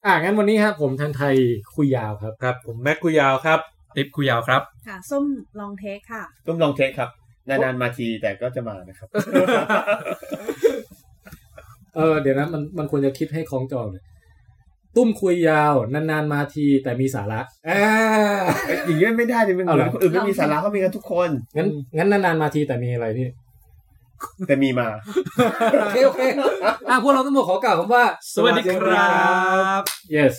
[SPEAKER 2] อ่ะงั้นวันนี้ครับผมทันไทยคุยยาวครับ
[SPEAKER 3] ครับ ผมแม็กกุยาวครับ
[SPEAKER 8] ติ๊บคุยยาวครับ
[SPEAKER 6] ค่ะ ส้มลองเทคค่ะ
[SPEAKER 4] ต้องลองเทคครับ นานๆมาทีแต่ก็จะมานะครับ
[SPEAKER 2] เออเดี๋ยวนะมันมันควรจะคิดให้คล้องจองเลยตุ้มคุยยาวนานๆมาทีแต่มีสาระอ่า
[SPEAKER 4] อย่างเงี้ยไม่ได้ดิมันเห
[SPEAKER 2] เอา
[SPEAKER 4] มื
[SPEAKER 2] เหร
[SPEAKER 4] อ
[SPEAKER 2] อ
[SPEAKER 4] นคนอื่นไม่มีสาระเขามีกันทุกคน
[SPEAKER 2] งั้นงั้นนานๆมาทีแต่มีอะไรพี่
[SPEAKER 4] แต่มีมา
[SPEAKER 2] โอเคโอเคอ่ะพวกเราทั้งหมดขอกล่าวคำว่า
[SPEAKER 8] สวัสดีครับ
[SPEAKER 2] yes